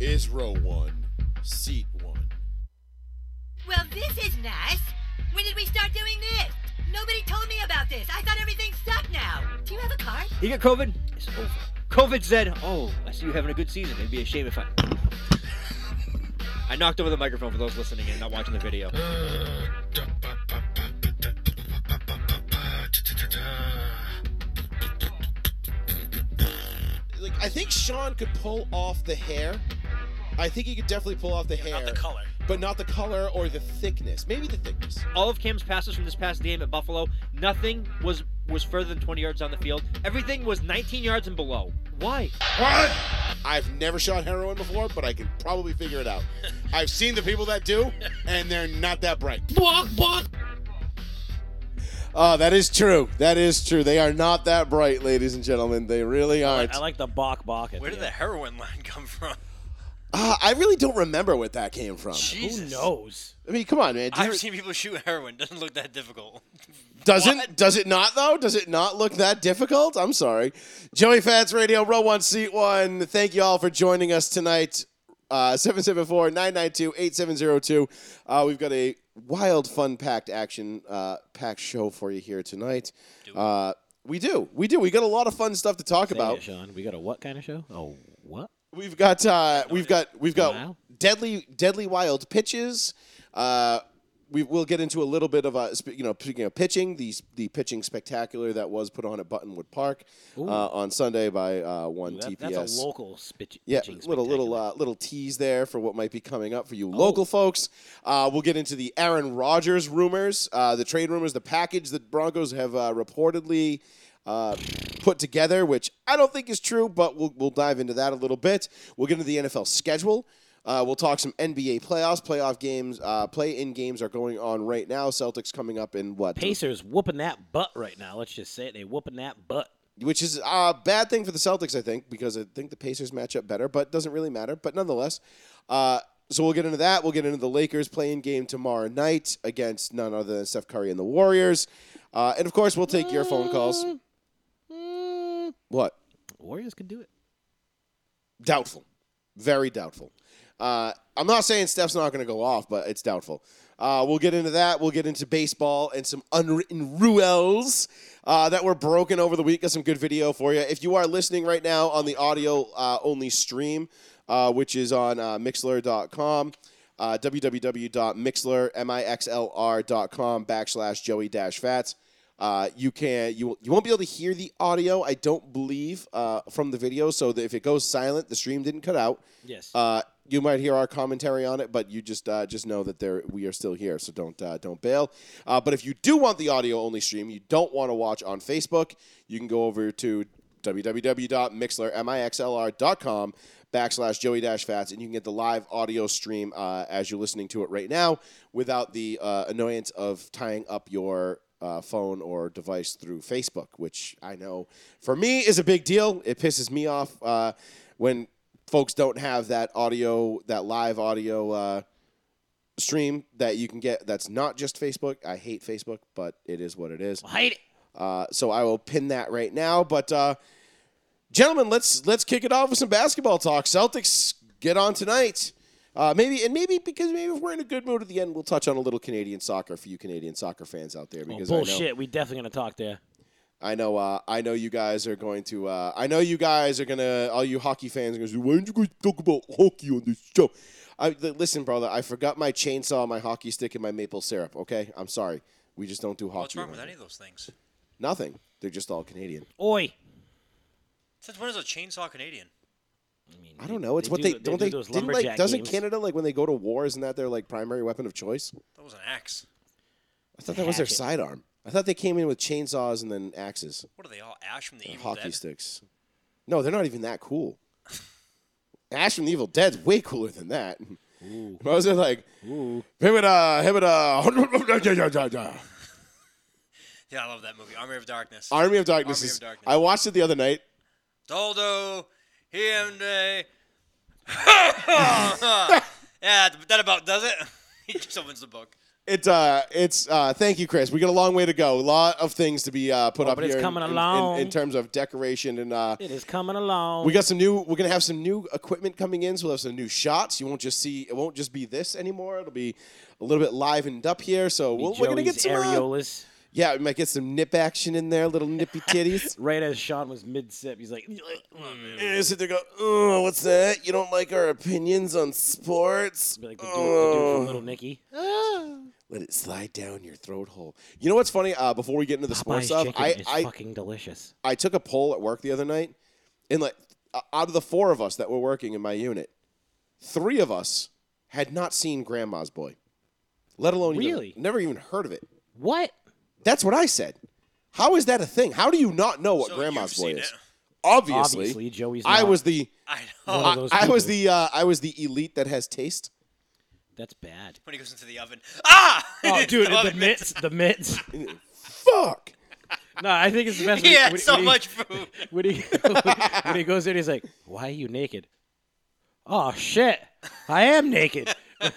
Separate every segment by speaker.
Speaker 1: Is row one, seat one.
Speaker 2: Well, this is nice. When did we start doing this? Nobody told me about this. I thought everything sucked now. Do you have a card?
Speaker 3: You got COVID? It's over. COVID said, Oh, I see you having a good season. It'd be a shame if I. I knocked over the microphone for those listening and not watching the video.
Speaker 1: Like I think Sean could pull off the hair. I think he could definitely pull off the hair,
Speaker 4: Not the color.
Speaker 1: but not the color or the thickness. Maybe the thickness.
Speaker 3: All of Cam's passes from this past game at Buffalo, nothing was was further than 20 yards on the field. Everything was 19 yards and below. Why?
Speaker 1: I've never shot heroin before, but I can probably figure it out. I've seen the people that do, and they're not that bright. Oh, that is true. That is true. They are not that bright, ladies and gentlemen. They really aren't.
Speaker 5: I like the bok bok. at
Speaker 4: Where
Speaker 5: the
Speaker 4: did the heroin line come from?
Speaker 1: Ah, I really don't remember what that came from.
Speaker 5: end.
Speaker 4: Jesus.
Speaker 5: Who knows?
Speaker 1: I mean, come on, man. Do you-
Speaker 4: I've seen people shoot heroin. Doesn't look that difficult.
Speaker 1: Doesn't
Speaker 4: What?
Speaker 1: does it not though? Does it not look that difficult? I'm sorry. Joey Fats Radio, row one, seat one. Thank you all for joining us tonight. Uh, 774 992 8702. Uh, We've got a wild, fun packed action uh, packed show for you here tonight. Uh, we do. We do. We got a lot of fun stuff to talk
Speaker 5: About
Speaker 1: about.
Speaker 5: Sean, we got a what kind of show? Oh, what?
Speaker 1: We've got uh, we've got we've got
Speaker 5: Wow.
Speaker 1: deadly deadly wild pitches. Uh, we will get into a little bit of uh, sp- you know speaking of pitching the the pitching spectacular that was put on at Buttonwood Park uh, on Sunday by uh, one
Speaker 5: That-
Speaker 1: TPS.
Speaker 5: that's a local spit.
Speaker 1: Yeah,
Speaker 5: pitching
Speaker 1: little little
Speaker 5: spectacular. Oh.
Speaker 1: uh, little tease there for what might be coming up for you local folks. Uh, we'll get into the Aaron Rodgers rumors, uh, the trade rumors, the package that Broncos have uh, reportedly uh, put together, which I don't think is true, but we'll we'll dive into that a little bit. We'll get into the NFL schedule. Uh, we'll talk some NBA playoffs, playoff games, uh, play-in games are going on right now. Celtics coming up in what?
Speaker 5: Pacers whooping that butt right now. Let's just say it. They whooping that butt.
Speaker 1: which is a bad thing for the Celtics, I think, because I think the Pacers match up better, but doesn't really matter. But nonetheless, uh, so we'll get into that. We'll get into the Lakers playing game tomorrow night against none other than Steph Curry and the Warriors, uh, and of course we'll take your phone calls. What?
Speaker 5: Warriors could do it.
Speaker 1: Doubtful, very doubtful. Uh, I'm not saying Steph's not going to go off, but it's doubtful. Uh, we'll get into that. We'll get into baseball and some unwritten rules uh, that were broken over the week. Got some good video for you. If you are listening right now on the audio uh, only stream, uh, which is on uh, Mixler.com, uh, www.mixler.mixlr.com backslash Joey dash Fats. Uh, you can you you won't be able to hear the audio, I don't believe, uh, from the video. So that if it goes silent, the stream didn't cut out.
Speaker 5: Yes.
Speaker 1: Uh, you might hear our commentary on it, but you just uh, just know that there we are still here, so don't uh, don't bail. Uh, but if you do want the audio only stream, you don't want to watch on Facebook, you can go over to www.mixlr.mixlr.com backslash joey dash fats and you can get the live audio stream uh, as you're listening to it right now without the uh, annoyance of tying up your uh, phone or device through facebook which i know for me is a big deal it pisses me off uh, when folks don't have that audio, that live audio uh, stream that you can get. That's not just Facebook. I hate Facebook, but it is what it is.
Speaker 5: Hide it.
Speaker 1: Uh, so I will pin that right now. But uh, gentlemen, let's let's kick it off with some basketball talk. Celtics get on tonight. Uh, maybe and maybe because maybe if we're in a good mood at the end, we'll touch on a little Canadian soccer for you Canadian soccer fans out there.
Speaker 5: Oh,
Speaker 1: Because I know-
Speaker 5: bullshit. We definitely gonna talk there.
Speaker 1: I know. Uh, I know you guys are going to. Uh, I know you guys are gonna. All you hockey fans are gonna say, "Why don't you guys talk about hockey on this show?" I, li- listen, brother. I forgot my chainsaw, my hockey stick, and my maple syrup. Okay, I'm sorry. We just don't do hockey.
Speaker 4: What's wrong with Oh,
Speaker 1: around
Speaker 4: any of those things?
Speaker 1: here. Nothing. They're just all Canadian.
Speaker 5: Oi.
Speaker 4: Since when is a chainsaw Canadian?
Speaker 1: I don't know. It's what
Speaker 5: do-
Speaker 1: they,
Speaker 5: they
Speaker 1: don't.
Speaker 5: do
Speaker 1: They
Speaker 5: those
Speaker 1: didn't like.
Speaker 5: lumberjack
Speaker 1: Doesn't
Speaker 5: games.
Speaker 1: Canada like when they go to war? Isn't that their like primary weapon of choice?
Speaker 4: That was an axe.
Speaker 1: I thought that was their
Speaker 5: Hatchet.
Speaker 1: sidearm. I thought they came in with chainsaws and then axes,
Speaker 4: What are they all? Ash from the
Speaker 1: and
Speaker 4: Evil
Speaker 1: hockey
Speaker 4: Dead?
Speaker 1: sticks. No, they're not even that cool. Ash from the Evil Dead's way cooler than that. I was just like, him and uh, him and uh,
Speaker 4: Yeah, I love that movie. Army of Darkness.
Speaker 1: Army of Darkness.
Speaker 4: Army
Speaker 1: is-
Speaker 4: of Darkness.
Speaker 1: I watched it the other night.
Speaker 4: Doldo, Hyundai. yeah, that about does it. he just opens the book.
Speaker 1: It's uh, it's uh, thank you, Chris. We got a long way to go. A lot of things to be uh, put
Speaker 5: Oh,
Speaker 1: up
Speaker 5: but it's
Speaker 1: here in-
Speaker 5: coming
Speaker 1: in, in-
Speaker 5: along.
Speaker 1: in terms of decoration and uh,
Speaker 5: It is coming along.
Speaker 1: we got some new. We're gonna have some new equipment coming in, so we'll have some new shots. You won't just see. It won't just be this anymore. It'll be a little bit livened up here. So we'll, we're gonna get
Speaker 5: Joey's
Speaker 1: some. Uh,
Speaker 5: areolas.
Speaker 1: yeah, we might get some nip action in there. Little nippy titties.
Speaker 5: Right as Sean was mid sip, he's like,
Speaker 1: and I sit there, go. Oh, what's that? You don't like our opinions on sports?
Speaker 5: be like the dude, the dude
Speaker 1: Oh."
Speaker 5: from Little Nicky.
Speaker 1: Let it slide down your throat hole. You know what's funny? Uh, before we get into the sports
Speaker 5: Popeye's
Speaker 1: stuff,
Speaker 5: chicken
Speaker 1: I,
Speaker 5: is
Speaker 1: I
Speaker 5: fucking delicious.
Speaker 1: I took a poll at work the other night, and like uh, out of the four of us that were working in my unit, three of us had not seen Grandma's Boy, let alone even-
Speaker 5: Really?
Speaker 1: never even heard of it.
Speaker 5: What?
Speaker 1: That's what I said. How is that a thing? How do you not know what
Speaker 4: So
Speaker 1: Grandma's
Speaker 4: you've
Speaker 1: Boy
Speaker 4: seen
Speaker 1: is?
Speaker 4: it.
Speaker 1: Obviously,
Speaker 5: Obviously, Joey's.
Speaker 1: I
Speaker 5: not.
Speaker 1: was the
Speaker 4: I
Speaker 5: One
Speaker 4: know.
Speaker 5: of
Speaker 1: I,
Speaker 5: those
Speaker 1: I was
Speaker 5: people.
Speaker 1: the uh, I was the elite that has taste.
Speaker 5: That's bad.
Speaker 4: when he goes into the oven. Ah!
Speaker 5: Oh, dude,
Speaker 4: Love
Speaker 5: the
Speaker 4: it.
Speaker 5: mitts, the mitts.
Speaker 1: Fuck.
Speaker 5: No, I think it's the best. when
Speaker 4: He
Speaker 5: he-
Speaker 4: had
Speaker 5: when-
Speaker 4: so
Speaker 5: when he-
Speaker 4: much food.
Speaker 5: when he when he goes in, he's like, "Why are you naked?" Oh shit, I am naked.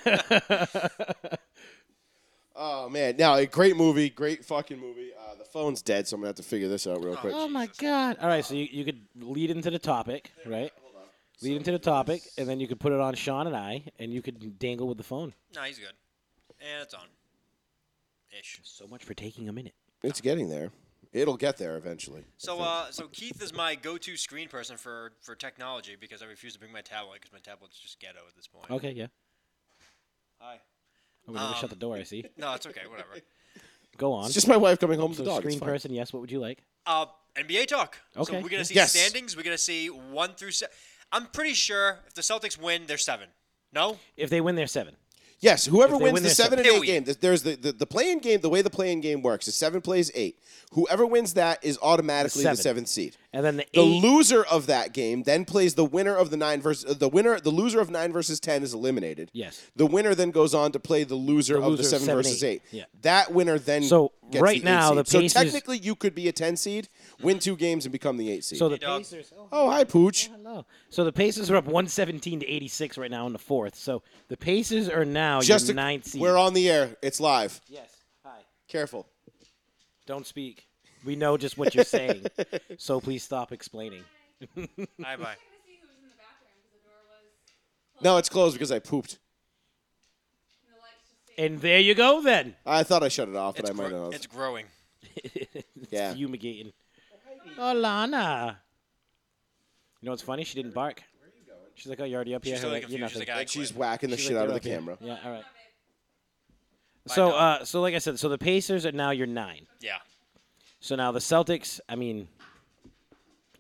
Speaker 1: Oh man, now a great movie, great fucking movie. Uh, the phone's dead, so I'm gonna have to figure this out real quick.
Speaker 5: oh my god! All right, so you, you could lead into the topic, right? Lead into the topic, and then you could put it on Sean and I, and you could dangle with the phone.
Speaker 4: No, he's good. And it's on. Ish.
Speaker 5: So much for taking a minute.
Speaker 1: It's getting there. It'll get there eventually.
Speaker 4: So, uh, so Keith is my go-to screen person for, for technology because I refuse to bring my tablet because my tablet's just ghetto at this point.
Speaker 5: Okay, yeah.
Speaker 4: Hi. Um,
Speaker 5: Oh, we never shut the door. I see.
Speaker 4: No, it's okay. Whatever.
Speaker 5: Go on.
Speaker 1: It's just my wife coming home with
Speaker 5: so
Speaker 1: the dog.
Speaker 5: screen
Speaker 1: It's fine.
Speaker 5: person, yes. What would you like?
Speaker 4: Uh, NBA talk. So
Speaker 5: Okay.
Speaker 4: we're gonna see
Speaker 1: Yes.
Speaker 4: standings. We're gonna see one through seven. I'm pretty sure if the Celtics win, they're seven. No.
Speaker 5: If they win, they're seven.
Speaker 1: Yes, whoever
Speaker 5: If they
Speaker 1: wins
Speaker 5: win,
Speaker 1: the
Speaker 5: they're
Speaker 1: seven and
Speaker 4: set.
Speaker 1: eight game, th- there's the, the, the playing game. The way the playing game works is seven plays eight. Whoever wins that is automatically the,
Speaker 5: The seven.
Speaker 1: seventh seed.
Speaker 5: And then the,
Speaker 1: The
Speaker 5: eight.
Speaker 1: loser of that game then plays the winner of the nine versus uh, the winner. The loser of nine versus ten is eliminated.
Speaker 5: Yes.
Speaker 1: The winner then goes on to play the loser,
Speaker 5: The
Speaker 1: of the
Speaker 5: loser of
Speaker 1: seven,
Speaker 5: seven,
Speaker 1: versus eight.
Speaker 5: eight. Yeah.
Speaker 1: That winner then
Speaker 5: So,
Speaker 1: gets
Speaker 5: right
Speaker 1: the eight
Speaker 5: now,
Speaker 1: seed.
Speaker 5: the Pacers-
Speaker 1: so technically you could be a ten seed, win two games, and become the eight seed.
Speaker 5: so the
Speaker 4: dog.
Speaker 5: Pacers. Oh,
Speaker 1: oh hi Pooch.
Speaker 5: Hello. So the Pacers are up 117 to 86 right now in the fourth. So the Pacers are now
Speaker 1: Just
Speaker 5: your
Speaker 1: a-
Speaker 5: ninth seed.
Speaker 1: we're on the air. It's live.
Speaker 5: Yes. Hi.
Speaker 1: Careful.
Speaker 5: Don't speak. We know just what you're saying. so please stop explaining.
Speaker 4: Hi. Bye.
Speaker 6: to see who was in the bathroom because the door was,
Speaker 1: No, it's closed because I pooped.
Speaker 6: and the lights just stayed.
Speaker 5: And there you go then.
Speaker 1: I thought I shut it off, but
Speaker 4: It's,
Speaker 1: I might
Speaker 4: gro-
Speaker 1: not have.
Speaker 4: it's growing.
Speaker 1: Yeah.
Speaker 5: Fumigating. Oh, Lana. You know what's funny? She didn't bark. She's like, oh, you're already up here.
Speaker 4: She's
Speaker 5: I'm
Speaker 4: totally
Speaker 5: like, you're
Speaker 4: confused. She's
Speaker 5: nothing.
Speaker 4: like, I
Speaker 1: Like "Ah, she's
Speaker 4: quit.
Speaker 1: whacking the
Speaker 5: She's
Speaker 1: shit
Speaker 5: like,
Speaker 1: out of
Speaker 5: "You're
Speaker 1: the camera.
Speaker 5: up here." Yeah, all right.
Speaker 4: Bye,
Speaker 5: So,
Speaker 4: dog.
Speaker 5: uh, so like I said, so the Pacers are now your nine.
Speaker 4: Yeah.
Speaker 5: So now the Celtics. I mean,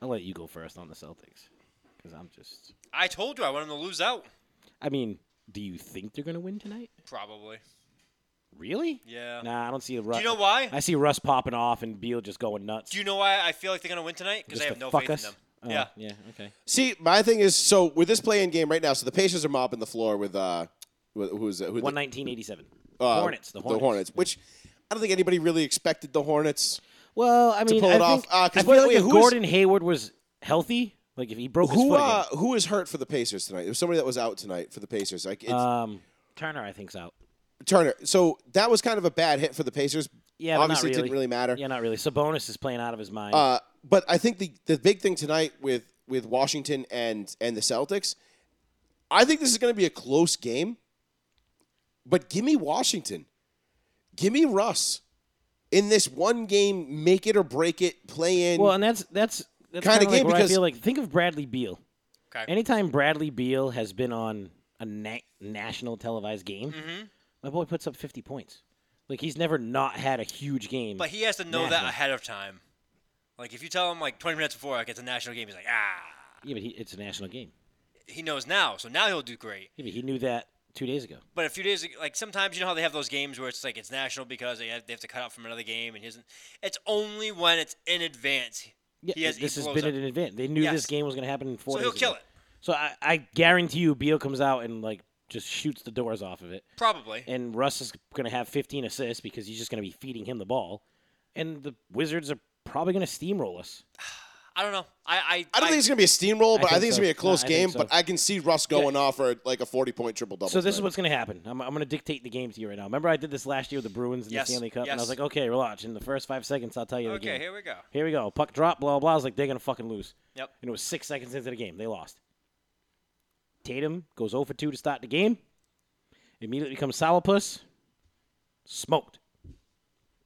Speaker 5: I'll let you go first on the Celtics because I'm just.
Speaker 4: I told you I want them to lose out.
Speaker 5: I mean, do you think they're gonna win tonight?
Speaker 4: Probably.
Speaker 5: Really?
Speaker 4: Yeah.
Speaker 5: Nah, I don't see a Russ.
Speaker 4: Do you know why?
Speaker 5: I see Russ popping off and Beal just going nuts.
Speaker 4: Do you know why I feel like they're gonna win tonight? Because
Speaker 5: just
Speaker 4: I
Speaker 5: to
Speaker 4: have no
Speaker 5: fuck
Speaker 4: faith
Speaker 5: us?
Speaker 4: in them.
Speaker 5: Oh,
Speaker 4: yeah.
Speaker 5: Yeah. Okay.
Speaker 1: See, my thing is, so with this playing game right now, so the Pacers are mopping the floor with uh, wh- who's who?
Speaker 5: One
Speaker 1: the,
Speaker 5: nineteen eighty seven.
Speaker 1: uh,
Speaker 5: Hornets. The Hornets.
Speaker 1: which I don't think anybody really expected the Hornets.
Speaker 5: Well, I mean,
Speaker 1: pull
Speaker 5: I
Speaker 1: it off.
Speaker 5: think,
Speaker 1: Uh, 'cause
Speaker 5: I
Speaker 1: by the
Speaker 5: feel like
Speaker 1: way,
Speaker 5: if
Speaker 1: who's-
Speaker 5: Gordon Hayward was healthy, like if he broke his
Speaker 1: Who
Speaker 5: foot
Speaker 1: uh, who is hurt for the Pacers tonight? There was somebody that was out tonight for the Pacers. Like it's,
Speaker 5: again, um, Turner, I think's out.
Speaker 1: Turner. So that was kind of a bad hit for the Pacers.
Speaker 5: Yeah, but not
Speaker 1: obviously it didn't
Speaker 5: really.
Speaker 1: really matter.
Speaker 5: Yeah, not really. Sabonis is playing out of his mind.
Speaker 1: Uh, but I think the the big thing tonight with with Washington and and the Celtics, I think this is going to be a close game. But give me Washington, give me Russ, in this one game, make it or break it, play in.
Speaker 5: Well, and that's that's that's
Speaker 1: Kinda
Speaker 5: kind of like
Speaker 1: game
Speaker 5: where
Speaker 1: because-
Speaker 5: I feel like think of Bradley Beal.
Speaker 4: Okay.
Speaker 5: Anytime Bradley Beal has been on a na- national televised game,
Speaker 4: Mm-hmm.
Speaker 5: my boy puts up fifty points. Like he's never not had a huge game.
Speaker 4: But he has to know that
Speaker 5: National.
Speaker 4: ahead of time. Like if you tell him like 20 minutes before like it's a national game, he's like ah.
Speaker 5: yeah, but he, it's a national game.
Speaker 4: He knows now, so now he'll do great.
Speaker 5: Yeah, but he knew that two days ago.
Speaker 4: But a few days, ag- like sometimes you know how they have those games where it's like it's national because they have, they have to cut out from another game and he doesn't. It's only when it's in advance.
Speaker 5: Yeah,
Speaker 4: He has- he
Speaker 5: this has
Speaker 4: blows
Speaker 5: been
Speaker 4: up.
Speaker 5: an event. They knew
Speaker 4: Yes.
Speaker 5: this game was going to happen in four.
Speaker 4: So
Speaker 5: days
Speaker 4: he'll kill
Speaker 5: ago.
Speaker 4: it.
Speaker 5: So I, I guarantee you, Beal comes out and like just shoots the doors off of it.
Speaker 4: Probably.
Speaker 5: and Russ is going to have 15 assists because he's just going to be feeding him the ball, and the Wizards are probably going to steamroll us.
Speaker 4: I don't know. I I,
Speaker 1: I don't think it's going to be a steamroll,
Speaker 5: I
Speaker 1: but I think,
Speaker 5: think
Speaker 1: it's
Speaker 5: so.
Speaker 1: going to be a close
Speaker 5: No, I
Speaker 1: game.
Speaker 5: think
Speaker 1: But
Speaker 5: so.
Speaker 1: I can see Russ going off for like a 40 point triple double.
Speaker 5: So this is what's going to happen. I'm, I'm going to dictate the game to you right now. Remember, I did this last year with the Bruins in
Speaker 4: Yes,
Speaker 5: the Stanley Cup, and I was
Speaker 4: yes.
Speaker 5: like, okay, relax. In the first five seconds, I'll tell you the
Speaker 4: okay.
Speaker 5: game. Here-,
Speaker 4: Here we go.
Speaker 5: we go. Puck drop, blah, blah, blah. I was like, they're going to fucking lose.
Speaker 4: Yep.
Speaker 5: And it was six seconds into the game. They lost. Tatum goes 0 for 2 to start the game. Immediately becomes sourpuss. Smoked.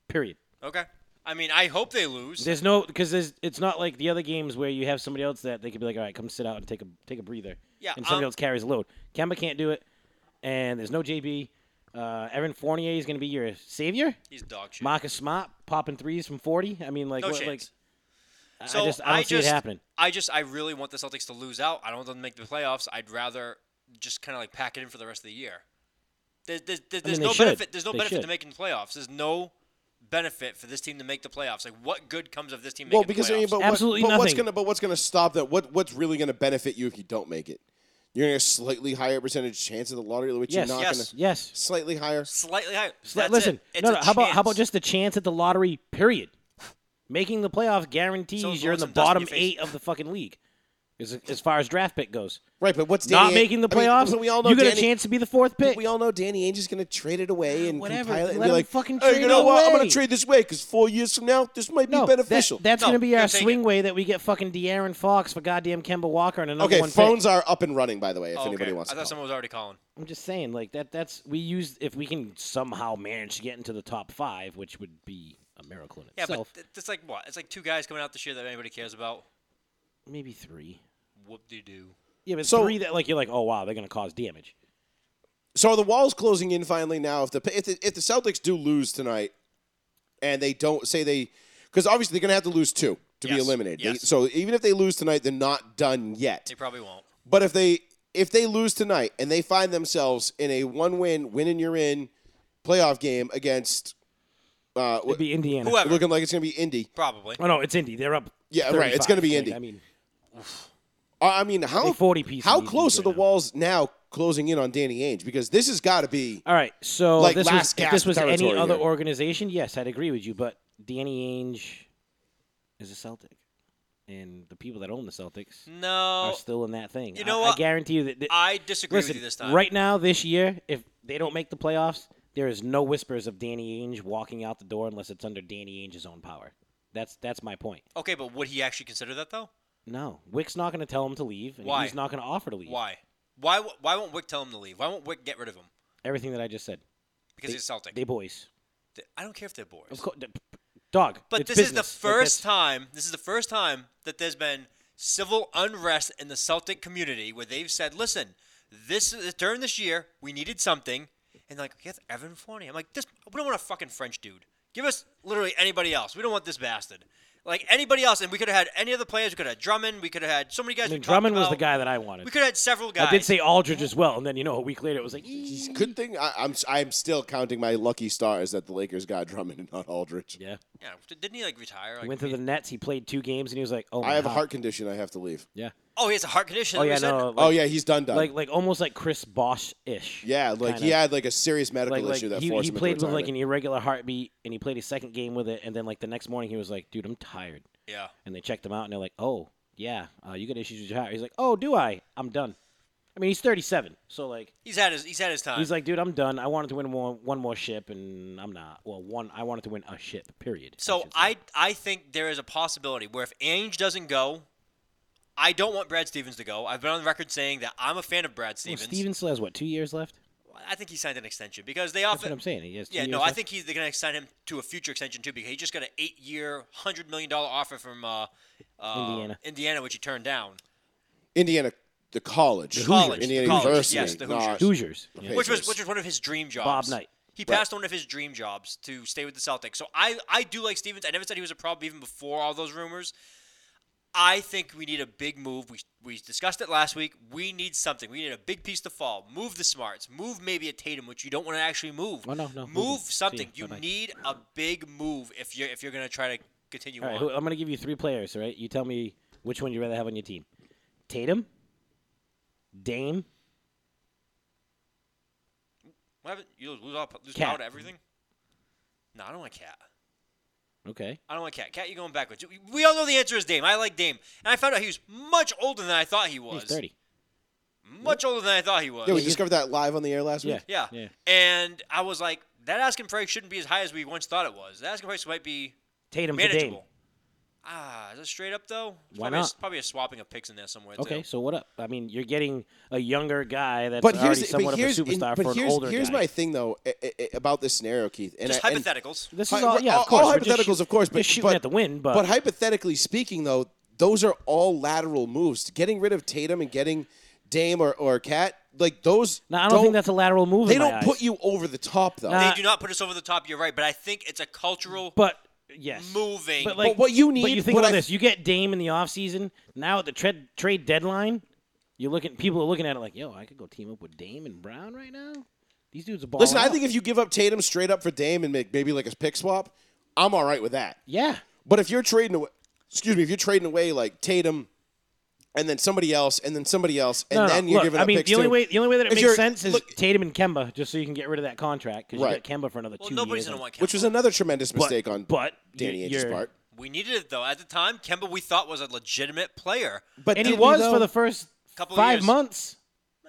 Speaker 5: Period.
Speaker 4: Okay. I mean, I hope they lose.
Speaker 5: There's no because there's it's not like the other games where you have somebody else that they could be like, all right, come sit out and take a take a breather.
Speaker 4: Yeah,
Speaker 5: And somebody
Speaker 4: um,
Speaker 5: else carries a load. Kemba can't do it, and there's no JB. Uh, Evan Fournier is going to be your savior.
Speaker 4: He's dog shit.
Speaker 5: Marcus Smart popping threes from 40. I mean, like,
Speaker 4: no
Speaker 5: what,
Speaker 4: chance.
Speaker 5: like I-
Speaker 4: so
Speaker 5: I just I don't see it happening.
Speaker 4: I just I really want the Celtics to lose out. I don't want them to make the playoffs. I'd rather just kind of like pack it in for the rest of the year. There's, there's, there's,
Speaker 5: mean, they
Speaker 4: no
Speaker 5: should.
Speaker 4: benefit. There's no
Speaker 5: They
Speaker 4: benefit to
Speaker 5: should.
Speaker 4: making the playoffs. There's no benefit for this team to make the playoffs. Like, what good comes of this team making
Speaker 1: well, because
Speaker 4: the
Speaker 1: I
Speaker 4: playoffs?
Speaker 1: mean, but,
Speaker 5: Absolutely
Speaker 1: what, but what's
Speaker 5: nothing.
Speaker 1: going to but what's going to stop that? What what's really going to benefit you if you don't make it? You're going to slightly higher percentage chance of the lottery, which
Speaker 5: Yes.
Speaker 1: you're not
Speaker 4: Yes.
Speaker 1: going to
Speaker 5: Yes.
Speaker 1: slightly higher.
Speaker 4: Slightly higher.
Speaker 5: Li-
Speaker 4: That's
Speaker 5: Listen,
Speaker 4: it. It's
Speaker 5: no,
Speaker 4: a
Speaker 5: no. How about how about
Speaker 4: chance.
Speaker 5: just the chance at the lottery? Period. Making the playoffs guarantees
Speaker 4: Someone
Speaker 5: you're in the
Speaker 4: throwing some dust in
Speaker 5: bottom
Speaker 4: your face.
Speaker 5: eight of the fucking league, as, as far as draft pick goes.
Speaker 1: Right, but what's Danny
Speaker 5: not making the
Speaker 1: I mean,
Speaker 5: playoffs.
Speaker 1: so we all know
Speaker 5: you got
Speaker 1: Danny-
Speaker 5: a chance to be the fourth pick.
Speaker 1: We all know Danny Ainge is going to trade it away and
Speaker 5: Whatever,
Speaker 1: compile it and
Speaker 5: let
Speaker 1: be
Speaker 5: him
Speaker 1: like,
Speaker 5: fucking
Speaker 1: "Hey,
Speaker 5: trade
Speaker 1: you
Speaker 5: it
Speaker 1: know what? I'm
Speaker 5: away."
Speaker 1: going to trade this way because four years from now, this might be
Speaker 5: no, that-
Speaker 1: beneficial."
Speaker 5: that's
Speaker 4: No,
Speaker 5: going to be
Speaker 4: you'll
Speaker 5: our
Speaker 4: take
Speaker 5: swing
Speaker 4: it.
Speaker 5: way that we get fucking De'Aaron Fox for goddamn Kemba Walker and another
Speaker 1: okay,
Speaker 5: one. pick.
Speaker 1: phones are up and running, by the way. If
Speaker 4: Oh, okay.
Speaker 1: anybody wants
Speaker 4: I
Speaker 1: to,
Speaker 4: thought
Speaker 1: call.
Speaker 4: someone was already calling.
Speaker 5: I'm just saying, like that. That's we use if we can somehow manage to get into the top five, which would be a miracle in
Speaker 4: Yeah,
Speaker 5: itself.
Speaker 4: but th- it's like what? It's like two guys coming out this year that anybody cares about.
Speaker 5: Maybe three.
Speaker 4: Whoop de doo.
Speaker 5: Yeah, but
Speaker 1: So-
Speaker 5: three that like you're like, oh wow, they're going to cause damage.
Speaker 1: So are the walls closing in finally now? If the if the, if the Celtics do lose tonight, and they don't say they, because obviously they're going to have to lose two to be
Speaker 4: Yes,
Speaker 1: eliminated. They-
Speaker 4: yes.
Speaker 1: so even if they lose tonight, they're not done yet.
Speaker 4: They probably won't.
Speaker 1: But if they if they lose tonight and they find themselves in a one win, win and you're in playoff game against, uh,
Speaker 5: It'd be Indiana.
Speaker 4: Whoever,
Speaker 1: looking like it's going to be Indy.
Speaker 4: probably.
Speaker 5: Oh no, it's Indy. They're up.
Speaker 1: Yeah, right, it's gonna
Speaker 5: 35.
Speaker 1: be
Speaker 5: Like,
Speaker 1: Indy.
Speaker 5: I mean,
Speaker 1: I I mean, how
Speaker 5: Like 40 pieces
Speaker 1: How
Speaker 5: these
Speaker 1: close
Speaker 5: dudes
Speaker 1: are the
Speaker 5: right now.
Speaker 1: walls now closing in on Danny Ainge? Because this has got to be
Speaker 5: all right. So
Speaker 1: Like
Speaker 5: this was
Speaker 1: last
Speaker 5: if
Speaker 1: gasp
Speaker 5: this was any
Speaker 1: territory
Speaker 5: other
Speaker 1: here.
Speaker 5: organization, yes, I'd agree with you. But Danny Ainge is a Celtic, and the people that own the Celtics
Speaker 4: No,
Speaker 5: are still in that thing.
Speaker 4: You
Speaker 5: I-
Speaker 4: know
Speaker 5: I,
Speaker 4: what?
Speaker 5: guarantee you that. that
Speaker 4: I disagree
Speaker 5: listen,
Speaker 4: with you this time.
Speaker 5: right now, this year, if they don't make the playoffs, there is no whispers of Danny Ainge walking out the door unless it's under Danny Ainge's own power. That's that's my point.
Speaker 4: Okay, but would he actually consider that though?
Speaker 5: No, Wick's not going to tell him to leave, and
Speaker 4: Why?
Speaker 5: he's not going to offer to leave.
Speaker 4: Why? Why? w- Why won't Wick tell him to leave? Why won't Wick get rid of him?
Speaker 5: Everything that I just said.
Speaker 4: Because he's Celtic.
Speaker 5: They boys.
Speaker 4: Th- I don't care if they're boys.
Speaker 5: Of course, dog.
Speaker 4: but
Speaker 5: it's
Speaker 4: this is the
Speaker 5: business. Like,
Speaker 4: first
Speaker 5: that's-
Speaker 4: time. This is the first time that there's been civil unrest in the Celtic community where they've said, "Listen, this is- during this year we needed something," and they're like, "Yes, Evan Fournier." I'm like, "This we don't want a fucking French dude. Give us literally anybody else. We don't want this bastard." Like anybody else, and we could have had any other players. We could have had Drummond. We could have had so many guys.
Speaker 5: I mean,
Speaker 4: we talked
Speaker 5: Drummond was the
Speaker 4: about.
Speaker 5: guy that I wanted.
Speaker 4: We could have had several guys.
Speaker 5: I did say Aldridge as well, and then you know a week later it was like.
Speaker 1: It's a good thing. I, I'm I'm still counting my lucky stars that the Lakers got Drummond and not Aldridge.
Speaker 5: Yeah.
Speaker 4: Yeah, d- didn't he like retire? Like,
Speaker 5: He went to the Nets. He played two games, and he was like, "Oh, my
Speaker 1: I have a
Speaker 5: God.
Speaker 1: heart condition. I have to leave.
Speaker 5: Yeah.
Speaker 4: oh, he has a heart condition.
Speaker 5: Oh
Speaker 4: is
Speaker 5: yeah,
Speaker 4: that what
Speaker 5: no.
Speaker 4: he said?
Speaker 1: oh yeah, he's done done.
Speaker 5: like like almost like Chris Bosch ish.
Speaker 1: yeah, like he had like a serious medical
Speaker 5: like, like
Speaker 1: issue that
Speaker 5: he,
Speaker 1: forced
Speaker 5: he
Speaker 1: him
Speaker 5: played
Speaker 1: into
Speaker 5: with like an
Speaker 1: retirement.
Speaker 5: irregular heartbeat, and he played his second game with it, and then like the next morning he was like, "Dude, I'm tired,"
Speaker 4: Yeah.
Speaker 5: and they checked him out, and they're like, "Oh, yeah, uh, you got issues with your heart." He's like, "Oh, do I? I'm done." I mean, he's 37, so like
Speaker 4: He's had his he's had his time.
Speaker 5: he's like, "Dude, I'm done. I wanted to win one one more ship, and I'm not. Well, one I wanted to win a ship. Period."
Speaker 4: so
Speaker 5: should say.
Speaker 4: I I think there is a possibility where if Ainge doesn't go, I don't want Brad Stevens to go. I've been on record saying that I'm a fan of Brad
Speaker 5: Well,
Speaker 4: Stevens.
Speaker 5: Stevens still has what two years left.
Speaker 4: I think he signed an extension because they
Speaker 5: That's what
Speaker 4: often
Speaker 5: I'm saying. He has two
Speaker 4: Yeah,
Speaker 5: years
Speaker 4: no, I
Speaker 5: left.
Speaker 4: think he's they're gonna extend him to a future extension too because he just got an eight-year, hundred million dollar offer from uh, uh,
Speaker 5: Indiana.
Speaker 4: Indiana, which he turned down,
Speaker 1: Indiana, the college,
Speaker 4: The Hoosiers.
Speaker 1: Indiana
Speaker 4: The college,
Speaker 1: University.
Speaker 4: yes, the
Speaker 1: not-
Speaker 4: Hoosiers.
Speaker 5: Hoosiers. Yeah.
Speaker 1: Hey,
Speaker 4: which was
Speaker 1: Chris.
Speaker 4: which was one of his dream jobs.
Speaker 5: Knight.
Speaker 4: He
Speaker 1: Right.
Speaker 4: passed on one of his dream jobs to stay with the Celtics. So I I do like Stevens. I never said he was a problem even before all those rumors. I think we need a big move. We we discussed it last week. We need something. We need a big piece to fall. Move the smarts. Move maybe a Tatum, which you don't want to actually move.
Speaker 5: Oh, no, no, move
Speaker 4: Move,
Speaker 5: him. See
Speaker 4: something.
Speaker 5: ya.
Speaker 4: You
Speaker 5: Bye-bye.
Speaker 4: need a big move if you're if you're gonna try to continue
Speaker 5: All right,
Speaker 4: on.
Speaker 5: who, I'm going to give you three players. All right, you tell me which one you would rather have on your team: Tatum, Dame,
Speaker 4: What happened? You lose all lose
Speaker 5: Cat.
Speaker 4: power to everything. No, I don't want cat.
Speaker 5: Okay.
Speaker 4: I don't want Cat. Cat, you're going backwards. We- We all know the answer is Dame. I like Dame, and I found out he was much older than I thought he was.
Speaker 5: He's 30.
Speaker 4: Much older than I thought he was.
Speaker 1: Yeah, we discovered that live on the air last
Speaker 5: Yeah.
Speaker 1: week.
Speaker 4: Yeah.
Speaker 5: Yeah.
Speaker 4: And I was like, that asking price shouldn't be as high as we once thought it was. That asking price might be
Speaker 5: Tatum for Dame.
Speaker 4: manageable. Ah, is it straight up though? It's
Speaker 5: Why
Speaker 4: probably A,
Speaker 5: not?
Speaker 4: probably a swapping of picks in there somewhere
Speaker 5: Okay,
Speaker 4: too.
Speaker 5: so what up? I mean, you're getting a younger guy that's
Speaker 1: But
Speaker 5: already
Speaker 1: here's,
Speaker 5: somewhat
Speaker 1: but here's,
Speaker 5: of a
Speaker 1: in-
Speaker 5: superstar
Speaker 1: but
Speaker 5: for
Speaker 1: here's,
Speaker 5: an older
Speaker 1: here's
Speaker 5: guy.
Speaker 1: my thing though eh, eh, eh, about this scenario, Keith. And
Speaker 4: Just
Speaker 1: I- and-
Speaker 4: hypotheticals.
Speaker 5: this
Speaker 1: Hi-
Speaker 5: is all, yeah, of course.
Speaker 1: all
Speaker 5: we're just
Speaker 1: hypotheticals,
Speaker 5: shoot-
Speaker 1: of course, but
Speaker 5: just shooting
Speaker 1: but,
Speaker 5: at the wind, but,
Speaker 1: but hypothetically speaking, though, those are all lateral moves. Getting rid of Tatum and getting Dame or or Cat, like those.
Speaker 5: No, I don't, think that's a lateral move.
Speaker 1: They
Speaker 5: in my
Speaker 1: don't put
Speaker 5: eyes.
Speaker 1: you over the top though.
Speaker 5: Nah.
Speaker 4: they do not put us over the top. You're right, but I think it's a cultural
Speaker 5: But yes,
Speaker 4: moving.
Speaker 5: But like,
Speaker 1: what you
Speaker 5: But you
Speaker 1: need-
Speaker 5: think
Speaker 1: what
Speaker 5: about
Speaker 1: I-
Speaker 5: this: you get Dame in the offseason, Now at the trade trade deadline, you're looking. People are looking at it like, "Yo, I could go team up with Dame and Brown right now." These dudes are balling.
Speaker 1: Listen, I
Speaker 5: out.
Speaker 1: think if you give up Tatum straight up for Dame and make maybe like a pick swap, I'm all right with that.
Speaker 5: yeah,
Speaker 1: But if you're trading away, excuse me, if you're trading away like Tatum, and then somebody else, and then somebody else, and
Speaker 5: no, no,
Speaker 1: then you're
Speaker 5: look,
Speaker 1: giving
Speaker 5: I
Speaker 1: up
Speaker 5: mean,
Speaker 1: picks
Speaker 5: the only
Speaker 1: too.
Speaker 5: way the only way that it
Speaker 1: If you're-
Speaker 5: makes sense is
Speaker 1: look-
Speaker 5: Tatum and Kemba, just so you can get rid of that contract because
Speaker 1: Right.
Speaker 5: you got Kemba for another
Speaker 4: well,
Speaker 5: two
Speaker 4: nobody's
Speaker 5: years.
Speaker 4: gonna want Kemba.
Speaker 1: which was another tremendous mistake on
Speaker 5: but
Speaker 1: Danny
Speaker 5: you're-
Speaker 1: Ainge's
Speaker 5: you're-
Speaker 1: part.
Speaker 4: we needed it though. At the time, Kemba we thought was a legitimate player.
Speaker 1: But
Speaker 5: and he
Speaker 1: did we,
Speaker 5: was
Speaker 1: though?
Speaker 5: for the first
Speaker 4: Couple of
Speaker 5: five
Speaker 4: years.
Speaker 5: months.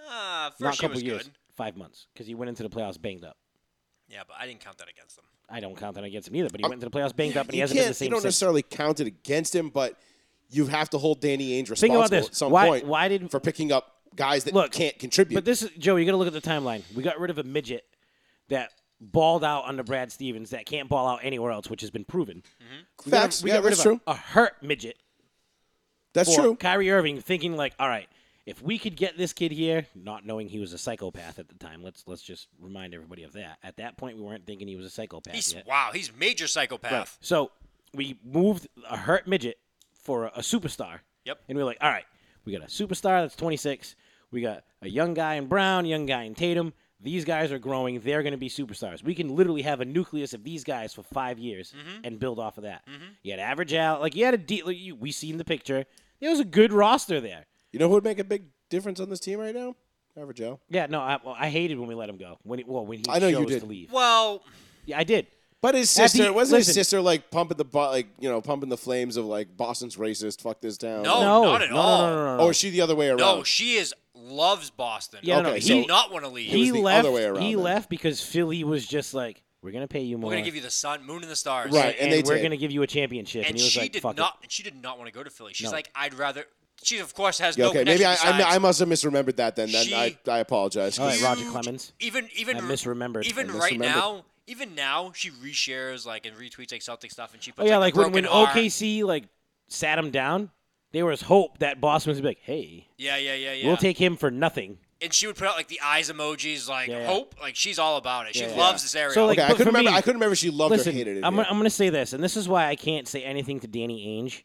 Speaker 4: Ah, first
Speaker 5: Not
Speaker 4: he
Speaker 5: couple
Speaker 4: was
Speaker 5: years,
Speaker 4: good.
Speaker 5: five months, because he went into the playoffs banged up.
Speaker 4: Yeah, but I didn't count that against them.
Speaker 5: I don't count that against him either, but he went into the playoffs banged up, and he
Speaker 1: you
Speaker 5: hasn't been the
Speaker 1: can't-
Speaker 5: same
Speaker 1: You don't
Speaker 5: since.
Speaker 1: necessarily count it against him, but you have to hold Danny Ainge
Speaker 5: Think
Speaker 1: responsible
Speaker 5: about this.
Speaker 1: at some
Speaker 5: Why-
Speaker 1: point.
Speaker 5: why did-
Speaker 1: for picking up guys that
Speaker 5: Look,
Speaker 1: can't contribute?
Speaker 5: But this is Joe. You got to look at the timeline. We got rid of a midget that balled out under Brad Stevens that can't ball out anywhere else, which has been proven.
Speaker 1: Facts.
Speaker 5: We
Speaker 1: yeah,
Speaker 5: got rid
Speaker 1: that's
Speaker 5: of
Speaker 1: true.
Speaker 5: A, a hurt midget
Speaker 1: That's
Speaker 5: for
Speaker 1: true.
Speaker 5: Kyrie Irving, thinking like, all right, if we could get this kid here, not knowing he was a psychopath at the time. Let's let's just remind everybody of that. At that point, we weren't thinking he was a psychopath
Speaker 4: He's
Speaker 5: yet.
Speaker 4: wow, he's major psychopath.
Speaker 5: So we moved a hurt midget for a, a superstar.
Speaker 4: Yep.
Speaker 5: And we were like, all right, we got a superstar that's 26. We got a young guy in Brown, young guy in Tatum. These guys are growing. They're going to be superstars. We can literally have a nucleus of these guys for five years
Speaker 4: Mm-hmm.
Speaker 5: and build off of that. You had average out. Like, you had a deal. Like you, we seen the picture. There was a good roster there.
Speaker 1: You know who would make a big difference on this team right now? Average Joe.
Speaker 5: Yeah, no, I, well, I hated when we let him go. When he, well, when he
Speaker 1: I know you
Speaker 5: chose
Speaker 1: did.
Speaker 5: to leave.
Speaker 4: Well,
Speaker 5: Yeah, I did.
Speaker 1: But his
Speaker 5: At the-
Speaker 1: sister wasn't
Speaker 5: listen.
Speaker 1: his sister like pumping the bu- like you know pumping the flames of like Boston's racist, fuck this town.
Speaker 4: No. Oh,
Speaker 5: no,
Speaker 4: not at
Speaker 5: no,
Speaker 4: all.
Speaker 5: No, no, no, no, no.
Speaker 1: Or is she the other way around?
Speaker 4: no, she is loves Boston.
Speaker 5: Yeah, no, no,
Speaker 1: Okay,
Speaker 4: She
Speaker 5: he-
Speaker 4: did not want to leave.
Speaker 1: It was
Speaker 5: he
Speaker 1: the
Speaker 5: left.
Speaker 1: other way around
Speaker 5: he
Speaker 1: then.
Speaker 5: left because Philly was just like, we're gonna pay you more.
Speaker 4: We're gonna give you the sun, moon, and the stars.
Speaker 1: Right. and
Speaker 5: and,
Speaker 1: they
Speaker 5: we're
Speaker 1: did.
Speaker 5: gonna give you a championship. And,
Speaker 4: And
Speaker 5: he was
Speaker 4: she
Speaker 5: like,
Speaker 4: did
Speaker 5: fuck
Speaker 4: not. And she did not want to go to Philly. She's
Speaker 5: No.
Speaker 4: like, I'd rather. She of course has
Speaker 1: Yeah,
Speaker 4: no
Speaker 1: okay, maybe
Speaker 4: connection
Speaker 1: I, I I
Speaker 4: besides-
Speaker 1: must have misremembered that. Then, then
Speaker 4: She-
Speaker 1: I, I apologize.
Speaker 5: All right,
Speaker 1: Because-
Speaker 5: Roger Clemens.
Speaker 4: Even even
Speaker 5: I misremembered.
Speaker 4: Even
Speaker 1: I
Speaker 4: right
Speaker 1: misremembered.
Speaker 4: now, even now, she reshares like and retweets like Celtic stuff, and she
Speaker 5: Oh
Speaker 4: puts
Speaker 5: yeah,
Speaker 4: like,
Speaker 5: like
Speaker 4: a
Speaker 5: when, when
Speaker 4: broken heart.
Speaker 5: OKC like sat him down, there was hope that Boston was gonna be like, hey,
Speaker 4: Yeah, yeah, yeah, yeah.
Speaker 5: we'll take him for nothing.
Speaker 4: and she would put out like the eyes emojis, like
Speaker 5: Yeah, yeah.
Speaker 4: hope. Like she's all about it. She
Speaker 5: Yeah.
Speaker 4: loves this area. Oh,
Speaker 5: So, like-
Speaker 1: Okay, I
Speaker 5: but
Speaker 1: couldn't
Speaker 5: for
Speaker 1: remember.
Speaker 5: me-
Speaker 1: I couldn't remember if she loved
Speaker 5: Listen,
Speaker 1: or hated it.
Speaker 5: I'm,
Speaker 1: here.
Speaker 5: gonna- I'm gonna say this, and this is why I can't say anything to Danny Ainge.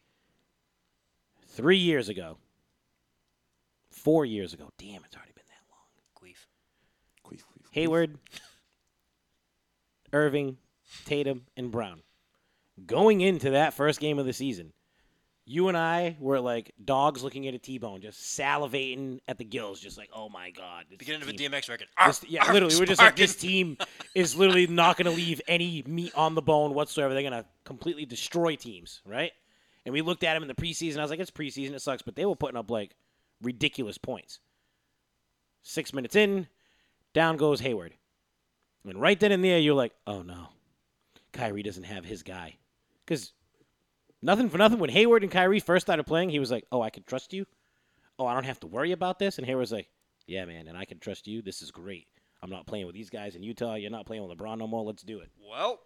Speaker 5: Three years ago, four years ago, damn, it's already been that long.
Speaker 4: Queef.
Speaker 5: Hayward, Irving, Tatum, and Brown. Going into that first game of the season, you and I were like dogs looking at a T-bone, just salivating at the gills, just like, oh my god. this
Speaker 4: Beginning of a
Speaker 5: team-
Speaker 4: DMX record. Ah,
Speaker 5: this- yeah, literally, we we're just like this team is literally not going to leave any meat on the bone whatsoever. They're going to completely destroy teams, right? And we looked at them in the preseason. I was like, it's preseason, it sucks, but they were putting up like ridiculous points. Six minutes in, down goes Hayward, and right then and there, you're like, oh no, Kyrie doesn't have his guy, because nothing for nothing. When Hayward and Kyrie first started playing, he was like, oh, I can trust you. Oh, I don't have to worry about this. And Hayward's like, yeah, man, and I can trust you. This is great. I'm not playing with these guys in Utah. You're not playing with LeBron no more. Let's do it.
Speaker 4: Well,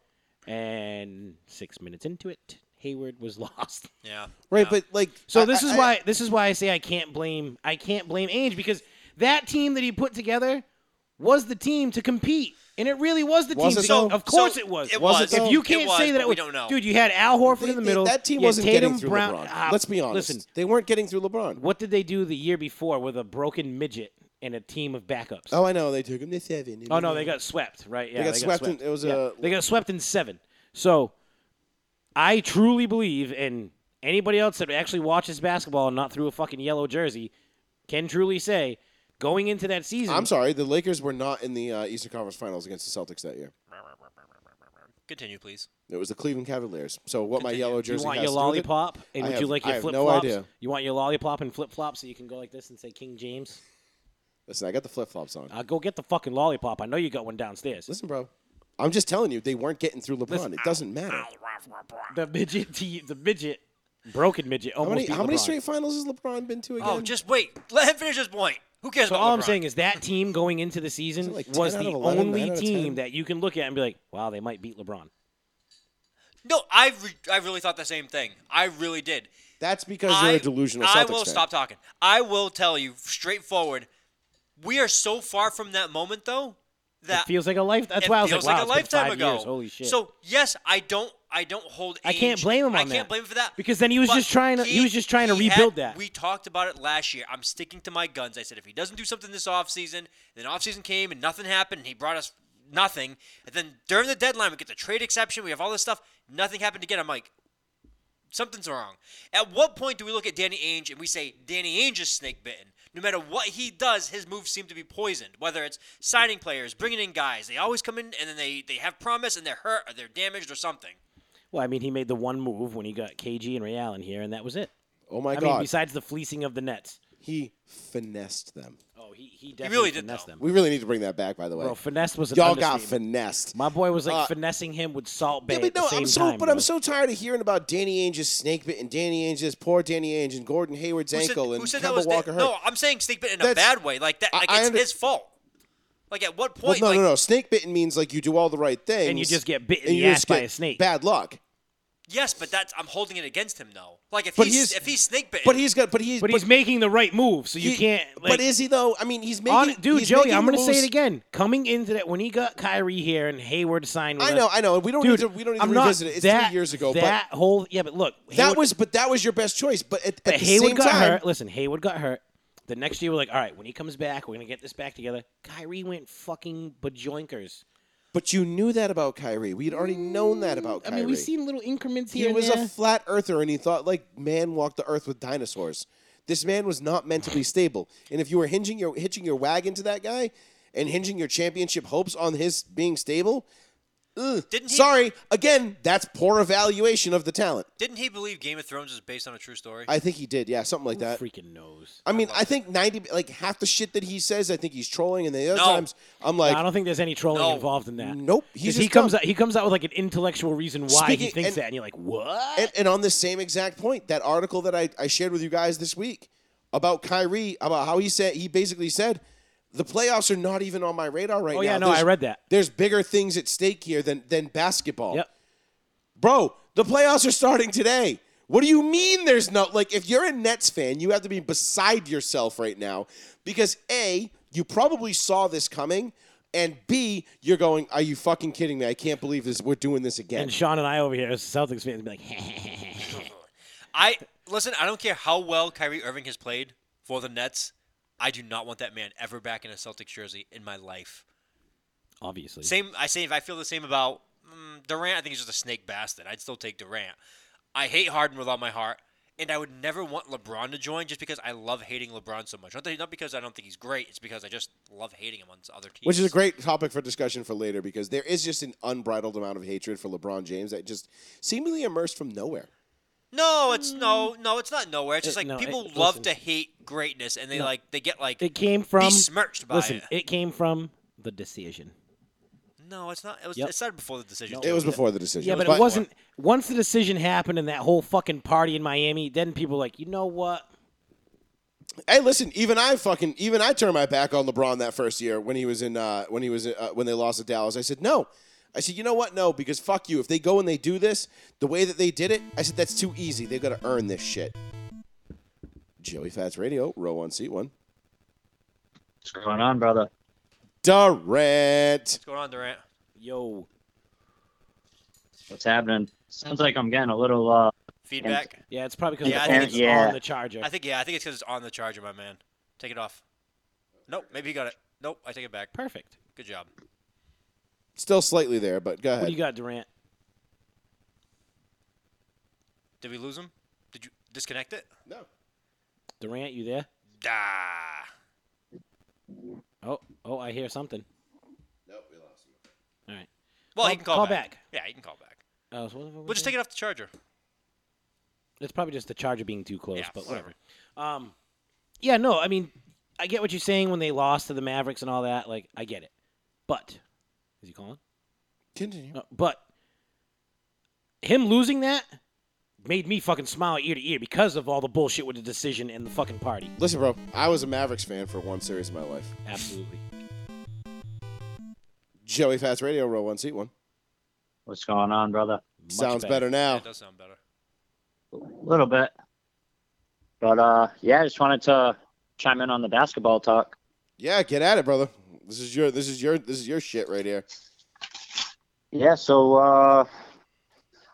Speaker 5: And six minutes into it, Hayward was lost.
Speaker 4: yeah.
Speaker 1: right, but like,
Speaker 5: So
Speaker 1: I-
Speaker 5: this is
Speaker 1: I-
Speaker 5: why this is why I say I can't blame I can't blame Ainge because that team that he put together was the team to compete, and it really was the
Speaker 1: Was
Speaker 5: team.
Speaker 1: it
Speaker 5: to-
Speaker 1: though?
Speaker 5: Of course,
Speaker 4: So,
Speaker 5: it was.
Speaker 4: it
Speaker 1: Was it
Speaker 4: was.
Speaker 5: If
Speaker 1: though?
Speaker 5: you can't
Speaker 4: It was,
Speaker 5: say that,
Speaker 4: but
Speaker 5: it
Speaker 4: we
Speaker 5: was,
Speaker 4: don't know.
Speaker 5: dude, you had Al Horford
Speaker 1: they-
Speaker 5: in the
Speaker 1: they-
Speaker 5: middle.
Speaker 1: that team
Speaker 5: you had
Speaker 1: wasn't
Speaker 5: Tatum,
Speaker 1: getting through
Speaker 5: Brown.
Speaker 1: LeBron.
Speaker 5: Ah,
Speaker 1: Let's be honest,
Speaker 5: Listen,
Speaker 1: they weren't getting through LeBron.
Speaker 5: what did they do the year before with a broken midget and a team of backups?
Speaker 1: Oh, I know they took him to seven.
Speaker 5: Oh no, they got swept, right? Yeah,
Speaker 1: got swept in- it was
Speaker 5: Yeah,
Speaker 1: a-
Speaker 5: they got swept in seven. So I truly believe, and anybody else that actually watches basketball and not through a fucking yellow jersey can truly say, going into that season,
Speaker 1: I'm sorry, the Lakers were not in the uh, Eastern Conference Finals against the Celtics that year.
Speaker 4: Continue, please.
Speaker 1: It was the Cleveland Cavaliers. So what my yellow
Speaker 5: Do
Speaker 1: jersey
Speaker 5: you want
Speaker 1: has
Speaker 5: your
Speaker 1: to do with it-
Speaker 5: lollipop? And
Speaker 1: I
Speaker 5: would you
Speaker 1: have-
Speaker 5: like
Speaker 1: I
Speaker 5: your
Speaker 1: have no
Speaker 5: flip flops?
Speaker 1: idea.
Speaker 5: You want your lollipop and flip flops so you can go like this and say King James?
Speaker 1: Listen, I got the flip flops on.
Speaker 5: Uh, go get the fucking lollipop. I know you got one downstairs.
Speaker 1: Listen, bro. I'm just telling you, they weren't getting through LeBron.
Speaker 5: Listen,
Speaker 1: it doesn't matter.
Speaker 5: The midget, te- the midget, broken midget.
Speaker 1: How
Speaker 5: Almost
Speaker 1: many,
Speaker 5: beat
Speaker 1: how many
Speaker 5: LeBron.
Speaker 1: straight finals has LeBron been to again?
Speaker 4: Oh, just wait. Let him finish his point. Who cares
Speaker 5: So
Speaker 4: about
Speaker 5: all
Speaker 4: LeBron?
Speaker 5: I'm saying is that team going into the season
Speaker 1: Isn't it like 10
Speaker 5: was
Speaker 1: out
Speaker 5: the
Speaker 1: of 11, 9
Speaker 5: only
Speaker 1: out of 10?
Speaker 5: team that you can look at and be like, wow, they might beat LeBron.
Speaker 4: No, I re- I really thought the same thing. I really did.
Speaker 1: That's because
Speaker 4: I,
Speaker 1: you're a delusional Celtics
Speaker 4: I will
Speaker 1: fan.
Speaker 4: stop talking. I will tell you straightforward. We are so far from that moment, though, that
Speaker 5: It feels like a life. That's
Speaker 4: it
Speaker 5: why I was
Speaker 4: feels
Speaker 5: like, wow,
Speaker 4: a
Speaker 5: it's been
Speaker 4: lifetime
Speaker 5: five
Speaker 4: ago.
Speaker 5: years. Holy shit.
Speaker 4: So yes, I don't, I don't hold.
Speaker 5: I can't
Speaker 4: age.
Speaker 5: blame him
Speaker 4: I
Speaker 5: on
Speaker 4: can't
Speaker 5: that.
Speaker 4: blame him for that
Speaker 5: Because then he was
Speaker 4: but
Speaker 5: just trying to- he was just trying to
Speaker 4: he
Speaker 5: rebuild
Speaker 4: had-
Speaker 5: that.
Speaker 4: We talked about it last year. I'm sticking to my guns. I said if he doesn't do something this offseason, then offseason came and nothing happened. And he brought us nothing, and then during the deadline we get the trade exception. We have all this stuff. Nothing happened again. I'm like, something's wrong. At what point do we look at Danny Ainge and we say Danny Ainge is snake bitten? No matter what he does, his moves seem to be poisoned. Whether it's signing players, bringing in guys, they always come in and then they, they have promise and they're hurt or they're damaged or something.
Speaker 5: well, I mean, he made the one move when he got KG and Ray Allen here, and that was it.
Speaker 1: Oh my
Speaker 5: I
Speaker 1: God,
Speaker 5: mean, besides the fleecing of the Nets.
Speaker 1: he finessed them.
Speaker 5: Oh, he, he definitely
Speaker 4: really did,
Speaker 5: finessed
Speaker 4: though.
Speaker 5: them.
Speaker 1: We really need to bring that back, by the way.
Speaker 5: Bro, finesse was an
Speaker 1: Y'all got
Speaker 5: understatement.
Speaker 1: finessed.
Speaker 5: My boy was like
Speaker 1: Uh,
Speaker 5: finessing him with Salt Bay
Speaker 1: Yeah, but
Speaker 5: at the
Speaker 1: no,
Speaker 5: same
Speaker 1: I'm so,
Speaker 5: time.
Speaker 1: but
Speaker 5: bro.
Speaker 1: I'm so tired of hearing about Danny Ainge's snake bit and Danny Ainge's poor Danny Ainge and Gordon Hayward's
Speaker 4: Who said-
Speaker 1: ankle
Speaker 4: who
Speaker 1: and
Speaker 4: said that
Speaker 1: Kemba
Speaker 4: was
Speaker 1: Walker
Speaker 4: the,
Speaker 1: hurt.
Speaker 4: No, I'm saying snake bitten in a
Speaker 1: That's-
Speaker 4: bad way. Like that,
Speaker 1: I-
Speaker 4: like
Speaker 1: I
Speaker 4: it's
Speaker 1: under-
Speaker 4: his fault. Like at what
Speaker 1: Well,
Speaker 4: point?
Speaker 1: no,
Speaker 4: like,
Speaker 1: no, no. Snake bitten means like you do all the right things,
Speaker 5: you just get bit in
Speaker 1: and
Speaker 5: the
Speaker 1: you just
Speaker 5: ass by
Speaker 1: get
Speaker 5: a snake.
Speaker 1: Bad luck.
Speaker 4: Yes, but that's I'm holding it against him though. Like if
Speaker 1: But he's-
Speaker 4: he's, if he's snake bitten,
Speaker 1: But he's got. But he's.
Speaker 5: but he's making the right move, so you
Speaker 1: he-
Speaker 5: can't. Like,
Speaker 1: but is he though? I mean, he's making.
Speaker 5: on, dude,
Speaker 1: he's
Speaker 5: Joey,
Speaker 1: making
Speaker 5: I'm
Speaker 1: the
Speaker 5: gonna say
Speaker 1: moves-
Speaker 5: it again. Coming into that, when he got Kyrie here and Hayward signed with
Speaker 1: I know,
Speaker 5: us-
Speaker 1: I know. We don't
Speaker 5: dude,
Speaker 1: need to. We don't need
Speaker 5: I'm
Speaker 1: to
Speaker 5: not-
Speaker 1: revisit it. It's
Speaker 5: that,
Speaker 1: three years ago,
Speaker 5: That whole yeah, but look,
Speaker 1: but that
Speaker 5: Hayward-
Speaker 1: was. But that was your best choice. But at,
Speaker 5: but
Speaker 1: at the
Speaker 5: Hayward
Speaker 1: same
Speaker 5: got
Speaker 1: time,
Speaker 5: hurt. Listen, Hayward got hurt. The next year, we're like, all right, when he comes back, we're gonna get this back together. Kyrie went fucking bajoinkers.
Speaker 1: but you knew that about Kyrie. We had already known that about Kyrie.
Speaker 5: I mean, we've seen little increments here.
Speaker 1: he
Speaker 5: and
Speaker 1: was
Speaker 5: there.
Speaker 1: a flat earther, and he thought like man walked the earth with dinosaurs. This man was not mentally stable, and if you were hinging your hitching your wagon to that guy, and hinging your championship hopes on his being stable,
Speaker 4: didn't he,
Speaker 1: sorry, again, that's poor evaluation of the talent.
Speaker 4: Didn't he believe Game of Thrones is based on a true story?
Speaker 1: I think he did, yeah, something like that.
Speaker 5: freaking knows.
Speaker 1: I mean, I think ninety, like half the shit that he says, I think he's trolling, and the other
Speaker 4: No.
Speaker 1: times I'm like,
Speaker 5: I don't think there's any trolling
Speaker 4: No.
Speaker 5: involved in that.
Speaker 1: Nope, he's
Speaker 5: 'Cause he
Speaker 1: just
Speaker 5: comes
Speaker 1: dumb.
Speaker 5: out. He comes out with like an intellectual reason why
Speaker 1: Speaking-
Speaker 5: he thinks
Speaker 1: and-
Speaker 5: that, and you're like, what?
Speaker 1: And, and on the same exact point, that article that I, I shared with you guys this week about Kyrie, about how he said he basically said the playoffs are not even on my radar right
Speaker 5: Oh,
Speaker 1: now.
Speaker 5: yeah, no, I read that.
Speaker 1: There's bigger things at stake here than than basketball.
Speaker 5: yep.
Speaker 1: Bro, the playoffs are starting today. What do you mean there's no like if you're a Nets fan, you have to be beside yourself right now because A, you probably saw this coming, and B, you're going, Are you fucking kidding me? I can't believe this we're doing this again.
Speaker 5: And Sean and I over here as Celtics fans be like,
Speaker 4: I listen. I don't care how well Kyrie Irving has played for the Nets. I do not want that man ever back in a Celtics jersey in my life.
Speaker 5: obviously.
Speaker 4: Same. I say if I feel the same about mm, Durant, I think he's just a snake bastard. I'd still take Durant. I hate Harden with all my heart, and I would never want LeBron to join just because I love hating LeBron so much. Not, that, not because I don't think he's great. It's because I just love hating him on other teams.
Speaker 1: Which is a great topic for discussion for later because there is just an unbridled amount of hatred for LeBron James that just seemingly emerged from nowhere.
Speaker 4: No, it's no, no, it's not nowhere. It's just like
Speaker 5: no,
Speaker 4: people
Speaker 5: it-
Speaker 4: love
Speaker 5: listen.
Speaker 4: to hate greatness, and they like they get like
Speaker 5: It came from
Speaker 4: besmirched by
Speaker 5: listen,
Speaker 4: it.
Speaker 5: came from the decision.
Speaker 4: No, it's not. It was
Speaker 5: Yep.
Speaker 4: it started before the decision.
Speaker 5: No.
Speaker 4: too.
Speaker 1: It was before the decision.
Speaker 5: Yeah, but it wasn't. Once the decision happened and that whole fucking party in Miami, then people were like, you know what?
Speaker 1: Hey, listen, even I fucking even I turned my back on LeBron that first year when he was in uh, when he was uh, when they lost to Dallas. I said no. I said, you know what? No, because fuck you. If they go and they do this the way that they did it, I said that's too easy. They've got to earn this shit. Joey Fats Radio, row one, seat one.
Speaker 7: What's going on, brother?
Speaker 1: Durant.
Speaker 4: What's going on, Durant?
Speaker 5: Yo,
Speaker 7: What's happening? Sounds like I'm getting a little. uh
Speaker 4: Feedback.
Speaker 5: yeah, it's probably because
Speaker 4: Yeah, I
Speaker 5: the
Speaker 4: think
Speaker 5: phone's
Speaker 7: it's- yeah.
Speaker 5: on the charger.
Speaker 4: I think yeah. I think it's because it's on the charger, my man. Take it off. Nope. Maybe he got it. Nope. I take it back.
Speaker 5: Perfect.
Speaker 4: Good job.
Speaker 1: Still slightly there, but go
Speaker 5: What do
Speaker 1: ahead.
Speaker 5: you got, Durant?
Speaker 4: Did we lose him? Did you disconnect it?
Speaker 1: No.
Speaker 5: Durant, you there?
Speaker 4: Dah.
Speaker 5: Oh, oh, I hear something.
Speaker 1: Nope, we lost him.
Speaker 5: All right.
Speaker 4: Well,
Speaker 5: Call-
Speaker 4: he can call,
Speaker 5: call
Speaker 4: back.
Speaker 5: back.
Speaker 4: Yeah, he can call back.
Speaker 5: Uh, so
Speaker 4: We'll just take it off the charger.
Speaker 5: It's probably just the charger being too close,
Speaker 4: Yeah,
Speaker 5: but
Speaker 4: whatever.
Speaker 5: whatever. Um, yeah, no, I mean, I get what you're saying when they lost to the Mavericks and all that. Like, I get it. But is he calling?
Speaker 1: Continue.
Speaker 5: Uh, but him losing that made me fucking smile ear to ear because of all the bullshit with the decision and the fucking party.
Speaker 1: Listen, bro, I was a Mavericks fan for one series of my life.
Speaker 5: Absolutely.
Speaker 1: Joey Fats Radio, row one, seat one.
Speaker 7: What's going on, brother?
Speaker 5: Much
Speaker 1: Sounds better,
Speaker 5: Oh.
Speaker 4: Yeah,
Speaker 1: now.
Speaker 4: it does sound better.
Speaker 7: A little bit. But uh, yeah, I just wanted to chime in on the basketball talk.
Speaker 1: Yeah, get at it, brother. This is your, this is your, this is your shit right here.
Speaker 7: Yeah, so uh,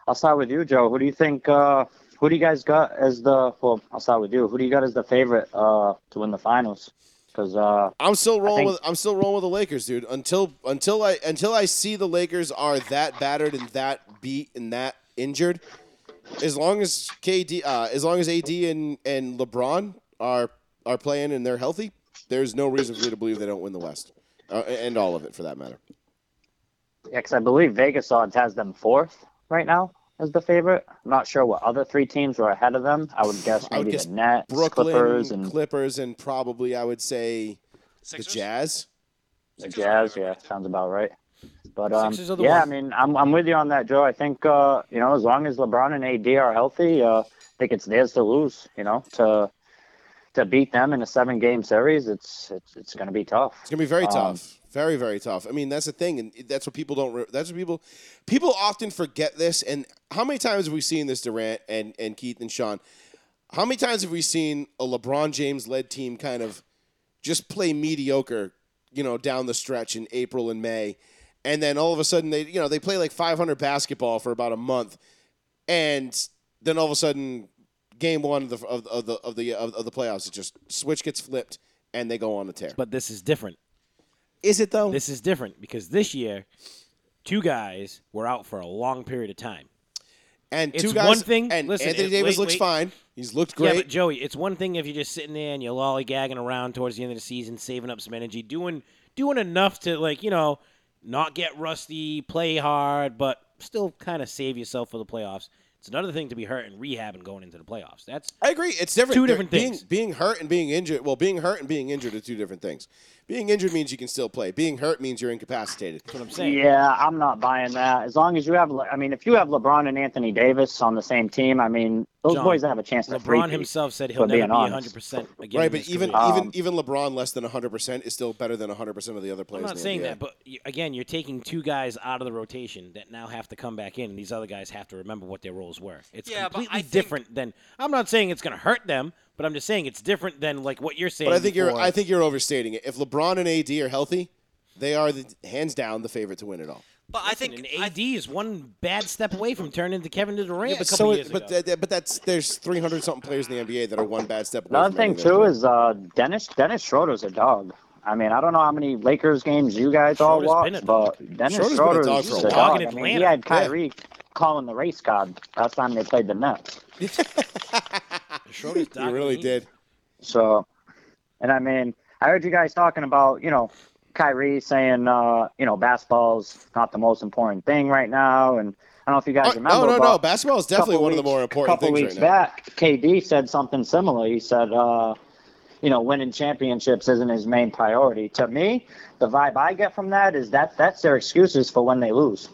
Speaker 7: I'll start with you, Joe. Who do you think? Uh, who do you guys got as the? Well, I'll start with you. Who do you got as the favorite uh, to win the finals? Because uh,
Speaker 1: I'm still rolling
Speaker 7: think-
Speaker 1: with, I'm still rolling with the Lakers, dude. Until, until I, until I see the Lakers are that battered and that beat and that injured. As long as KD, uh, as long as AD and and LeBron are are playing and they're healthy, there's no reason for me to believe they don't win the West, uh, and all of it for that matter.
Speaker 7: yeah, 'cause I believe Vegas odds has them fourth right now as the favorite. I'm not sure what other three teams were ahead of them. I would guess
Speaker 1: I would
Speaker 7: maybe
Speaker 1: guess
Speaker 7: the Nets,
Speaker 1: Brooklyn,
Speaker 7: Clippers, and
Speaker 1: Clippers, and probably I would say the
Speaker 4: Sixers?
Speaker 1: Jazz.
Speaker 7: The
Speaker 4: Sixers are
Speaker 7: Jazz,
Speaker 4: everywhere.
Speaker 7: yeah, sounds about right. But um,
Speaker 5: Sixers are the
Speaker 7: yeah,
Speaker 5: one.
Speaker 7: I mean, I'm I'm with you on that, Joe. I think uh, you know, as long as LeBron and AD are healthy, uh, I think it's theirs to lose. You know, to to beat them in a seven game series, it's it's it's going to be tough.
Speaker 1: It's gonna be very
Speaker 7: Um,
Speaker 1: tough, very very tough. I mean, that's the thing, and that's what people don't. Re- that's what people people often forget this. And how many times have we seen this, Durant and and Keith and Sean? How many times have we seen a LeBron James led team kind of just play mediocre, you know, down the stretch in April and May, and then all of a sudden they, you know, they play like 500 basketball for about a month, and then all of a sudden, game one of the of, of the of the of, of the playoffs, it just switch gets flipped and they go on a tear.
Speaker 5: But this is different.
Speaker 1: Is it though?
Speaker 5: This is different because this year, two guys were out for a long period of time.
Speaker 1: And
Speaker 5: It's
Speaker 1: two guys.
Speaker 5: one thing-
Speaker 1: And
Speaker 5: listen,
Speaker 1: Anthony
Speaker 5: it-
Speaker 1: Davis
Speaker 5: wait,
Speaker 1: looks
Speaker 5: wait.
Speaker 1: fine. He's looked
Speaker 5: Yeah,
Speaker 1: great.
Speaker 5: but Joey, it's one thing if you're just sitting there and you're lollygagging around towards the end of the season, saving up some energy, doing doing enough to like you know not get rusty, play hard, but still kind of save yourself for the playoffs. It's another thing to be hurt and rehabbing going into the playoffs. That's
Speaker 1: I agree. It's different.
Speaker 5: Two
Speaker 1: They're-
Speaker 5: different
Speaker 1: being,
Speaker 5: things.
Speaker 1: Being hurt and being injured. Well, being hurt and being injured are two different things. Being injured means you can still play. Being hurt means you're incapacitated.
Speaker 5: what I'm saying.
Speaker 7: Yeah, I'm not buying that. As long as you have, Le- I mean, if you have LeBron and Anthony Davis on the same team, I mean, those
Speaker 5: John,
Speaker 7: boys have a chance to
Speaker 5: LeBron
Speaker 7: three-peat.
Speaker 5: himself said
Speaker 7: For
Speaker 5: he'll never
Speaker 7: being
Speaker 5: be
Speaker 7: honest.
Speaker 5: 100 percent again.
Speaker 1: right,
Speaker 5: in
Speaker 1: but
Speaker 5: his
Speaker 1: even
Speaker 5: career.
Speaker 7: Uh,
Speaker 1: even
Speaker 7: Um,
Speaker 1: even LeBron less than 100 percent is still better than 100 percent of the other players. in
Speaker 5: I'm not
Speaker 1: the
Speaker 5: saying
Speaker 1: NBA.
Speaker 5: that, but you, again, you're taking two guys out of the rotation that now have to come back in, and these other guys have to remember what their roles were. It's
Speaker 4: Yeah, but I
Speaker 5: completely
Speaker 4: think-
Speaker 5: different than. I'm not saying it's going to hurt them, but I'm just saying it's different than like what you're saying.
Speaker 1: But I think you're
Speaker 5: before.
Speaker 1: I think you're overstating it. If LeBron and AD are healthy, they are the, hands down the favorite to win it all.
Speaker 4: But I think
Speaker 5: And
Speaker 4: I-
Speaker 5: AD is one bad step away from turning into Kevin Durant a couple
Speaker 1: so
Speaker 5: years
Speaker 1: it, but
Speaker 5: ago.
Speaker 1: th- th- but that's there's 300 something players in the NBA that are one bad step. away
Speaker 7: Another
Speaker 1: from
Speaker 7: thing
Speaker 1: winning that.
Speaker 7: too is uh, Dennis Dennis Schroeder's a dog. I mean, I don't know how many Lakers games you guys
Speaker 5: Schroeder's
Speaker 7: all
Speaker 5: been a
Speaker 7: watched,
Speaker 5: dog.
Speaker 7: but Dennis
Speaker 1: Schroeder's been
Speaker 7: Schroeder's,
Speaker 1: a dog for a while.
Speaker 7: a dog.
Speaker 5: Dog in
Speaker 7: I mean, he
Speaker 5: Atlanta.
Speaker 7: had Kyrie calling the race card last time they played the Nets.
Speaker 5: Schroeder's
Speaker 1: You
Speaker 5: dogging
Speaker 1: really
Speaker 5: me.
Speaker 1: did.
Speaker 7: So, and I mean, I heard you guys talking about you know Kyrie saying uh, you know basketball's not the most important thing right now, and I don't know if you guys
Speaker 1: Oh,
Speaker 7: remember.
Speaker 1: no, no,
Speaker 7: but
Speaker 1: no. Basketball is
Speaker 7: a couple
Speaker 1: definitely one of the
Speaker 7: weeks-
Speaker 1: more important
Speaker 7: couple
Speaker 1: things
Speaker 7: weeks
Speaker 1: right now.
Speaker 7: back, KD said something similar. He said, uh, you know, winning championships isn't his main priority. To me, the vibe I get from that is that that's their excuses for when they lose.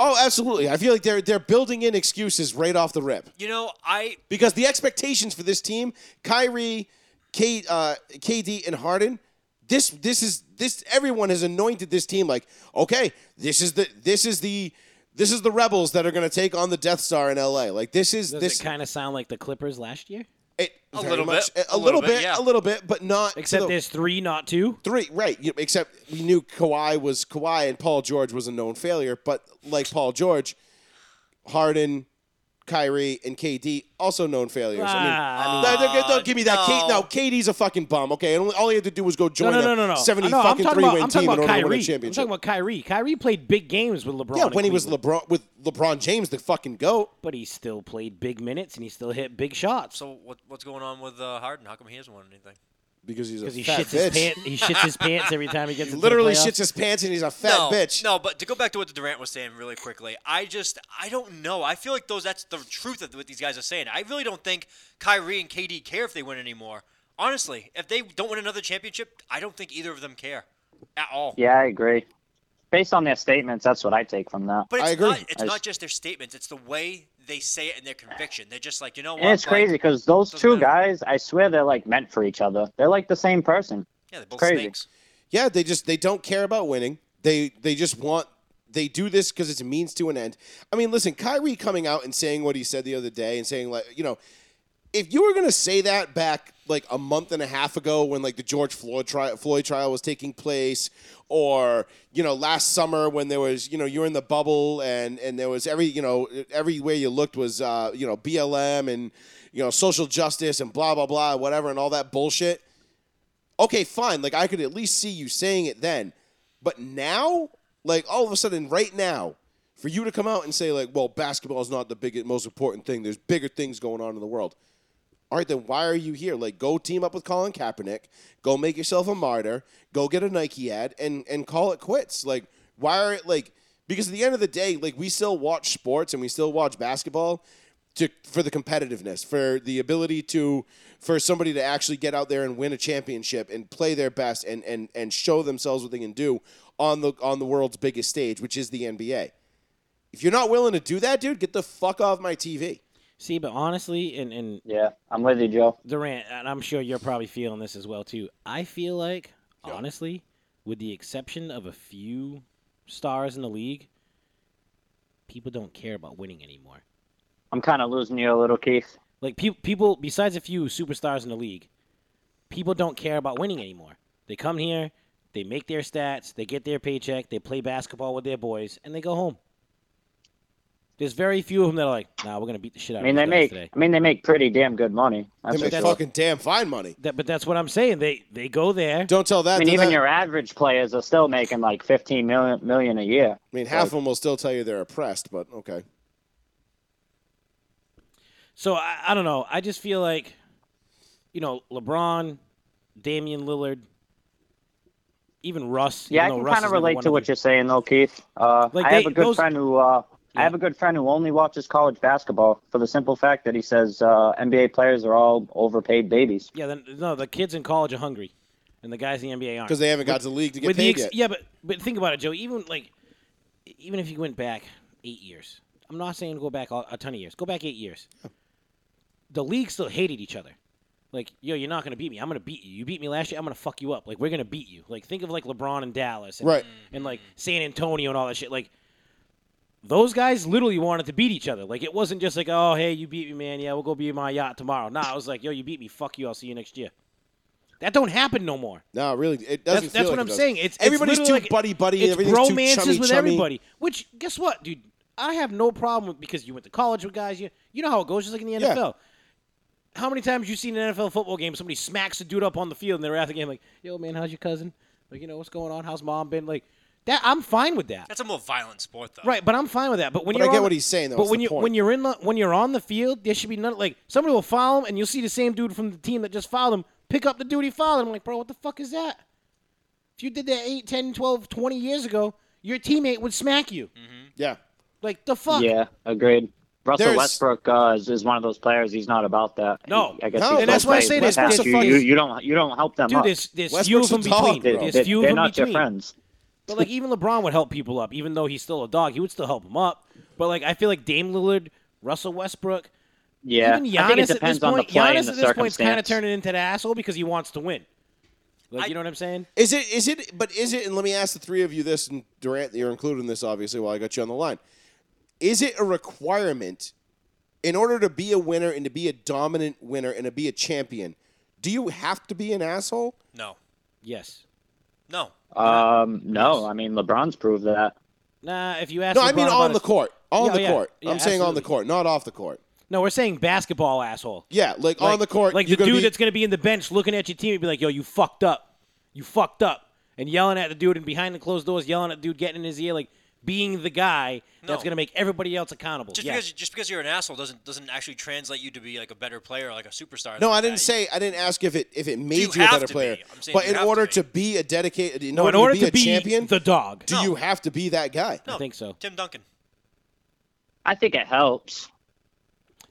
Speaker 1: Oh, absolutely. I feel like they're they're building in excuses right off the rip
Speaker 4: you know I
Speaker 1: because the expectations for this team, Kyrie, K, uh, KD, and Harden, this this is this everyone has anointed this team like okay, this is the this is the this is the rebels that are going to take on the Death Star in L.A. Like this is
Speaker 5: Does
Speaker 1: this
Speaker 5: it kind of sound like the Clippers last year?
Speaker 1: it,
Speaker 4: A
Speaker 1: very
Speaker 4: little
Speaker 1: much-
Speaker 4: bit.
Speaker 1: a, little bit,
Speaker 4: yeah.
Speaker 1: a little bit, but not to
Speaker 5: Except
Speaker 1: the-
Speaker 5: there's three, not two.
Speaker 1: Three, right? You, except we knew Kawhi was Kawhi and Paul George was a known failure, but like Paul George, Harden, Kyrie, and KD also known failures.
Speaker 5: Ah,
Speaker 1: I mean,
Speaker 5: I
Speaker 1: no, don't,
Speaker 4: Uh,
Speaker 1: don't give me that. Kate,
Speaker 4: no.
Speaker 1: no, KD's a fucking bum. Okay, and all he had to do was go join
Speaker 5: no, no,
Speaker 1: a
Speaker 5: no, no, no.
Speaker 1: seventy
Speaker 5: no,
Speaker 1: fucking
Speaker 5: I'm
Speaker 1: three
Speaker 5: talking about,
Speaker 1: win
Speaker 5: I'm
Speaker 1: team
Speaker 5: talking
Speaker 1: in order
Speaker 5: about
Speaker 1: to win a
Speaker 5: Kyrie. I'm
Speaker 1: championship.
Speaker 5: talking about Kyrie. Kyrie played big games with LeBron.
Speaker 1: yeah,
Speaker 5: in
Speaker 1: when he was
Speaker 5: Cleveland,
Speaker 1: LeBron with LeBron James, the fucking goat.
Speaker 5: but he still played big minutes and he still hit big shots.
Speaker 4: so what what's going on with uh, Harden? How come he hasn't won anything?
Speaker 1: because he's a
Speaker 5: because he
Speaker 1: fat
Speaker 5: shits
Speaker 1: bitch.
Speaker 5: his pants. He shits his pants every time he gets.
Speaker 1: He
Speaker 5: into the
Speaker 1: literally
Speaker 5: playoffs.
Speaker 1: shits his pants and he's a fat
Speaker 4: no,
Speaker 1: bitch.
Speaker 4: No, but to go back to what the Durant was saying really quickly, I just I don't know. I feel like those that's the truth of what these guys are saying. I really don't think Kyrie and KD care if they win anymore. Honestly, if they don't win another championship, I don't think either of them care at all.
Speaker 7: Yeah, I agree. Based on their statements, that's what I take from that.
Speaker 4: But it's
Speaker 1: I agree.
Speaker 4: not it's
Speaker 7: I
Speaker 4: not
Speaker 7: s-
Speaker 4: just their statements, it's the way they say it and their conviction. They're just like, you know what?
Speaker 7: And it's
Speaker 4: like-
Speaker 7: crazy because those
Speaker 4: Doesn't
Speaker 7: two
Speaker 4: matter.
Speaker 7: guys, I swear, they're like meant for each other. They're like the same person.
Speaker 4: Yeah, they're both
Speaker 7: crazy.
Speaker 4: snakes.
Speaker 1: Yeah, they just they don't care about winning. They they just want they do this because it's a means to an end. I mean, listen, Kyrie coming out and saying what he said the other day and saying like, you know, if you were gonna say that back like a month and a half ago when like the George Floyd trial Floyd trial was taking place, or you know last summer when there was you know you were in the bubble and and there was every you know everywhere you looked was uh, you know BLM and you know social justice and blah blah blah whatever and all that bullshit okay, fine. Like I could at least see you saying it then. But now, like all of a sudden, right now, for you to come out and say like, well, basketball is not the biggest, most important thing. There's bigger things going on in the world. All right, then why are you here? Like, go team up with Colin Kaepernick. Go make yourself a martyr. Go get a Nike ad and and call it quits. Like, why are it like? Because at the end of the day, like we still watch sports and we still watch basketball to for the competitiveness, for the ability to for somebody to actually get out there and win a championship and play their best and and and show themselves what they can do on the on the world's biggest stage, which is the NBA. If you're not willing to do that, dude, get the fuck off my TV.
Speaker 5: See, but honestly, and and
Speaker 7: Yeah, I'm with you, Joe.
Speaker 5: Durant, and I'm sure you're probably feeling this as well too. I feel like, honestly, with the exception of a few stars in the league, people don't care about winning anymore.
Speaker 7: I'm kind of losing you a little, Keith.
Speaker 5: Like pe- people, besides a few superstars in the league, people don't care about winning anymore. They come here, they make their stats, they get their paycheck, they play basketball with their boys, and they go home. There's very few of them that are like, "Nah, we're gonna beat the shit out."
Speaker 7: I mean,
Speaker 5: of
Speaker 7: they
Speaker 5: these guys today.
Speaker 7: make. I mean, they make pretty damn good money. That's
Speaker 1: They
Speaker 7: for
Speaker 1: make
Speaker 7: sure.
Speaker 1: fucking damn fine money.
Speaker 5: That, but that's what I'm saying. They they go there.
Speaker 1: Don't tell that.
Speaker 7: I mean,
Speaker 1: to
Speaker 7: even
Speaker 1: that.
Speaker 7: your average players are still making like 15 million million a year.
Speaker 1: I mean, half of them will still tell you they're oppressed, but okay.
Speaker 5: So I, I don't know. I just feel like, you know, LeBron, Damian Lillard, even Russ.
Speaker 7: Yeah, I
Speaker 5: even though
Speaker 7: can
Speaker 5: Russ
Speaker 7: kind of
Speaker 5: has never
Speaker 7: relate
Speaker 5: won
Speaker 7: to
Speaker 5: a-
Speaker 7: what you're saying, though, Keith. Uh,
Speaker 5: Like,
Speaker 7: I have
Speaker 5: they-
Speaker 7: a good
Speaker 5: those-
Speaker 7: friend who. Uh,
Speaker 5: Yeah.
Speaker 7: I have a good friend who only watches college basketball for the simple fact that he says uh, NBA players are all overpaid babies.
Speaker 5: Yeah, then no, the kids in college are hungry, and the guys in the NBA aren't.
Speaker 1: Because they haven't got to the league to get
Speaker 5: With the
Speaker 1: paid
Speaker 5: ex-
Speaker 1: yet.
Speaker 5: yeah, but but think about it, Joe. Even like, even if you went back eight years, I'm not saying go back a, a ton of years. Go back eight years. The league still hated each other. Like, yo, you're not gonna beat me. I'm gonna beat you. You beat me last year. I'm gonna fuck you up. Like, we're gonna beat you. Like, think of like LeBron and Dallas, and,
Speaker 1: Right.
Speaker 5: And like San Antonio and all that shit. Like, those guys literally wanted to beat each other. Like, it wasn't just like, oh, hey, you beat me, man. Yeah, we'll go be in my yacht tomorrow. Nah, I was like, yo, you beat me. Fuck you. I'll see you next year. That don't happen no more.
Speaker 1: No, really, it doesn't.
Speaker 5: That's,
Speaker 1: feel
Speaker 5: that's
Speaker 1: like
Speaker 5: what
Speaker 1: it
Speaker 5: I'm
Speaker 1: does.
Speaker 5: saying. It's it's
Speaker 1: everybody's
Speaker 5: literally
Speaker 1: too
Speaker 5: like-
Speaker 1: buddy buddy.
Speaker 5: It's
Speaker 1: everything's
Speaker 5: romances
Speaker 1: too chummy,
Speaker 5: with
Speaker 1: chummy.
Speaker 5: everybody. Which guess what, dude? I have no problem with because you went to college with guys. You you know how it goes, just like in the
Speaker 1: Yeah.
Speaker 5: NFL. How many times you seen an NFL football game? Somebody smacks a dude up on the field, and they're after the game like, "Yo, man, how's your cousin? Like, you know, what's going on? How's mom been? Like, that I'm fine with that,
Speaker 4: That's a more violent sport though.
Speaker 5: right? But I'm fine with that. But when
Speaker 1: But I
Speaker 5: you're
Speaker 1: get
Speaker 5: on-
Speaker 1: what he's saying, though.
Speaker 5: But
Speaker 1: It's
Speaker 5: when
Speaker 1: the
Speaker 5: you
Speaker 1: point.
Speaker 5: when you're in the, when you're on the field, there should be none like somebody will foul him, and you'll see the same dude from the team that just fouled him pick up the dude he fouled. I'm like, bro, what the fuck is that? If you did that 8, 10, 12, 20 years ago, your teammate would smack you.
Speaker 1: Yeah,
Speaker 5: Like the fuck.
Speaker 7: Yeah, agreed. Russell
Speaker 1: There's-
Speaker 7: Westbrook uh, is, is one of those players. He's not about that.
Speaker 5: No.
Speaker 7: He- I guess
Speaker 1: No,
Speaker 7: he's
Speaker 1: and that's
Speaker 7: still
Speaker 1: why I
Speaker 7: plays
Speaker 1: say this,
Speaker 7: with
Speaker 1: that's
Speaker 7: that.
Speaker 1: the
Speaker 7: you,
Speaker 1: funny-
Speaker 7: you, you don't you don't help them
Speaker 5: Dude,
Speaker 7: up.
Speaker 5: there's there's few of
Speaker 1: Westbrook's
Speaker 5: them
Speaker 1: a dog,
Speaker 5: between.
Speaker 1: bro.
Speaker 5: There's
Speaker 7: they,
Speaker 5: few
Speaker 7: are
Speaker 5: of them
Speaker 7: not
Speaker 5: between.
Speaker 7: your friends.
Speaker 5: But like even LeBron would help people up, even though he's still a dog. He would still help him up. But like I feel like Dame Lillard, Russell Westbrook,
Speaker 7: Yeah,
Speaker 5: even
Speaker 7: I think
Speaker 5: Giannis
Speaker 7: it
Speaker 5: at this
Speaker 7: depends on the
Speaker 5: point,
Speaker 7: play
Speaker 5: Giannis
Speaker 7: and the
Speaker 5: at this point is kind of
Speaker 7: circumstance.
Speaker 5: turning into the asshole because he wants to win. Like
Speaker 4: I-
Speaker 5: you know what I'm saying?
Speaker 1: is it is it? But is it? And let me ask the three of you this, and Durant, you're included in this, obviously. While I got you on the line, is it a requirement in order to be a winner and to be a dominant winner and to be a champion? Do you have to be an asshole?
Speaker 4: No.
Speaker 5: Yes.
Speaker 4: No.
Speaker 7: Um, no, I mean LeBron's proved that.
Speaker 5: Nah, if you ask.
Speaker 1: No, I mean
Speaker 5: LeBron about
Speaker 1: on the
Speaker 5: his-
Speaker 1: court, on
Speaker 5: Yeah,
Speaker 1: the
Speaker 5: yeah.
Speaker 1: court.
Speaker 5: Yeah,
Speaker 1: I'm saying on the
Speaker 5: absolutely.
Speaker 1: court, not off the court.
Speaker 5: No, we're saying basketball asshole.
Speaker 1: Yeah, like,
Speaker 5: Like-
Speaker 1: on the court,
Speaker 5: Like
Speaker 1: you're
Speaker 5: the
Speaker 1: gonna
Speaker 5: dude
Speaker 1: be-
Speaker 5: that's going to be in the bench looking at your team and be like, yo, you fucked up. You fucked up. And yelling at the dude and behind the closed doors, yelling at the dude, getting in his ear. Like, being the guy that's
Speaker 4: No.
Speaker 5: going to make everybody else accountable.
Speaker 4: Just
Speaker 5: yeah.
Speaker 4: because just because you're an asshole doesn't doesn't actually translate you to be like a better player, like a superstar.
Speaker 1: No,
Speaker 4: like
Speaker 1: I didn't
Speaker 4: that.
Speaker 1: say. I didn't ask if it if it made you,
Speaker 4: You
Speaker 1: a
Speaker 4: have
Speaker 1: better
Speaker 4: to be.
Speaker 1: player.
Speaker 4: I'm saying
Speaker 1: But
Speaker 4: you
Speaker 1: in
Speaker 4: have to
Speaker 1: order
Speaker 4: be.
Speaker 1: to be a dedicated, in
Speaker 5: No,
Speaker 1: order,
Speaker 5: in order
Speaker 1: to be
Speaker 5: to
Speaker 1: a
Speaker 5: be
Speaker 1: champion,
Speaker 5: the dog.
Speaker 1: do
Speaker 4: No.
Speaker 1: you have to be that guy?
Speaker 4: No,
Speaker 5: I think so.
Speaker 4: Tim Duncan.
Speaker 7: I think it helps.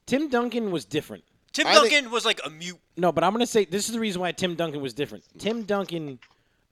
Speaker 5: Tim Duncan was different.
Speaker 4: Tim
Speaker 1: I think-
Speaker 4: Duncan was like a mute.
Speaker 5: No, but I'm going to say this is the reason why Tim Duncan was different. Tim Duncan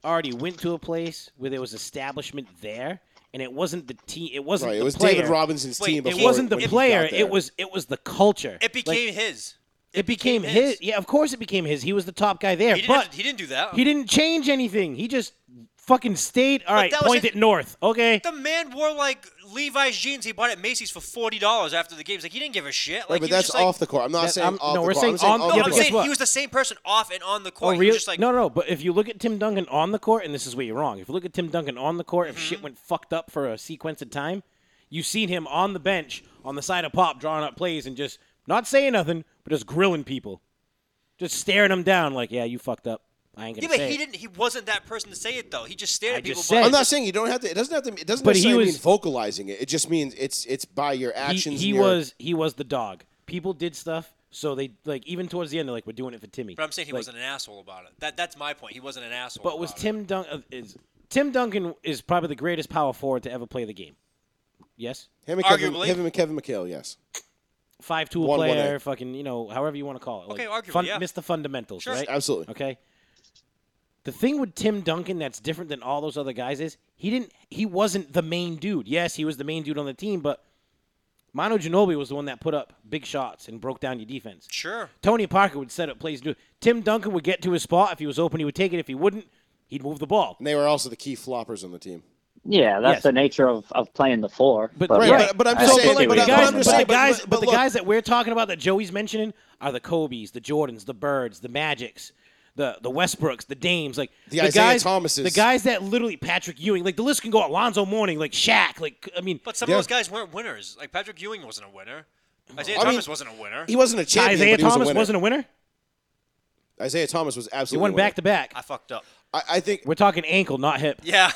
Speaker 5: already went to a place where there was establishment there, and it wasn't the team. It wasn't.
Speaker 1: Right.
Speaker 5: the
Speaker 1: It was
Speaker 5: player.
Speaker 1: David Robinson's
Speaker 4: Wait,
Speaker 1: team.
Speaker 4: it
Speaker 1: Before
Speaker 5: It wasn't the
Speaker 1: he got
Speaker 5: player.
Speaker 1: there.
Speaker 5: It was it was the culture.
Speaker 4: It became
Speaker 5: Like,
Speaker 4: his.
Speaker 5: it became his. Yeah, of course it became his. He was the top guy there,
Speaker 4: He didn't,
Speaker 5: but
Speaker 4: have to- he didn't do that.
Speaker 5: He didn't change anything. He just fucking stayed. All right,
Speaker 4: that was
Speaker 5: point
Speaker 4: it-
Speaker 5: it north. Okay.
Speaker 4: the man wore like Levi's jeans he bought at Macy's for forty dollars after the games. Like he didn't give a shit.
Speaker 1: Right,
Speaker 4: Like
Speaker 1: but
Speaker 4: he was
Speaker 1: that's
Speaker 4: just, like-
Speaker 1: off the court. I'm not
Speaker 5: That-
Speaker 1: saying
Speaker 5: I'm-
Speaker 1: off
Speaker 5: no,
Speaker 1: the
Speaker 5: we're
Speaker 1: court.
Speaker 5: saying
Speaker 1: I'm saying
Speaker 5: on-
Speaker 1: off
Speaker 4: No,
Speaker 5: yeah,
Speaker 1: the
Speaker 4: I'm
Speaker 5: but
Speaker 1: court.
Speaker 5: guess
Speaker 4: saying
Speaker 5: what?
Speaker 4: he was the same person off and on the
Speaker 5: Oh,
Speaker 4: court. He was
Speaker 5: really?
Speaker 4: just like,
Speaker 5: no, no, no. But if you look at Tim Duncan on the court, and this is where you're wrong. If you look at Tim Duncan on the court,
Speaker 4: Mm-hmm.
Speaker 5: if shit went fucked up for a sequence of time, you seen him on the bench on the side of Pop drawing up plays and just not saying nothing, but just grilling people, just staring them down like, "Yeah, you fucked up. I ain't
Speaker 4: yeah,
Speaker 5: gonna
Speaker 4: but
Speaker 5: say."
Speaker 4: he
Speaker 5: it."
Speaker 4: didn't. He wasn't that person to say it though. He just stared
Speaker 5: I
Speaker 4: at people.
Speaker 5: just
Speaker 4: but-
Speaker 5: said-
Speaker 1: I'm not saying you don't have to. It doesn't have to. It doesn't
Speaker 5: But he
Speaker 1: necessarily
Speaker 5: was-
Speaker 1: mean vocalizing it. It just means it's it's by your
Speaker 5: He,
Speaker 1: actions.
Speaker 5: he
Speaker 1: and your-
Speaker 5: was he was the dog. People did stuff, so they like even towards the end, they're like, "We're doing it for Timmy."
Speaker 4: But I'm saying he
Speaker 5: Like,
Speaker 4: wasn't an asshole about it. That that's my point. He wasn't an asshole.
Speaker 5: But was
Speaker 4: about it.
Speaker 5: Tim Duncan is Tim Duncan is probably the greatest power forward to ever play the game. Yes,
Speaker 1: him and Kevin,
Speaker 4: Arguably.
Speaker 1: him and Kevin McHale. Yes.
Speaker 5: five tool
Speaker 1: One, one,
Speaker 5: player,
Speaker 1: eight.
Speaker 5: fucking you know, however you want to call it.
Speaker 4: Okay,
Speaker 5: like,
Speaker 4: arguably,
Speaker 5: fun,
Speaker 4: yeah.
Speaker 5: Missed the fundamentals,
Speaker 4: Sure.
Speaker 5: right?
Speaker 1: Absolutely.
Speaker 5: Okay. The thing with Tim Duncan that's different than all those other guys is he didn't he wasn't the main dude. Yes, he was the main dude on the team, but Manu Ginobili was the one that put up big shots and broke down your defense.
Speaker 4: sure.
Speaker 5: Tony Parker would set up plays. Do Tim Duncan would get to his spot if he was open, he would take it. If he wouldn't, he'd move the ball.
Speaker 1: And they were also the key floppers on the team.
Speaker 7: Yeah, that's
Speaker 5: Yes.
Speaker 7: the nature of, of playing the four.
Speaker 5: But,
Speaker 1: Right,
Speaker 5: right.
Speaker 1: but- but I'm
Speaker 7: I
Speaker 1: just
Speaker 7: think
Speaker 1: saying-
Speaker 7: they
Speaker 5: but,
Speaker 1: but
Speaker 5: the
Speaker 7: would
Speaker 1: I'm-
Speaker 5: guys,
Speaker 1: I'm
Speaker 5: but
Speaker 1: just saying-
Speaker 5: the guys,
Speaker 1: but-
Speaker 5: but,
Speaker 1: but
Speaker 5: the
Speaker 1: look-
Speaker 5: guys that we're talking about that Joey's mentioning are the Kobe's, the Jordans, the Birds, the Magics, the the Westbrooks, the Dames, like
Speaker 1: The Isaiah
Speaker 5: guys,
Speaker 1: Thomases.
Speaker 5: the guys that literally Patrick Ewing, like the list can go. Alonzo Mourning, like Shaq, like I mean,
Speaker 4: But some
Speaker 1: Yeah.
Speaker 4: of those guys weren't winners. Like Patrick Ewing wasn't a winner. Isaiah
Speaker 1: I mean,
Speaker 4: Thomas wasn't a winner.
Speaker 1: He wasn't a champion.
Speaker 5: Isaiah
Speaker 1: but he was
Speaker 5: Thomas
Speaker 1: a winner.
Speaker 5: wasn't a winner.
Speaker 1: Isaiah Thomas was
Speaker 5: He
Speaker 1: absolutely.
Speaker 5: won
Speaker 1: a winner.
Speaker 5: back to back.
Speaker 4: I fucked up.
Speaker 1: I, I think
Speaker 5: We're talking ankle, not hip.
Speaker 4: Yeah.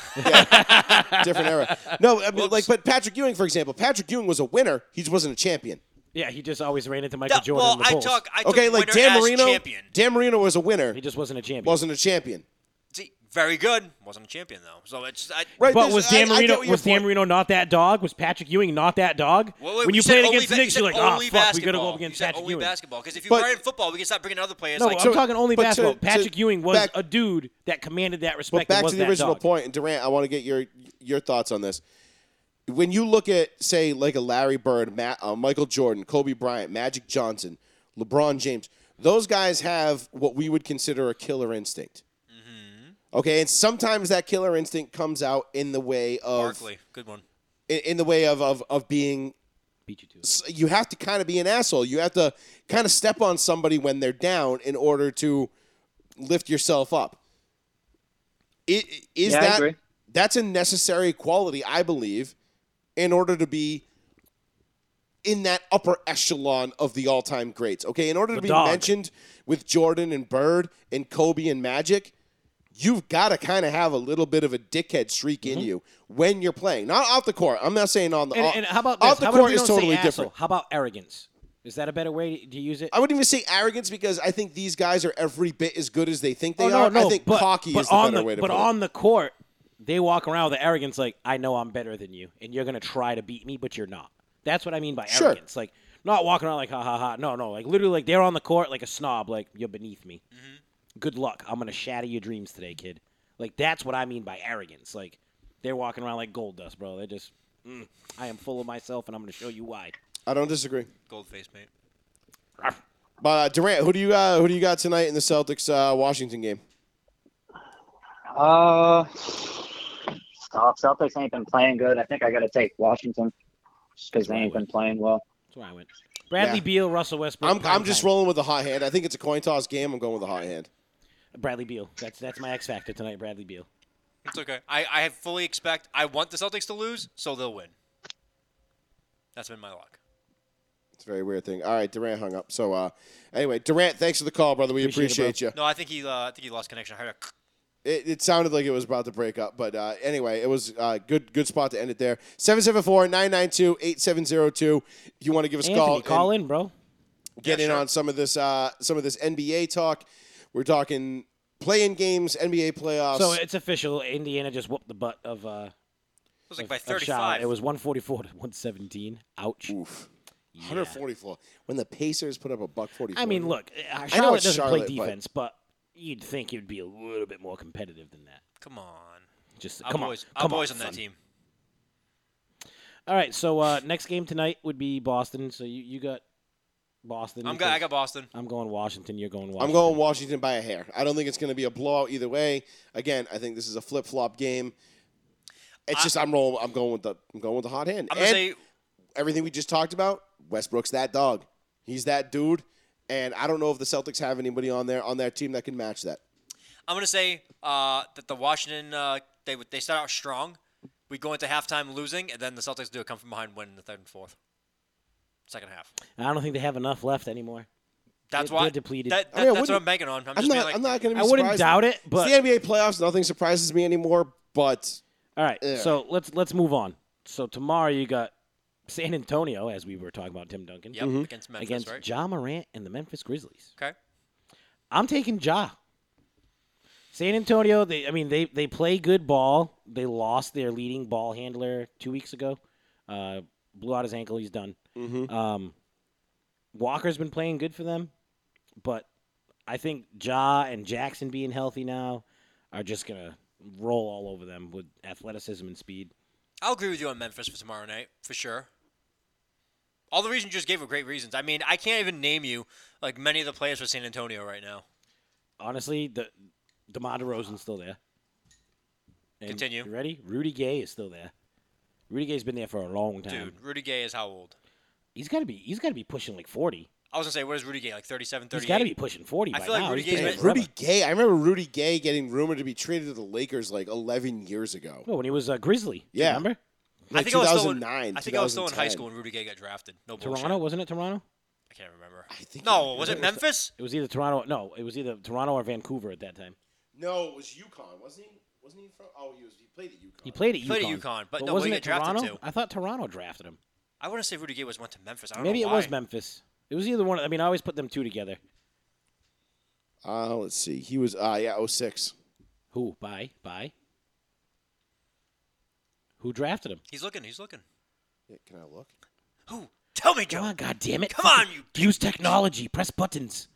Speaker 1: different era. No, I mean,
Speaker 4: Whoops.
Speaker 1: like, but Patrick Ewing, for example, Patrick Ewing was a winner. He just wasn't a champion.
Speaker 5: Yeah, he just always ran into Michael
Speaker 4: That-
Speaker 5: Jordan.
Speaker 4: well,
Speaker 5: and the
Speaker 4: I
Speaker 5: Bulls.
Speaker 4: talk. I took
Speaker 1: Okay, like
Speaker 4: winner
Speaker 1: Dan
Speaker 4: as
Speaker 1: Marino.
Speaker 4: champion.
Speaker 1: Dan Marino was a winner.
Speaker 5: He just wasn't a champion.
Speaker 1: wasn't a champion.
Speaker 4: See, very good. Wasn't a champion though. So it's. I,
Speaker 1: Right.
Speaker 5: but
Speaker 1: there's-
Speaker 5: was Dan
Speaker 1: I- I get
Speaker 5: Marino
Speaker 1: what your
Speaker 5: was Dan
Speaker 1: point-
Speaker 5: Marino not that dog? Was Patrick Ewing not that dog?
Speaker 4: Well, wait,
Speaker 5: when
Speaker 4: you
Speaker 5: you
Speaker 4: said
Speaker 5: played
Speaker 4: only
Speaker 5: against
Speaker 4: ba-
Speaker 5: the Knicks,
Speaker 4: you
Speaker 5: you're like,
Speaker 4: said
Speaker 5: oh
Speaker 4: only
Speaker 5: fuck, we gotta go
Speaker 4: basketball.
Speaker 5: up against
Speaker 4: you said
Speaker 5: Patrick
Speaker 4: only
Speaker 5: Ewing.
Speaker 4: basketball. Because if you
Speaker 1: But-
Speaker 4: were in football, we can start bringing other players.
Speaker 5: No, uh,
Speaker 4: like
Speaker 5: I'm
Speaker 1: so-
Speaker 5: talking only
Speaker 1: but to-
Speaker 5: basketball.
Speaker 1: to-
Speaker 5: Patrick Ewing was
Speaker 1: back-
Speaker 5: a dude that commanded that respect.
Speaker 1: But back
Speaker 5: and was
Speaker 1: to the
Speaker 5: that
Speaker 1: original
Speaker 5: dog.
Speaker 1: point, and Durant, I want to get your your thoughts on this. When you look at, say, like a Larry Bird, Ma uh, Michael Jordan, Kobe Bryant, Magic Johnson, LeBron James, those guys have what we would consider a killer instinct.
Speaker 5: Mm-hmm.
Speaker 1: Okay, and sometimes that killer instinct comes out in the way of
Speaker 4: Barkley, good one.
Speaker 1: in, in the way of, of of being
Speaker 5: Beat you to it.
Speaker 1: s- you have to kind of be an asshole. You have to kind of step on somebody when they're down in order to lift yourself up. I- i- Is
Speaker 7: Yeah, I
Speaker 1: that
Speaker 7: agree.
Speaker 1: that's a necessary quality, I believe, in order to be in that upper echelon of the all-time greats. Okay, in order to
Speaker 5: The
Speaker 1: be
Speaker 5: dog.
Speaker 1: mentioned with Jordan and Bird and Kobe and Magic, you've got to kind of have a little bit of a dickhead streak in you when you're playing. Not off the court. I'm not saying on the
Speaker 5: Mm-hmm. And,
Speaker 1: off,
Speaker 5: and how about this?
Speaker 1: off the
Speaker 5: how about
Speaker 1: court
Speaker 5: if you
Speaker 1: is
Speaker 5: don't say
Speaker 1: totally
Speaker 5: asshole?
Speaker 1: different.
Speaker 5: How about arrogance? Is that a better way to, to use it?
Speaker 1: I wouldn't even say arrogance because I think these guys are every bit as good as they think they
Speaker 5: Oh, no,
Speaker 1: are.
Speaker 5: no,
Speaker 1: I think
Speaker 5: but,
Speaker 1: cocky
Speaker 5: but
Speaker 1: is the
Speaker 5: on
Speaker 1: better
Speaker 5: the,
Speaker 1: way to
Speaker 5: But
Speaker 1: put it.
Speaker 5: on the court, they walk around with the arrogance, like I know I'm better than you, and you're gonna try to beat me, but you're not. That's what I mean by
Speaker 1: Sure.
Speaker 5: arrogance. Like not walking around like ha ha ha. No, no. Like literally, like they're on the court like a snob. Like you're beneath me.
Speaker 1: Mm-hmm.
Speaker 5: Good luck. I'm gonna shatter your dreams today, kid. Like that's what I mean by arrogance. Like they're walking around like gold dust, bro. They're just. Mm, I am full of myself, and I'm going to show you why.
Speaker 1: I don't disagree.
Speaker 4: Gold face, mate.
Speaker 1: But uh, Durant, who do you uh, who do you got tonight in the Celtics uh, Washington game?
Speaker 7: Uh, Stop. Celtics ain't been playing good. I think I got to take Washington just because they ain't been playing well.
Speaker 5: That's where I went. Bradley
Speaker 1: Yeah.
Speaker 5: Beal, Russell Westbrook.
Speaker 1: I'm,
Speaker 5: prime
Speaker 1: I'm just
Speaker 5: time.
Speaker 1: rolling with the hot hand. I think it's a coin toss game. I'm going with the hot hand.
Speaker 5: Bradley Beal. That's that's my X factor tonight. Bradley Beal.
Speaker 4: It's okay. I, I fully expect. I want the Celtics to lose, so they'll win. That's been my luck.
Speaker 1: It's a very weird thing. All right, Durant hung up. So uh, anyway, Durant, thanks for the call, brother. We
Speaker 5: Appreciate it,
Speaker 1: appreciate, you.
Speaker 4: No, I think he. Uh, I think he lost connection. I heard a
Speaker 1: It, it sounded like it was about to break up, but uh, anyway, it was uh, good good spot to end it there. 774-992-8702. If you want to give us a
Speaker 5: Anthony,
Speaker 1: call,
Speaker 5: call,
Speaker 1: and
Speaker 5: in, bro.
Speaker 1: get
Speaker 4: Yeah,
Speaker 1: in
Speaker 4: sure.
Speaker 1: on some of this uh, some of this NBA talk. We're talking playing games, NBA playoffs.
Speaker 5: So it's official. Indiana just whooped the butt of uh
Speaker 4: was like by
Speaker 5: of Charlotte.
Speaker 4: 35.
Speaker 5: It was 144 to 117. Ouch.
Speaker 1: Oof. 144. When the Pacers put up a buck 44.
Speaker 5: I mean, look, uh, Charlotte
Speaker 1: it's
Speaker 5: doesn't
Speaker 1: Charlotte,
Speaker 5: play
Speaker 1: but-
Speaker 5: defense, but... you'd think it would be a little bit more competitive than that.
Speaker 4: Come on.
Speaker 5: Just
Speaker 4: Our
Speaker 5: come
Speaker 4: boys, our
Speaker 5: on, come
Speaker 4: boys
Speaker 5: on,
Speaker 4: on that
Speaker 5: son.
Speaker 4: team.
Speaker 5: All right, so uh, next game tonight would be Boston. So you, you got Boston.
Speaker 4: I'm go-
Speaker 5: because
Speaker 4: I got Boston.
Speaker 5: I'm going Washington. You're going Washington.
Speaker 1: I'm going Washington by a hair. I don't think it's going to be a blowout either way. Again, I think this is a flip flop game. It's
Speaker 4: I-
Speaker 1: just I'm rolling. I'm going with the I'm going with the hot hand.
Speaker 4: I'm
Speaker 1: and
Speaker 4: going to say
Speaker 1: everything we just talked about. Westbrook's that dog. He's that dude. And I don't know if the Celtics have anybody on there on their team that can match that.
Speaker 4: I'm gonna say uh, that the Washington uh, they would- they start out strong. We go into halftime losing, and then the Celtics do a come from behind win in the third and fourth, second half.
Speaker 5: I don't think they have enough left anymore.
Speaker 4: That's
Speaker 5: They're-
Speaker 4: why
Speaker 5: they're depleted. Oh,
Speaker 4: That,
Speaker 1: I mean, I
Speaker 4: that- that's what
Speaker 1: wouldn't-
Speaker 4: I'm banking on. I'm,
Speaker 1: I'm
Speaker 4: just being
Speaker 1: not.
Speaker 4: like,
Speaker 1: I'm not going to
Speaker 5: I
Speaker 1: be.
Speaker 5: wouldn't
Speaker 1: surprised.
Speaker 5: doubt it,
Speaker 1: It's
Speaker 5: but
Speaker 1: the NBA playoffs. Nothing surprises me anymore. But
Speaker 5: all right.
Speaker 1: Ugh.
Speaker 5: So let's let's move on. So tomorrow you got San Antonio, as we were talking about Tim Duncan,
Speaker 4: Yep, against Memphis,
Speaker 5: Mm-hmm. against
Speaker 4: right?
Speaker 5: Ja Morant and the Memphis Grizzlies.
Speaker 4: okay,
Speaker 5: I'm taking Ja. San Antonio, they I mean they they play good ball. They lost their leading ball handler two weeks ago. Uh, blew out his ankle. He's done.
Speaker 1: mm-hmm.
Speaker 5: Um, Walker's been playing good for them, but I think Ja and Jackson being healthy now are just gonna roll all over them with athleticism and speed.
Speaker 4: I'll agree with you on Memphis for tomorrow night for sure. All the reasons you just gave were great reasons. I mean, I can't even name you like many of the players for San Antonio right now.
Speaker 5: Honestly, the DeMar DeRozan's still there. And
Speaker 4: Continue.
Speaker 5: You ready? Rudy Gay is still there. Rudy Gay's been there for a long time.
Speaker 4: Dude, Rudy Gay is how old?
Speaker 5: He's got to be. He's got to be pushing like forty.
Speaker 4: I was gonna say, what is Rudy Gay like? 37,
Speaker 5: He's
Speaker 4: 38?
Speaker 5: got to be pushing forty.
Speaker 4: I
Speaker 5: by
Speaker 4: feel like
Speaker 5: now.
Speaker 4: Rudy
Speaker 5: He's
Speaker 4: Gay's
Speaker 5: been there
Speaker 4: been-
Speaker 5: forever.
Speaker 1: Rudy Gay, I remember Rudy Gay getting rumored to be traded to the Lakers like 11 years ago.
Speaker 5: Well, when he was a Grizzly.
Speaker 1: Yeah.
Speaker 4: Oh,
Speaker 5: Remember?
Speaker 1: Like
Speaker 4: I think I was still in,
Speaker 1: 2009,
Speaker 4: I think I was still in high
Speaker 1: 2010.
Speaker 4: school when Rudy Gay got drafted. No bullshit.
Speaker 5: Toronto wasn't it Toronto?
Speaker 4: I can't remember.
Speaker 1: think
Speaker 4: no,
Speaker 1: it
Speaker 4: was
Speaker 1: was-
Speaker 4: it Memphis?
Speaker 5: It was either Toronto. No, it was either Toronto or Vancouver at that time.
Speaker 1: No, it was UConn, wasn't he? Wasn't he from? Oh, he was. He played at UConn.
Speaker 5: He played at UConn.
Speaker 4: played at UConn, but no, what
Speaker 5: wasn't
Speaker 4: did he
Speaker 5: it
Speaker 4: get drafted
Speaker 5: Toronto?
Speaker 4: to?
Speaker 5: I thought Toronto drafted him.
Speaker 4: I want to say Rudy Gay was went to Memphis. I don't
Speaker 5: Maybe
Speaker 4: know
Speaker 5: it was
Speaker 4: why.
Speaker 5: Memphis. It was either one. I mean, I always put them two together.
Speaker 1: Uh, let's see. He was. Uh, yeah, 06.
Speaker 5: Who? By by. Who drafted him?
Speaker 4: He's looking. He's looking.
Speaker 1: Yeah, can I look?
Speaker 4: Who? Tell me,
Speaker 5: Come
Speaker 4: Joe.
Speaker 5: on, God damn it!
Speaker 4: Come on,
Speaker 5: Fucking
Speaker 4: you-
Speaker 5: Use technology. Press buttons.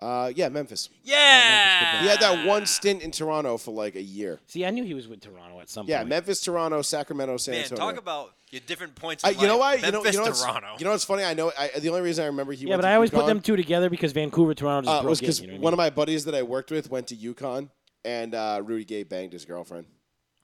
Speaker 1: Uh, yeah, Memphis.
Speaker 4: Yeah.
Speaker 1: He had that one stint in Toronto for like a year.
Speaker 5: See, I knew he was with Toronto at some
Speaker 1: Yeah,
Speaker 5: point.
Speaker 1: Memphis, Toronto, Sacramento, San
Speaker 4: Man,
Speaker 1: Antonio.
Speaker 4: talk about your different points.
Speaker 1: Uh,
Speaker 4: In
Speaker 1: you know why?
Speaker 4: life.
Speaker 1: You know,
Speaker 4: Memphis,
Speaker 1: you know, what's-
Speaker 4: Toronto.
Speaker 1: you know what's funny? I know. I, the only reason I remember he
Speaker 5: Yeah,
Speaker 1: went
Speaker 5: but
Speaker 1: to
Speaker 5: I always put
Speaker 1: UConn-
Speaker 5: them two together because Vancouver, Toronto just
Speaker 1: Uh, it
Speaker 5: broke
Speaker 1: was
Speaker 5: in,
Speaker 1: because
Speaker 5: you know what I
Speaker 1: one
Speaker 5: mean?
Speaker 1: of my buddies that I worked with went to UConn, and uh, Rudy Gay banged his girlfriend.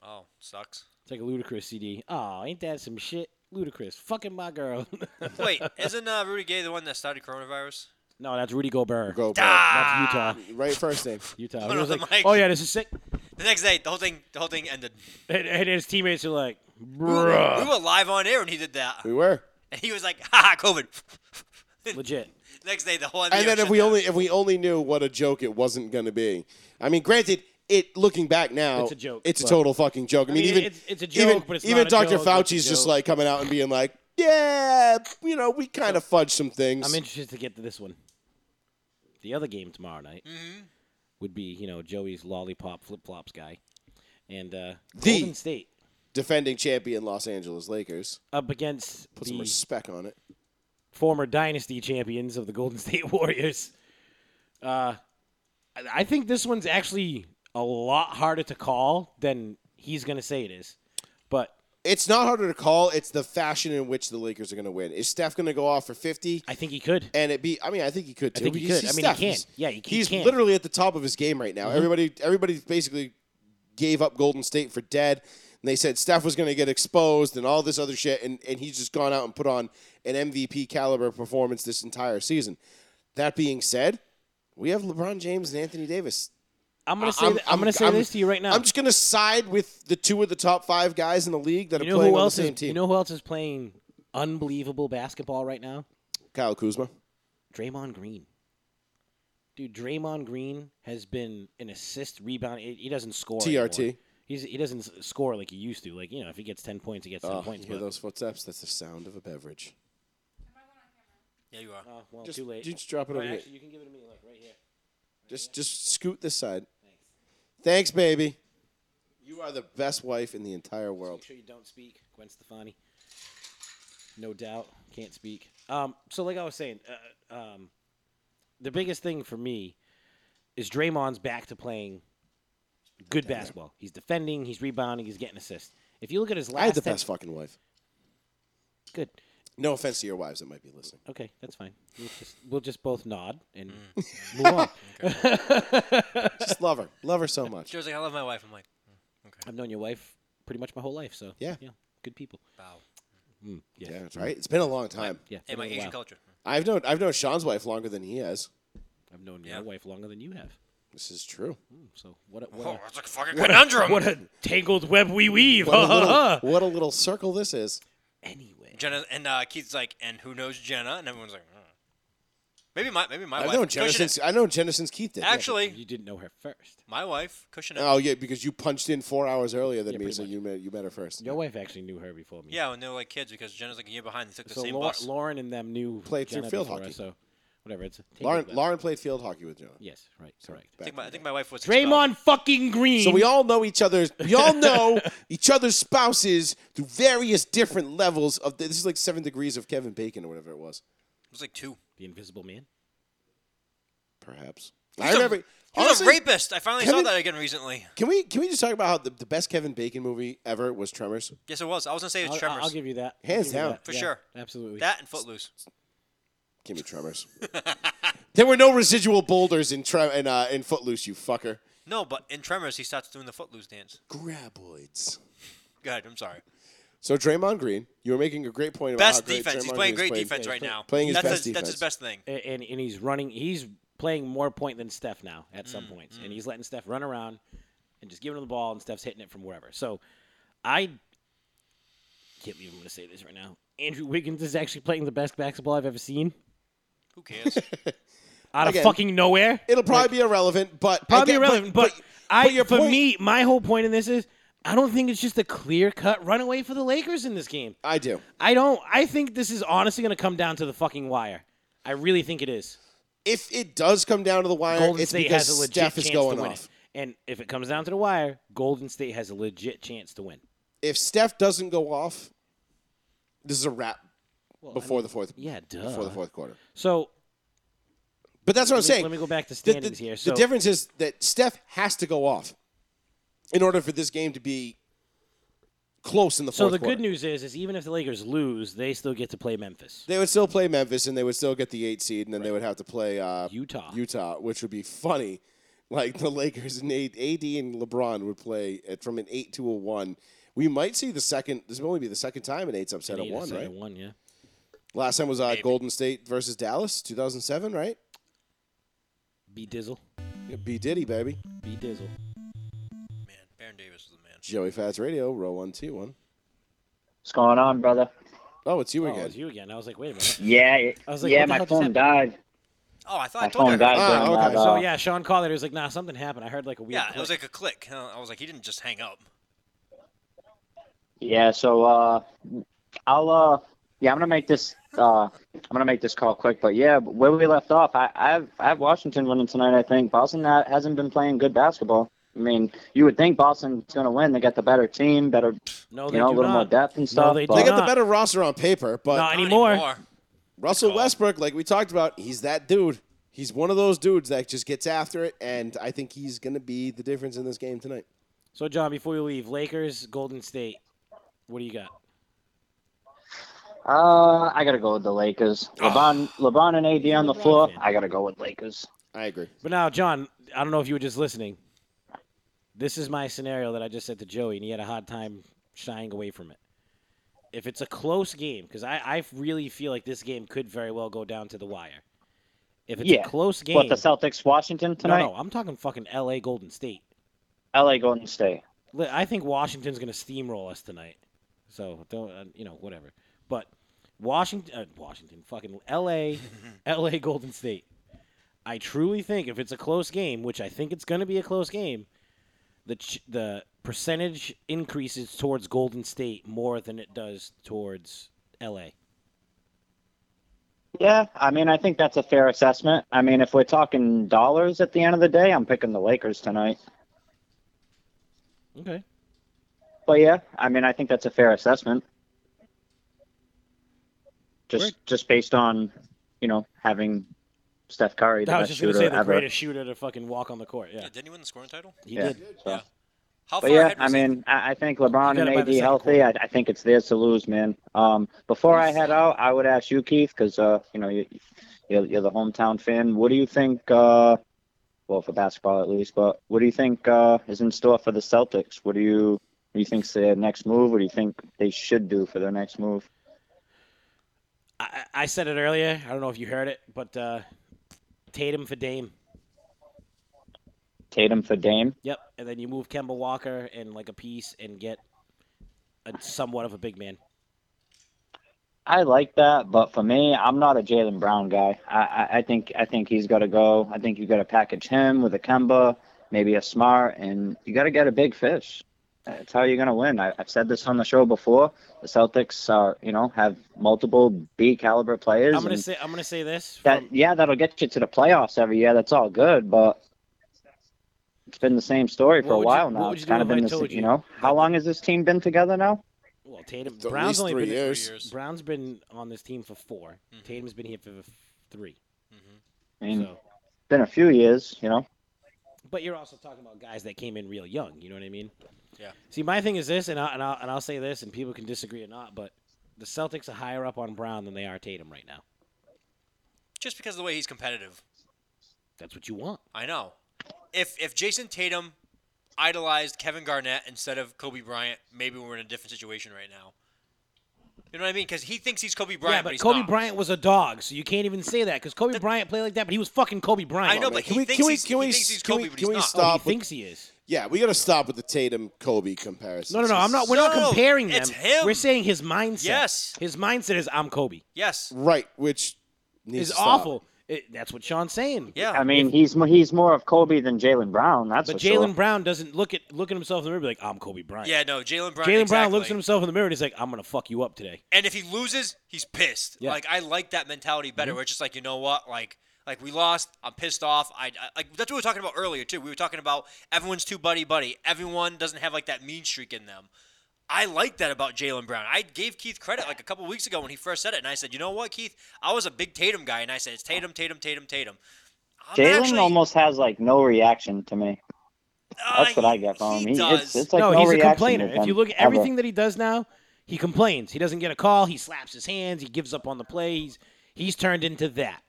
Speaker 4: oh, sucks.
Speaker 5: It's like a ludicrous CD. Oh, ain't that some shit? Ludicrous. Fucking my girl.
Speaker 4: Wait, isn't uh, Rudy Gay the one that started coronavirus?
Speaker 5: no, that's Rudy Gobert.
Speaker 1: Go
Speaker 5: That's
Speaker 4: Ah.
Speaker 5: Utah.
Speaker 1: right first name.
Speaker 5: Utah.
Speaker 4: Put
Speaker 5: He was
Speaker 4: on the
Speaker 5: like,
Speaker 4: mic.
Speaker 5: oh yeah, this is sick.
Speaker 4: The next day, the whole thing, the whole thing ended.
Speaker 5: And, and his teammates are like,
Speaker 4: We
Speaker 5: bruh,
Speaker 4: were live on air when he did that,
Speaker 1: We were.
Speaker 4: and he was like, "Ha, ha, COVID."
Speaker 5: legit.
Speaker 4: next day, the whole. NBA
Speaker 1: And then
Speaker 4: shut
Speaker 1: if we
Speaker 4: down.
Speaker 1: only if we only knew what a joke it wasn't going to be. I mean, granted, it looking back now,
Speaker 5: It's a joke,
Speaker 1: It's a
Speaker 5: but-
Speaker 1: total fucking joke. I mean,
Speaker 5: mean,
Speaker 1: even
Speaker 5: it's- it's a
Speaker 1: even,
Speaker 5: joke, but it's
Speaker 1: even
Speaker 5: not a
Speaker 1: Dr.
Speaker 5: joke, it's a
Speaker 1: Fauci's just
Speaker 5: joke.
Speaker 1: like coming out and being like, "Yeah, you know, we kind of fudged some things."
Speaker 5: I'm interested to get to this one. The other game tomorrow night
Speaker 4: Mm-hmm.
Speaker 5: would be, you know, Joey's lollipop flip flops guy, and uh,
Speaker 1: The-
Speaker 5: Golden State
Speaker 1: Defending champion Los Angeles Lakers.
Speaker 5: up against
Speaker 1: Put some
Speaker 5: the
Speaker 1: respect on it.
Speaker 5: former dynasty champions of the Golden State Warriors. Uh, I- I think this one's actually a lot harder to call than he's going to say it is. But
Speaker 1: It's not harder to call. It's the fashion in which the Lakers are going to win. Is Steph going to go off for 50?
Speaker 5: I think he could.
Speaker 1: and it be. I mean, I think he could too.
Speaker 5: think he
Speaker 1: He's-
Speaker 5: could.
Speaker 1: he's
Speaker 5: I mean, he
Speaker 1: Steph.
Speaker 5: can.
Speaker 1: He's-
Speaker 5: Yeah, he- he
Speaker 1: he's
Speaker 5: can. Mm-hmm.
Speaker 1: literally at the top of his game right now. Everybody, everybody basically gave up Golden State for dead. And they said Steph was going to get exposed and all this other shit, and, and he's just gone out and put on an MVP caliber performance this entire season. That being said, we have LeBron James and Anthony Davis.
Speaker 5: I'm going to say, th- I'm, going to say
Speaker 1: I'm-
Speaker 5: this to you right now.
Speaker 1: I'm just going to side with the two of the top five guys in the league that
Speaker 5: you
Speaker 1: are
Speaker 5: know
Speaker 1: playing
Speaker 5: who
Speaker 1: on the
Speaker 5: else
Speaker 1: same
Speaker 5: is,
Speaker 1: team.
Speaker 5: You know who else is playing unbelievable basketball right now?
Speaker 1: Kyle Kuzma.
Speaker 5: Draymond Green. Dude, Draymond Green has been an assist, rebound. He he doesn't score.
Speaker 1: TRT.
Speaker 5: anymore. He's, he doesn't s- score like he used to. Like you know, if he gets ten points, he gets ten
Speaker 1: Oh, you
Speaker 5: points.
Speaker 1: hear
Speaker 5: But,
Speaker 1: those footsteps? That's the sound of a beverage.
Speaker 4: Yeah, you are.
Speaker 5: oh, well,
Speaker 1: Just,
Speaker 5: too late.
Speaker 1: you just drop it
Speaker 5: All
Speaker 1: over
Speaker 5: right,
Speaker 1: here.
Speaker 5: actually, you can give it to me, like right here.
Speaker 1: Just, just scoot this side. Thanks, baby. You are the best wife in the entire world.
Speaker 5: Make sure you don't speak, Gwen Stefani. No doubt, can't speak. Um, so like I was saying, uh, um, the biggest thing for me is Draymond's back to playing good basketball. He's defending, he's rebounding, he's getting assists. If you look at his last,
Speaker 1: I had the
Speaker 5: ten-
Speaker 1: best fucking wife.
Speaker 5: Good.
Speaker 1: No offense to your wives that might be listening.
Speaker 5: Okay, that's fine. We'll just, we'll just both nod and
Speaker 4: Mm.
Speaker 5: move on.
Speaker 1: Just love her. Love her so much.
Speaker 4: She was like, I love my wife. I'm like,
Speaker 5: I've known your wife pretty much my whole life, so
Speaker 1: Yeah.
Speaker 5: yeah, good people.
Speaker 4: wow.
Speaker 5: Mm, yeah,
Speaker 1: Yeah, that's right. It's been a long time.
Speaker 5: yeah.
Speaker 4: Hey, my
Speaker 5: been a
Speaker 4: Asian
Speaker 5: while.
Speaker 4: culture.
Speaker 1: I've known I've known Sean's wife longer than he has.
Speaker 5: I've known
Speaker 4: Yeah.
Speaker 5: your wife longer than you have.
Speaker 1: This is true.
Speaker 5: Mm, So what? A, what a-
Speaker 4: Oh, that's a fucking conundrum.
Speaker 5: What a tangled web we weave.
Speaker 1: What a little, what a little circle this is.
Speaker 5: anyway.
Speaker 4: Jenna and uh, Keith's like, and who knows Jenna? And everyone's like, "Mm." maybe my maybe my
Speaker 1: I've
Speaker 4: wife.
Speaker 1: known Jenna
Speaker 4: Cushion it.
Speaker 1: since I know Jenna since Keith did. yeah.
Speaker 4: Actually,
Speaker 5: You didn't know her first.
Speaker 4: my wife, Cushion. it.
Speaker 1: Oh yeah, because you punched in four hours earlier than
Speaker 5: Yeah,
Speaker 1: me,
Speaker 5: pretty
Speaker 1: so
Speaker 5: much.
Speaker 1: you met you met her first.
Speaker 5: Your wife actually knew her before me.
Speaker 4: Yeah, when they were like kids, because Jenna's like a year behind. They took the
Speaker 5: So
Speaker 4: same
Speaker 5: Lau-
Speaker 4: bus.
Speaker 5: Lauren and them knew
Speaker 1: Played through
Speaker 5: Jenna
Speaker 1: field
Speaker 5: before
Speaker 1: hockey.
Speaker 5: us, so whatever. It's a tangled
Speaker 1: Lauren
Speaker 5: web.
Speaker 1: Lauren played field hockey with Jenna.
Speaker 5: Yes, right, correct.
Speaker 4: I
Speaker 1: Back
Speaker 4: think my, I
Speaker 1: in
Speaker 4: think my wife was. expelled.
Speaker 5: Draymond fucking Green.
Speaker 1: So we all know each other's we all know each other's spouses through various different levels of this is like seven degrees of Kevin Bacon or whatever it was.
Speaker 4: It was like two.
Speaker 5: the Invisible Man.
Speaker 1: Perhaps.
Speaker 4: He's
Speaker 1: I
Speaker 4: a-
Speaker 1: remember
Speaker 4: He was
Speaker 1: honestly,
Speaker 4: a rapist. I finally
Speaker 1: Kevin-
Speaker 4: saw that again recently.
Speaker 1: Can we can we just talk about how the, the best Kevin Bacon movie ever was Tremors?
Speaker 4: Yes, it was. I was gonna say it's
Speaker 5: I'll, I'll-
Speaker 4: Tremors.
Speaker 5: I'll give you that. I'll
Speaker 1: Hands
Speaker 5: give you
Speaker 1: down.
Speaker 5: that.
Speaker 4: For
Speaker 5: Yeah,
Speaker 4: sure.
Speaker 5: absolutely.
Speaker 4: that and Footloose.
Speaker 1: Give me Tremors. there were no residual boulders in tre- in, uh, in Footloose, you fucker.
Speaker 4: No, but in Tremors, he starts doing the Footloose dance.
Speaker 1: Graboids.
Speaker 4: Go ahead. I'm sorry.
Speaker 1: So Draymond Green, you were making a great point about how
Speaker 4: Best
Speaker 1: great
Speaker 4: defense.
Speaker 1: Draymond
Speaker 4: He's playing
Speaker 1: Green's
Speaker 4: great defense
Speaker 5: Yeah,
Speaker 4: right
Speaker 5: he's
Speaker 4: now.
Speaker 1: playing his
Speaker 4: that's
Speaker 1: best
Speaker 4: his, That's his
Speaker 1: defense.
Speaker 4: best thing.
Speaker 5: A- and and he's running. He's playing more point than Steph now at
Speaker 4: Mm,
Speaker 5: some points, and he's letting Steph run around and just giving him the ball, and Steph's hitting it from wherever. So I can't believe I'm going to say this right now. Andrew Wiggins is actually playing the best basketball I've ever seen
Speaker 4: Who cares?
Speaker 5: out of
Speaker 1: Again,
Speaker 5: fucking nowhere.
Speaker 1: It'll probably be irrelevant, but
Speaker 5: Probably
Speaker 1: again,
Speaker 5: irrelevant, but, I
Speaker 1: your
Speaker 5: for
Speaker 1: point-
Speaker 5: me, my whole point in this is I don't think it's just a clear cut runaway for the Lakers in this game.
Speaker 1: I do.
Speaker 5: I don't. I think this is honestly going to come down to the fucking wire. I really think it is.
Speaker 1: If it does come down to the wire,
Speaker 5: Golden
Speaker 1: it's
Speaker 5: State
Speaker 1: because
Speaker 5: has a legit
Speaker 1: Steph
Speaker 5: chance
Speaker 1: is going
Speaker 5: to win.
Speaker 1: off.
Speaker 5: It. And if it comes down to the wire, Golden State has a legit chance to win.
Speaker 1: If Steph doesn't go off, this is a wrap before the fourth.
Speaker 5: Yeah, duh.
Speaker 1: Before the fourth quarter.
Speaker 5: So
Speaker 1: But that's what I'm
Speaker 5: let me,
Speaker 1: saying.
Speaker 5: let me go back to
Speaker 1: The-
Speaker 5: standings
Speaker 1: the,
Speaker 5: here.
Speaker 1: the
Speaker 5: So
Speaker 1: difference is that Steph has to go off in order for this game to be close in the
Speaker 5: so
Speaker 1: fourth
Speaker 5: the
Speaker 1: quarter.
Speaker 5: good news is, is even if the Lakers lose, they still get to play Memphis,
Speaker 1: They would still play Memphis, and they would still get the eight seed, and then they would have to play uh,
Speaker 5: Utah.
Speaker 1: Utah, which would be funny. Like the Lakers and AD and LeBron would play at, from an eight to a one. We might see the second. This will only be the second time an eight's upset
Speaker 5: They
Speaker 1: at
Speaker 5: need a
Speaker 1: one,
Speaker 5: set
Speaker 1: right?
Speaker 5: of one, yeah.
Speaker 1: Last time was uh, Golden State versus Dallas, two thousand seven, right?
Speaker 5: Be Dizzle,
Speaker 1: Yeah, B Diddy, baby.
Speaker 5: be Dizzle.
Speaker 4: man, Baron Davis was the man.
Speaker 1: Joey Fats Radio, row one, two, one.
Speaker 7: What's going on, brother?
Speaker 1: Oh, it's you
Speaker 5: Oh,
Speaker 1: again.
Speaker 5: it's you again. I was like, wait a minute.
Speaker 7: Yeah, it-
Speaker 5: I was like,
Speaker 7: yeah,
Speaker 5: what the
Speaker 7: my
Speaker 5: hell just
Speaker 7: phone
Speaker 5: happened?
Speaker 7: died.
Speaker 4: Oh, I thought I
Speaker 7: My
Speaker 4: told you.
Speaker 7: phone died
Speaker 1: Ah,
Speaker 7: during
Speaker 1: okay.
Speaker 7: that. Uh,
Speaker 5: so yeah, Sean called it. He was like, nah, something happened. I heard like a weird.
Speaker 4: Yeah,
Speaker 5: click.
Speaker 4: it was like a click. Uh, I was like, he didn't just hang up.
Speaker 7: Yeah, so uh, I'll uh, yeah, I'm gonna make this uh, I'm gonna make this call quick. But yeah, where we left off, I I have, I have Washington winning tonight. I think Boston ha- hasn't been playing good basketball. I mean, you would think Boston's gonna win. They got the better team, better
Speaker 5: no, they
Speaker 7: you know a
Speaker 5: do
Speaker 7: little
Speaker 5: not.
Speaker 7: more depth and stuff.
Speaker 5: they
Speaker 7: but
Speaker 1: They got
Speaker 5: Why
Speaker 1: the
Speaker 5: not?
Speaker 1: better roster on paper, but
Speaker 5: Not
Speaker 4: Not
Speaker 5: anymore.
Speaker 1: Russell
Speaker 4: call.
Speaker 1: Westbrook, like we talked about, he's that dude. He's one of those dudes that just gets after it, and I think he's going to be the difference in this game tonight.
Speaker 5: So John, before we leave, Lakers, Golden State. What do you got?
Speaker 7: uh, I gotta go with the Lakers. LeBron LeBron and AD on the floor. I gotta go with Lakers.
Speaker 1: I agree.
Speaker 5: But now, John, I don't know if you were just listening. This is my scenario that I just said to Joey, and he had a hard time shying away from it. If it's a close game, because I, I really feel like this game could very well go down to the wire. If it's
Speaker 7: Yeah,
Speaker 5: a close game,
Speaker 7: What the Celtics Washington tonight?
Speaker 5: no, no, I'm talking fucking L.A. Golden State.
Speaker 7: LA Golden State.
Speaker 5: Li- I think Washington's going to steamroll us tonight. So don't uh, you know whatever. But Washington, uh, Washington, fucking L.A., L.A. Golden State. I truly think if it's a close game, which I think it's going to be a close game, the ch- the percentage increases towards Golden State more than it does towards LA.
Speaker 7: Yeah, I mean, I think that's a fair assessment. I mean, if we're talking dollars at the end of the day, I'm picking the Lakers tonight.
Speaker 5: Okay.
Speaker 7: But yeah, I mean, I think that's a fair assessment. Just
Speaker 5: Word.
Speaker 7: just based on, you know, having Steph Curry, the
Speaker 5: I was just
Speaker 7: best shooter
Speaker 5: going to say the
Speaker 7: ever.
Speaker 5: greatest shooter to fucking walk on the court.
Speaker 4: Yeah,
Speaker 5: Yeah,
Speaker 4: didn't he win the scoring title?
Speaker 5: he
Speaker 7: Yeah.
Speaker 5: did.
Speaker 7: So-
Speaker 4: Yeah. How far
Speaker 7: But yeah,
Speaker 4: ahead
Speaker 7: I
Speaker 4: was he?
Speaker 7: mean, I, I think
Speaker 5: You
Speaker 7: LeBron
Speaker 5: got
Speaker 7: and
Speaker 5: it by the
Speaker 7: AD
Speaker 5: second
Speaker 7: healthy, I, I think it's theirs to lose, man. Um, before I head out, I would ask you, Keith, because uh, you know you, you're, you're the hometown fan. What do you think? Uh, well, for basketball at least, but what do you think uh, is in store for the Celtics? What do you what do you think's their next move? What do you think they should do for their next move?
Speaker 5: I, I said it earlier. I don't know if you heard it, but uh, Tatum for Dame.
Speaker 7: Tatum for Dame.
Speaker 5: Yep. And then you move Kemba Walker and like a piece and get a, somewhat of a big man.
Speaker 7: I like that, but for me, I'm not a Jalen Brown guy. I, I, I think I think he's got to go. I think you got to package him with a Kemba, maybe a Smart, and you got to get a big fish. That's how you're gonna win. I, I've said this on the show before. The Celtics are, you know, have multiple B caliber players.
Speaker 5: I'm gonna
Speaker 7: and
Speaker 5: say I'm gonna say this.
Speaker 7: that
Speaker 5: from-
Speaker 7: yeah, that'll get you to the playoffs every year. That's all good, but it's been the same story for
Speaker 5: What
Speaker 7: a
Speaker 5: would you-
Speaker 7: while
Speaker 5: what
Speaker 7: now.
Speaker 5: would
Speaker 7: It's
Speaker 5: you do
Speaker 7: kind of
Speaker 5: if I
Speaker 7: been the same,
Speaker 5: told
Speaker 7: you
Speaker 5: you
Speaker 7: know. How long has this team been together now?
Speaker 5: well,
Speaker 1: At
Speaker 5: Tatum
Speaker 1: least
Speaker 5: Brown's only
Speaker 1: three
Speaker 5: been
Speaker 4: Three
Speaker 1: years.
Speaker 4: years.
Speaker 5: Brown's been on this team for 4
Speaker 4: Mhm.
Speaker 5: Tatum's been here for f- three.
Speaker 7: I mean,
Speaker 5: So,
Speaker 7: it's been a few years, you know.
Speaker 5: but you're also talking about guys that came in real young. You know what I mean?
Speaker 4: Yeah.
Speaker 5: See, my thing is this, and I'll, and I'll and I'll say this, and people can disagree or not, but the Celtics are higher up on Brown than they are Tatum right now.
Speaker 4: Just because of the way he's competitive.
Speaker 5: That's what you want.
Speaker 4: I know. If if Jason Tatum idolized Kevin Garnett instead of Kobe Bryant, maybe we're in a different situation right now. You know what I mean? Because he thinks he's Kobe Bryant,
Speaker 5: yeah, but
Speaker 4: he's
Speaker 5: Kobe
Speaker 4: not.
Speaker 5: Bryant was a dog, so you can't even say that because Kobe Bryant played like that, but he was fucking Kobe Bryant.
Speaker 4: I know, but
Speaker 1: Can
Speaker 4: he
Speaker 1: we-
Speaker 4: thinks
Speaker 1: can we-
Speaker 4: he's-
Speaker 1: can
Speaker 4: he
Speaker 1: we-
Speaker 4: thinks he's
Speaker 1: can we-
Speaker 4: Kobe, but
Speaker 1: can
Speaker 4: he's
Speaker 1: we
Speaker 4: not.
Speaker 1: stop?
Speaker 5: Oh, he
Speaker 1: with-
Speaker 5: thinks he is.
Speaker 1: Yeah, we got to stop with the Tatum Kobe comparison.
Speaker 5: No, no, no. I'm not. We're not
Speaker 4: No,
Speaker 5: comparing them.
Speaker 4: it's him.
Speaker 5: We're saying his mindset.
Speaker 4: Yes.
Speaker 5: His mindset is I'm Kobe.
Speaker 4: Yes.
Speaker 1: right, which needs
Speaker 5: Is
Speaker 1: to stop.
Speaker 5: awful. It- that's what Sean's saying.
Speaker 4: Yeah.
Speaker 7: I mean, he's mo- he's more of Kobe than Jalen Brown. That's
Speaker 5: But
Speaker 7: for sure.
Speaker 5: Jalen Brown doesn't look at look at himself in the mirror and be like I'm Kobe Bryant.
Speaker 4: yeah. No. Jalen Brown.
Speaker 5: Jalen
Speaker 4: exactly.
Speaker 5: Brown looks at himself in the mirror and he's like I'm gonna fuck you up today.
Speaker 4: And if he loses, he's pissed.
Speaker 5: Yeah.
Speaker 4: Like I like that mentality better. Where it's just like you know what, like like we lost, I'm pissed off. I, I like that's what we were talking about earlier too. We were talking about everyone's too buddy buddy. Everyone doesn't have like that mean streak in them. I like that about Jalen Brown. I gave Keith credit like a couple weeks ago when he first said it, and I said, you know what, Keith, I was a big Tatum guy, and I said it's Tatum, Tatum, Tatum, Tatum. I'm
Speaker 7: Jalen
Speaker 4: actually-
Speaker 7: almost has like no reaction to me.
Speaker 4: uh,
Speaker 7: That's what I get from
Speaker 4: He
Speaker 7: him. He,
Speaker 4: does.
Speaker 7: it's, it's like
Speaker 5: no,
Speaker 7: no,
Speaker 5: he's a
Speaker 7: reaction
Speaker 5: complainer.
Speaker 7: with
Speaker 5: If
Speaker 7: him,
Speaker 5: you look at
Speaker 7: ever.
Speaker 5: everything that he does now, he complains. He doesn't get a call. He slaps his hands. He gives up on the plays. He's turned into that.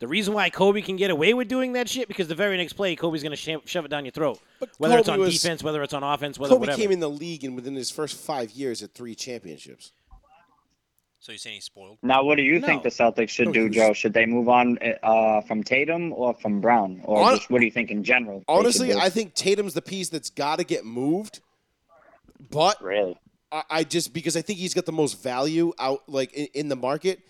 Speaker 5: The reason why Kobe can get away with doing that shit because the very next play, Kobe's going to sh- shove it down your throat.
Speaker 1: But
Speaker 5: whether it's
Speaker 1: Kobe
Speaker 5: on
Speaker 1: was-
Speaker 5: defense, whether it's on offense, whether
Speaker 1: Kobe
Speaker 5: whatever.
Speaker 1: came in the league and within his first five years at three championships.
Speaker 4: So you're saying he's spoiled?
Speaker 7: Now, what do you think
Speaker 5: No.
Speaker 7: the Celtics should
Speaker 1: No,
Speaker 7: do,
Speaker 1: he's-
Speaker 7: Joe? Should they move on uh, from Tatum or from Brown, or
Speaker 1: Hon-
Speaker 7: just what do you think in general? they should
Speaker 1: Honestly,
Speaker 7: do?
Speaker 1: I think Tatum's the piece that's got to get moved. But
Speaker 7: really.
Speaker 1: I, I just because I think he's got the most value out like in, in the market.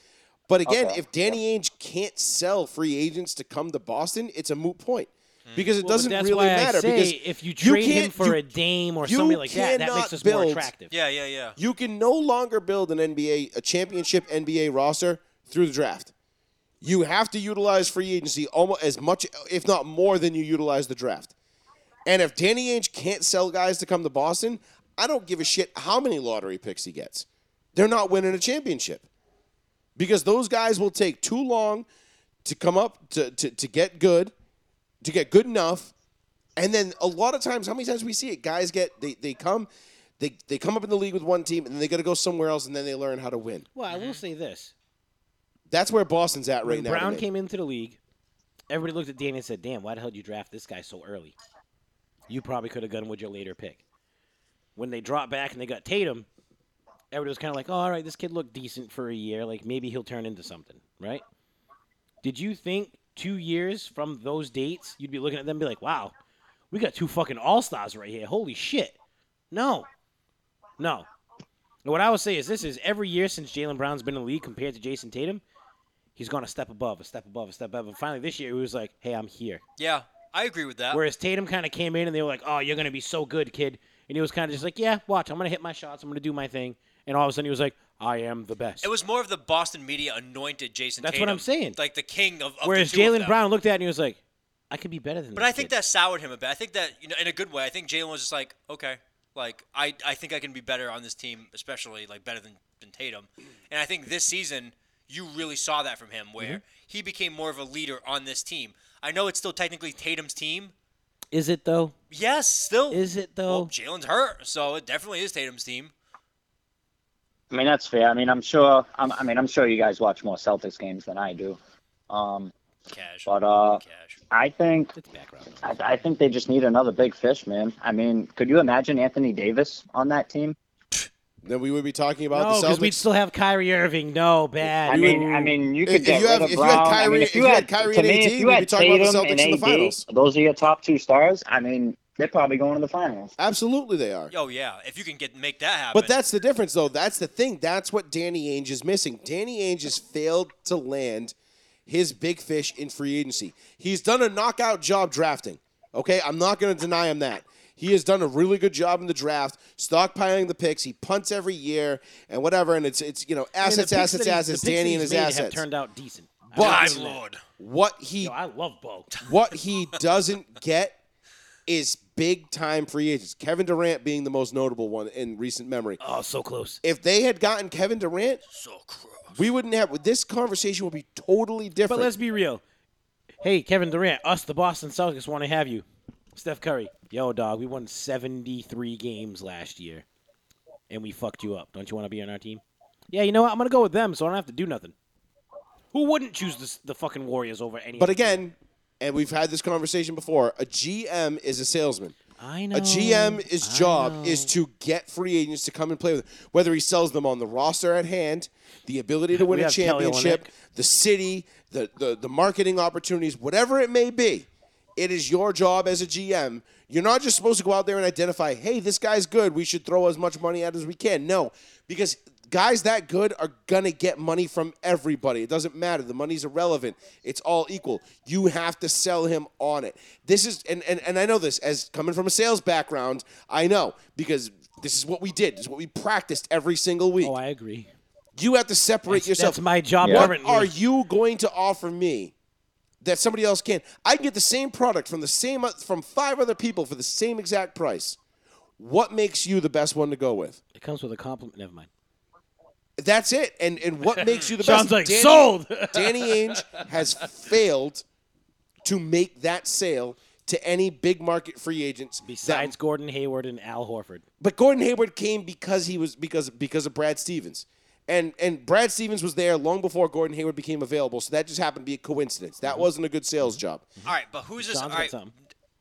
Speaker 1: But again,
Speaker 7: Okay.
Speaker 1: if Danny Ainge can't sell free agents to come to Boston, it's a moot point because it
Speaker 5: Hmm. Well, but
Speaker 1: doesn't
Speaker 5: that's
Speaker 1: really
Speaker 5: why I
Speaker 1: matter.
Speaker 5: say
Speaker 1: because
Speaker 5: if you trade him
Speaker 1: can't-
Speaker 5: for
Speaker 1: you-
Speaker 5: a Dame or
Speaker 1: you
Speaker 5: somebody like that, that
Speaker 1: cannot
Speaker 5: makes us more
Speaker 1: build-
Speaker 5: attractive.
Speaker 4: Yeah, yeah, yeah.
Speaker 1: you can no longer build an NBA a championship NBA roster through the draft. You have to utilize free agency almost as much, if not more, than you utilize the draft. And if Danny Ainge can't sell guys to come to Boston, I don't give a shit how many lottery picks he gets. They're not winning a championship because those guys will take too long to come up to, to, to get good, to get good enough. And then a lot of times, how many times we see it? Guys get they, they come, they they come up in the league with one team, and then they got to go somewhere else, and then they learn how to win.
Speaker 5: Well, I will say this:
Speaker 1: That's where Boston's at right
Speaker 5: when
Speaker 1: now.
Speaker 5: Brown
Speaker 1: today.
Speaker 5: came into the league, everybody looked at Danny and said, "Damn, why the hell did you draft this guy so early? You probably could have gone with your later pick." When they dropped back and they got Tatum, everybody was kind of like, oh, "All right, this kid looked decent for a year. Like maybe he'll turn into something, right?" Did you think two years from those dates you'd be looking at them and be like, "Wow, we got two fucking all stars right here. Holy shit!" No, no. And What I would say is this: is every year since Jalen Brown's been in the league compared to Jason Tatum, he's gone a step above, a step above, a step above. And finally this year, he was like, hey, I'm here.
Speaker 4: Yeah, I agree with that.
Speaker 5: Whereas Tatum kind of came in and they were like, oh, you're going to be so good, kid. And he was kind of just like, yeah, watch, I'm going to hit my shots, I'm going to do my thing. And all of a sudden he was like, I am the best.
Speaker 4: It was more of the Boston media anointed Jason.
Speaker 5: That's what
Speaker 4: Tatum,
Speaker 5: I'm saying.
Speaker 4: Like the king of. of
Speaker 5: Whereas
Speaker 4: the two of
Speaker 5: Jalen
Speaker 4: them.
Speaker 5: Brown looked at it and he was like, I could be better than
Speaker 4: But
Speaker 5: this
Speaker 4: I think
Speaker 5: kid.
Speaker 4: that soured him a bit. I think that you know, in a good way. I think Jalen was just like, okay, like I, I think I can be better on this team, especially like better than, than Tatum. And I think this season you really saw that from him, where he became more of a leader on this team. I know it's still technically Tatum's team.
Speaker 5: Is it, though?
Speaker 4: Yes, still.
Speaker 5: Is it, though?
Speaker 4: Well, Jalen's hurt, so it definitely is Tatum's team.
Speaker 7: I mean, that's fair. I mean, I'm sure. I'm, I mean, I'm sure you guys watch more Celtics games than I do. Um,
Speaker 4: Cash.
Speaker 7: but uh,
Speaker 4: Cash.
Speaker 7: I think
Speaker 5: It's background.
Speaker 7: I, I think they just need another big fish, man. I mean, could you imagine Anthony Davis on that team?
Speaker 1: Then we would be talking about
Speaker 5: No,
Speaker 1: the
Speaker 5: because
Speaker 1: Celtics.
Speaker 5: we'd still have Kyrie Irving. No, bad.
Speaker 7: I mean, I mean, you could
Speaker 1: If- if
Speaker 7: get
Speaker 1: you have- if
Speaker 7: rid of
Speaker 1: you had
Speaker 7: Brown. I
Speaker 1: Kyrie-
Speaker 7: mean,
Speaker 1: if you had Kyrie
Speaker 7: to
Speaker 1: and
Speaker 7: me,
Speaker 1: AD,
Speaker 7: if you
Speaker 1: we'd be
Speaker 7: had
Speaker 1: talking about the
Speaker 7: Tatum and
Speaker 1: Celtics in the
Speaker 7: AD,
Speaker 1: finals.
Speaker 7: Those are your top two stars. I mean, they're probably going to the finals.
Speaker 1: Absolutely, they are.
Speaker 4: Oh yeah, if you can get make that happen.
Speaker 1: But that's the difference, though. That's the thing. That's what Danny Ainge is missing. Danny Ainge has failed to land his big fish in free agency. He's done a knockout job drafting. Okay, I'm not going to deny him that. He has done a really good job in the draft, stockpiling the picks. He punts every year and whatever. And it's it's you know
Speaker 5: I mean, the
Speaker 1: assets,
Speaker 5: picks
Speaker 1: assets,
Speaker 5: that he-
Speaker 1: assets.
Speaker 5: the picks
Speaker 1: Danny and
Speaker 5: he's
Speaker 1: his
Speaker 5: made have
Speaker 1: assets.
Speaker 5: turned out decent. I
Speaker 1: But-
Speaker 5: will
Speaker 4: my
Speaker 5: give him that.
Speaker 4: lord.
Speaker 1: What he
Speaker 5: Yo, I love Bo.
Speaker 1: what he doesn't get is big time free agents. Kevin Durant being the most notable one in recent memory.
Speaker 5: Oh, so close.
Speaker 1: If they had gotten Kevin Durant,
Speaker 4: So gross.
Speaker 1: we wouldn't have this conversation would be totally different.
Speaker 5: But let's be real. Hey, Kevin Durant, us, the Boston Celtics, want to have you. Steph Curry, yo, dog, we won 73 games last year, and we fucked you up. Don't you want to be on our team? Yeah, you know what? I'm going to go with them, so I don't have to do nothing. Who wouldn't choose this, the fucking Warriors over any
Speaker 1: but
Speaker 5: other team?
Speaker 1: again, and we've had this conversation before, a GM is a salesman.
Speaker 5: I know.
Speaker 1: A GM is
Speaker 5: I
Speaker 1: job
Speaker 5: know.
Speaker 1: is to get free agents to come and play with them. Whether he sells them on the roster at hand, the ability to
Speaker 5: We
Speaker 1: win a
Speaker 5: have Kelly
Speaker 1: championship,
Speaker 5: Olynyk.
Speaker 1: the city, the, the the marketing opportunities, whatever it may be, it is your job as a GM. You're not just supposed to go out there and identify, hey, this guy's good. We should throw as much money at it as we can. No, because guys that good are gonna get money from everybody. It doesn't matter. The money's irrelevant. It's all equal. You have to sell him on it. This is and and, and I know this as coming from a sales background, I know because this is what we did. This is what we practiced every single week.
Speaker 5: Oh, I agree.
Speaker 1: you have to separate yourself.
Speaker 5: That's my job
Speaker 7: Yeah.
Speaker 1: What
Speaker 5: currently.
Speaker 1: are you going to offer me that somebody else can? I can get the same product from the same from five other people for the same exact price. What makes you the best one to go with?
Speaker 5: It comes with a compliment. Never mind.
Speaker 1: That's it. And and what makes you the
Speaker 5: Sounds
Speaker 1: best?
Speaker 5: like sold.
Speaker 1: Danny Ainge has failed to make that sale to any big market free agents. that-
Speaker 5: Besides Gordon Hayward and Al Horford.
Speaker 1: but Gordon Hayward came because he was because because of Brad Stevens. And and Brad Stevens was there long before Gordon Hayward became available, so that just happened to be a coincidence. That wasn't a good sales job.
Speaker 4: All right, but who's this?
Speaker 5: John's
Speaker 4: all
Speaker 5: got
Speaker 4: right,
Speaker 5: something.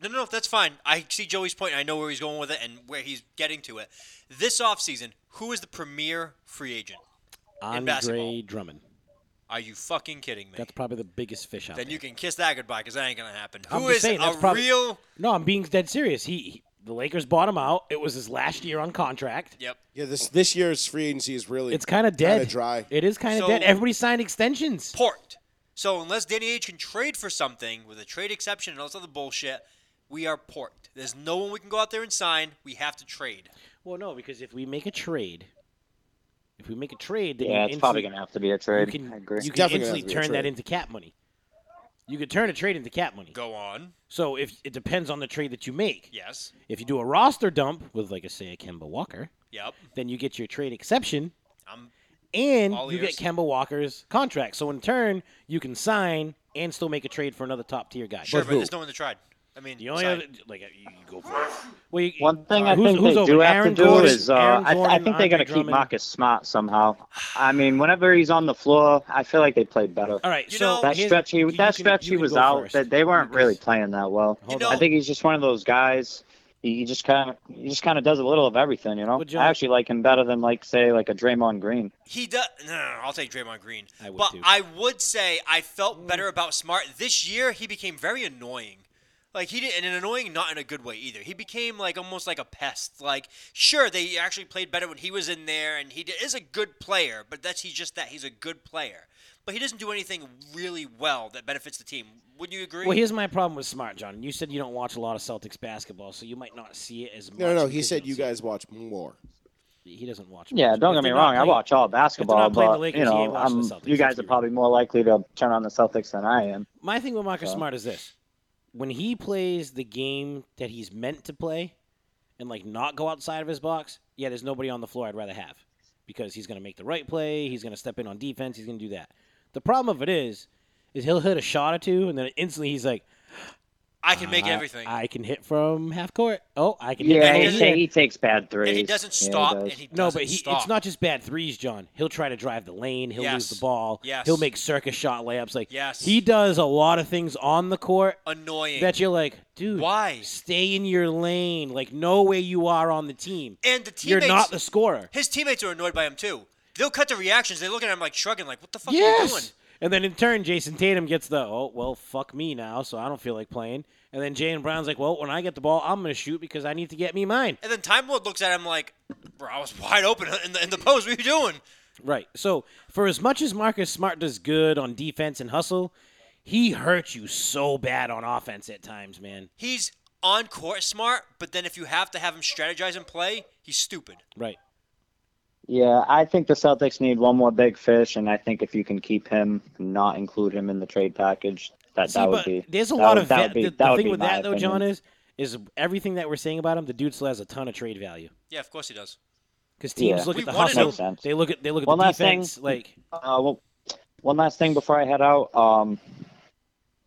Speaker 4: No, no, no, that's fine. I see Joey's point. and I know where he's going with it and where he's getting to it. This offseason, who is the premier free agent? basketball.
Speaker 5: Andre Drummond.
Speaker 4: Are you fucking kidding me?
Speaker 5: That's probably the biggest fish out
Speaker 4: then
Speaker 5: there.
Speaker 4: you can kiss that goodbye because that ain't going to happen.
Speaker 5: I'm
Speaker 4: who
Speaker 5: just
Speaker 4: is
Speaker 5: saying,
Speaker 4: a
Speaker 5: that's probably-
Speaker 4: real.
Speaker 5: No, I'm being dead serious. He, he the Lakers bought him out. It was his last year on contract.
Speaker 4: Yep.
Speaker 1: Yeah, this this year's free agency is really
Speaker 5: It's kind of dead.
Speaker 1: Kinda dry.
Speaker 5: It is kind of
Speaker 4: So-
Speaker 5: dead. Everybody signed extensions.
Speaker 4: Port. So unless Danny H can trade for something with a trade exception and all this other bullshit, we are porked. There's no one we can go out there and sign. We have to trade.
Speaker 5: Well, no, because if we make a trade, if we make a trade, then
Speaker 7: Yeah,
Speaker 5: you
Speaker 7: it's probably
Speaker 5: instant-
Speaker 7: gonna have to be a trade.
Speaker 5: You can,
Speaker 7: I agree.
Speaker 5: You can
Speaker 1: Definitely gonna have
Speaker 5: instantly
Speaker 1: to be a
Speaker 5: turn that
Speaker 1: trade.
Speaker 5: into cap money. You could turn a trade into cap money.
Speaker 4: Go on.
Speaker 5: So if it depends on the trade that you make.
Speaker 4: Yes.
Speaker 5: If you do a roster dump with, like, a, say, a Kemba Walker,
Speaker 4: Yep.
Speaker 5: then you get your trade exception,
Speaker 4: I'm
Speaker 5: and
Speaker 4: All
Speaker 5: you
Speaker 4: ears.
Speaker 5: get Kemba Walker's contract. So in turn, you can sign and still make a trade for another top tier guy.
Speaker 4: sure, but,
Speaker 1: who?
Speaker 4: there's no one to trade. I mean,
Speaker 5: The only
Speaker 4: sign.
Speaker 5: other, like uh, you you go for it. Well, you,
Speaker 7: One thing I
Speaker 5: Uh, who's-
Speaker 7: think
Speaker 5: who's
Speaker 7: they
Speaker 5: over?
Speaker 7: do have
Speaker 5: Aaron
Speaker 7: to do
Speaker 5: Gordon,
Speaker 7: is uh,
Speaker 5: Aaron
Speaker 7: I, I
Speaker 5: Gordon,
Speaker 7: think they
Speaker 5: Andre
Speaker 7: got to keep
Speaker 5: Drummond.
Speaker 7: Marcus Smart somehow. I mean, whenever he's on the floor, I feel like they play better.
Speaker 5: All right,
Speaker 4: You
Speaker 5: so
Speaker 4: know-
Speaker 7: That
Speaker 5: here's-
Speaker 7: stretch he
Speaker 5: you
Speaker 7: that
Speaker 5: can-
Speaker 7: stretch
Speaker 5: you
Speaker 7: he
Speaker 5: can
Speaker 7: was
Speaker 5: go
Speaker 7: out
Speaker 5: first.
Speaker 7: that they weren't
Speaker 5: Lucas,
Speaker 7: really playing that well.
Speaker 5: Hold
Speaker 4: You
Speaker 5: on.
Speaker 4: know-
Speaker 7: I think he's just one of those guys. He he just kind of he just kind of does a little of everything, you know.
Speaker 5: Well, John-
Speaker 7: I actually like him better than like say like a Draymond Green.
Speaker 4: He does. No, no, no, I'll take Draymond Green.
Speaker 5: I would
Speaker 4: but
Speaker 5: too. Mm.
Speaker 4: I would say I felt better about Smart this year. He became very annoying. Like he did, and an annoying not in a good way either. He became like almost like a pest. Like sure, they actually played better when he was in there, and he d- is a good player. But that's he's just that he's a good player. but he doesn't do anything really well that benefits the team. Wouldn't you agree?
Speaker 5: Well, here's my problem with Smart, John. You said you don't watch a lot of Celtics basketball, so you might not see it as much.
Speaker 1: No, no, no.
Speaker 5: because
Speaker 1: He said
Speaker 5: don't
Speaker 1: you
Speaker 5: see
Speaker 1: guys watch more.
Speaker 5: it. He doesn't watch.
Speaker 7: Yeah,
Speaker 5: much.
Speaker 7: don't
Speaker 5: If
Speaker 7: get me
Speaker 5: they're not
Speaker 7: wrong. I
Speaker 5: playing-
Speaker 7: watch all basketball,
Speaker 5: playing the
Speaker 7: but
Speaker 5: Lakers,
Speaker 7: you
Speaker 5: he
Speaker 7: know,
Speaker 5: ain't watching the
Speaker 7: I'm-
Speaker 5: Celtics,
Speaker 7: you
Speaker 5: let's
Speaker 7: guys
Speaker 5: be
Speaker 7: are probably more likely to turn on the Celtics than I am.
Speaker 5: My thing with Marcus
Speaker 7: So-
Speaker 5: Smart is this: when he plays the game that he's meant to play, and like not go outside of his box, yeah, there's nobody on the floor I'd rather have because he's going to make the right play, he's going to step in on defense, he's going to do that. The problem of it is, is he'll hit a shot or two, and then instantly he's like,
Speaker 4: I can make
Speaker 5: "I-
Speaker 4: everything.
Speaker 5: I can hit from half court. Oh, I can hit
Speaker 7: Yeah, he,
Speaker 5: from
Speaker 4: doesn't-
Speaker 5: here."
Speaker 7: ta- he takes bad threes.
Speaker 4: and he doesn't
Speaker 7: Yeah, he
Speaker 4: stop.
Speaker 7: does.
Speaker 4: and he
Speaker 5: No,
Speaker 4: doesn't
Speaker 5: but he,
Speaker 4: stop.
Speaker 5: it's not just bad threes, John. He'll try to drive the lane. He'll lose
Speaker 4: Yes.
Speaker 5: the ball.
Speaker 4: Yes.
Speaker 5: He'll make circus shot layups. Like
Speaker 4: Yes.
Speaker 5: he does a lot of things on the court
Speaker 4: annoying.
Speaker 5: that you're like, dude,
Speaker 4: Why?
Speaker 5: Stay in your lane. Like know where you are on the team.
Speaker 4: and the teammates,
Speaker 5: You're not the scorer.
Speaker 4: his teammates are annoyed by him too. They'll cut the reactions. They look at him like shrugging, like "What the fuck are you doing?"
Speaker 5: Yes. And then in turn, Jason Tatum gets the oh well, fuck me now, so I don't feel like playing. And then Jalen Brown's like, well, when I get the ball, I'm gonna shoot because I need to get me mine.
Speaker 4: And then Time Lord looks at him like, "Bro, I was wide open in the, in the post. What are you doing?"
Speaker 5: Right. So for as much as Marcus Smart does good on defense and hustle, he hurts you so bad on offense at times, man.
Speaker 4: He's on court smart, but then if you have to have him strategize and play, he's stupid.
Speaker 5: Right.
Speaker 7: Yeah, I think the Celtics need one more big fish, and I think if you can keep him, not include him in the trade package, that
Speaker 5: See,
Speaker 7: that
Speaker 5: but
Speaker 7: would be.
Speaker 5: there's a
Speaker 7: that
Speaker 5: lot
Speaker 7: would-
Speaker 5: of
Speaker 7: that
Speaker 5: va-
Speaker 7: would be-
Speaker 5: the,
Speaker 7: that
Speaker 5: the
Speaker 7: would
Speaker 5: thing
Speaker 7: be
Speaker 5: with
Speaker 7: my
Speaker 5: that though, John,
Speaker 7: opinion.
Speaker 5: is is everything that we're saying about him, the dude still has a ton of trade value.
Speaker 4: Yeah, of course he does.
Speaker 5: Because teams
Speaker 7: Yeah.
Speaker 5: look
Speaker 4: We
Speaker 5: at the
Speaker 4: wanted
Speaker 5: hustle,
Speaker 7: him. Makes sense.
Speaker 5: they look at they look at
Speaker 7: One
Speaker 5: the
Speaker 7: last thing.
Speaker 5: defense. Like
Speaker 7: Uh, well, one last thing before I head out. Um,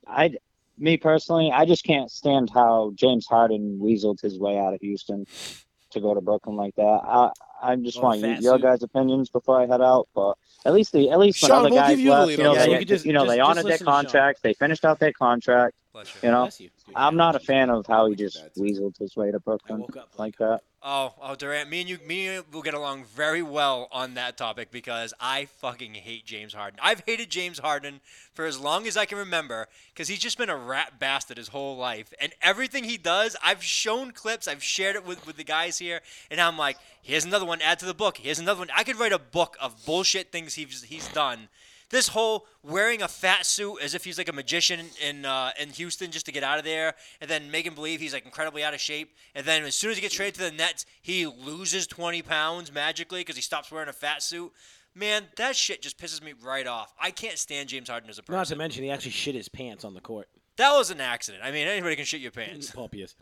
Speaker 7: I, me personally, I just can't stand how James Harden weaseled his way out of Houston to go to Brooklyn like that. I, I just
Speaker 5: Oh,
Speaker 7: want
Speaker 5: the
Speaker 7: y-
Speaker 5: fat
Speaker 7: your
Speaker 5: suit.
Speaker 7: guys' opinions before I head out. But at least the at least when
Speaker 1: Sean,
Speaker 7: other
Speaker 1: we'll
Speaker 7: guys
Speaker 1: give you the
Speaker 7: left,
Speaker 1: lead
Speaker 7: you
Speaker 1: on
Speaker 7: know,
Speaker 1: that.
Speaker 7: they,
Speaker 1: Yeah, you
Speaker 5: could just-
Speaker 7: you know,
Speaker 5: just-
Speaker 7: they
Speaker 5: just
Speaker 7: honored their
Speaker 5: listen to Sean.
Speaker 7: contracts. They finished out their contract.
Speaker 4: Bless you.
Speaker 7: You know,
Speaker 5: bless you. dude.
Speaker 7: I'm not a fan of how he just weaseled his way
Speaker 5: I
Speaker 7: to Brooklyn
Speaker 5: woke up
Speaker 7: like that.
Speaker 4: Oh, oh, Durant. Me and you, me and you will get along very well on that topic because I fucking hate James Harden. I've hated James Harden for as long as I can remember because he's just been a rat bastard his whole life. And everything he does, I've shown clips, I've shared it with, with the guys here, and I'm like, here's another one. Add to the book. Here's another one. I could write a book of bullshit things he's he's done. This whole wearing a fat suit as if he's like a magician in uh, in Houston just to get out of there, and then make him believe he's like incredibly out of shape, and then as soon as he gets traded to the Nets, he loses 20 pounds magically because he stops wearing a fat suit. Man, that shit just pisses me right off. I can't stand James Harden as a
Speaker 5: Not to
Speaker 4: person.
Speaker 5: mention he actually shit his pants on the court.
Speaker 4: That was an accident. I mean, anybody can shit your pants.
Speaker 5: Pulpius.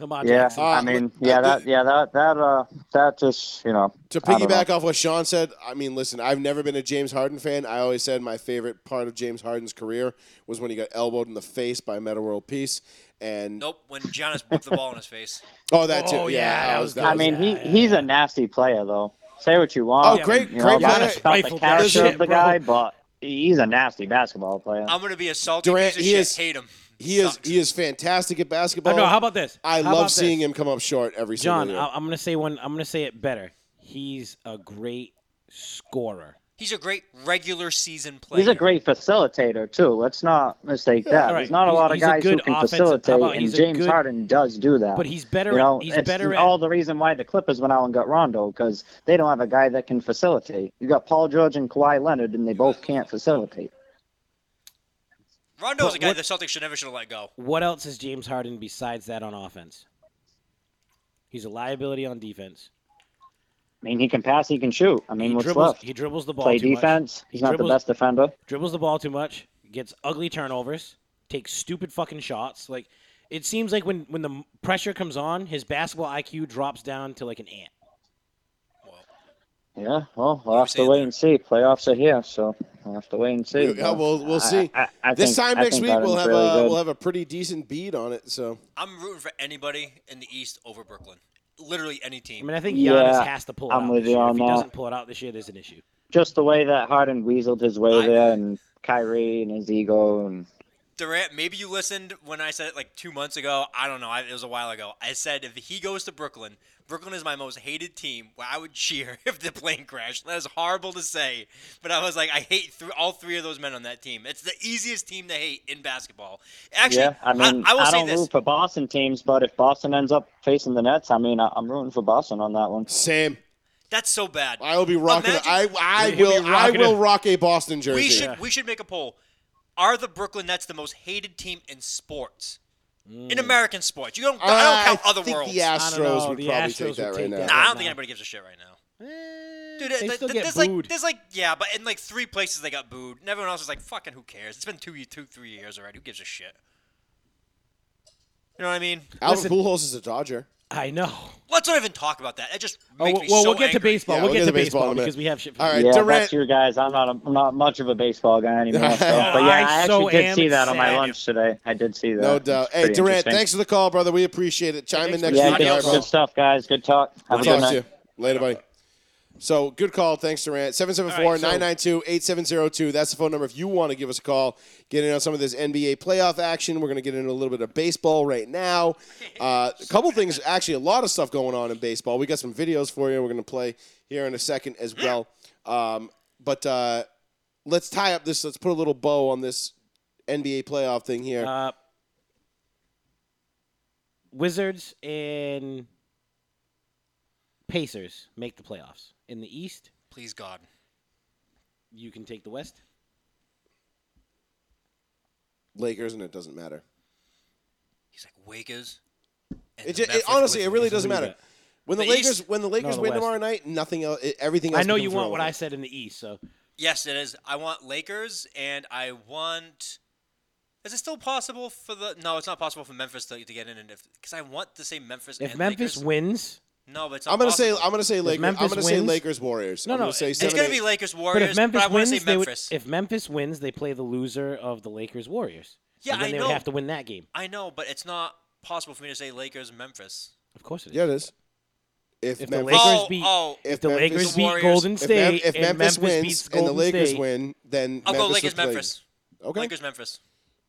Speaker 5: Lamar
Speaker 7: Yeah,
Speaker 5: Jackson.
Speaker 7: I
Speaker 1: Uh,
Speaker 7: mean,
Speaker 1: but-
Speaker 7: yeah,
Speaker 1: uh,
Speaker 7: that, yeah, that, that, uh, that just, you know,
Speaker 1: To
Speaker 7: I don't know.
Speaker 1: piggyback off what Sean said, I mean, listen, I've never been a James Harden fan. I always said my favorite part of James Harden's career was when he got elbowed in the face by Meta World Peace. And
Speaker 4: Nope, when Giannis whipped the ball in his face.
Speaker 1: oh, that too.
Speaker 5: Oh,
Speaker 1: yeah,
Speaker 5: yeah, that was good.
Speaker 7: I mean, he,
Speaker 5: Yeah, yeah,
Speaker 7: he's a nasty player, though. Say what you want.
Speaker 1: Oh, great-
Speaker 7: you know,
Speaker 1: great
Speaker 7: about
Speaker 1: player.
Speaker 7: the- about the
Speaker 5: Rifle
Speaker 7: character
Speaker 1: down shit,
Speaker 7: of the
Speaker 5: bro.
Speaker 7: guy, but he's a nasty basketball player.
Speaker 4: I'm gonna be a salty
Speaker 1: Durant,
Speaker 4: piece of
Speaker 1: he
Speaker 4: shit.
Speaker 1: is-
Speaker 4: Hate him.
Speaker 1: He is
Speaker 4: Sucks.
Speaker 1: he is fantastic at basketball.
Speaker 5: Oh, no, how about this?
Speaker 1: I
Speaker 5: How
Speaker 1: love
Speaker 5: about
Speaker 1: seeing
Speaker 5: this?
Speaker 1: him come up short every
Speaker 5: John,
Speaker 1: single year.
Speaker 5: I, I'm gonna say one. I'm gonna say it better. He's a great scorer.
Speaker 4: He's a great regular season player.
Speaker 7: he's a great facilitator, too. Let's not mistake that.
Speaker 5: all right.
Speaker 7: There's not
Speaker 5: He's-
Speaker 7: a lot of
Speaker 5: he's a
Speaker 7: guys who
Speaker 5: good
Speaker 7: can
Speaker 5: offensive- how
Speaker 7: facilitate,
Speaker 5: about
Speaker 7: and
Speaker 5: he's a
Speaker 7: James
Speaker 5: good-
Speaker 7: Harden does do that.
Speaker 5: But he's better.
Speaker 7: you know,
Speaker 5: at, he's
Speaker 7: it's
Speaker 5: better at
Speaker 7: all the reason why the Clippers went out and got Rondo because they don't have a guy that can facilitate. You got Paul George and Kawhi Leonard, and they both can't facilitate.
Speaker 4: Rondo is
Speaker 5: But
Speaker 4: a guy
Speaker 5: what-
Speaker 4: the Celtics should never should have let go.
Speaker 5: What else is James Harden besides that on offense? He's a liability on defense.
Speaker 7: I mean, he can pass, he can shoot. I mean,
Speaker 5: he
Speaker 7: what's
Speaker 5: dribbles.
Speaker 7: left?
Speaker 5: He dribbles the ball.
Speaker 7: Play
Speaker 5: too much.
Speaker 7: defense.
Speaker 5: He
Speaker 7: He's not the
Speaker 5: dribbles-
Speaker 7: best defender.
Speaker 5: dribbles the ball too much, gets ugly turnovers, takes stupid fucking shots. Like it seems like when when the m- pressure comes on, his basketball IQ drops down to like an ant.
Speaker 7: Yeah, well,
Speaker 4: were
Speaker 7: we'll have to
Speaker 4: saying
Speaker 7: wait
Speaker 4: there.
Speaker 7: and see. Playoffs are here, so we'll have to wait and see.
Speaker 1: Yeah,
Speaker 7: but
Speaker 1: we'll- we'll
Speaker 7: I-
Speaker 1: see.
Speaker 7: I- I
Speaker 1: this
Speaker 7: think-
Speaker 1: time
Speaker 7: I
Speaker 1: next
Speaker 7: think
Speaker 1: week we'll
Speaker 7: Harden's
Speaker 1: have
Speaker 7: really
Speaker 1: a
Speaker 7: good.
Speaker 1: we'll have a pretty decent bead on it. So
Speaker 4: I'm rooting for anybody in the East over Brooklyn. Literally any
Speaker 5: I
Speaker 4: team.
Speaker 5: mean, I think Giannis
Speaker 7: Yeah,
Speaker 5: has to pull it
Speaker 7: I'm
Speaker 5: out
Speaker 7: with
Speaker 5: this
Speaker 7: you
Speaker 5: year.
Speaker 7: on
Speaker 5: if he
Speaker 7: that.
Speaker 5: doesn't pull it out this year, there's an issue.
Speaker 7: just the way that Harden weaseled his way
Speaker 4: I-
Speaker 7: there, and Kyrie and his ego, and
Speaker 4: Durant, maybe you listened when I said it like two months ago. I don't know. I, it was a while ago. I said if he goes to Brooklyn, Brooklyn is my most hated team. Well, I would cheer if the plane crashed. That is horrible to say, but I was like, I hate th- all three of those men on that team. It's the easiest team to hate in basketball. Actually,
Speaker 7: yeah, I mean,
Speaker 4: I, will say
Speaker 7: don't
Speaker 4: this.
Speaker 7: root for Boston teams, but if Boston ends up facing the Nets, I mean, I, I'm rooting for Boston on that one.
Speaker 1: Sam,
Speaker 4: That's so bad.
Speaker 1: I will be rocking. I
Speaker 4: Imagine-
Speaker 1: I
Speaker 5: He'll be
Speaker 1: will. I
Speaker 5: rocking
Speaker 1: will
Speaker 5: it.
Speaker 1: rock a Boston jersey.
Speaker 4: We should we should make a poll. Are the Brooklyn Nets the most hated team in sports?
Speaker 5: Mm.
Speaker 4: In American sports, you don't. I don't count other
Speaker 1: think
Speaker 4: worlds.
Speaker 1: The
Speaker 5: don't
Speaker 1: Astros
Speaker 5: know,
Speaker 1: would
Speaker 5: the
Speaker 1: probably
Speaker 5: Astros
Speaker 1: take
Speaker 5: would
Speaker 1: that right
Speaker 5: take
Speaker 1: now.
Speaker 5: that.
Speaker 4: Nah, I don't
Speaker 5: Nah.
Speaker 4: think anybody gives a shit right now. Dude,
Speaker 1: Eh,
Speaker 5: Dude,
Speaker 4: th-
Speaker 5: they
Speaker 4: th-
Speaker 5: still
Speaker 4: th-
Speaker 5: get
Speaker 4: there's
Speaker 5: booed.
Speaker 4: like there's like yeah, but in like three places they got booed, and everyone else is like, "Fucking who cares?" It's been two, ye- two, three years already. Who gives a shit? You know what I mean?
Speaker 1: Albert
Speaker 5: Listen-
Speaker 1: Pujols is a Dodger.
Speaker 5: I know.
Speaker 4: Let's not even talk about that. It just
Speaker 5: Oh,
Speaker 4: makes
Speaker 5: well,
Speaker 4: me
Speaker 5: well,
Speaker 4: so
Speaker 5: we'll get to
Speaker 4: angry.
Speaker 5: baseball.
Speaker 1: Yeah,
Speaker 5: we'll, get to baseball,
Speaker 1: in a minute.
Speaker 5: because we have shit. For
Speaker 1: All right,
Speaker 7: yeah,
Speaker 1: Durant.
Speaker 7: that's you guys. I'm not a, not much of a baseball guy anymore. So. But yeah, I,
Speaker 5: I
Speaker 7: actually
Speaker 5: so
Speaker 7: did see
Speaker 5: am
Speaker 7: that on my
Speaker 5: sad.
Speaker 7: lunch today. I did see that.
Speaker 1: No doubt.
Speaker 7: It's
Speaker 1: Hey,
Speaker 7: pretty
Speaker 1: Durant,
Speaker 7: interesting.
Speaker 1: thanks for the call, brother. We appreciate it. Chime in next
Speaker 7: Yeah,
Speaker 1: week.
Speaker 7: good,
Speaker 1: All right, bro.
Speaker 7: good stuff, guys. Good talk. Have a
Speaker 1: We'll
Speaker 7: good
Speaker 1: talk to
Speaker 7: night.
Speaker 1: you. Later, buddy. So good call. Thanks, Durant. 774-992-8702. That's the phone number if you want to give us a call. Get in on some of this NBA playoff action. We're going to get into a little bit of baseball right now. Uh, a couple things, actually, a lot of stuff going on in baseball. We got some videos for you. We're going to play here in a second as well. Um, but uh, let's tie up this. Let's put a little bow on this NBA playoff thing here.
Speaker 5: Uh, Wizards and Pacers make the playoffs in the East.
Speaker 4: Please God.
Speaker 5: You can take the West.
Speaker 1: Lakers, and it doesn't matter.
Speaker 4: He's like Wakers.
Speaker 1: It,
Speaker 4: and the
Speaker 1: ju- it
Speaker 4: Memphis
Speaker 1: honestly, it really doesn't
Speaker 4: Grizzlies.
Speaker 5: Who's
Speaker 1: matter.
Speaker 5: that?
Speaker 1: When the,
Speaker 4: The
Speaker 1: Lakers,
Speaker 4: East?
Speaker 1: when the Lakers
Speaker 5: the
Speaker 1: win
Speaker 5: West.
Speaker 1: tomorrow night, nothing else, it- everything else.
Speaker 5: I know you
Speaker 1: becomes
Speaker 5: want what I
Speaker 1: irrelevant.
Speaker 5: said in the East, so
Speaker 4: Yes, it is. I want Lakers, and I want. Is it still possible for the? No, it's not possible for Memphis to, to get in, and if because I want to say Memphis.
Speaker 5: if
Speaker 4: and
Speaker 5: Memphis
Speaker 4: Lakers.
Speaker 5: wins,
Speaker 4: no, but it's not
Speaker 1: I'm gonna say
Speaker 4: possible.
Speaker 1: I'm gonna say Lakers. I'm
Speaker 5: Memphis
Speaker 1: gonna say
Speaker 5: wins-
Speaker 1: Lakers Warriors.
Speaker 5: No,
Speaker 1: I'm
Speaker 5: no,
Speaker 1: gonna say
Speaker 5: it's
Speaker 4: it's
Speaker 1: seven,
Speaker 4: gonna
Speaker 1: eight.
Speaker 4: be Lakers
Speaker 5: but
Speaker 4: Warriors.
Speaker 5: if Memphis
Speaker 4: I want
Speaker 5: wins,
Speaker 4: to say
Speaker 5: they would,
Speaker 4: Memphis.
Speaker 5: if Memphis wins, they play the loser of the Lakers Warriors.
Speaker 4: Yeah,
Speaker 5: and then
Speaker 4: I
Speaker 5: they
Speaker 4: know.
Speaker 5: would have to win that game.
Speaker 4: I know, but it's not possible for me to say Lakers Memphis.
Speaker 5: Of course it is.
Speaker 1: Yeah, it is. If,
Speaker 5: If the
Speaker 1: Memphis,
Speaker 5: Lakers
Speaker 4: oh,
Speaker 5: beat-
Speaker 4: oh,
Speaker 1: if
Speaker 5: If the
Speaker 1: Memphis-
Speaker 5: Lakers
Speaker 4: The
Speaker 5: beat
Speaker 4: Warriors-
Speaker 5: Golden
Speaker 1: if, Mem-
Speaker 5: State,
Speaker 1: if
Speaker 5: and
Speaker 1: Memphis, wins
Speaker 5: beats
Speaker 1: and
Speaker 5: Golden
Speaker 1: the Lakers
Speaker 5: State,
Speaker 1: win, then
Speaker 4: I'll
Speaker 1: Memphis
Speaker 4: go Lakers
Speaker 1: would play.
Speaker 4: Memphis.
Speaker 1: Okay,
Speaker 4: Lakers Memphis.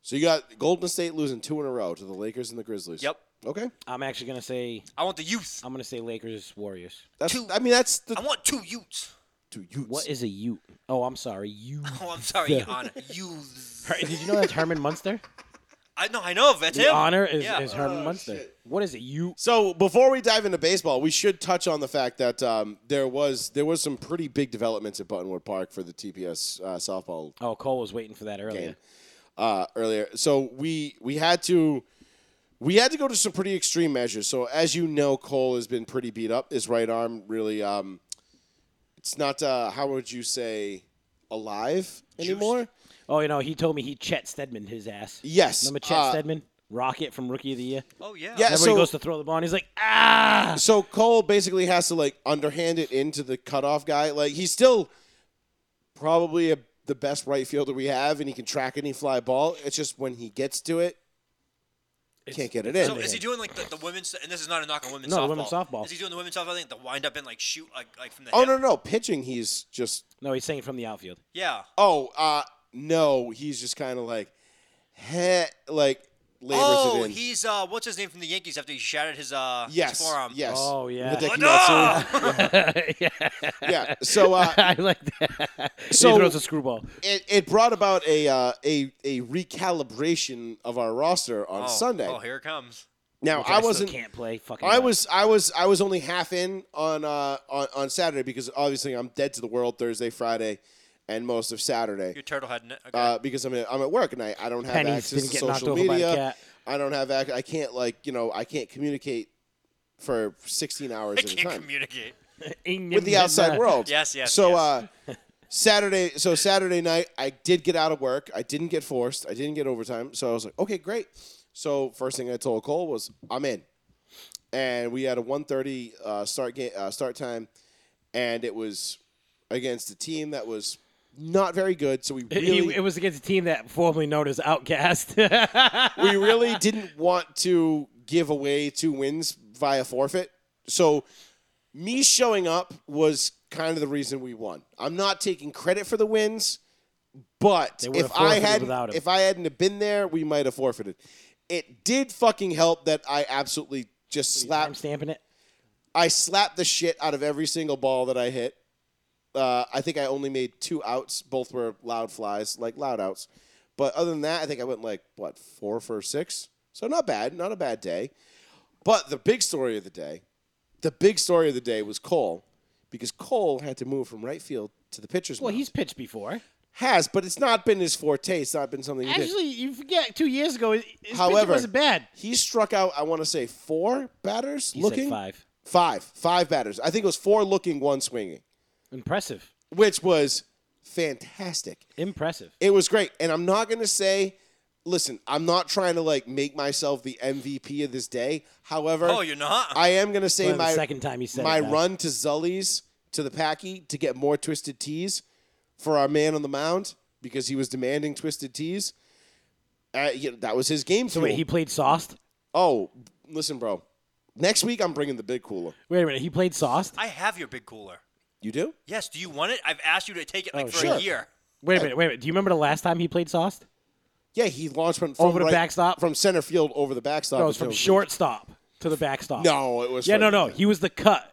Speaker 1: so you got Golden State losing two in a row to the Lakers and the Grizzlies.
Speaker 4: Yep.
Speaker 1: Okay,
Speaker 5: I'm actually gonna say
Speaker 4: I want the youth.
Speaker 5: I'm gonna say Lakers Warriors.
Speaker 1: that's.
Speaker 4: Two.
Speaker 1: I mean, that's the
Speaker 4: I want two youths.
Speaker 1: two Utes.
Speaker 5: What is a Ute? Oh, I'm sorry, you.
Speaker 4: Oh, I'm sorry,
Speaker 5: Yeah.
Speaker 4: Your Honor. Youths.
Speaker 5: Did you know that's Herman Munster?
Speaker 4: I know, I know. That's
Speaker 5: The
Speaker 4: him.
Speaker 5: honor is,
Speaker 4: Yeah.
Speaker 5: is Herman
Speaker 1: Oh,
Speaker 5: Munster.
Speaker 1: shit.
Speaker 5: What is it? You
Speaker 1: So before we dive into baseball, we should touch on the fact that um, there was there was some pretty big developments at Buttonwood Park for the TPS uh, softball
Speaker 5: Oh, Cole was waiting for that earlier.
Speaker 1: game uh, earlier. So we we had to we had to go to some pretty extreme measures. So as you know, Cole has been pretty beat up. His right arm really um, it's not uh, how would you say alive anymore.
Speaker 5: Oh, you know, he told me he Chet Stedman his ass.
Speaker 1: Yes,
Speaker 5: Remember Chet
Speaker 1: uh,
Speaker 5: Stedman? Rocket from Rookie of the Year.
Speaker 4: Oh yeah.
Speaker 1: Yeah,
Speaker 5: Remember
Speaker 1: so
Speaker 5: he goes to throw the ball and he's like, ah!
Speaker 1: So Cole basically has to like underhand it into the cutoff guy. Like he's still probably a, the best right fielder we have, and he can track any fly ball. It's just when he gets to it, can't get it in.
Speaker 4: So is he doing like the, the women's? And this is not a knock on women's
Speaker 5: No,
Speaker 4: softball.
Speaker 5: the women's softball.
Speaker 4: Is he doing the women's softball thing? The wind up and like shoot like, like from the.
Speaker 1: oh
Speaker 4: hip?
Speaker 1: no, no, no, pitching. He's just
Speaker 5: No, he's saying from the outfield.
Speaker 4: Yeah.
Speaker 1: oh uh no, he's just kind of like heh, like labors
Speaker 4: Oh,
Speaker 1: it in.
Speaker 4: he's uh, what's his name from the Yankees after he shattered his uh, his
Speaker 1: yes,
Speaker 4: forearm.
Speaker 1: yes.
Speaker 5: Oh, yeah.
Speaker 1: Hideki
Speaker 4: Oh,
Speaker 1: Matsui.
Speaker 4: no!
Speaker 5: yeah.
Speaker 1: yeah. So uh,
Speaker 5: I like that.
Speaker 1: So-
Speaker 5: he throws a screwball.
Speaker 1: it, it brought about a uh, a a recalibration of our roster on
Speaker 4: Oh,
Speaker 1: Sunday.
Speaker 4: Oh, here it comes.
Speaker 1: now
Speaker 5: which
Speaker 1: I
Speaker 5: still
Speaker 1: wasn't
Speaker 5: can't play. Fucking.
Speaker 1: I
Speaker 5: nuts.
Speaker 1: was I was I was only half in on uh on, on Saturday because obviously I'm dead to the world Thursday, Friday, and most of Saturday.
Speaker 4: Your turtle head. Okay.
Speaker 1: Uh, because I'm at, I'm at work and I, I don't have
Speaker 5: Pennies
Speaker 1: access
Speaker 5: didn't
Speaker 1: to
Speaker 5: get knocked
Speaker 1: social
Speaker 5: over by the
Speaker 1: media.
Speaker 5: cat.
Speaker 1: I don't have ac- I can't like you know I can't communicate for 16 hours
Speaker 4: I
Speaker 1: at a
Speaker 4: can't
Speaker 1: time
Speaker 4: communicate.
Speaker 1: with the
Speaker 5: uh,
Speaker 1: outside world.
Speaker 4: Yes, yes,
Speaker 1: So
Speaker 4: yes.
Speaker 1: uh Saturday so Saturday night I did get out of work. I didn't get forced. I didn't get overtime. So I was like, okay, great. So first thing I told Cole was I'm in. And we had a 1:30 uh, start game uh, start time and it was against a team that was not very good. So we
Speaker 5: It,
Speaker 1: really
Speaker 5: it was against a team that formerly known as Outcast.
Speaker 1: we really didn't want to give away two wins via forfeit. So me showing up was kind of the reason we won. I'm not taking credit for the wins, but
Speaker 5: They would
Speaker 1: if
Speaker 5: have
Speaker 1: I
Speaker 5: forfeited
Speaker 1: had
Speaker 5: without him.
Speaker 1: if I hadn't have been there, we might have forfeited. It did fucking help that I absolutely just
Speaker 5: I'm
Speaker 1: slapped
Speaker 5: stamping it.
Speaker 1: I slapped the shit out of every single ball that I hit. Uh, I think I only made two outs. Both were loud flies, like loud outs. But other than that, I think I went like what four for six. So not bad, not a bad day. But the big story of the day, the big story of the day was Cole because Cole had to move from right field to the pitcher's
Speaker 5: Well,
Speaker 1: mound.
Speaker 5: he's pitched before.
Speaker 1: has, but it's not been his forte. It's not been something he did.
Speaker 5: Actually, you forget two years ago. His pitching
Speaker 1: However,
Speaker 5: wasn't bad.
Speaker 1: He struck out, I want to say, four batters
Speaker 5: He
Speaker 1: looking?
Speaker 5: said five.
Speaker 1: Five. Five batters. I think it was four looking, one swinging,
Speaker 5: Impressive.
Speaker 1: which was fantastic.
Speaker 5: Impressive.
Speaker 1: It was great. And I'm not going to say, listen, I'm not trying to like make myself the MVP of this day. However,
Speaker 4: Oh, you're not.
Speaker 1: I am going to
Speaker 5: Well,
Speaker 1: say
Speaker 5: the
Speaker 1: my
Speaker 5: second time he said
Speaker 1: my
Speaker 5: it now.
Speaker 1: run to Zully's to the Packy to get more twisted tees for our man on the mound because he was demanding twisted tees. Uh, you know, that was his game.
Speaker 5: So wait,
Speaker 1: fuel.
Speaker 5: he played sauced.
Speaker 1: Oh, listen, bro. Next week I'm bringing the big cooler.
Speaker 5: Wait a minute, he played sauced.
Speaker 4: I have your big cooler.
Speaker 1: You do?
Speaker 4: Yes. Do you want it? I've asked you to take it like
Speaker 5: Oh,
Speaker 4: for
Speaker 1: sure.
Speaker 4: a year.
Speaker 5: Wait a minute, wait a minute. Do you remember the last time he played sauced?
Speaker 1: Yeah, he launched from, from
Speaker 5: Over the
Speaker 1: right-
Speaker 5: backstop?
Speaker 1: from center field over the backstop.
Speaker 5: No, it was
Speaker 1: until-
Speaker 5: from shortstop to the backstop.
Speaker 1: No, it was.
Speaker 5: Yeah,
Speaker 1: from-
Speaker 5: no, no. He was the cut.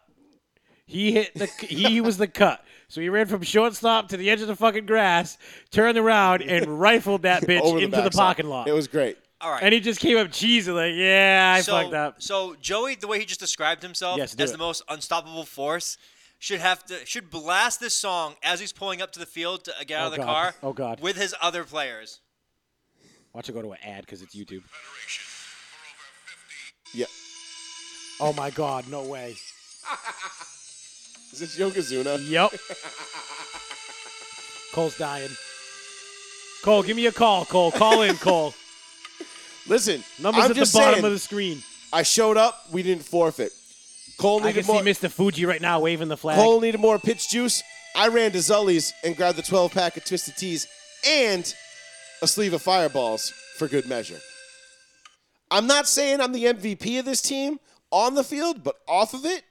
Speaker 5: He hit the. he was the cut. So he ran from shortstop to the edge of the fucking grass, turned around and rifled that bitch
Speaker 1: over
Speaker 5: into the
Speaker 1: backstop.
Speaker 5: parking lot.
Speaker 1: It was great.
Speaker 4: All right.
Speaker 5: and he just came up cheesy like, yeah, I
Speaker 4: so,
Speaker 5: fucked up.
Speaker 4: so Joey, the way he just described himself
Speaker 5: Yes, do
Speaker 4: as
Speaker 5: it.
Speaker 4: the most unstoppable force, should have to should blast this song as he's pulling up to the field to uh, get out of
Speaker 5: Oh,
Speaker 4: the
Speaker 5: God.
Speaker 4: car.
Speaker 5: Oh, God.
Speaker 4: With his other players.
Speaker 5: Watch it go to an ad because it's YouTube.
Speaker 1: Yeah.
Speaker 5: Oh my God, no way.
Speaker 1: Is this Yokozuna?
Speaker 5: Yep. Cole's dying. Cole, give me a call, Cole. Call in, Cole.
Speaker 1: Listen,
Speaker 5: Numbers
Speaker 1: I'm
Speaker 5: at the
Speaker 1: just
Speaker 5: bottom
Speaker 1: saying,
Speaker 5: of the screen.
Speaker 1: I showed up. We didn't forfeit. Cole
Speaker 5: I can
Speaker 1: needed
Speaker 5: see
Speaker 1: more.
Speaker 5: Mr. Fuji right now waving the flag.
Speaker 1: Cole needed more pitch juice. I ran to Zully's and grabbed the 12 pack of Twisted Teas and a sleeve of fireballs for good measure. I'm not saying I'm the MVP of this team on the field, but off of it,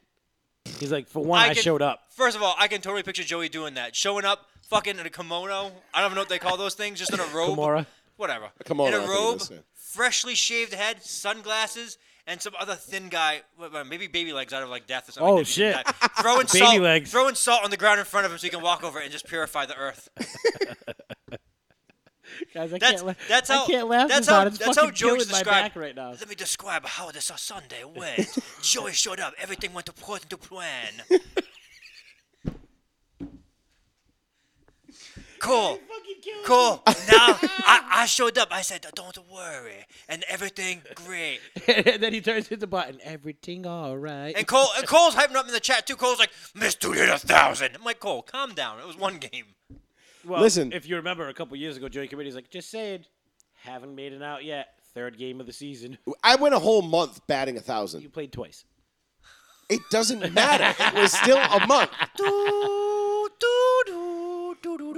Speaker 5: He's like, for one, I,
Speaker 4: can-
Speaker 5: showed up.
Speaker 4: First of all, I can totally picture Joey doing that, showing up fucking in a kimono. I don't even know what they call those things, just in a robe.
Speaker 5: Kimura.
Speaker 4: Whatever. A
Speaker 1: kimono,
Speaker 4: In
Speaker 1: Uh, I
Speaker 4: a
Speaker 1: think it
Speaker 4: robe,
Speaker 1: is, yeah.
Speaker 4: freshly shaved head, sunglasses, and some other thin guy, wh- wh- maybe baby legs out of like death or something.
Speaker 5: Oh,
Speaker 4: like that.
Speaker 5: shit.
Speaker 4: Throwing
Speaker 5: Baby
Speaker 4: salt,
Speaker 5: legs.
Speaker 4: throwing salt on the ground in front of him so he can walk over and just purify the earth.
Speaker 5: Guys, I
Speaker 4: That's
Speaker 5: can't, la-
Speaker 4: that's how
Speaker 5: I can't laugh
Speaker 4: that's
Speaker 5: about
Speaker 4: how
Speaker 5: it. It's
Speaker 4: that's how
Speaker 5: fucking
Speaker 4: Joey
Speaker 5: killing my
Speaker 4: described.
Speaker 5: back right now.
Speaker 4: Let me describe how this Sunday went. Joey showed up. Everything went according to plan. cool. Cool. Now I, I showed up. I said, "Don't worry," and everything great.
Speaker 5: and then he turns hit the button. Everything all right.
Speaker 4: And Cole and Cole's hyping up in the chat too. Cole's like, "This dude hit a thousand. I'm like, "Cole, calm down. It was one game."
Speaker 5: well,
Speaker 1: Listen.
Speaker 5: If you remember a couple years ago, Joey Committee's like, just saying, haven't made it out yet. Third game of the season.
Speaker 1: I went a whole month batting a
Speaker 5: You
Speaker 1: thousand.
Speaker 5: played twice.
Speaker 1: It doesn't matter. it was still a month.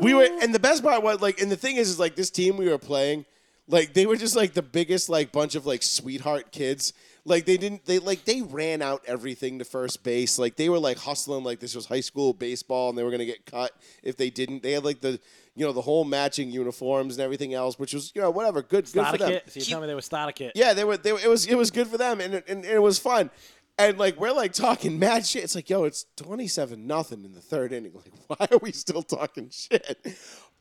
Speaker 1: We were, and the best part was like, and the thing is, is like this team we were playing, like they were just like the biggest like bunch of like sweetheart kids. Like they didn't, they like they ran out everything to first base. Like they were like hustling, like this was high school baseball, and they were gonna get cut if they didn't. They had like the, you know, the whole matching uniforms and everything else, which was you know whatever, good, good for
Speaker 5: Starter
Speaker 1: them.
Speaker 5: kit. So you tell me they were starter kit.
Speaker 1: Yeah, they were. They were, it was it was good for them, and, and and it was fun. And like we're like talking mad shit. It's like, yo, it's twenty seven nothing in the third inning. Like, why are we still talking shit?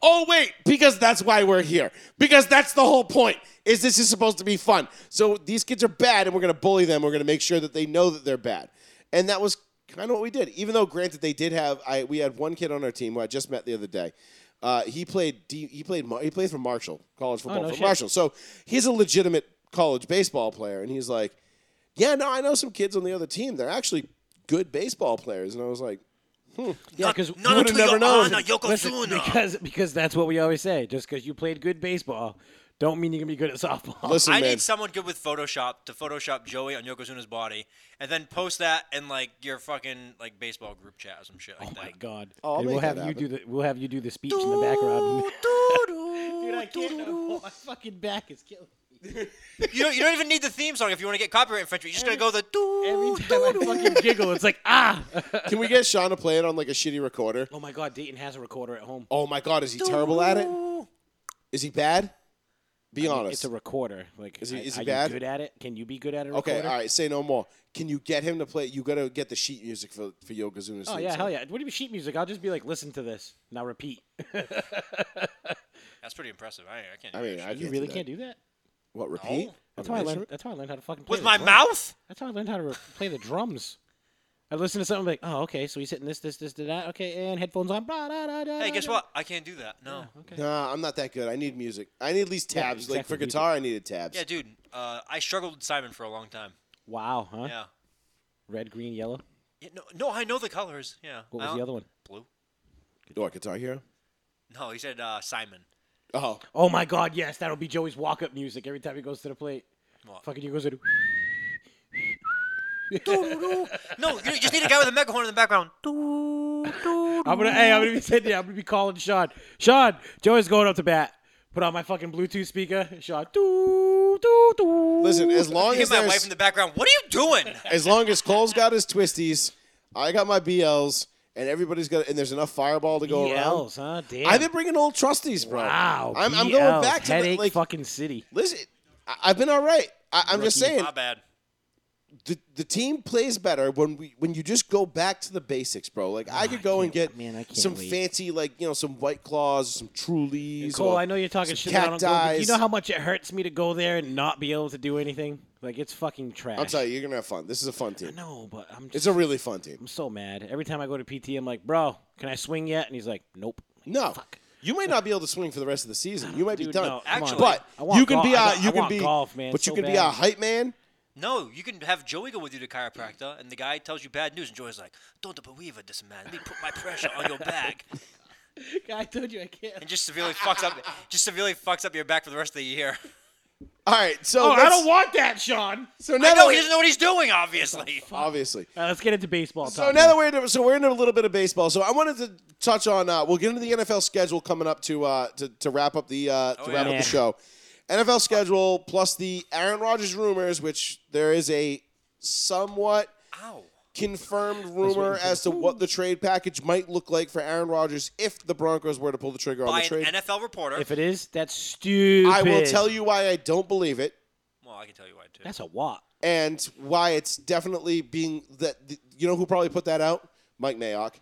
Speaker 1: Oh wait, because that's why we're here. Because that's the whole point. Is this is supposed to be fun? So these kids are bad, and we're gonna bully them. We're gonna make sure that they know that they're bad. And that was kind of what we did. Even though, granted, they did have. I we had one kid on our team who I just met the other day. Uh, he played. D, he played. Mar- He played for Marshall College football
Speaker 5: no
Speaker 1: for
Speaker 5: shit.
Speaker 1: Marshall. So he's a legitimate college baseball player, and he's like, "Yeah, no, I know some kids on the other team. They're actually good baseball players." And I was like,
Speaker 5: Yeah, because
Speaker 4: None
Speaker 1: would've
Speaker 4: until
Speaker 1: never
Speaker 4: you're
Speaker 1: known.
Speaker 4: on a Yokozuna.
Speaker 5: Listen, because because that's what we always say. Just because you played good baseball, don't mean you're gonna be good at softball.
Speaker 1: "Listen,
Speaker 4: I
Speaker 1: man,
Speaker 4: need someone good with Photoshop to Photoshop Joey on Yokozuna's body, and then post that in like your fucking like baseball group chat or some shit like
Speaker 5: oh
Speaker 4: that.
Speaker 5: my god!
Speaker 1: Oh, I'll
Speaker 5: And we'll
Speaker 1: make
Speaker 5: have
Speaker 1: that
Speaker 5: you do the we'll have you do the speech in the background. Dude, I can't. no, My fucking back is killing. me.
Speaker 4: You don't, you don't even need the theme song if you want to get copyright infringement. You're just gonna go the
Speaker 5: Every time I fucking giggle, it's like ah.
Speaker 1: can we get Sean to play it on like a shitty recorder?"
Speaker 5: oh my god, Dayton has a recorder at home.
Speaker 1: Oh my God, is he terrible at it? Is he bad? Be honest.
Speaker 5: It's a recorder. Like,
Speaker 1: Is he-
Speaker 5: I-
Speaker 1: is he
Speaker 5: are
Speaker 1: bad?
Speaker 5: you good at it? Can you be good at a recorder?
Speaker 1: okay, all right. Say no more. Can you get him to play? You gotta get the sheet music for for Yokozuna's.
Speaker 5: Oh
Speaker 1: theme
Speaker 5: yeah,
Speaker 1: song.
Speaker 5: hell yeah. What do you mean sheet music? I'll just be like, listen to this. Now repeat.
Speaker 4: That's pretty impressive. I, I can't.
Speaker 1: I
Speaker 4: do
Speaker 1: mean,
Speaker 4: that
Speaker 1: I
Speaker 4: shit.
Speaker 5: You really can't do that.
Speaker 1: What repeat?
Speaker 5: That's
Speaker 1: On
Speaker 5: how I
Speaker 1: an
Speaker 5: learned.
Speaker 1: instrument?
Speaker 5: That's how I learned how to fucking play
Speaker 4: with
Speaker 5: the
Speaker 4: my
Speaker 5: drum.
Speaker 4: mouth.
Speaker 5: That's how I learned how to re- play the drums. I listen to something like, oh, okay, so he's hitting this, this, this, da, that. Okay, and headphones on. Blah, da, da, da,
Speaker 4: Hey,
Speaker 5: da,
Speaker 4: guess
Speaker 5: da.
Speaker 4: what? I can't do that. No.
Speaker 5: Okay.
Speaker 1: Nah, I'm not that good. I need music. I need at least
Speaker 5: Yeah,
Speaker 1: tabs. Like for
Speaker 5: exactly. You
Speaker 1: guitar, I needed tabs.
Speaker 4: Yeah, dude. Uh, I struggled with Simon for a long time.
Speaker 5: Wow, huh?
Speaker 4: Yeah.
Speaker 5: Red, green, yellow.
Speaker 4: yeah no, no, I know the colors. Yeah.
Speaker 5: What
Speaker 4: I
Speaker 5: was
Speaker 4: don't-
Speaker 5: the other one?
Speaker 4: Blue.
Speaker 1: What, Guitar Hero?
Speaker 4: No, he said uh, Simon.
Speaker 1: Oh,
Speaker 5: Oh my God, yes, that'll be Joey's walk-up music every time he goes to the plate.
Speaker 4: What?
Speaker 5: Fucking, he goes to.
Speaker 4: No, you just need a guy with a megaphone in the background.
Speaker 5: I'm gonna, hey, I'm gonna be sitting there. I'm gonna be calling Sean. Sean, Joey's going up to bat. Put on my fucking Bluetooth speaker. Sean, doo, doo, doo.
Speaker 1: listen. As long
Speaker 4: Hit
Speaker 1: as
Speaker 4: my wife
Speaker 1: there's,
Speaker 4: in the background. What are you doing?
Speaker 1: as long as Cole's got his twisties, I got my BLs, and everybody's got and there's enough fireball to go around.
Speaker 5: BLs, huh? Damn.
Speaker 1: I've been bringing old trusties, bro.
Speaker 5: wow.
Speaker 1: I'm, I'm
Speaker 5: BLs,
Speaker 1: going back to
Speaker 5: headache
Speaker 1: the, like.
Speaker 5: fucking city.
Speaker 1: Listen, I, I've been all right. I, I'm just saying
Speaker 4: My bad.
Speaker 1: the, the team plays better when we when you just go back to the basics, bro. Like I could go and get
Speaker 5: man, I Oh, can't
Speaker 1: some
Speaker 5: wait.
Speaker 1: fancy like you know some white claws, some Trulies.
Speaker 5: Cole,
Speaker 1: or
Speaker 5: I know you're talking
Speaker 1: some
Speaker 5: shit. That I don't go, but you
Speaker 1: cacti's.
Speaker 5: know how much it hurts me to go there and not be able to do anything. Like it's fucking trash.
Speaker 1: I'll tell you, you're gonna have fun. This is a fun team.
Speaker 5: No, but I'm just.
Speaker 1: It's a really fun team.
Speaker 5: I'm so mad. Every time I go to PT, I'm like, bro, can I swing yet? And he's like, nope.
Speaker 1: No, you might not be able to swing for the rest of the season. You might be
Speaker 5: Dude,
Speaker 1: done.
Speaker 5: no, come
Speaker 4: on.
Speaker 1: but
Speaker 5: I want
Speaker 1: you can
Speaker 5: gol-
Speaker 1: be
Speaker 5: I
Speaker 1: a
Speaker 5: got- I
Speaker 1: you can
Speaker 5: want
Speaker 1: be
Speaker 5: golf, man,
Speaker 1: but you
Speaker 5: so
Speaker 1: can be
Speaker 5: bad.
Speaker 1: a hype man.
Speaker 4: No, you can have Joey go with you to chiropractor, and the guy tells you bad news, and Joey's like, "Don't believe it, this man. Let me put my pressure on your back,"
Speaker 5: I told you I can't.
Speaker 4: and just severely fucks up, just severely fucks up your back for the rest of the year.
Speaker 1: All right, so
Speaker 5: Oh, I
Speaker 1: let's-
Speaker 5: don't want that, Sean.
Speaker 1: so now
Speaker 4: I
Speaker 1: that
Speaker 4: know
Speaker 1: we-
Speaker 4: he doesn't know what he's doing, obviously.
Speaker 1: obviously.
Speaker 5: All right, let's get into baseball.
Speaker 1: So
Speaker 5: talk
Speaker 1: now that we're into, so we're into a little bit of baseball. So I wanted to touch on. Uh, we'll get into the NFL schedule coming up to uh, to, to wrap up the uh, to
Speaker 4: Oh,
Speaker 1: wrap
Speaker 4: yeah.
Speaker 1: up
Speaker 5: Yeah.
Speaker 1: the show. NFL schedule plus the Aaron Rodgers rumors, which there is a somewhat
Speaker 4: Ow.
Speaker 1: confirmed rumor as to what the trade package might look like for Aaron Rodgers if the Broncos were to pull the trigger on
Speaker 4: By
Speaker 1: the
Speaker 4: an
Speaker 1: trade.
Speaker 4: NFL reporter.
Speaker 5: if it is, that's stupid.
Speaker 1: I will tell you why I don't believe it.
Speaker 4: well, I can tell you why too.
Speaker 5: That's a lot.
Speaker 1: and why it's definitely being that you know who probably put that out mike mayock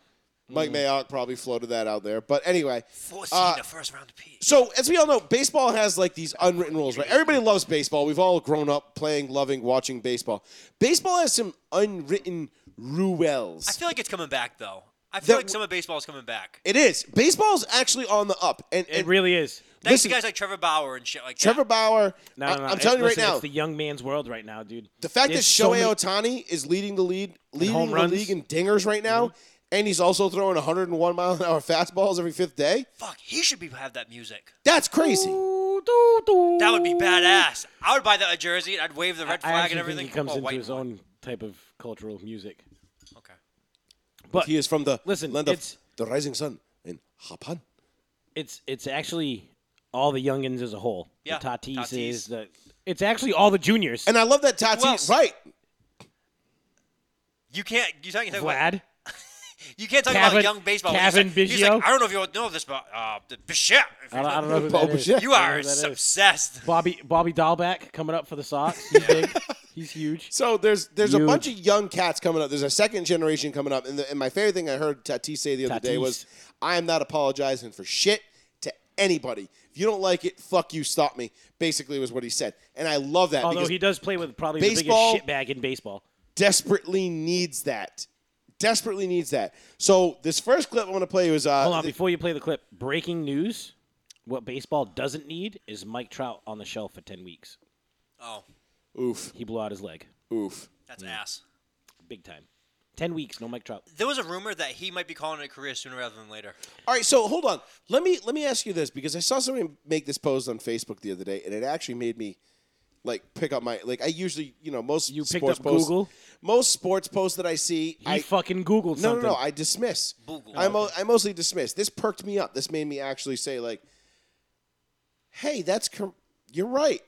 Speaker 1: mike
Speaker 5: Mm.
Speaker 1: mayock probably floated that out there but anyway
Speaker 4: Four seed
Speaker 1: uh,
Speaker 4: in the first round of P.
Speaker 1: so as we all know baseball has like these unwritten rules right everybody loves baseball we've all grown up playing loving watching baseball baseball has some unwritten rules
Speaker 4: I feel like it's coming back though. I
Speaker 1: That
Speaker 4: feel like
Speaker 1: w-
Speaker 4: some of baseball is coming back.
Speaker 1: it is baseball's actually on the up and,
Speaker 5: It
Speaker 1: and
Speaker 5: really is.
Speaker 4: Thanks
Speaker 1: listen,
Speaker 4: to guys like Trevor Bauer and shit like
Speaker 1: trevor
Speaker 4: that.
Speaker 1: bauer
Speaker 5: No,
Speaker 1: I,
Speaker 5: no, no.
Speaker 1: am telling you right
Speaker 5: Listen,
Speaker 1: now
Speaker 5: it's the young man's world right now, dude.
Speaker 1: The fact
Speaker 5: There's
Speaker 1: that Shohei
Speaker 5: many-
Speaker 1: Otani is leading the lead, leading
Speaker 5: home
Speaker 1: the
Speaker 5: runs. Mm-hmm.
Speaker 1: league in dingers right now, and he's also throwing 101 mile an hour fastballs every fifth day.
Speaker 4: Fuck, he should be have that music.
Speaker 1: That's crazy.
Speaker 4: That would be badass. I would buy that a jersey and I'd wave the red
Speaker 5: I
Speaker 4: flag
Speaker 5: actually
Speaker 4: and everything.
Speaker 5: think he comes
Speaker 4: Oh,
Speaker 5: into
Speaker 4: white
Speaker 5: his
Speaker 4: one.
Speaker 5: own type of cultural music.
Speaker 4: Okay.
Speaker 5: But
Speaker 1: He is from the
Speaker 5: Listen,
Speaker 1: land of
Speaker 5: it's-
Speaker 1: the rising sun in Japan.
Speaker 5: it's it's actually all the youngins as a whole.
Speaker 4: Yeah,
Speaker 5: The Tatis,
Speaker 4: Tatis.
Speaker 5: is the. It's actually all the juniors.
Speaker 1: And I love that Tatis.
Speaker 4: else?
Speaker 1: Right.
Speaker 4: You can't. You can't talk about.
Speaker 5: Vlad.
Speaker 4: You can't talk
Speaker 5: Kevin-
Speaker 4: about young baseball. He's
Speaker 5: Kevin
Speaker 4: like- he's
Speaker 5: Biggio?
Speaker 4: like, I don't know if you know this, but uh, the Bichette. if
Speaker 5: I don't,
Speaker 4: you
Speaker 5: I don't know who
Speaker 1: Bob
Speaker 5: that is.
Speaker 1: Bichette.
Speaker 4: You are
Speaker 5: who that is.
Speaker 4: obsessed.
Speaker 5: Bobby Bobby Dahlback coming up for the Sox. He's big. He's huge.
Speaker 1: So there's there's a
Speaker 5: Huge.
Speaker 1: bunch of young cats coming up. There's a second generation coming up. And, the, and my favorite thing I heard Tatis say the other day
Speaker 5: Tatis.
Speaker 1: was, "I am not apologizing for shit to anybody. If you don't like it, fuck you. Stop me." Basically, was what he said. And I love that
Speaker 5: Although
Speaker 1: because
Speaker 5: he does play with probably
Speaker 1: baseball-
Speaker 5: the biggest shitbag in baseball.
Speaker 1: desperately needs that. Desperately needs that. So this first clip I'm going to play was uh,
Speaker 5: Hold on,
Speaker 1: th-
Speaker 5: before you play the clip, breaking news. What baseball doesn't need is Mike Trout on the shelf for 10 weeks.
Speaker 4: Oh,
Speaker 1: oof,
Speaker 5: He blew out his leg.
Speaker 1: oof.
Speaker 4: that's ass.
Speaker 5: Big time. 10 weeks, no Mike Trout.
Speaker 4: There was a rumor that he might be calling it a career sooner rather than later.
Speaker 1: All right, so hold on. Let me let me ask you this because I saw somebody make this post on Facebook the other day, and it actually made me like pick up my like I usually you know most
Speaker 5: You picked
Speaker 1: sports
Speaker 5: up
Speaker 1: posts,
Speaker 5: Google?
Speaker 1: most sports posts that I see
Speaker 5: He
Speaker 1: I
Speaker 5: fucking Googled
Speaker 1: no no
Speaker 5: something.
Speaker 1: no I dismiss
Speaker 4: Google.
Speaker 1: I mo- I mostly dismiss. This perked me up. This made me actually say like, hey, that's cor- you're right.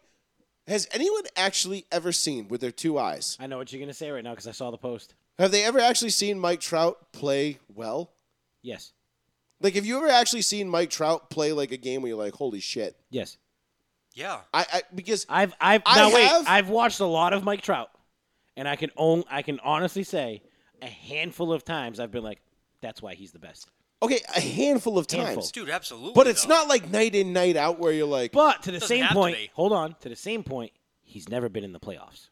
Speaker 1: Has anyone actually ever seen with their two eyes?
Speaker 5: I know what you're going to say right now because I saw the post.
Speaker 1: Have they ever actually seen Mike Trout play well?
Speaker 5: Yes.
Speaker 1: Like, have you ever actually seen Mike Trout play like a game where you're like, holy shit?
Speaker 5: Yes.
Speaker 4: Yeah.
Speaker 1: I, I because
Speaker 5: I've I've
Speaker 1: I
Speaker 5: now wait,
Speaker 1: have-
Speaker 5: I've watched a lot of Mike Trout and I can own I can honestly say a handful of times I've been like that's why he's the best.
Speaker 1: okay, a handful of times,
Speaker 5: Handful.
Speaker 4: Dude, absolutely.
Speaker 1: but it's
Speaker 4: though.
Speaker 1: not like night in night out where you're like,
Speaker 5: But to the
Speaker 4: Doesn't
Speaker 5: same
Speaker 4: have to
Speaker 5: point,
Speaker 4: be.
Speaker 5: hold on, to the same point, he's never been in the playoffs.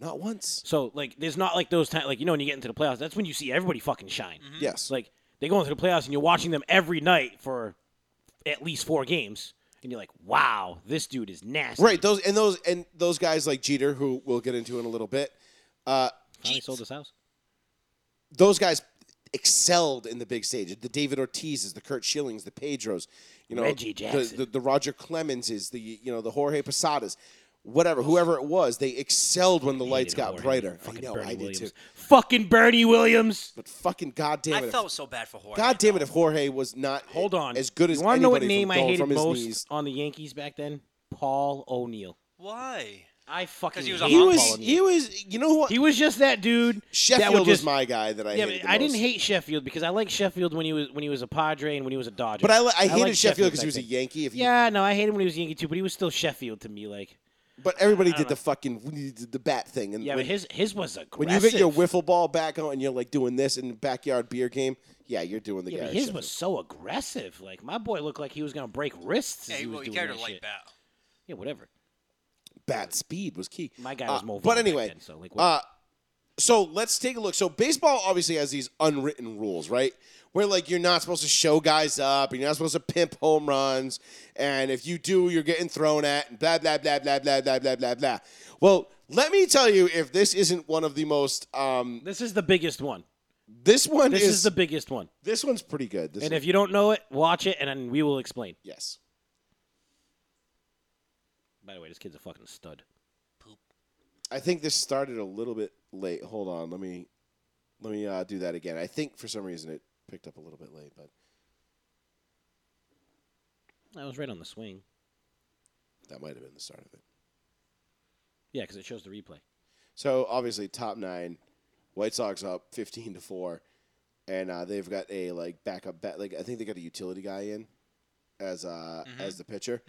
Speaker 1: Not once.
Speaker 5: So like, there's not like those times like you know when you get into the playoffs, that's when you see everybody fucking shine.
Speaker 4: Mm-hmm.
Speaker 1: Yes.
Speaker 5: It's like they go into the playoffs and you're watching them every night for at least four games, and you're like, wow, this dude is nasty.
Speaker 1: Right. Those and those and those guys like Jeter, who we'll get into in a little bit. Uh,
Speaker 5: Finally sold his house.
Speaker 1: those guys excelled in the big stage. The David Ortiz's, the Kurt Schillings, the Pedros, you know, the,
Speaker 5: Reggie Jackson.
Speaker 1: the the Roger Clemenses, the you know the Jorge Posadas, whatever, whoever it was, they excelled when the lights got brighter. I
Speaker 5: Fucking
Speaker 1: know,
Speaker 5: Bernie
Speaker 1: I did
Speaker 5: Williams.
Speaker 1: too.
Speaker 5: Fucking Bernie Williams.
Speaker 1: But fucking goddamn
Speaker 4: I
Speaker 1: it, if-
Speaker 4: felt so bad for Jorge.
Speaker 1: God damn it! If Jorge was not
Speaker 5: Hold on.
Speaker 1: as good as
Speaker 5: you wanna know what
Speaker 1: anybody
Speaker 5: name
Speaker 1: from,
Speaker 5: I
Speaker 1: going
Speaker 5: hated
Speaker 1: from his
Speaker 5: most
Speaker 1: knees.
Speaker 5: on the Yankees back then? Paul O'Neill.
Speaker 4: Why?
Speaker 5: I fucking
Speaker 4: 'Cause he was a
Speaker 5: hated
Speaker 1: He
Speaker 4: hot
Speaker 5: Paul
Speaker 1: was,
Speaker 5: O'Neill.
Speaker 1: he was, you know what?
Speaker 5: He was just that dude. that would
Speaker 1: Sheffield
Speaker 5: just,
Speaker 1: was my guy that I
Speaker 5: Yeah,
Speaker 1: hated.
Speaker 5: but
Speaker 1: the
Speaker 5: I didn't
Speaker 1: most.
Speaker 5: hate Sheffield because I liked Sheffield when he was when he was a Padre and when he was a Dodger.
Speaker 1: But I, li- I hated
Speaker 5: liked
Speaker 1: Sheffield because
Speaker 5: back
Speaker 1: he was a
Speaker 5: then.
Speaker 1: Yankee. If you
Speaker 5: Yeah, no, I hated him when he was Yankee too, but he was still Sheffield to me. Like,
Speaker 1: But everybody did the fucking we did the bat thing, and
Speaker 5: yeah,
Speaker 1: when,
Speaker 5: but his his was aggressive.
Speaker 1: when you get your wiffle ball back on and you're like doing this in the backyard beer game, yeah, you're doing the
Speaker 5: yeah,
Speaker 1: guy.
Speaker 5: but his was so aggressive. Like my boy looked like he was gonna break wrists.
Speaker 4: Yeah,
Speaker 5: as
Speaker 4: he,
Speaker 5: he was
Speaker 4: well, he
Speaker 5: doing
Speaker 4: carried a
Speaker 5: that
Speaker 4: light
Speaker 5: shit.
Speaker 4: bat.
Speaker 5: Yeah, whatever.
Speaker 1: bat speed was key.
Speaker 5: My guy
Speaker 1: Uh,
Speaker 5: was mobile.
Speaker 1: But anyway,
Speaker 5: then, so like, what-
Speaker 1: uh, so let's take a look. So baseball obviously has these unwritten rules, right? Where like you're not supposed to show guys up, and you're not supposed to pimp home runs, and if you do, you're getting thrown at, and blah blah blah blah blah blah blah blah blah. Well, let me tell you, if this isn't one of the most, um,
Speaker 5: this is the biggest one.
Speaker 1: this one
Speaker 5: This
Speaker 1: is,
Speaker 5: is, the biggest one.
Speaker 1: this one's pretty good. This
Speaker 5: And
Speaker 1: is-
Speaker 5: if you don't know it, watch it, and then we will explain.
Speaker 1: yes.
Speaker 5: By the way, this kid's a fucking stud.
Speaker 1: I think this started a little bit late. Hold on, let me let me uh, do that again. I think for some reason it picked up a little bit late, but
Speaker 5: I was right on the swing.
Speaker 1: that might have been the start of it.
Speaker 5: Yeah, because it shows the replay.
Speaker 1: So obviously, top nine, White Sox up fifteen to four, and uh, they've got a like backup bat. Like I think they got a utility guy in as uh,
Speaker 4: Mm-hmm.
Speaker 1: as the pitcher,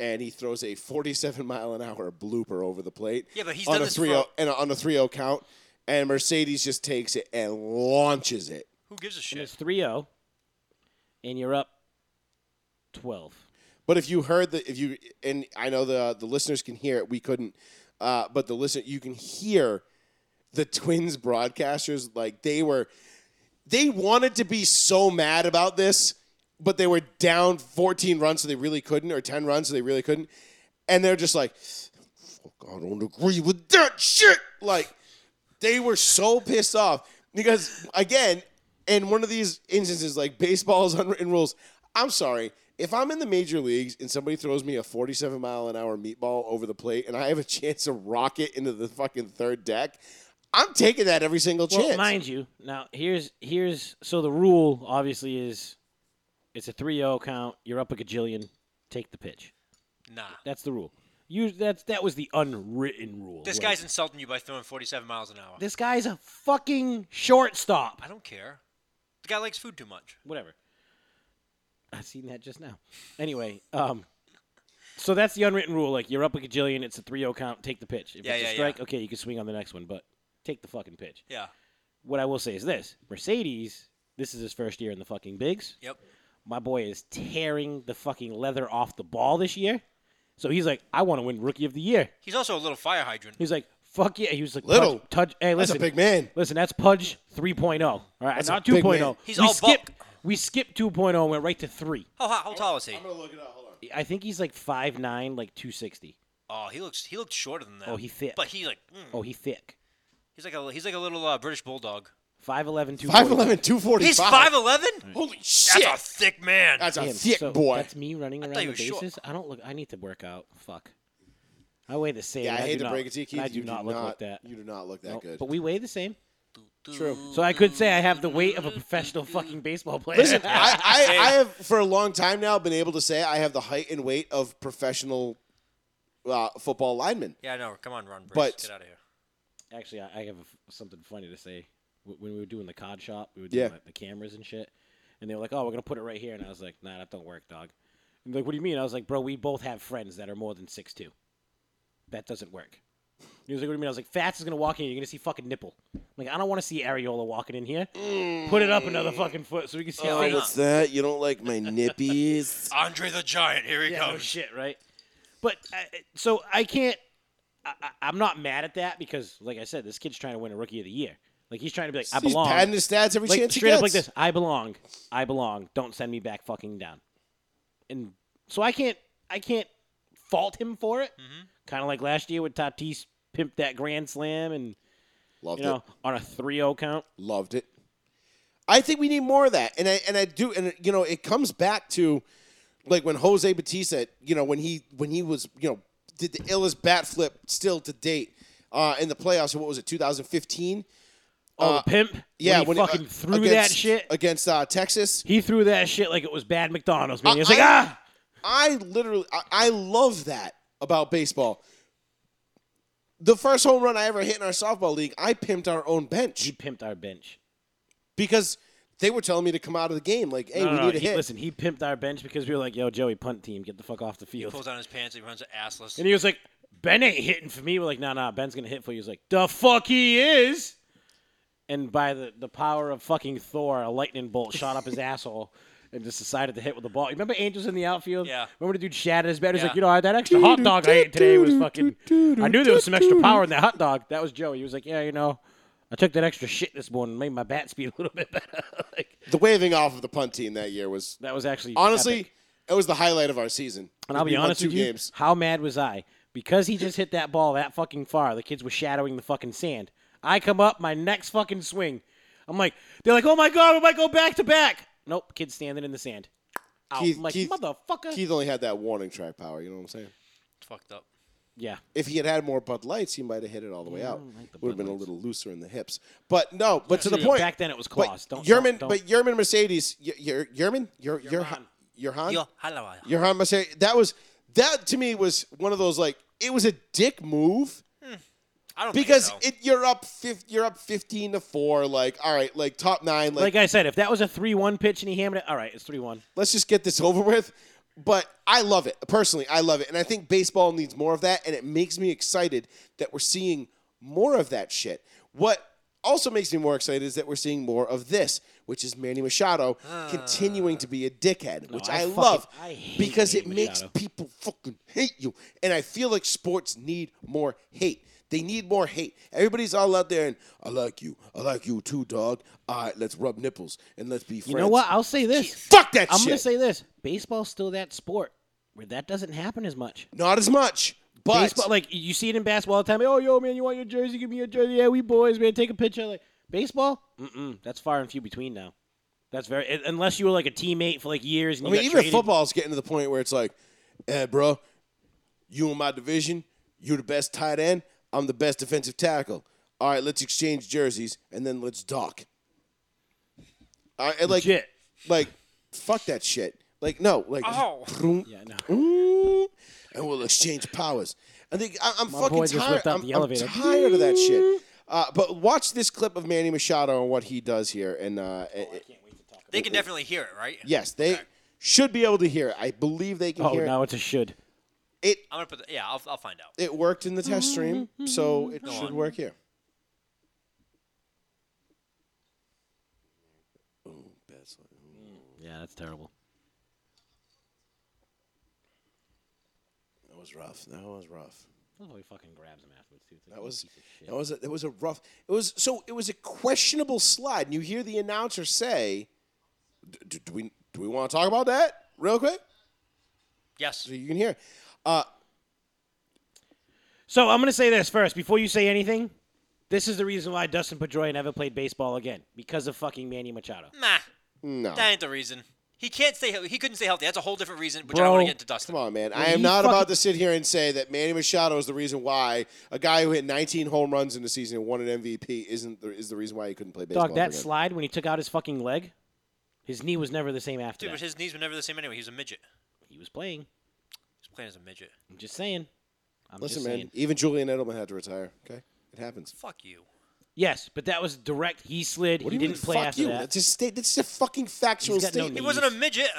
Speaker 1: and he throws a forty-seven mile an hour blooper over the plate.
Speaker 4: Yeah, but he's
Speaker 1: on
Speaker 4: done
Speaker 1: a
Speaker 4: this
Speaker 1: three zero
Speaker 4: for-
Speaker 1: and on a three zero count, and Mercedes just takes it and launches it.
Speaker 4: Who gives a
Speaker 5: And
Speaker 4: shit?
Speaker 5: it's 3 0, and you're up 12.
Speaker 1: But if you heard the if you and I know the the listeners can hear it, we couldn't. Uh, but the listen, you can hear the twins broadcasters like they were, they wanted to be so mad about this, but they were down 14 runs, so they really couldn't, or 10 runs, so they really couldn't, and they're just like, "Fuck, I don't agree with that shit." Like they were so pissed off because again in one of these instances like baseball's unwritten rules i'm sorry if i'm in the major leagues and somebody throws me a 47 mile an hour meatball over the plate and i have a chance to rock it into the fucking third deck i'm taking that every single
Speaker 5: Well,
Speaker 1: chance
Speaker 5: mind you, now here's here's so the rule obviously is it's a 3 0 count. You're up a gajillion. Take the pitch.
Speaker 4: Nah.
Speaker 5: That's the rule. You that's that was the unwritten rule.
Speaker 4: This
Speaker 5: Like,
Speaker 4: guy's insulting you by throwing 47 miles an hour.
Speaker 5: this guy's a fucking shortstop.
Speaker 4: I don't care. The guy likes food too much.
Speaker 5: Whatever. I seen that just now. Anyway, um, so that's the unwritten rule. Like you're up a gajillion. It's a 3-0 count. Take the pitch. If
Speaker 4: Yeah,
Speaker 5: it's
Speaker 4: yeah,
Speaker 5: a
Speaker 4: yeah.
Speaker 5: strike, okay, you can swing on the next one, but take the fucking pitch.
Speaker 4: Yeah.
Speaker 5: What I will say is this: Mercedes. This is his first year in the fucking bigs.
Speaker 4: Yep.
Speaker 5: My boy is tearing the fucking leather off the ball this year. So he's like, I want to win Rookie of the Year.
Speaker 4: He's also a little fire hydrant.
Speaker 5: He's like, fuck yeah. He was like,
Speaker 1: Little.
Speaker 5: Pudge, Tudge- hey,
Speaker 1: that's
Speaker 5: listen,
Speaker 1: a big man
Speaker 5: Listen, that's Pudge 3.0. oh, All right,
Speaker 1: That's a
Speaker 5: not
Speaker 1: big
Speaker 5: 2.0.
Speaker 1: man.
Speaker 4: He's
Speaker 5: we
Speaker 4: all bulk.
Speaker 5: skipped, We skipped 2.0 and went right to 3.
Speaker 4: Oh, How, how, how tall is he?
Speaker 1: i'm gonna look it up hold on
Speaker 5: I think he's like 5'9", like 260.
Speaker 4: Oh, he looks he looked shorter than that.
Speaker 5: Oh, he thick.
Speaker 4: But he like mm,
Speaker 5: Oh, he thick.
Speaker 4: he's like a he's like a little uh, British bulldog.
Speaker 5: 5'11", 240.
Speaker 1: 511 245
Speaker 4: He's 5'11?
Speaker 1: holy
Speaker 4: That's
Speaker 1: shit
Speaker 4: a thick man.
Speaker 1: that's a
Speaker 5: Damn,
Speaker 1: thick
Speaker 5: so
Speaker 1: boy
Speaker 5: That's me running
Speaker 4: I thought
Speaker 5: around
Speaker 4: he
Speaker 5: the
Speaker 4: was short.
Speaker 5: bases. I don't look. I need to work out. Fuck. I weigh the same.
Speaker 1: yeah, I,
Speaker 5: and
Speaker 1: hate
Speaker 5: do
Speaker 1: to
Speaker 5: not-
Speaker 1: break it to you, Keith.
Speaker 5: and I do
Speaker 1: you
Speaker 5: not
Speaker 1: do
Speaker 5: look
Speaker 1: not,
Speaker 5: like that.
Speaker 1: You do not look that
Speaker 5: Nope,
Speaker 1: good.
Speaker 5: But we weigh the same.
Speaker 1: True.
Speaker 5: So I could say I have the weight of a professional fucking baseball player.
Speaker 1: Listen, I, I, I have for a long time now been able to say I have the height and weight of professional uh, football linemen.
Speaker 4: Yeah, no, come on, Ron Briggs.
Speaker 1: But-
Speaker 4: Get out of here.
Speaker 5: Actually, I, I have a f something funny to say. Wh- When we were doing the cod shop, we were
Speaker 1: Yeah.
Speaker 5: doing like, the cameras and shit, and they were like, "Oh, we're gonna put it right here," and I was like, "Nah, that don't work, dog." And they're like, "What do you mean?" I was like, "Bro, we both have friends that are more than six two. That doesn't work." He was like, "What do you mean?" I was like, "Fats is gonna walk in. You're gonna see fucking nipple. I'm like, I don't want to see areola walking in here. Put it up another fucking foot so we can see how."
Speaker 4: Oh,
Speaker 5: big-
Speaker 4: what's
Speaker 1: that? You don't like my nippies?
Speaker 4: Andre the Giant, here he
Speaker 5: yeah, no
Speaker 4: comes.
Speaker 5: shit, right? But uh, so I can't. I- I, I, I'm not mad at that because, like I said, this kid's trying to win a Rookie of the Year. Like he's trying to be like, I
Speaker 1: He's
Speaker 5: belong.
Speaker 1: padding his stats every
Speaker 5: like
Speaker 1: chance he
Speaker 5: straight
Speaker 1: gets.
Speaker 5: up like this. I belong. I belong. Don't send me back fucking down. And so I can't I can't fault him for it. Kind of like last year with Tatis pimped that grand slam and
Speaker 1: Loved
Speaker 5: you know
Speaker 1: it.
Speaker 5: on a 3-0 count.
Speaker 1: Loved it. I think we need more of that, and I and I do, and you know, it comes back to like when Jose Batista, you know, when he when he was, you know, did the illest bat flip still to date uh, in the playoffs. What was it, 2015? Uh,
Speaker 5: Oh, the pimp. when
Speaker 1: Yeah,
Speaker 5: he
Speaker 1: when
Speaker 5: fucking
Speaker 1: uh,
Speaker 5: threw that
Speaker 1: against-
Speaker 5: shit.
Speaker 1: against uh, Texas.
Speaker 5: he threw that shit like it was bad McDonald's. Man,
Speaker 1: Uh,
Speaker 5: he was like,
Speaker 1: I-
Speaker 5: ah.
Speaker 1: I literally, I, I love that about baseball. The first home run I ever hit in our softball league, I pimped our own bench
Speaker 5: He pimped our bench.
Speaker 1: because they were telling me to come out of the game. Like, hey,
Speaker 5: no,
Speaker 1: we
Speaker 5: no, no,
Speaker 1: need a
Speaker 5: he-
Speaker 1: hit.
Speaker 5: Listen, he pimped our bench because we were like, yo, Joey, punt team, get the fuck off the field.
Speaker 4: Pulls down his pants. He runs assless.
Speaker 5: And he was like, Ben ain't hitting for me. We're like, nah, nah, Ben's gonna hit for you. He was like, the fuck he is. And by the, the power of fucking Thor, a lightning bolt shot up his asshole and just decided to hit with the ball. You remember Angels in the outfield?
Speaker 4: Yeah.
Speaker 5: Remember the dude shattered his bat? He's
Speaker 4: Yeah.
Speaker 5: like, you know, that extra hot dog I ate today was fucking. I knew there was some extra power in that hot dog. That was Joe. He was like, yeah, you know, I took that extra shit this morning and made my bat speed a little bit better. like,
Speaker 1: the waving off of the punt team that year was
Speaker 5: that was actually.
Speaker 1: honestly,
Speaker 5: epic.
Speaker 1: it was the highlight of our season.
Speaker 5: And I'll
Speaker 1: We
Speaker 5: be
Speaker 1: won
Speaker 5: honest
Speaker 1: two
Speaker 5: with you,
Speaker 1: games.
Speaker 5: how mad was I? Because he just hit that ball that fucking far, the kids were shadowing the fucking sand. I come up, my next fucking swing. I'm like, they're like, oh my god, we might go back to back. Nope, kid's standing in the sand. Out.
Speaker 1: Keith-
Speaker 5: I'm like,
Speaker 1: Keith-
Speaker 5: motherfucker.
Speaker 1: Keith only had that warning track power. You know what I'm saying?
Speaker 4: It's fucked up.
Speaker 5: Yeah.
Speaker 1: If he had had more Bud Lights, he might have hit it all the way out.
Speaker 5: I don't like the
Speaker 1: Would have
Speaker 5: Bud
Speaker 1: been a
Speaker 5: Lights.
Speaker 1: little looser in the hips. But no, but to the
Speaker 5: Yeah,
Speaker 1: point.
Speaker 5: Back then it was
Speaker 1: but
Speaker 5: claws. Don't,
Speaker 1: Yerman,
Speaker 5: don't, don't.
Speaker 1: but Yerman Mercedes, Y- Yer- Yerman, Yer- Yer- Yerhan,
Speaker 4: Yo, hello.
Speaker 1: Yerhan Mercedes. That was that to me was one of those like it was a dick move
Speaker 4: I don't
Speaker 1: because
Speaker 4: think so.
Speaker 1: it you're up fif- you're up fifteen to four. Like all right, like top nine.
Speaker 5: like
Speaker 1: Like,
Speaker 5: I said, if that was a three-one pitch and he hammered it, all right, it's three-one.
Speaker 1: let's just get this over with. But I love it personally. I love it, and I think baseball needs more of that. And it makes me excited that we're seeing more of that shit. What also makes me more excited is that we're seeing more of this, which is Manny Machado continuing to be a dickhead, which
Speaker 5: I
Speaker 1: I,
Speaker 5: fucking-
Speaker 1: love
Speaker 5: I hate
Speaker 1: because
Speaker 5: Manny
Speaker 1: it makes
Speaker 5: Machado.
Speaker 1: people fucking hate you. And I feel like sports need more hate. They need more hate. Everybody's all out there and I like you. I like you too, dog. All right, let's rub nipples and let's be friends.
Speaker 5: You know what? I'll say this.
Speaker 1: Fuck that
Speaker 5: I'm
Speaker 1: shit.
Speaker 5: gonna say this. Baseball's still that sport where that doesn't happen as much.
Speaker 1: Not as much, but
Speaker 5: baseball, like you see it in basketball all the time. Oh, yo, man, you want your jersey? Give me your jersey. Yeah, we boys, man. Take a picture. Like baseball, mm-mm, that's far and few between now. That's very un- unless you were like a teammate for like years. And
Speaker 1: I
Speaker 5: you
Speaker 1: mean,
Speaker 5: got
Speaker 1: even
Speaker 5: traded.
Speaker 1: football's getting to the point where it's like, eh, bro, you in my division, you're the best tight end, I'm the best defensive tackle. All right, let's exchange jerseys and then let's talk. All right, and like,
Speaker 5: Legit.
Speaker 1: like, fuck that shit. Like, no, like,
Speaker 4: Oh.
Speaker 5: Yeah, no.
Speaker 1: and we'll exchange powers. I think I, I'm
Speaker 5: My
Speaker 1: fucking
Speaker 5: boy just
Speaker 1: tired.
Speaker 5: whipped out
Speaker 1: I'm,
Speaker 5: the
Speaker 1: I'm
Speaker 5: elevator.
Speaker 1: tired of that shit. Uh, but watch this clip of Manny Machado and what he does here, and uh, it-
Speaker 4: They can definitely hear it, right?
Speaker 1: Yes, they should be able to hear. it. I believe they can
Speaker 5: Oh,
Speaker 1: hear.
Speaker 5: now it's a should.
Speaker 1: It. it
Speaker 4: I'm gonna put. The, yeah, I'll, I'll find out.
Speaker 1: it worked in the test stream,
Speaker 5: Mm-hmm.
Speaker 1: so it should
Speaker 4: on.
Speaker 1: work here.
Speaker 5: Yeah, that's terrible.
Speaker 1: That was rough. That was rough.
Speaker 5: Oh, he fucking grabs him afterwards too. It's like,
Speaker 1: That
Speaker 5: you
Speaker 1: was
Speaker 5: piece of shit.
Speaker 1: that was a, that was a rough. It was so it was a questionable slide, and you hear the announcer say, "D- d- "Do we do we want to talk about that real quick?"
Speaker 4: Yes.
Speaker 1: So you can hear. Uh,
Speaker 5: So I'm gonna say this first before you say anything. This is the reason why Dustin Pedroia never played baseball again because of fucking Manny Machado.
Speaker 4: Nah,
Speaker 1: no,
Speaker 4: that ain't the reason. He can't stay. hel- He couldn't stay healthy. That's a whole different reason. Which I
Speaker 5: Bro,
Speaker 4: don't want to get into Dustin.
Speaker 1: come on, man. I am
Speaker 5: he
Speaker 1: not about
Speaker 5: fucking-
Speaker 1: to sit here and say that Manny Machado is the reason why a guy who hit 19 home runs in the season and won an MVP isn't the, is the reason why he couldn't play baseball.
Speaker 5: Dog, that
Speaker 1: ever again.
Speaker 5: slide when he took out his fucking leg, his knee was never the same after
Speaker 4: Dude,
Speaker 5: that.
Speaker 4: but his knees were never the same anyway. He was a midget.
Speaker 5: he was playing.
Speaker 4: He's playing as a midget.
Speaker 5: I'm just saying. I'm
Speaker 1: Listen,
Speaker 5: just
Speaker 1: man.
Speaker 5: saying.
Speaker 1: Even Julian Edelman had to retire. Okay, it happens.
Speaker 4: Fuck you.
Speaker 5: Yes, but that was direct. He slid.
Speaker 1: What
Speaker 5: he
Speaker 1: do you
Speaker 5: didn't
Speaker 1: mean,
Speaker 5: play
Speaker 1: fuck
Speaker 5: after
Speaker 1: you?
Speaker 5: that.
Speaker 1: That's a state. That's a fucking factual
Speaker 5: He's got no
Speaker 1: statement.
Speaker 4: He
Speaker 5: knees.
Speaker 4: wasn't a midget.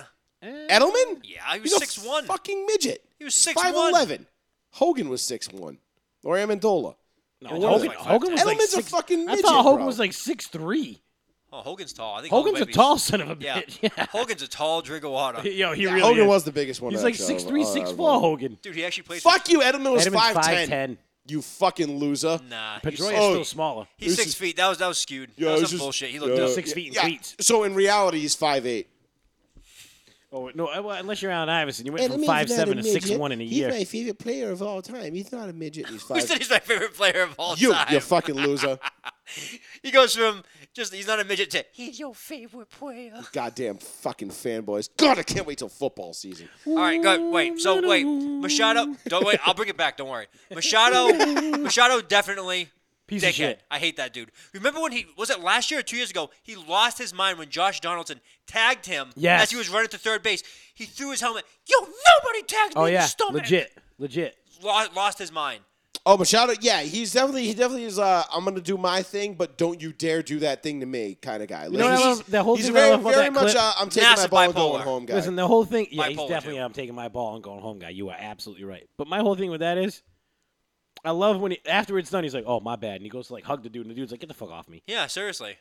Speaker 1: Edelman?
Speaker 4: Yeah, he was
Speaker 1: He's a
Speaker 4: 6'1".
Speaker 1: Fucking midget.
Speaker 4: He was 6'1".
Speaker 1: five eleven. Hogan was six one. Or Amendola.
Speaker 5: No,
Speaker 4: Edelman's
Speaker 5: Hogan,
Speaker 4: like five
Speaker 5: Hogan
Speaker 4: ten.
Speaker 5: was like
Speaker 1: Edelman's a
Speaker 5: six,
Speaker 1: fucking
Speaker 5: I
Speaker 1: midget,
Speaker 5: thought Hogan
Speaker 1: bro.
Speaker 5: was like six three.
Speaker 4: Oh, Hogan's tall. I think Hogan
Speaker 5: Hogan's a
Speaker 4: might be-
Speaker 5: tall son of a
Speaker 4: Yeah.
Speaker 5: bitch. Yeah.
Speaker 4: Hogan's a tall Drinkwater.
Speaker 5: Yo, he
Speaker 1: Yeah,
Speaker 5: really
Speaker 1: Hogan
Speaker 5: is.
Speaker 1: was the biggest one.
Speaker 5: He's
Speaker 1: out
Speaker 5: like
Speaker 1: of-
Speaker 5: six three,
Speaker 1: out of
Speaker 5: six
Speaker 1: all
Speaker 5: four. Hogan.
Speaker 4: Dude, he actually plays.
Speaker 1: Uh, Fuck you. Edelman was
Speaker 5: Edelman's
Speaker 1: five ten.
Speaker 5: ten.
Speaker 1: You fucking loser.
Speaker 4: Nah. he's-
Speaker 5: Pedroia's
Speaker 1: Oh.
Speaker 5: still smaller.
Speaker 4: He's
Speaker 1: This
Speaker 4: six
Speaker 1: is-
Speaker 4: feet. That was that was skewed.
Speaker 1: Yeah,
Speaker 4: that was
Speaker 1: it's
Speaker 4: some
Speaker 1: just-
Speaker 4: bullshit. He looked
Speaker 1: yeah.
Speaker 4: up.
Speaker 5: Six feet in
Speaker 1: Yeah.
Speaker 5: cleats.
Speaker 1: So in reality, he's five eight.
Speaker 5: Oh no, uh, well, unless you're Allen Iverson, you went from five seven to six one in a year.
Speaker 1: favorite player of all time. He's not a midget. He's
Speaker 4: Who said he's my favorite player of all
Speaker 1: You,
Speaker 4: time?
Speaker 1: you fucking loser.
Speaker 4: he goes from just he's not a midget to he's your favorite player.
Speaker 1: Goddamn fucking fanboys. God, I can't wait till football season.
Speaker 4: All right, good. Wait, so wait, Machado. Don't wait. I'll bring it back. Don't worry. Machado. Machado definitely.
Speaker 5: Piece
Speaker 4: dickhead.
Speaker 5: of shit.
Speaker 4: I hate that dude. Remember when he was it last year or two years ago? He lost his mind when Josh Donaldson tagged him
Speaker 5: Yes.
Speaker 4: as he was running to third base. He threw his helmet. Yo, nobody tagged
Speaker 5: Oh
Speaker 4: me. in the
Speaker 5: yeah,
Speaker 4: stomach.
Speaker 5: legit, legit.
Speaker 4: Lost, lost his mind.
Speaker 1: Oh, Machado, yeah, he's definitely he definitely is. Uh, I'm gonna do my thing, but don't you dare do that thing to me, kind of guy. Like,
Speaker 5: know what I
Speaker 1: he's
Speaker 5: love- the whole
Speaker 1: he's
Speaker 5: thing that I
Speaker 1: very,
Speaker 5: love about
Speaker 1: very
Speaker 5: that
Speaker 1: much.
Speaker 5: clip?
Speaker 1: Uh, I'm taking my
Speaker 4: Massive
Speaker 1: ball and
Speaker 4: bipolar.
Speaker 1: going home, guy.
Speaker 5: Listen, the whole thing. Yeah, he's
Speaker 4: Bipolar,
Speaker 5: definitely.
Speaker 4: dude.
Speaker 5: I'm taking my ball and going home, guy. You are absolutely right. But my whole thing with that is, I love when he, after it's done, he's like, "Oh my bad," and he goes to like hug the dude, and the dude's like, "Get the fuck off me."
Speaker 4: Yeah, seriously.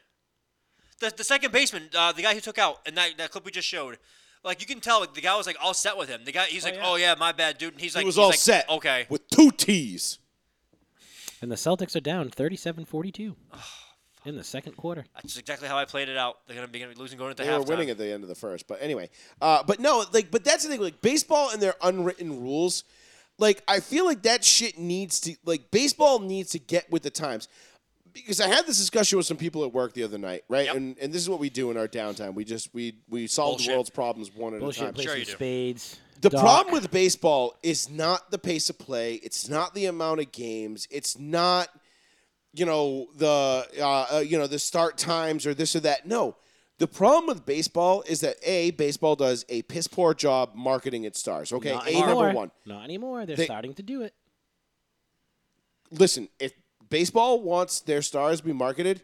Speaker 4: The, the second baseman, uh, the guy who took out, and that, that clip we just showed, like you can tell, like, the guy was like all set with him. The guy, he's like, oh yeah, my bad, dude. And he's
Speaker 1: he
Speaker 4: like,
Speaker 1: was
Speaker 4: he's
Speaker 1: all
Speaker 4: like,
Speaker 1: set.
Speaker 4: Okay.
Speaker 1: with two T's.
Speaker 5: And the Celtics are down 37-42
Speaker 1: Oh,
Speaker 5: in the second quarter.
Speaker 4: That's exactly how I played it out. They're gonna be gonna be losing going into
Speaker 1: They
Speaker 4: halftime.
Speaker 1: were winning at the end of the first, but anyway, uh, but no, like, but that's the thing, like baseball and their unwritten rules. Like, I feel like that shit needs to, like, baseball needs to get with the times. Because I had this discussion with some people at work the other night, right?
Speaker 4: Yep.
Speaker 1: And and this is what we do in our downtime. We just we we solve the
Speaker 4: Bullshit.
Speaker 1: world's problems one at a
Speaker 5: Bullshit.
Speaker 1: time.
Speaker 5: Play
Speaker 4: Sure
Speaker 5: some
Speaker 4: you do.
Speaker 5: spades.
Speaker 1: The
Speaker 5: Doc.
Speaker 1: problem with baseball is not the pace of play. It's not the amount of games. It's not, you know, the uh, uh, you know the start times or this or that. No, the problem with baseball is that a baseball does a piss poor job marketing its stars. Okay,
Speaker 5: Not
Speaker 1: a
Speaker 5: anymore.
Speaker 1: number one.
Speaker 5: Not anymore. They're
Speaker 1: They-
Speaker 5: starting to do it.
Speaker 1: Listen, if baseball wants their stars to be marketed,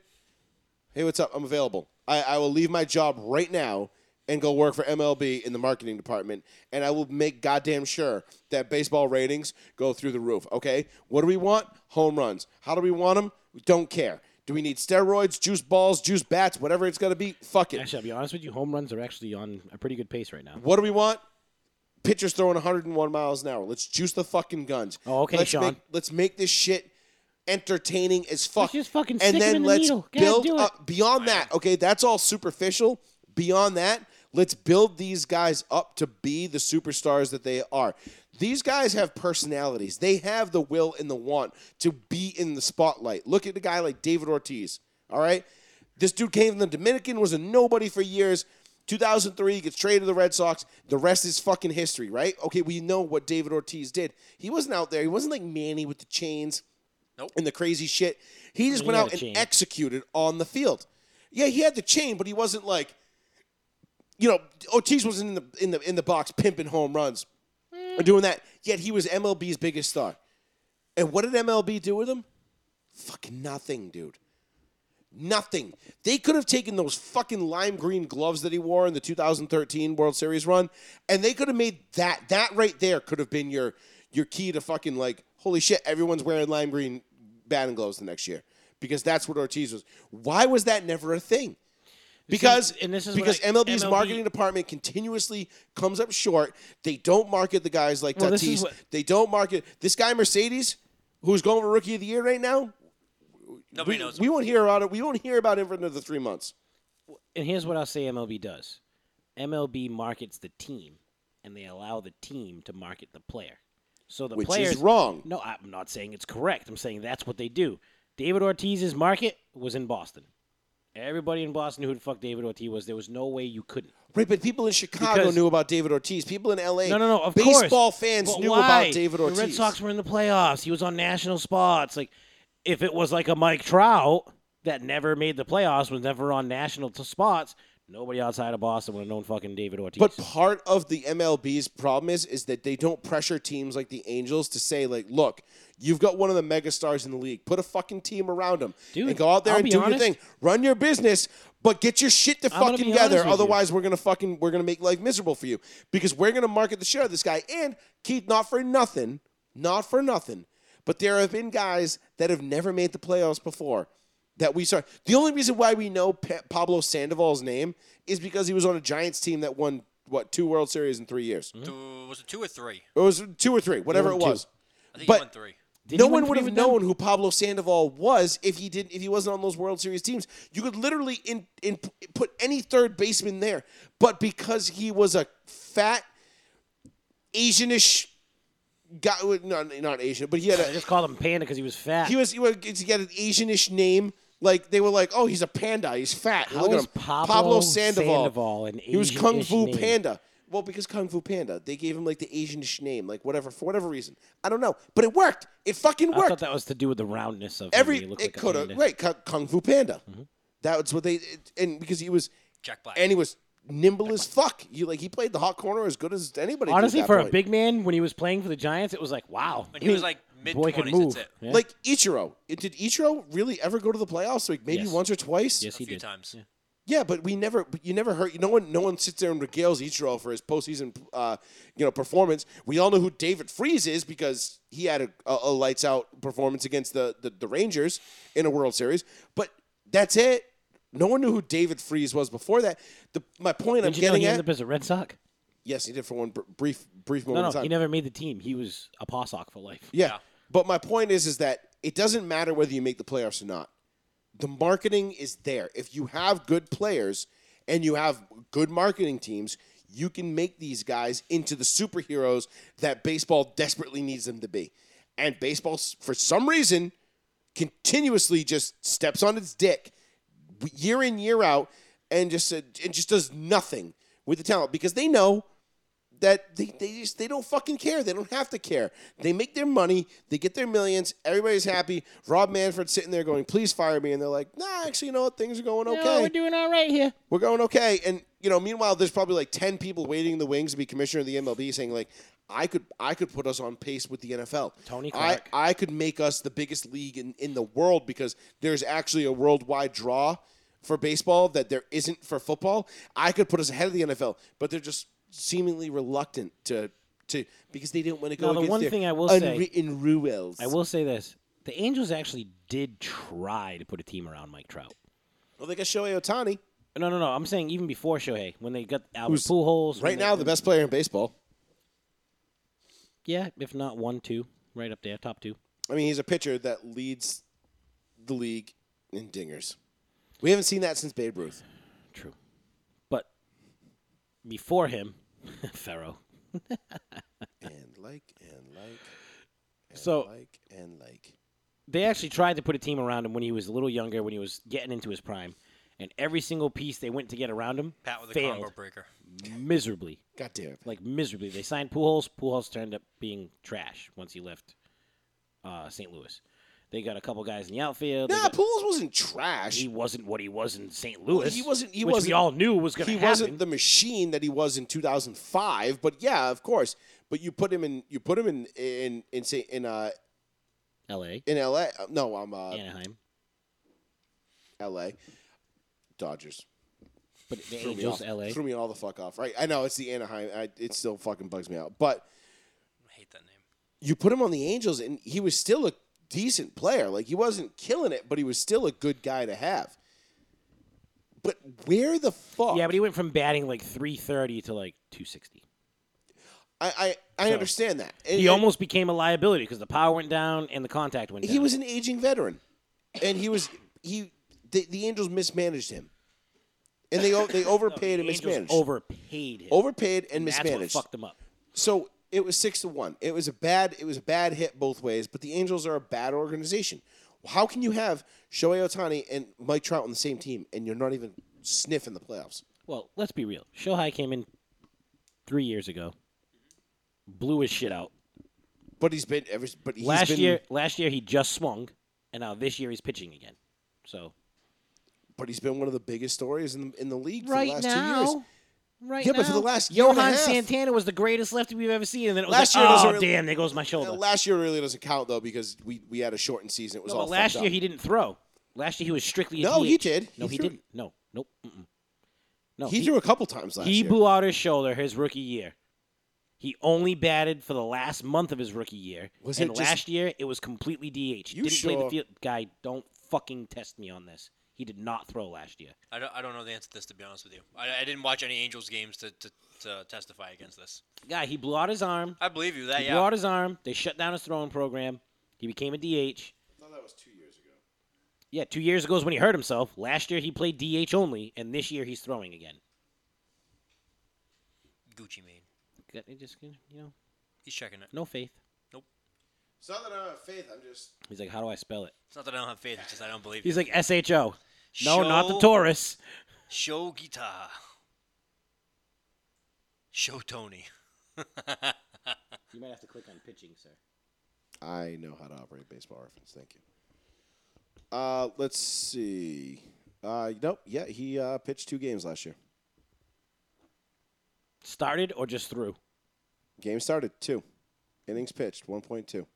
Speaker 1: hey, what's up? I'm available. I, I will leave my job right now and go work for MLB in the marketing department, and I will make goddamn sure that baseball ratings go through the roof. Okay, what do we want? Home runs. How do we want them? We don't care. Do we need steroids, juice balls, juice bats, whatever it's gonna be? Fuck it.
Speaker 5: Actually, I'll be honest with you. Home runs are actually on a pretty good pace right now.
Speaker 1: What do we want? Pitchers throwing 101 miles an hour. Let's juice the fucking guns.
Speaker 5: Oh, okay,
Speaker 1: let's
Speaker 5: Sean.
Speaker 1: Make, let's make this shit entertaining as fuck.
Speaker 5: just fucking stick
Speaker 1: and
Speaker 5: 'em
Speaker 1: then
Speaker 5: in the
Speaker 1: let's
Speaker 5: needle. God,
Speaker 1: build
Speaker 5: do it.
Speaker 1: up beyond that. Okay, that's all superficial. Beyond that, let's build these guys up to be the superstars that they are. These guys have personalities. They have the will and the want to be in the spotlight. Look at a guy like David Ortiz. All right, this dude came from the Dominican, was a nobody for years. 2003 gets traded to the Red Sox. The rest is fucking history, right? Okay, we know what David Ortiz did. He wasn't out there. He wasn't like Manny with the chains and the crazy shit. He just
Speaker 5: He
Speaker 1: went
Speaker 5: had
Speaker 1: out
Speaker 5: a
Speaker 1: and
Speaker 5: chain.
Speaker 1: executed on the field. Yeah, he had the chain, but he wasn't like, you know, Ortiz wasn't in the in the in the box pimping home runs or doing that. Yet he was MLB's biggest star. And what did MLB do with him? Fucking nothing, dude. Nothing. They could have taken those fucking lime green gloves that he wore in the 2013 World Series run, and they could have made that that right there could have been your your key to fucking like holy shit, everyone's wearing lime green batting gloves the next year because that's what Ortiz was. Why was that never a thing? Because
Speaker 5: and this is what
Speaker 1: because
Speaker 5: I-
Speaker 1: MLB's
Speaker 5: MLB
Speaker 1: marketing department continuously comes up short. They don't market the guys like
Speaker 5: Well, this
Speaker 1: Tatis.
Speaker 5: is what-
Speaker 1: they don't market this guy Mercedes, who's going for Rookie of the Year right now
Speaker 4: Nobody
Speaker 1: we,
Speaker 4: knows.
Speaker 1: we won't hear about it. We won't hear about it for another three months.
Speaker 5: and here's what I'll say MLB does. MLB markets the team and they allow the team to market the player. So the
Speaker 1: Which is
Speaker 5: players
Speaker 1: wrong.
Speaker 5: No, I'm not saying it's correct. I'm saying that's what they do. David Ortiz's market was in Boston. Everybody in Boston knew who the fuck David Ortiz was. There was no way you couldn't.
Speaker 1: Right, but people in Chicago
Speaker 5: Because-
Speaker 1: knew about David Ortiz. People in L.A.
Speaker 5: No, no, no. Of course,
Speaker 1: baseball fans
Speaker 5: But
Speaker 1: knew
Speaker 5: why?
Speaker 1: about David Ortiz.
Speaker 5: The Red Sox were in the playoffs. He was on national spots. Like, if it was like a Mike Trout that never made the playoffs, was never on national t- spots, nobody outside of Boston would have known fucking David Ortiz.
Speaker 1: But part of the MLB's problem is is that they don't pressure teams like the Angels to say like, look, you've got one of the megastars in the league. Put a fucking team around him
Speaker 5: Dude,
Speaker 1: and go out there
Speaker 5: I'll
Speaker 1: and
Speaker 5: be
Speaker 1: do your
Speaker 5: honest.
Speaker 1: thing. Run your business, but get your shit to
Speaker 5: I'm gonna
Speaker 1: fucking
Speaker 5: be
Speaker 1: together.
Speaker 5: honest with you.
Speaker 1: Otherwise, we're gonna fucking we're gonna make life miserable for you because we're gonna market the shit out of this guy. And Keith, not for nothing, not for nothing, but there have been guys that have never made the playoffs before that we saw. The only reason why we know Pa- Pablo Sandoval's name is because he was on a Giants team that won what two World
Speaker 5: Mm-hmm.
Speaker 1: Series in three years.
Speaker 4: Two- was it two or three?
Speaker 1: It was two or three, whatever it was.
Speaker 4: I think he
Speaker 1: But
Speaker 4: won three.
Speaker 5: Did
Speaker 1: no
Speaker 5: he win
Speaker 1: one would
Speaker 5: three
Speaker 1: have
Speaker 5: with them?
Speaker 1: known who Pablo Sandoval was if he didn't if he wasn't on those World Series teams. You could literally in, in put any third baseman there, but because he was a fat Asianish guy, well, not not Asian, but he had
Speaker 5: I
Speaker 1: a
Speaker 5: just called him Panda because he was fat.
Speaker 1: he was he, was, he had an Asianish name. Like they were like, oh, he's a panda. He's fat.
Speaker 5: How
Speaker 1: Look at
Speaker 5: is
Speaker 1: him,
Speaker 5: Pablo Sandoval an
Speaker 1: he was Kung
Speaker 5: Asian-ish
Speaker 1: Fu
Speaker 5: name?
Speaker 1: Panda. Well, because Kung Fu Panda, they gave him like the Asianish name, like whatever for whatever reason. I don't know, but it worked. It fucking
Speaker 5: I
Speaker 1: worked
Speaker 5: thought that was to do with the roundness of him,
Speaker 1: every
Speaker 5: he
Speaker 1: it
Speaker 5: looked like a
Speaker 1: could have
Speaker 5: panda. Mm-hmm.
Speaker 1: right Kung- Kung Fu Panda. That was what they it- and because he was
Speaker 4: Jack Black.
Speaker 1: and he was nimble as fuck. You like he played the hot corner as good as anybody. did at
Speaker 5: Honestly,
Speaker 1: that
Speaker 5: for a
Speaker 1: point.
Speaker 5: big man, when he was playing for the Giants, it was like, wow.
Speaker 4: When he was, like,
Speaker 5: boy could
Speaker 4: mid-twenties,
Speaker 5: move.
Speaker 4: that's
Speaker 5: Yeah.
Speaker 1: like Ichiro, It- did Ichiro really ever go to the playoffs? Like maybe
Speaker 5: Yes.
Speaker 1: once or twice.
Speaker 5: yes,
Speaker 4: a
Speaker 5: he
Speaker 4: few
Speaker 5: did.
Speaker 4: times.
Speaker 1: Yeah, but we never, but you never heard. No one, no one sits there and regales Ichiro for his postseason, uh, you know, performance. We all know who David Freeze is because he had a, a, a lights out performance against the, the the Rangers in a World Series. But that's it. No one knew who David Freeze was before that. The, my point I'm
Speaker 5: Did you know
Speaker 1: getting
Speaker 5: he
Speaker 1: at,
Speaker 5: ended up as a Red Sox?
Speaker 1: yes, he did for one br- brief brief moment.
Speaker 5: No,
Speaker 1: in
Speaker 5: no,
Speaker 1: time.
Speaker 5: he never made the team. He was a Paw Sock for life.
Speaker 1: Yeah. But my point is, is that it doesn't matter whether you make the playoffs or not. The marketing is there. If you have good players and you have good marketing teams, you can make these guys into the superheroes that baseball desperately needs them to be. And baseball, s- for some reason, continuously just steps on its dick year in year out and just uh, and just does nothing with the talent because they know that they, they just they don't fucking care. They don't have to care. They make their money, they get their millions, everybody's happy. Rob Manfred sitting there going, "Please fire me," and they're like, "Nah, actually, you know what? Things are going okay.
Speaker 5: No, we're
Speaker 1: we're,
Speaker 5: doing all right here.
Speaker 1: going okay." And you know, meanwhile, there's probably like ten people waiting in the wings to be commissioner of the MLB, saying like, "I could I could put us on pace with the NFL.
Speaker 5: Tony
Speaker 1: I
Speaker 5: Clark.
Speaker 1: I could make us the biggest league in in the world because there's actually a worldwide draw." For baseball, that there isn't for football, I could put us ahead of the NFL, but they're just seemingly reluctant to to because they didn't want to go.
Speaker 5: Now, the
Speaker 1: against
Speaker 5: one
Speaker 1: their
Speaker 5: thing I will say-
Speaker 1: unwritten rules.
Speaker 5: I will say this: the Angels actually did try to put a team around Mike Trout.
Speaker 1: Well, they got Shohei Otani
Speaker 5: No, no, no. I'm saying even before Shohei, when they got Albert
Speaker 1: Who's-
Speaker 5: Pujols. when
Speaker 1: right
Speaker 5: they-
Speaker 1: now, the best player in baseball.
Speaker 5: Yeah, if not one, two, right up there, top two.
Speaker 1: I mean, he's a pitcher that leads the league in dingers. We haven't seen that since Babe Ruth.
Speaker 5: True, but before him, Pharaoh.
Speaker 1: And like and like and
Speaker 5: So-
Speaker 1: like and like.
Speaker 5: they actually tried to put a team around him when he was a little younger, when he was getting into his prime, and every single piece they went to get around him
Speaker 4: Pat with a combo
Speaker 5: failed
Speaker 4: breaker.
Speaker 5: miserably,
Speaker 1: God damn it!
Speaker 5: like miserably. They signed Pujols. Pujols turned up being trash once he left uh, St. Louis. They got a couple guys in the outfield. They
Speaker 1: Nah,
Speaker 5: got-
Speaker 1: Pujols wasn't trash.
Speaker 5: he wasn't what he was in St. Louis.
Speaker 1: he wasn't- he
Speaker 5: which
Speaker 1: wasn't-
Speaker 5: we all knew was going to
Speaker 1: he
Speaker 5: happen.
Speaker 1: wasn't the machine that he was in 2005 but yeah of course but you put him in you put him in in in say in uh
Speaker 5: L.A.
Speaker 1: in la uh, no i'm uh
Speaker 5: Anaheim,
Speaker 1: la dodgers
Speaker 5: but the
Speaker 1: Threw me
Speaker 5: Angels,
Speaker 1: off.
Speaker 5: L.A.
Speaker 1: threw me all the fuck off right i know it's the anaheim I, it still fucking bugs me out but
Speaker 4: I hate that name.
Speaker 1: you put him on the angels and he was still a decent player like he wasn't killing it but he was still a good guy to have but where the fuck
Speaker 5: Yeah, but he went from batting like 330 to like 260.
Speaker 1: i i, I
Speaker 5: So-
Speaker 1: understand that
Speaker 5: He
Speaker 1: And- and-
Speaker 5: almost became a liability because the power went down and the contact went down.
Speaker 1: he was an aging veteran, and he was he the, the Angels mismanaged him, and they o- they overpaid and
Speaker 5: Angels
Speaker 1: mismanaged,
Speaker 5: overpaid him.
Speaker 1: overpaid and
Speaker 5: That's
Speaker 1: mismanaged.
Speaker 5: what fucked him up.
Speaker 1: So it was six to one. It was a bad it was a bad hit both ways. But the Angels are a bad organization. How can you have Shohei Otani and Mike Trout on the same team and you're not even sniffing the playoffs?
Speaker 5: Well, let's be real. Shohei came in three years ago, blew his shit out.
Speaker 1: But he's been ever. But he's
Speaker 5: last
Speaker 1: been,
Speaker 5: year, last year he just swung, and now this year he's pitching again. So
Speaker 1: But he's been one of the biggest stories in the, in the league for the last two years.
Speaker 5: right
Speaker 1: Yeah, but for the
Speaker 5: now,
Speaker 1: last year and a
Speaker 5: Johan
Speaker 1: half-
Speaker 5: Santana was the greatest lefty we've ever seen, and then it was
Speaker 1: Last
Speaker 5: like,
Speaker 1: year it doesn't
Speaker 5: oh
Speaker 1: really-
Speaker 5: damn, there goes my
Speaker 1: Uh,
Speaker 5: shoulder.
Speaker 1: Last year really doesn't count though because we, we had a shortened season. It was
Speaker 5: no,
Speaker 1: all
Speaker 5: but last
Speaker 1: fucked
Speaker 5: year
Speaker 1: up.
Speaker 5: he didn't throw. Last year he was strictly a
Speaker 1: No, he
Speaker 5: DH.
Speaker 1: did.
Speaker 5: No,
Speaker 1: He
Speaker 5: he,
Speaker 1: threw-
Speaker 5: didn't. No, nope. Mm-mm. No,
Speaker 1: he, threw a couple times last
Speaker 5: he
Speaker 1: year.
Speaker 5: blew out his shoulder his rookie year. He only batted for the last month of his rookie year.
Speaker 1: Was
Speaker 5: and
Speaker 1: it just-
Speaker 5: last year it was completely DH.
Speaker 1: You
Speaker 5: Didn't play the
Speaker 1: sure?
Speaker 5: field. Guy, don't fucking test me on this. He did not throw last year.
Speaker 4: I don't, I don't know the answer to this, to be honest with you. I, I didn't watch any Angels games to, to, to testify against this.
Speaker 5: Guy, he blew out his arm.
Speaker 4: I believe you. That,
Speaker 5: He
Speaker 4: yeah.
Speaker 5: blew out his arm. They shut down his throwing program. He He became a DH.
Speaker 1: thought that was two years ago.
Speaker 5: Yeah, two years ago is when he hurt himself. Last year he played DH only, and this year he's throwing again.
Speaker 4: Gucci Mane.
Speaker 5: Got- he Just you know,
Speaker 4: He's checking it.
Speaker 5: no faith.
Speaker 1: It's not that I don't have faith. I'm just
Speaker 5: He's like, how do I spell it?
Speaker 4: It's not that I don't have faith. It's just I don't believe.
Speaker 5: He's like S H O. No,
Speaker 4: Show-
Speaker 5: not the Taurus.
Speaker 4: Show guitar. Show Tony.
Speaker 5: You might have to click on pitching, sir.
Speaker 1: I know how to operate baseball reference. Thank you. Uh, let's see. Uh, nope. Yeah, he uh, pitched two games last year.
Speaker 5: Started or just threw?
Speaker 1: Game started two, innings pitched one point two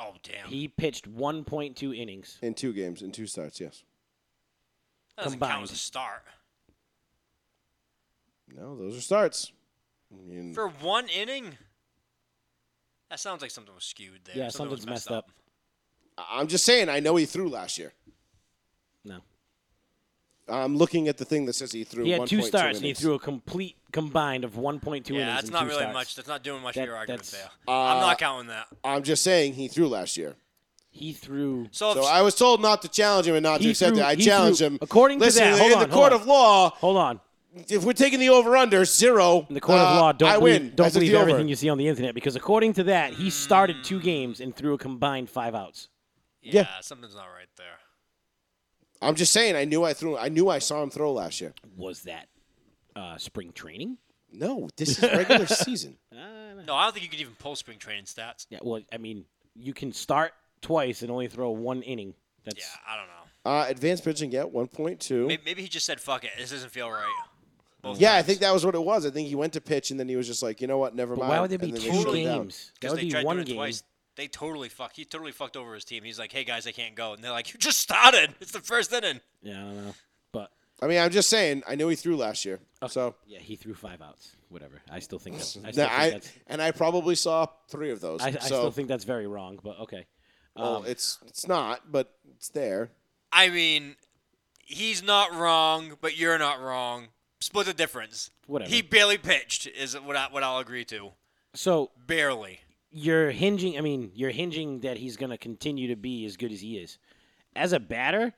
Speaker 4: Oh damn.
Speaker 5: He pitched 1.2 innings.
Speaker 1: in two games in two starts. Yes.
Speaker 4: That doesn't count as a
Speaker 5: combined.
Speaker 4: start.
Speaker 1: No, those are starts. I mean,
Speaker 4: For one inning? That sounds like something was skewed there.
Speaker 5: Yeah,
Speaker 4: Something was
Speaker 5: something's messed up.
Speaker 1: I- I'm just saying. I know he threw last year.
Speaker 5: No,
Speaker 1: I'm looking at the thing that says he threw.
Speaker 5: he had
Speaker 1: 1.2
Speaker 5: two starts and he
Speaker 1: innings.
Speaker 5: threw a complete combined of 1.2
Speaker 4: Yeah,
Speaker 5: innings.
Speaker 4: that's
Speaker 5: and
Speaker 4: not
Speaker 5: two
Speaker 4: really
Speaker 5: starts.
Speaker 4: much. That's not doing much
Speaker 5: That-
Speaker 4: for your argument
Speaker 5: that's-
Speaker 4: there. I'm
Speaker 1: Uh,
Speaker 4: not counting that.
Speaker 1: I'm just saying he threw last year.
Speaker 5: He threw.
Speaker 4: So,
Speaker 1: So
Speaker 4: if,
Speaker 1: I was told not to challenge him and not to
Speaker 5: He
Speaker 1: accept
Speaker 5: threw-
Speaker 1: it. I
Speaker 5: he
Speaker 1: challenged
Speaker 5: threw-
Speaker 1: him.
Speaker 5: according to
Speaker 1: Listen,
Speaker 5: that- hold
Speaker 1: in
Speaker 5: on,
Speaker 1: the
Speaker 5: hold
Speaker 1: court
Speaker 5: on.
Speaker 1: of law,
Speaker 5: Hold on.
Speaker 1: if we're taking the over under zero,
Speaker 5: In the court of
Speaker 1: uh,
Speaker 5: law, don't
Speaker 1: I
Speaker 5: believe,
Speaker 1: win. I
Speaker 5: don't
Speaker 1: took
Speaker 5: believe
Speaker 1: the over.
Speaker 5: everything you see on the internet because according to that, he started two games and threw a combined five outs.
Speaker 4: yeah,
Speaker 1: yeah.
Speaker 4: something's not right there.
Speaker 1: I'm just saying. I knew I threw. I knew I saw him throw last year.
Speaker 5: Was that uh, spring training?
Speaker 1: No, this is regular season.
Speaker 4: No, I don't think you could even pull spring training stats.
Speaker 5: Yeah, well, I mean, you can start twice and only throw one inning.
Speaker 4: Yeah,
Speaker 5: That's
Speaker 4: I don't know.
Speaker 1: Uh, advanced pitching, yeah, 1.2.
Speaker 4: Maybe, maybe he just said, fuck it. This doesn't feel right. Both
Speaker 1: Yeah, I
Speaker 4: times.
Speaker 1: think that was what it was. I think he went to pitch and then he was just like, you know what, never
Speaker 5: But
Speaker 1: mind.
Speaker 5: why would there be
Speaker 1: and then they
Speaker 5: two
Speaker 1: shut it down.
Speaker 5: games? That
Speaker 4: Because
Speaker 5: would
Speaker 4: they
Speaker 5: be
Speaker 4: tried
Speaker 5: one
Speaker 4: doing it
Speaker 5: game.
Speaker 4: twice. They totally fucked. He totally fucked over his team. He's like, hey, guys, I can't go. And they're like, you just started. It's the first inning.
Speaker 5: Yeah, I don't know. But
Speaker 1: I mean, I'm just saying. I knew he threw last year, so
Speaker 5: yeah, he threw five outs. Whatever. I still think that's. I
Speaker 1: Nah,
Speaker 5: still, think,
Speaker 1: I
Speaker 5: that's,
Speaker 1: and I probably saw three of those.
Speaker 5: I, I
Speaker 1: so
Speaker 5: still think that's very wrong. But okay.
Speaker 1: well,
Speaker 5: Um,
Speaker 1: it's it's not, but it's there.
Speaker 4: I mean, he's not wrong, but you're not wrong. Split the difference.
Speaker 5: Whatever.
Speaker 4: He barely pitched is what I, what I'll agree to.
Speaker 5: so
Speaker 4: Barely.
Speaker 5: you're hinging. I mean, you're hinging that he's going to continue to be as good as he is. As a batter, I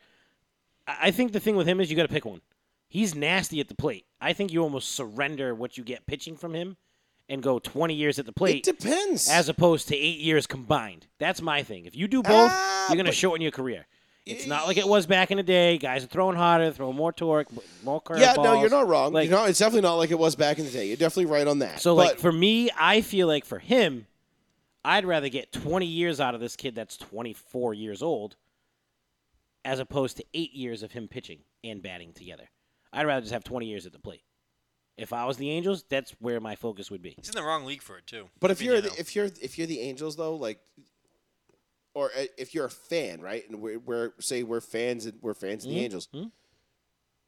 Speaker 5: I think the thing with him is you got to pick one. He's nasty at the plate. I think you almost surrender what you get pitching from him, and go 20 years at the plate.
Speaker 1: It depends.
Speaker 5: as opposed to eight years combined. That's my thing. If you do both,
Speaker 1: Ah,
Speaker 5: you're going to
Speaker 1: but-
Speaker 5: shorten your career. It's not like it was back in the day. Guys are throwing harder, throwing more torque, more curveballs.
Speaker 1: yeah, no, you're not wrong.
Speaker 5: Like,
Speaker 1: you know, it's definitely not like it was back in the day. You're definitely right on that.
Speaker 5: so,
Speaker 1: but
Speaker 5: like for me, I feel like for him, I'd rather get 20 years out of this kid that's 24 years old, as opposed to eight years of him pitching and batting together. I'd rather just have 20 years at the plate. If I was the Angels, that's where my focus would be.
Speaker 4: He's in the wrong league for it too.
Speaker 1: But if
Speaker 4: I mean,
Speaker 1: you're
Speaker 4: you
Speaker 1: the,
Speaker 4: know.
Speaker 1: if you're if you're the Angels though, like, or uh, if you're a fan, right? And we're, we're say we're fans and we're fans
Speaker 4: Hmm?
Speaker 1: of the Angels.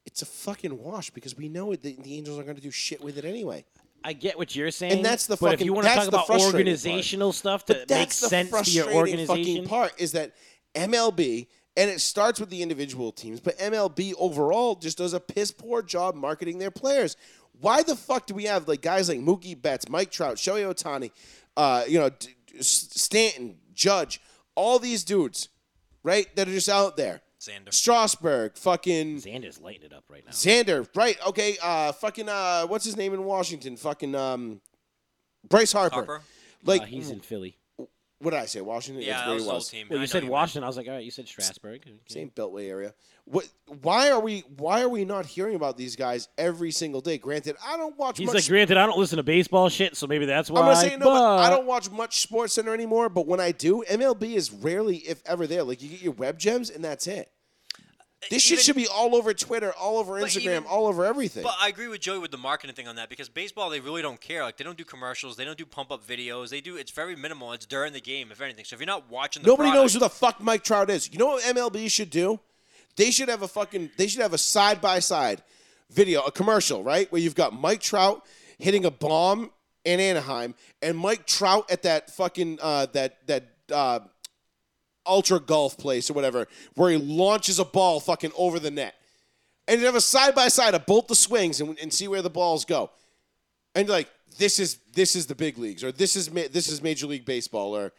Speaker 1: It's a fucking wash because we know it, the, the Angels aren't going to do shit with it anyway.
Speaker 5: I get what you're saying,
Speaker 1: that's the
Speaker 5: but if
Speaker 1: fucking-
Speaker 5: you want to
Speaker 1: that's
Speaker 5: talk
Speaker 1: the
Speaker 5: about
Speaker 1: frustrating part.
Speaker 5: organizational stuff to
Speaker 1: But
Speaker 5: make
Speaker 1: that's the
Speaker 5: sense to your
Speaker 1: frustrating
Speaker 5: organization,
Speaker 1: fucking part is that MLB and it starts with the individual teams, but MLB overall just does a piss poor job marketing their players. Why the fuck do we have like guys like Mookie Betts, Mike Trout, Shohei Otani, uh, you know, D- D- S- Stanton, Judge, all these dudes, right? That are just out there.
Speaker 4: Xander.
Speaker 1: Strasburg, fucking
Speaker 5: Xander's lighting it up right now.
Speaker 1: Xander, right? Okay, uh, fucking uh, what's his name in Washington? Fucking um, Bryce Harper.
Speaker 4: Harper?
Speaker 1: Like
Speaker 5: Uh, he's in Philly.
Speaker 1: what did I say? Washington.
Speaker 4: yeah,
Speaker 1: It's
Speaker 4: that
Speaker 1: where
Speaker 4: was
Speaker 1: he
Speaker 4: the whole
Speaker 1: was.
Speaker 4: team. I
Speaker 5: Well, you
Speaker 4: know
Speaker 5: said
Speaker 4: meant-
Speaker 5: Washington. I was like, all right, you said Strasburg. Okay.
Speaker 1: same beltway area what why are we why are we not hearing about these guys every single day granted i don't watch
Speaker 5: He's
Speaker 1: much
Speaker 5: like, granted, I don't listen to baseball shit, so maybe that's why.
Speaker 1: i'm not saying no but i
Speaker 5: but-
Speaker 1: don't watch much sports center anymore but when i do mlb is rarely if ever there like you get your web gems and that's it this shit
Speaker 4: Uh, even-
Speaker 1: should be all over twitter all over
Speaker 4: But
Speaker 1: instagram
Speaker 4: even-
Speaker 1: all over everything
Speaker 4: But I agree with Joey with the marketing thing on that because baseball they really don't care. Like they don't do commercials, they don't do pump up videos. They do it's very minimal. It's during the game, if anything. So if you're not watching the
Speaker 1: nobody knows
Speaker 4: product-
Speaker 1: who the fuck mike trout is you know what mlb should do they should have a fucking they should have a side by side video a commercial right where you've got mike trout hitting a bomb in anaheim and mike trout at that fucking uh that that uh ultra golf place or whatever where he launches a ball fucking over the net and you have a side by side of both the swings and, and see where the balls go and you're like this is this is the big leagues or this is ma- this is major league baseball or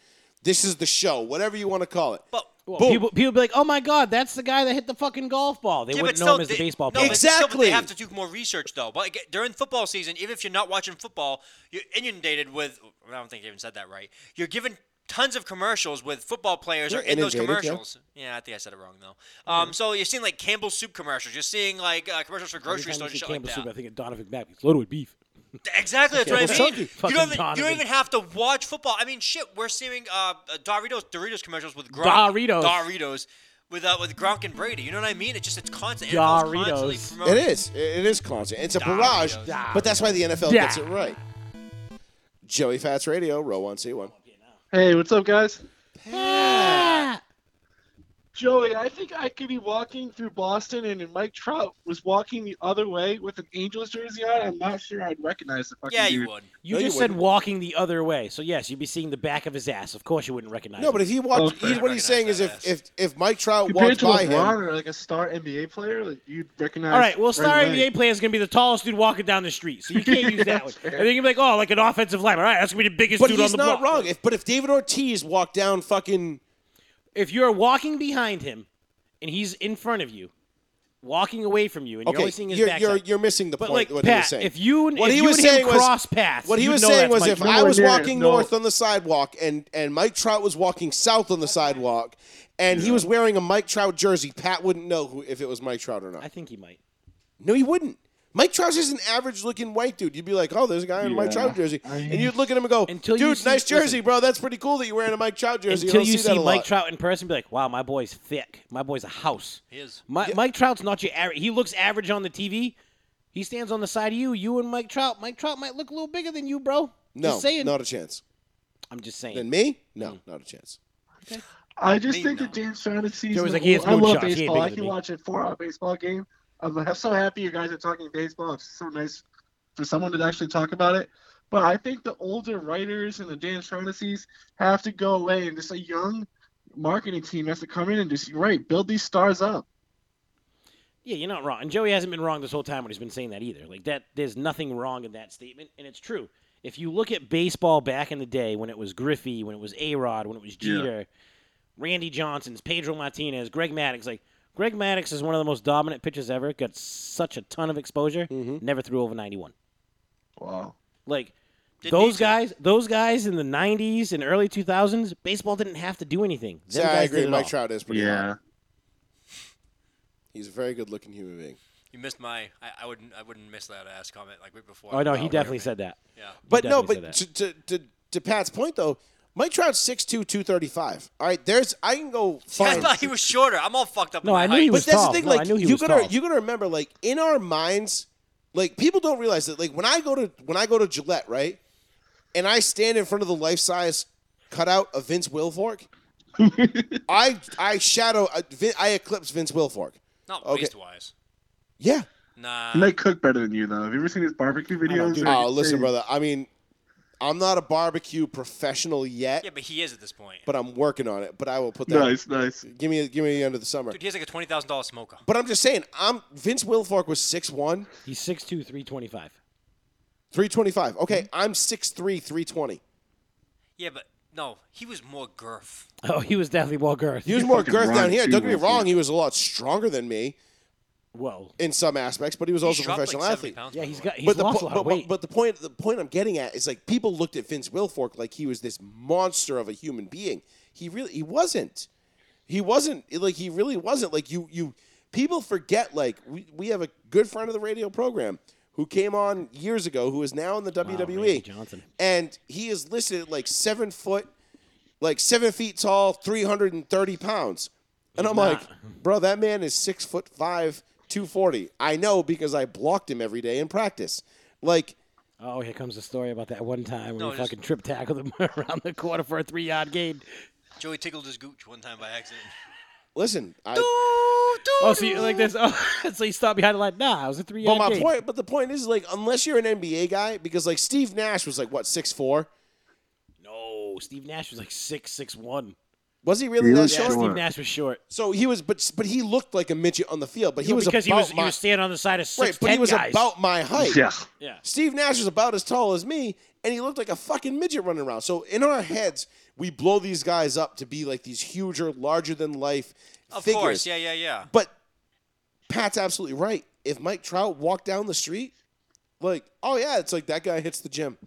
Speaker 1: This is the show, whatever you want to call it.
Speaker 4: But
Speaker 5: Well,
Speaker 1: Boom.
Speaker 5: people, people be like, "Oh my God, that's the guy that hit the fucking golf ball." They
Speaker 4: yeah,
Speaker 5: wouldn't
Speaker 4: but
Speaker 5: know
Speaker 4: still,
Speaker 5: him as
Speaker 4: they,
Speaker 5: the baseball
Speaker 4: no,
Speaker 5: player.
Speaker 4: but still, but
Speaker 1: Exactly.
Speaker 4: they have to do more research though. But like, during football season, even if you're not watching football, you're inundated with. I don't think I even said that right. You're given tons of commercials with football players are
Speaker 1: They're
Speaker 4: in those
Speaker 1: inundated, yeah.
Speaker 4: commercials. Yeah. I think I said it wrong though. Um, so you're seeing like Campbell's soup commercials. You're seeing like uh, commercials for
Speaker 5: Every
Speaker 4: grocery
Speaker 5: time
Speaker 4: stores
Speaker 5: you
Speaker 4: and
Speaker 5: see
Speaker 4: shit like
Speaker 5: Campbell's
Speaker 4: that.
Speaker 5: soup, I think of Donovan McNabb. It's loaded with beef.
Speaker 4: Exactly, that's what I
Speaker 5: Campbell's
Speaker 4: mean.
Speaker 5: soup.
Speaker 4: You don't,
Speaker 5: Fucking
Speaker 4: even, you don't
Speaker 5: Donovan.
Speaker 4: even have to watch football. I mean, shit, we're seeing uh, uh, Doritos Doritos commercials with Gronk.
Speaker 5: Doritos.
Speaker 4: Doritos. With, uh, with Gronk and Brady. You know what I mean? It's just, it's constant. NFL's constantly
Speaker 5: Doritos.
Speaker 4: promoting-
Speaker 1: It is. It it is constant. It's a barrage,
Speaker 5: Doritos.
Speaker 1: but that's why the NFL
Speaker 5: Yeah.
Speaker 1: gets it right. Joey Fats Radio, row one, C one.
Speaker 8: Hey, what's up, guys? Joey, I think I could be walking through Boston, and if Mike Trout was walking the other way with an Angels jersey on, I'm not sure I'd recognize the fucking
Speaker 4: Yeah,
Speaker 8: dude.
Speaker 4: you would.
Speaker 5: You
Speaker 1: No, you
Speaker 5: just said
Speaker 1: wouldn't.
Speaker 5: walking the other way, so yes, you'd be seeing the back of his ass. Of course, you wouldn't recognize.
Speaker 1: No,
Speaker 5: him.
Speaker 1: but if he walked,
Speaker 8: Okay.
Speaker 1: he, what he's saying is if, if if Mike Trout walked
Speaker 8: Compared to
Speaker 1: by
Speaker 8: LeBron
Speaker 1: him,
Speaker 8: or like a star NBA player, like you'd recognize.
Speaker 5: All right, well, star
Speaker 8: right away.
Speaker 5: NBA player is going to be the tallest dude walking down the street, so you can't use that one.
Speaker 8: That's
Speaker 5: And
Speaker 8: fair.
Speaker 5: then you're like, oh, like an offensive lineman. All right, that's going to be the biggest
Speaker 1: but
Speaker 5: dude on
Speaker 1: he's
Speaker 5: the
Speaker 1: not
Speaker 5: block.
Speaker 1: wrong. If but if David Ortiz walked down fucking
Speaker 5: If you're walking behind him and he's in front of you, walking away from you, and you're
Speaker 1: okay,
Speaker 5: only seeing his
Speaker 1: you're,
Speaker 5: backside.
Speaker 1: you're you're missing the
Speaker 5: but
Speaker 1: point.
Speaker 5: like
Speaker 1: what he was
Speaker 5: Pat,
Speaker 1: saying.
Speaker 5: if you
Speaker 1: What
Speaker 5: if
Speaker 1: he
Speaker 5: you
Speaker 1: was
Speaker 5: and him
Speaker 1: saying was-
Speaker 5: cross paths,
Speaker 1: What he
Speaker 5: you'd
Speaker 1: was
Speaker 5: know
Speaker 1: saying
Speaker 5: that's
Speaker 1: was
Speaker 5: Mike
Speaker 1: if
Speaker 5: Trout.
Speaker 1: I was
Speaker 8: No, I didn't.
Speaker 1: walking
Speaker 8: No.
Speaker 1: north on the sidewalk and, and Mike Trout was walking south on the sidewalk and he was wearing a Mike Trout jersey, Pat wouldn't know who, if it was Mike Trout or
Speaker 5: I
Speaker 1: not.
Speaker 5: think he might.
Speaker 1: No, he wouldn't. Mike Trout's just an average looking white dude. You'd be like, oh, there's a guy in a Mike
Speaker 8: Yeah.
Speaker 1: Trout jersey.
Speaker 8: I-
Speaker 1: and you'd look at him and go,
Speaker 5: Until you
Speaker 1: dude,
Speaker 5: see-
Speaker 1: nice jersey,
Speaker 5: listen.
Speaker 1: bro. That's pretty cool that you're wearing a Mike Trout jersey.
Speaker 5: Until
Speaker 1: I don't
Speaker 5: you
Speaker 1: see, that
Speaker 5: see
Speaker 1: a
Speaker 5: Mike
Speaker 1: lot.
Speaker 5: Trout in person, be like, wow, my boy's thick. My boy's a house.
Speaker 4: He is.
Speaker 5: My, Mike Trout's not your average. He looks average on the TV. He stands on the side of you. You and Mike Trout. Mike Trout might look a little bigger than you, bro.
Speaker 1: No,
Speaker 5: just saying.
Speaker 1: not a chance.
Speaker 5: I'm just saying.
Speaker 1: Then me? No, not a chance.
Speaker 8: I just
Speaker 4: Me,
Speaker 8: think that
Speaker 4: no.
Speaker 8: Dan Strawn is
Speaker 5: Joey's
Speaker 8: season.
Speaker 5: like, he has
Speaker 8: I
Speaker 5: no
Speaker 8: love
Speaker 5: chops. He ain't
Speaker 8: baseball.
Speaker 5: bigger
Speaker 8: I
Speaker 5: than
Speaker 8: can
Speaker 5: me.
Speaker 8: watch a four-hour baseball game. I'm, I'm so happy you guys are talking baseball. It's so nice for someone to actually talk about it. But I think the older writers and the Dan Straughnessies have to go away, and just a young marketing team has to come in and just you're right build these stars up.
Speaker 5: Yeah, you're not wrong. And Joey hasn't been wrong this whole time when he's been saying that either. Like that there's nothing wrong in that statement, and it's true. If you look at baseball back in the day when it was Griffey, when it was A-Rod, when it was
Speaker 8: Yeah.
Speaker 5: Jeter, Randy Johnson's, Pedro Martinez, Greg Maddux, like Greg Maddux is one of the most dominant pitchers ever. Got such a ton of exposure.
Speaker 1: Mm-hmm.
Speaker 5: Never threw over 91.
Speaker 8: Wow.
Speaker 5: Like
Speaker 4: Didn't need
Speaker 5: those
Speaker 4: to.
Speaker 5: guys, those guys in the 90s and early 2000s, baseball didn't have to do anything. Them
Speaker 1: Yeah,
Speaker 5: guys
Speaker 1: I
Speaker 5: did
Speaker 1: agree.
Speaker 5: it
Speaker 1: Mike
Speaker 5: all.
Speaker 1: Trout is pretty hot. He's a very good looking human being.
Speaker 4: You missed my. I, I wouldn't. I wouldn't miss that ass comment like right before.
Speaker 5: Oh no, he
Speaker 4: right
Speaker 5: definitely
Speaker 4: away.
Speaker 5: said that.
Speaker 4: Yeah.
Speaker 1: But no,
Speaker 5: definitely
Speaker 1: but
Speaker 5: say
Speaker 1: to, to, to, to Pat's point though, Mike Trout's 6'2", 235. All right, there's I can go
Speaker 4: I
Speaker 1: fine.
Speaker 4: thought he was shorter. I'm all fucked up.
Speaker 5: No,
Speaker 4: with my
Speaker 5: I knew
Speaker 4: height.
Speaker 5: he was
Speaker 1: but that's
Speaker 5: tall.
Speaker 1: the thing,
Speaker 5: No,
Speaker 1: like
Speaker 5: I knew he
Speaker 1: you
Speaker 5: was
Speaker 1: gotta
Speaker 5: tall.
Speaker 1: you gotta remember, like in our minds, like people don't realize that. Like when I go to when I go to Gillette, right, and I stand in front of the life size cutout of Vince Wilfork, I I shadow I, Vin- I eclipse Vince Wilfork.
Speaker 4: Not
Speaker 1: Okay.
Speaker 4: waist wise.
Speaker 1: Yeah.
Speaker 4: Nah.
Speaker 8: And they cook better than you, though. Have you ever seen his barbecue videos?
Speaker 5: dude.
Speaker 8: They're
Speaker 1: Oh, listen,
Speaker 8: insane.
Speaker 1: brother. I mean, I'm not a barbecue professional yet,
Speaker 4: Yeah, but he is at this point.
Speaker 1: but I'm working on it. But I will put that.
Speaker 8: Nice, nice.
Speaker 1: Give me give me under the summer.
Speaker 4: Dude, he has like a twenty thousand dollar smoker.
Speaker 1: But I'm just saying, I'm Vince Wilfork was 6'1",
Speaker 5: He's 6'2", 325.
Speaker 1: 325. Okay,
Speaker 8: Mm-hmm.
Speaker 1: I'm 6'3", 320.
Speaker 4: Yeah, but no, he was more girth.
Speaker 5: Oh, he was definitely more girth.
Speaker 1: He was more
Speaker 8: fucking
Speaker 1: girth down
Speaker 8: run,
Speaker 1: here.
Speaker 8: too,
Speaker 1: Don't get me
Speaker 8: Wilfork.
Speaker 1: wrong, he was a lot stronger than me
Speaker 5: Whoa.
Speaker 1: in some aspects, but he was
Speaker 4: He
Speaker 1: also a
Speaker 4: dropped
Speaker 1: professional
Speaker 4: like 70
Speaker 1: athlete.
Speaker 4: Pounds,
Speaker 5: Yeah,
Speaker 4: by
Speaker 5: he's
Speaker 4: the way.
Speaker 5: got he's
Speaker 1: but the
Speaker 5: lost
Speaker 1: po-
Speaker 5: a lot
Speaker 1: but,
Speaker 5: of weight.
Speaker 1: but the point the point I'm getting at is like people looked at Vince Wilfork like he was this monster of a human being. He really he wasn't. He wasn't like he really wasn't like you you people forget like we, we have a good friend of the radio program who came on years ago who is now in the
Speaker 5: Randy
Speaker 1: WWE
Speaker 5: Johnson.
Speaker 1: and he is listed at like seven foot like seven feet tall 330 pounds and I'm like bro that man is six foot five 240 I know because I blocked him every day in practice like
Speaker 5: oh, here comes the story about that one time when
Speaker 4: No,
Speaker 5: he
Speaker 4: just-
Speaker 5: fucking trip tackled him around the corner for a three yard gain.
Speaker 4: Joey tickled his gooch one time by accident.
Speaker 1: listen I
Speaker 5: Oh, so you like this? Oh, so you stopped behind the line. Nah, it was a three
Speaker 1: But
Speaker 5: yard
Speaker 1: my
Speaker 5: gain.
Speaker 1: point, but the point is, like, unless you're an NBA guy, because like Steve Nash was like what six four?
Speaker 5: No, Steve Nash was like six six one.
Speaker 1: Was he really
Speaker 8: He
Speaker 1: that
Speaker 8: was
Speaker 1: short?
Speaker 8: short.
Speaker 5: Steve Nash was short.
Speaker 1: So he was, but but he looked like a midget on the field. But he
Speaker 5: Well,
Speaker 1: was
Speaker 5: because
Speaker 1: about
Speaker 5: he was
Speaker 1: my
Speaker 5: he was standing on the side of six
Speaker 1: right, but he was
Speaker 5: guys.
Speaker 1: about my height.
Speaker 8: Yeah.
Speaker 5: yeah.
Speaker 1: Steve Nash was about as tall as me, and he looked like a fucking midget running around. So in our heads, we blow these guys up to be like these huger, larger than life
Speaker 4: Of
Speaker 1: figures.
Speaker 4: course, yeah, yeah, yeah.
Speaker 1: But Pat's absolutely right. If Mike Trout walked down the street, like, oh yeah, it's like that guy hits the gym.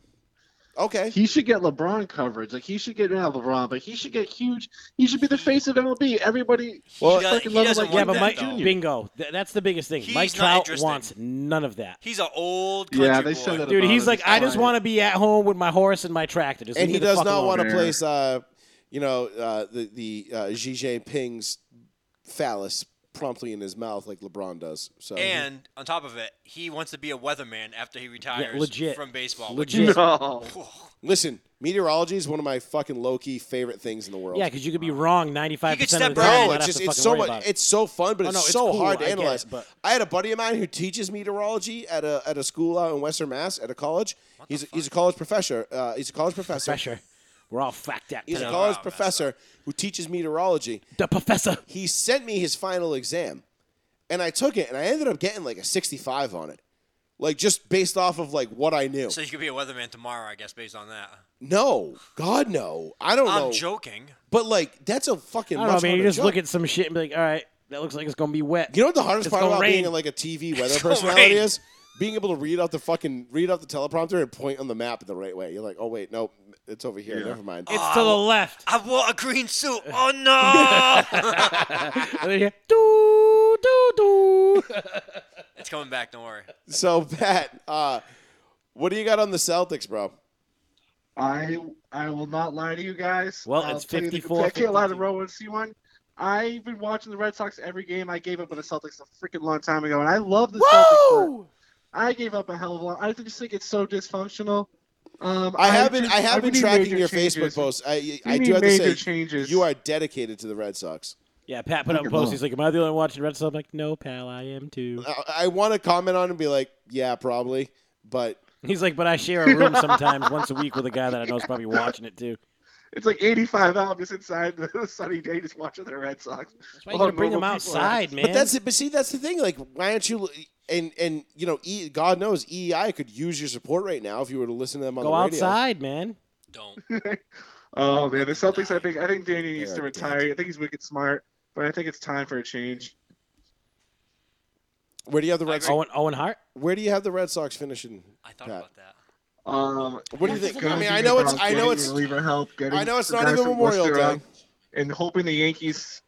Speaker 1: Okay.
Speaker 8: He should get LeBron coverage. Like he should get not LeBron, but he should get huge. He should be the face of MLB. Everybody,
Speaker 1: Well,
Speaker 4: he, does,
Speaker 8: fucking
Speaker 4: he
Speaker 8: love him
Speaker 4: doesn't
Speaker 8: like
Speaker 5: Yeah,
Speaker 4: want
Speaker 8: One
Speaker 5: but
Speaker 4: that,
Speaker 8: Mike
Speaker 5: Mike,
Speaker 4: though.
Speaker 8: Jr.
Speaker 5: bingo. Th- that's the biggest thing.
Speaker 4: He's
Speaker 5: Mike
Speaker 4: not
Speaker 5: Trout
Speaker 4: interesting.
Speaker 5: wants none of that.
Speaker 4: He's an old country
Speaker 8: Yeah, they
Speaker 4: boy.
Speaker 8: said that
Speaker 5: Dude,
Speaker 8: about
Speaker 5: he's
Speaker 8: him.
Speaker 5: like,
Speaker 8: He's
Speaker 5: I just
Speaker 8: fine.
Speaker 5: want to be at home with my horse and my tractor. Just
Speaker 1: and
Speaker 5: leave
Speaker 1: he
Speaker 5: me the
Speaker 1: does
Speaker 5: fuck
Speaker 1: not
Speaker 5: alone.
Speaker 1: want to
Speaker 8: Yeah.
Speaker 1: place, uh, you know, uh, the the uh, Xi Jinping's phallus promptly in his mouth like LeBron does. So
Speaker 4: And on top of it, he wants to be a weatherman after he retires
Speaker 5: legit.
Speaker 4: from baseball. which
Speaker 5: Legit.
Speaker 8: No.
Speaker 1: listen, meteorology is one of my fucking low key favorite things in the world.
Speaker 5: Yeah, because you could be wrong 95%
Speaker 4: could
Speaker 5: of the
Speaker 4: step right in.
Speaker 5: time. and
Speaker 1: Bro,
Speaker 5: not
Speaker 1: it's
Speaker 5: have
Speaker 1: just
Speaker 5: to
Speaker 1: it's
Speaker 5: fucking
Speaker 1: so
Speaker 5: worry
Speaker 1: much
Speaker 5: about it.
Speaker 1: it's so fun, but
Speaker 5: Oh,
Speaker 1: it's
Speaker 5: no, it's
Speaker 1: so
Speaker 5: cool.
Speaker 1: hard to
Speaker 5: I get it,
Speaker 1: analyze.
Speaker 5: but-
Speaker 1: I had a buddy of mine who teaches meteorology at a at a school out in Western Mass at a college. He's a, he's a college professor. Uh, he's a college professor.
Speaker 5: Pressure. We're all fucked up.
Speaker 1: He's a
Speaker 5: today.
Speaker 1: college
Speaker 4: wow, that's
Speaker 1: professor who teaches meteorology.
Speaker 5: the professor.
Speaker 1: He sent me his final exam, and I took it, and I ended up getting like a 65 on it, like just based off of like what I knew.
Speaker 4: So you could be a weatherman tomorrow, I guess, based on that.
Speaker 1: no, God no, I don't
Speaker 4: I'm
Speaker 1: know.
Speaker 4: joking.
Speaker 1: but like that's a fucking.
Speaker 5: I don't know,
Speaker 1: much
Speaker 5: man. You
Speaker 1: harder
Speaker 5: just
Speaker 1: job.
Speaker 5: look at some shit and be like, all right, that looks like it's going to be wet.
Speaker 1: You know what the hardest
Speaker 5: It's
Speaker 1: part
Speaker 5: gonna
Speaker 1: about
Speaker 5: rain.
Speaker 1: being like a TV weather
Speaker 4: gonna
Speaker 1: personality
Speaker 4: rain.
Speaker 1: is being able to read out the fucking read out the teleprompter and point on the map in the right way. You're like, oh wait, no, it's over here. Never mind. Um,
Speaker 5: It's to the left.
Speaker 4: I wore a green suit. Oh no!
Speaker 5: And then you hear, doo, doo, doo.
Speaker 4: it's coming back. Don't worry.
Speaker 1: so Pat, uh, what do you got on the Celtics, bro?
Speaker 8: I I will not lie to you guys.
Speaker 5: Well,
Speaker 8: I'll
Speaker 5: it's
Speaker 8: tell you the-
Speaker 5: 54,
Speaker 8: I can't lie to
Speaker 5: 52.
Speaker 8: Rowan C one. I've been watching the Red Sox every game. I gave up on the Celtics a freaking long time ago, and I love the Celtics. but
Speaker 5: Whoa!
Speaker 8: I gave up a hell of a lot. I just think it's so dysfunctional. Um,
Speaker 1: I have been
Speaker 8: just-
Speaker 1: I have
Speaker 8: we
Speaker 1: been
Speaker 8: need
Speaker 1: tracking
Speaker 8: major
Speaker 1: your
Speaker 8: changes.
Speaker 1: Facebook posts. I
Speaker 8: We
Speaker 1: I
Speaker 8: need
Speaker 1: do have to
Speaker 8: major
Speaker 1: say
Speaker 8: changes.
Speaker 1: you are dedicated to the Red Sox.
Speaker 5: Yeah, Pat put up a
Speaker 8: Fucking
Speaker 5: post.
Speaker 8: love.
Speaker 5: He's like, am I the only one watching Red Sox? I'm like, no, pal, I am too.
Speaker 1: I, I want to comment on and be like, yeah, probably, but
Speaker 5: He's like, but I share a room sometimes once a week with a guy that I know is probably watching it too.
Speaker 8: It's like 85 out just inside on a sunny day, just watching the Red Sox.
Speaker 5: That's why you gotta bring them outside, man.
Speaker 1: But that's it. But see, that's the thing. Like, why aren't you? And and you know, e, God knows, EEI could use your support right now if you were to listen to them on
Speaker 5: Go
Speaker 1: the radio.
Speaker 5: outside, man.
Speaker 4: Don't.
Speaker 8: Oh man, the Celtics. I think I think Danny needs
Speaker 1: They
Speaker 8: to
Speaker 1: are
Speaker 8: retire. I think he's wicked smart, but I think it's time for a change.
Speaker 1: Where do you have the Red? Sox,
Speaker 5: Owen, Owen Hart.
Speaker 1: where do you have the Red Sox finishing?
Speaker 4: I thought
Speaker 1: Pat?
Speaker 4: about that.
Speaker 8: Um,
Speaker 1: What do you
Speaker 5: That's
Speaker 1: think?
Speaker 5: the
Speaker 1: I
Speaker 5: thing.
Speaker 1: mean, I know it's. I
Speaker 8: Getting
Speaker 1: know it's.
Speaker 8: reliever help. Getting
Speaker 1: I know it's
Speaker 8: the
Speaker 1: not
Speaker 8: guy
Speaker 1: even
Speaker 8: from
Speaker 1: Memorial
Speaker 8: Worcester
Speaker 1: Day.
Speaker 8: up, And hoping the Yankees.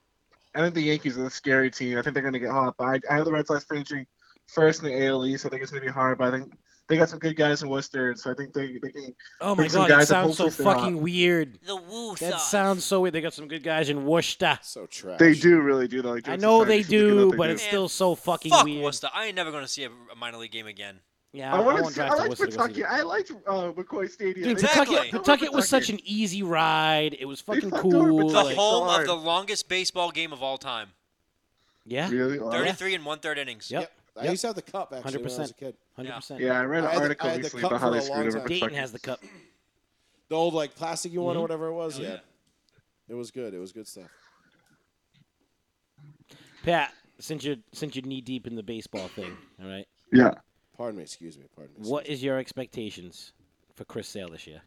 Speaker 8: I think the Yankees are the scary team. I think they're going to get hot. But I, I have the Red Sox finishing first in the AL East. I think it's going to be hard. But I think they got some good guys in Worcester, so I think they they can.
Speaker 5: Oh my
Speaker 8: Bring some
Speaker 5: god, that
Speaker 8: guys up,
Speaker 5: sounds so
Speaker 8: hopefully they're
Speaker 5: fucking weird.
Speaker 4: The woo
Speaker 5: That sounds so weird. They got some good guys in Worcester.
Speaker 1: So trash.
Speaker 8: They do really do though. Like,
Speaker 5: I
Speaker 8: Jason
Speaker 5: know
Speaker 8: Tatum,
Speaker 5: they
Speaker 8: you should look it up,
Speaker 5: do,
Speaker 8: they
Speaker 5: but it's
Speaker 4: do.
Speaker 5: still so fucking
Speaker 4: Fuck
Speaker 5: weird.
Speaker 4: Worcester. I ain't never gonna see a, a minor league game again.
Speaker 5: Yeah,
Speaker 8: I
Speaker 5: want
Speaker 8: want
Speaker 5: to
Speaker 8: to see. I
Speaker 5: drive to
Speaker 8: liked
Speaker 5: Worcester. to go see
Speaker 8: Pawtucket.
Speaker 5: them.
Speaker 8: I liked uh, McCoy Stadium.
Speaker 5: Dude,
Speaker 8: They-
Speaker 4: Exactly.
Speaker 5: Pawtucket, Pawtucket was such an easy ride. It was fucking
Speaker 8: fucked over
Speaker 5: cool.
Speaker 8: Pawtucket.
Speaker 4: The
Speaker 8: Like-
Speaker 4: home of
Speaker 8: Hard.
Speaker 4: the longest baseball game of all time.
Speaker 5: yeah,
Speaker 8: Really? Wow.
Speaker 4: 33 and one third innings.
Speaker 5: yep,
Speaker 1: I used to have the cup actually when I was a
Speaker 5: 100%.
Speaker 1: kid.
Speaker 5: hundred percent.
Speaker 8: Yeah, I read
Speaker 1: I
Speaker 8: an
Speaker 1: had the-
Speaker 8: article
Speaker 1: I had the
Speaker 8: recently
Speaker 1: cup
Speaker 8: about how
Speaker 1: for
Speaker 8: they
Speaker 1: a long
Speaker 8: screwed over
Speaker 1: time.
Speaker 5: Dayton
Speaker 8: Pawtucket.
Speaker 5: has the cup.
Speaker 1: The old like plastic you want
Speaker 5: Mhm.
Speaker 1: or whatever it was.
Speaker 4: Hell
Speaker 1: yeah.
Speaker 4: yeah.
Speaker 1: It was good. It was good stuff.
Speaker 5: Pat, since you're since you're knee deep in the baseball thing, all right.
Speaker 8: Yeah.
Speaker 1: Pardon me. Excuse me. Pardon me.
Speaker 5: What is your expectations for Chris Sale this year?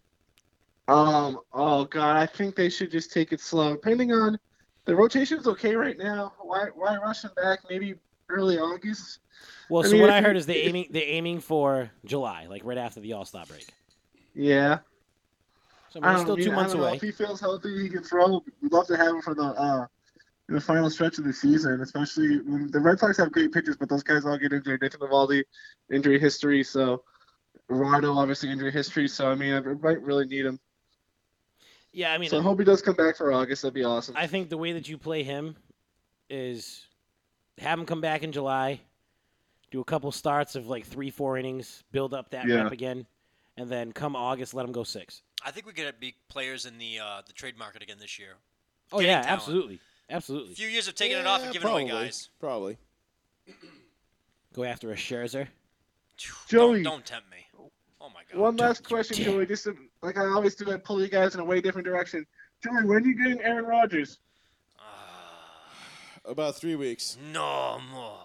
Speaker 8: Um. Oh God, I think they should just take it slow. Depending on the rotation's okay right now. Why? Why rush him back? Maybe early August.
Speaker 5: Well,
Speaker 8: I
Speaker 5: so
Speaker 8: mean,
Speaker 5: what
Speaker 8: if
Speaker 5: I
Speaker 8: you-
Speaker 5: heard is they aiming they aiming for July, like right after the All Star break.
Speaker 8: Yeah.
Speaker 5: So
Speaker 8: I
Speaker 5: we're
Speaker 8: don't,
Speaker 5: still
Speaker 8: mean,
Speaker 5: two
Speaker 8: I
Speaker 5: months
Speaker 8: don't know.
Speaker 5: away.
Speaker 8: If he feels healthy, he can throw. We'd love to have him for the uh, in the final stretch of the season, especially when the Red Sox have great pitchers, but those guys all get injured. Nathan Navaldi, injury history. So, Rondo, obviously, injury history. So, I mean, I might really need him.
Speaker 5: Yeah, I mean,
Speaker 8: so, I hope he does come back for August. That'd be awesome.
Speaker 5: I think the way that you play him is have him come back in July, do a couple starts of like three, four innings, build up that
Speaker 8: Yeah.
Speaker 5: rep again, and then come August, let him go six.
Speaker 4: I think we could be players in the uh, the trade market again this year.
Speaker 5: Oh
Speaker 4: Getting
Speaker 5: yeah,
Speaker 4: talent.
Speaker 5: absolutely,
Speaker 4: A
Speaker 5: absolutely.
Speaker 4: few years of taking it off
Speaker 1: Yeah,
Speaker 4: and giving
Speaker 1: probably,
Speaker 4: away guys.
Speaker 1: Probably.
Speaker 5: Go after a Scherzer.
Speaker 4: Don't,
Speaker 8: Joey.
Speaker 4: don't tempt me. Oh my god.
Speaker 8: One last
Speaker 5: you
Speaker 8: question,
Speaker 5: dare.
Speaker 8: Joey. Just to, like I always do, I pull you guys in a way different direction. Joey, when are you getting Aaron Rodgers?
Speaker 4: Ah,
Speaker 1: About three weeks.
Speaker 4: no more.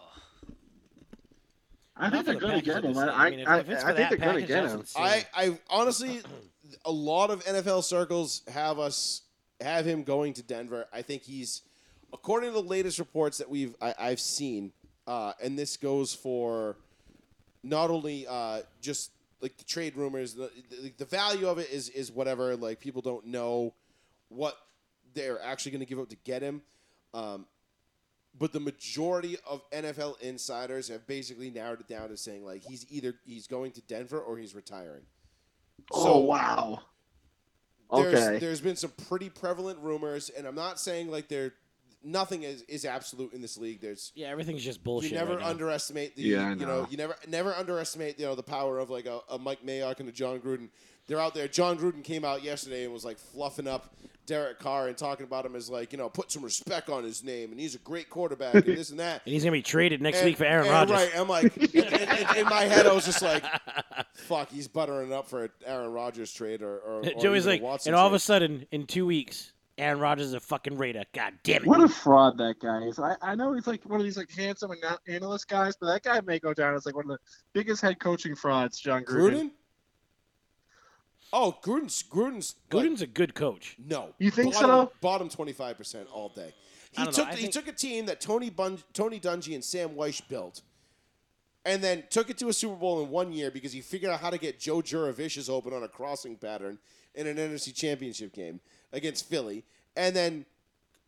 Speaker 8: I think
Speaker 5: Not for
Speaker 8: they're going
Speaker 5: the
Speaker 8: to
Speaker 5: package
Speaker 8: get
Speaker 5: of
Speaker 8: him.
Speaker 5: this
Speaker 8: I,
Speaker 5: thing.
Speaker 8: I,
Speaker 5: mean, if,
Speaker 8: I,
Speaker 5: if it's
Speaker 8: I
Speaker 5: for
Speaker 8: think
Speaker 5: that
Speaker 8: they're going to
Speaker 5: package,
Speaker 8: get
Speaker 5: that's
Speaker 8: him.
Speaker 5: insane.
Speaker 1: I, I honestly, a lot of NFL circles have us have him going to Denver. I think he's, according to the latest reports that we've I, I've seen, uh, and this goes for not only uh, just like the trade rumors, the, the, the value of it is is whatever. Like people don't know what they're actually going to give up to get him. Um, but the majority of NFL insiders have basically narrowed it down to saying like he's either he's going to Denver or he's retiring.
Speaker 8: oh wow.
Speaker 1: There's,
Speaker 8: Okay.
Speaker 1: there's been some pretty prevalent rumors, and I'm not saying like there nothing is, is absolute in this league. There's
Speaker 5: yeah, everything's just bullshit.
Speaker 1: you never
Speaker 5: right now.
Speaker 1: underestimate the
Speaker 8: Yeah, I
Speaker 1: you know
Speaker 8: know.
Speaker 1: you never never underestimate you know the power of like a, a Mike Mayock and a John Gruden. They're out there. John Gruden came out yesterday and was like fluffing up Derek Carr and talking about him as like you know put some respect on his name and he's a great quarterback and this and that.
Speaker 5: and he's gonna be traded next
Speaker 1: And-
Speaker 5: week for Aaron
Speaker 1: and
Speaker 5: Rodgers.
Speaker 1: Right, I'm like, in, in- in my head, I was just like, "Fuck, he's buttering up for an Aaron Rodgers trade or, or or
Speaker 5: Joey's
Speaker 1: even a
Speaker 5: like,
Speaker 1: Watson
Speaker 5: and all of
Speaker 1: trade."
Speaker 5: a sudden, in two weeks, Aaron Rodgers is a fucking Raider. God damn it!
Speaker 8: What a fraud that guy is. I, I know he's like one of these like handsome and not- analyst guys, but that guy may go down as like one of the biggest head coaching frauds, John Gruden.
Speaker 1: Gruden. Oh, Gruden's Gruden's like,
Speaker 5: Gruden's a good coach.
Speaker 1: No.
Speaker 8: You think
Speaker 1: bottom,
Speaker 8: so?
Speaker 1: Bottom twenty five percent all day. He
Speaker 5: I don't know.
Speaker 1: took
Speaker 5: I
Speaker 1: he
Speaker 5: think-
Speaker 1: took a team that Tony Bun- Tony Dungy and Sam Weish built, and then took it to a Super Bowl in one year because he figured out how to get Joe Juravicius open on a crossing pattern in an NFC Championship game against Philly, and then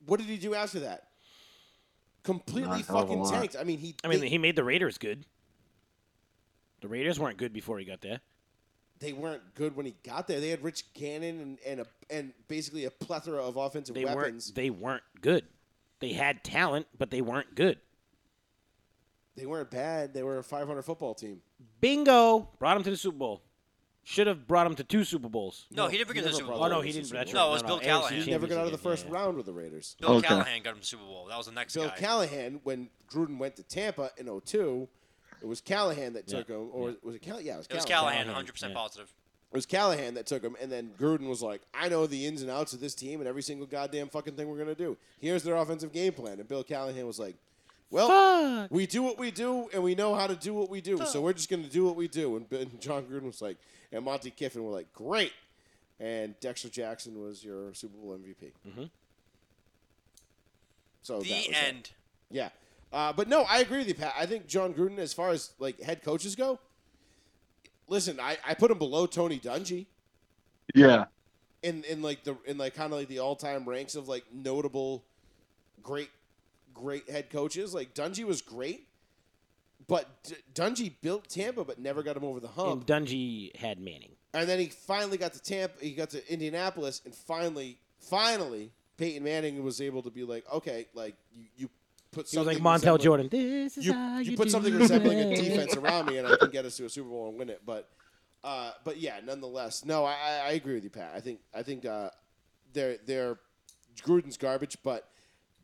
Speaker 1: what did he do after that? Completely
Speaker 8: Not a hell of a
Speaker 1: fucking
Speaker 8: lot.
Speaker 1: tanked. I mean, he.
Speaker 5: I mean,
Speaker 1: they,
Speaker 5: he made the Raiders good. The Raiders weren't good before he got there.
Speaker 1: they weren't good when he got there. They had Rich Gannon and and, a, and basically a plethora of offensive
Speaker 5: They
Speaker 1: weapons.
Speaker 5: weren't. They weren't good. They had talent, but they weren't good.
Speaker 1: they weren't bad. They were a five hundred football team.
Speaker 5: Bingo! Brought him to the Super Bowl. Should have brought him to two Super Bowls.
Speaker 4: No, he didn't get the
Speaker 1: never
Speaker 4: Super
Speaker 1: brought
Speaker 4: Bowl.
Speaker 5: Oh no,
Speaker 1: Bowls
Speaker 5: he
Speaker 1: to
Speaker 5: didn't.
Speaker 1: Super
Speaker 5: That's
Speaker 1: Bowl.
Speaker 5: right.
Speaker 4: No, it was Bill
Speaker 5: AFC
Speaker 4: Callahan.
Speaker 1: He never
Speaker 5: Champions
Speaker 1: got out of the
Speaker 5: again,
Speaker 1: first
Speaker 5: yeah.
Speaker 1: round with the Raiders.
Speaker 4: Bill
Speaker 8: Okay.
Speaker 4: Callahan got him the Super Bowl. That was the next
Speaker 1: Bill
Speaker 4: guy.
Speaker 1: Callahan, when Gruden went to Tampa in 02, it was Callahan that took him, or was it Callahan? Yeah, it was,
Speaker 4: it was
Speaker 1: Callahan.
Speaker 4: Callahan, 100%
Speaker 5: Callahan, yeah.
Speaker 4: positive.
Speaker 1: It was Callahan that took him, and then Gruden was like, "I know the ins and outs of this team and every single goddamn fucking thing we're gonna do. Here's their offensive game plan." And Bill Callahan was like, "Well."
Speaker 5: Fuck.
Speaker 1: We do what we do, and we know how to do what we do. So we're just going to do what we do. And, Ben- John Gruden was like, and Monty Kiffin were like, great. And Dexter Jackson was your Super Bowl MVP. Mm-hmm. So that was
Speaker 4: The
Speaker 1: it.
Speaker 4: end.
Speaker 1: Yeah, uh, but no, I agree with you, Pat. I think John Gruden, as far as like head coaches go, listen, I, I put him below Tony Dungy
Speaker 8: Yeah.
Speaker 1: in in like the in like kind of like the all time ranks of like notable great great head coaches. Like Dungy was great, but D- Dungy built Tampa, but never got him over the hump.
Speaker 5: And Dungy had Manning.
Speaker 1: And then he finally got to Tampa. He got to Indianapolis, and finally, finally, Peyton Manning was able to be like, okay, like you, you put
Speaker 5: He was
Speaker 1: something
Speaker 5: like Montel
Speaker 1: resembling-
Speaker 5: Jordan. This is
Speaker 1: You,
Speaker 5: how
Speaker 1: you
Speaker 5: you
Speaker 1: put
Speaker 5: do
Speaker 1: something resembling a
Speaker 5: it.
Speaker 1: defense around me, and I can get us to a Super Bowl and win it. But, uh, but yeah, nonetheless, no, I, I, I agree with you, Pat. I think I think uh, they're they're Gruden's garbage, but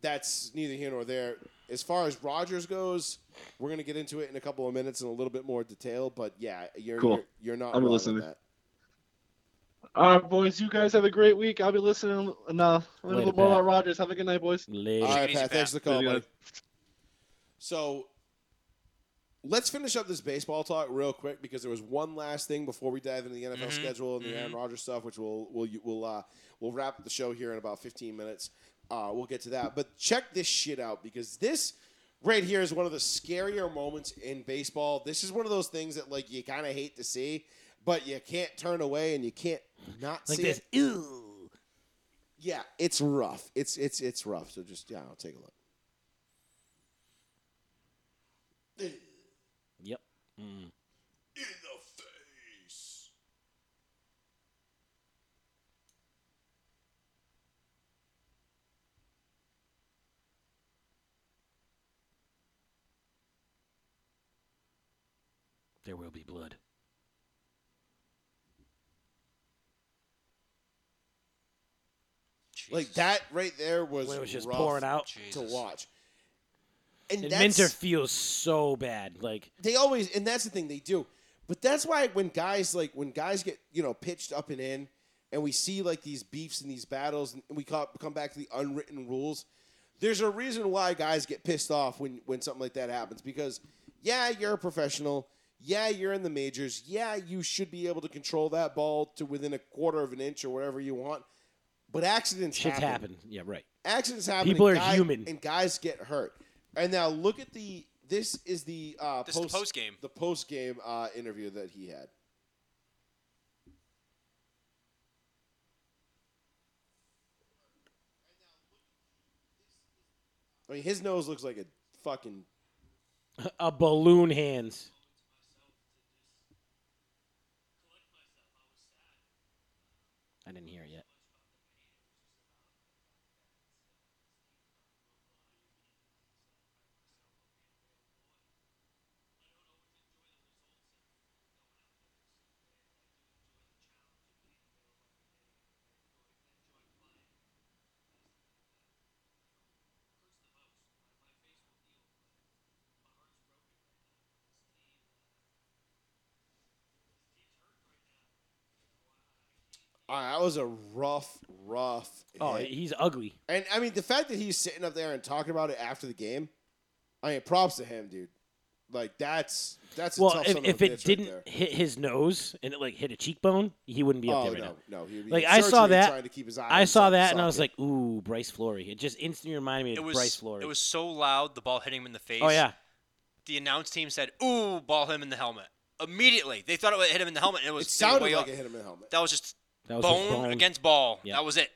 Speaker 1: that's neither here nor there. As far as Rogers goes, we're gonna get into it in a couple of minutes in a little bit more detail. But yeah, you're
Speaker 8: Cool.
Speaker 1: you're, you're not.
Speaker 8: I'll be
Speaker 1: wrong on
Speaker 8: listening.
Speaker 1: that.
Speaker 8: All right, boys. You guys have a great week. I'll be listening enough. A
Speaker 5: Later,
Speaker 8: little more
Speaker 5: Pat.
Speaker 8: about Rogers. Have a good night, boys.
Speaker 5: Later.
Speaker 1: All right,
Speaker 4: easy,
Speaker 1: Pat. Thanks for the
Speaker 8: Pat.
Speaker 1: call,
Speaker 8: Later,
Speaker 1: buddy. So let's finish up this baseball talk real quick because there was one last thing before we dive into the NFL
Speaker 4: Mhm,
Speaker 1: schedule and the Aaron Rodgers stuff, which we'll we'll we'll uh, we'll wrap up the show here in about 15 minutes. Uh, we'll get to that, but check this shit out because this right here is one of the scarier moments in baseball. This is one of those things that like you kind of hate to see, but you can't turn away and you can't not
Speaker 5: Like
Speaker 1: see
Speaker 5: this.
Speaker 1: it.
Speaker 5: Ew.
Speaker 1: Yeah, it's rough. It's it's it's rough. So just yeah, I'll take a look.
Speaker 5: Yep. Mm.
Speaker 1: in the face.
Speaker 5: There will be blood.
Speaker 1: Like that right there was,
Speaker 5: When it was just
Speaker 1: rough
Speaker 5: pouring out.
Speaker 1: to
Speaker 4: Jesus.
Speaker 1: watch. And
Speaker 5: And
Speaker 1: that's
Speaker 5: Minter feels so bad. Like
Speaker 1: they always and that's the thing they do. But that's why when guys like when guys get you know pitched up and in, and we see like these beefs and these battles, and we call, come back to the unwritten rules. There's a reason why guys get pissed off when when something like that happens because yeah, you're a professional. Yeah, you're in the majors. Yeah, you should be able to control that ball to within a quarter of an inch or whatever you want. But accidents
Speaker 5: Shit's
Speaker 1: happen.
Speaker 5: happened. Yeah, right.
Speaker 1: Accidents happen.
Speaker 5: People
Speaker 1: and
Speaker 5: are
Speaker 1: guy-
Speaker 5: human.
Speaker 1: and guys get hurt. And now look at the. This is the uh,
Speaker 4: This is the post-game.
Speaker 1: The post game uh, interview that he had. I mean, his nose looks like a fucking
Speaker 5: A balloon hands. I didn't hear it yet.
Speaker 1: Uh, that was a rough, rough.
Speaker 5: Oh,
Speaker 1: hit.
Speaker 5: he's ugly.
Speaker 1: and I mean the fact that he's sitting up there and talking about it after the game. I mean, props to him, dude. Like that's that's a
Speaker 5: Well,
Speaker 1: tough
Speaker 5: if,
Speaker 1: son of
Speaker 5: if
Speaker 1: a bitch
Speaker 5: it
Speaker 1: right
Speaker 5: didn't
Speaker 1: there.
Speaker 5: hit his nose and it like hit a cheekbone, he wouldn't be up
Speaker 1: oh
Speaker 5: there right
Speaker 1: no,
Speaker 5: now.
Speaker 1: no, he'd be
Speaker 5: Like,
Speaker 1: in
Speaker 5: I saw
Speaker 1: surgery
Speaker 5: that-
Speaker 1: Trying to keep his eyes
Speaker 5: I saw
Speaker 1: on
Speaker 5: that and I
Speaker 1: socket.
Speaker 5: was like, ooh, Bryce Flory. It just instantly reminded me
Speaker 4: It
Speaker 5: of
Speaker 4: was
Speaker 5: Bryce Flory.
Speaker 4: it was so loud the ball hit him in the face.
Speaker 5: oh yeah,
Speaker 4: The announce team said, "Ooh, ball him in the helmet." Immediately, they thought it would hit him in the helmet, and it was
Speaker 1: it sounded
Speaker 4: way
Speaker 1: like
Speaker 4: up.
Speaker 1: it hit him in the helmet.
Speaker 4: That was just
Speaker 5: that was his
Speaker 4: bone,
Speaker 5: bone.
Speaker 4: against ball.
Speaker 5: Yeah.
Speaker 4: That was it.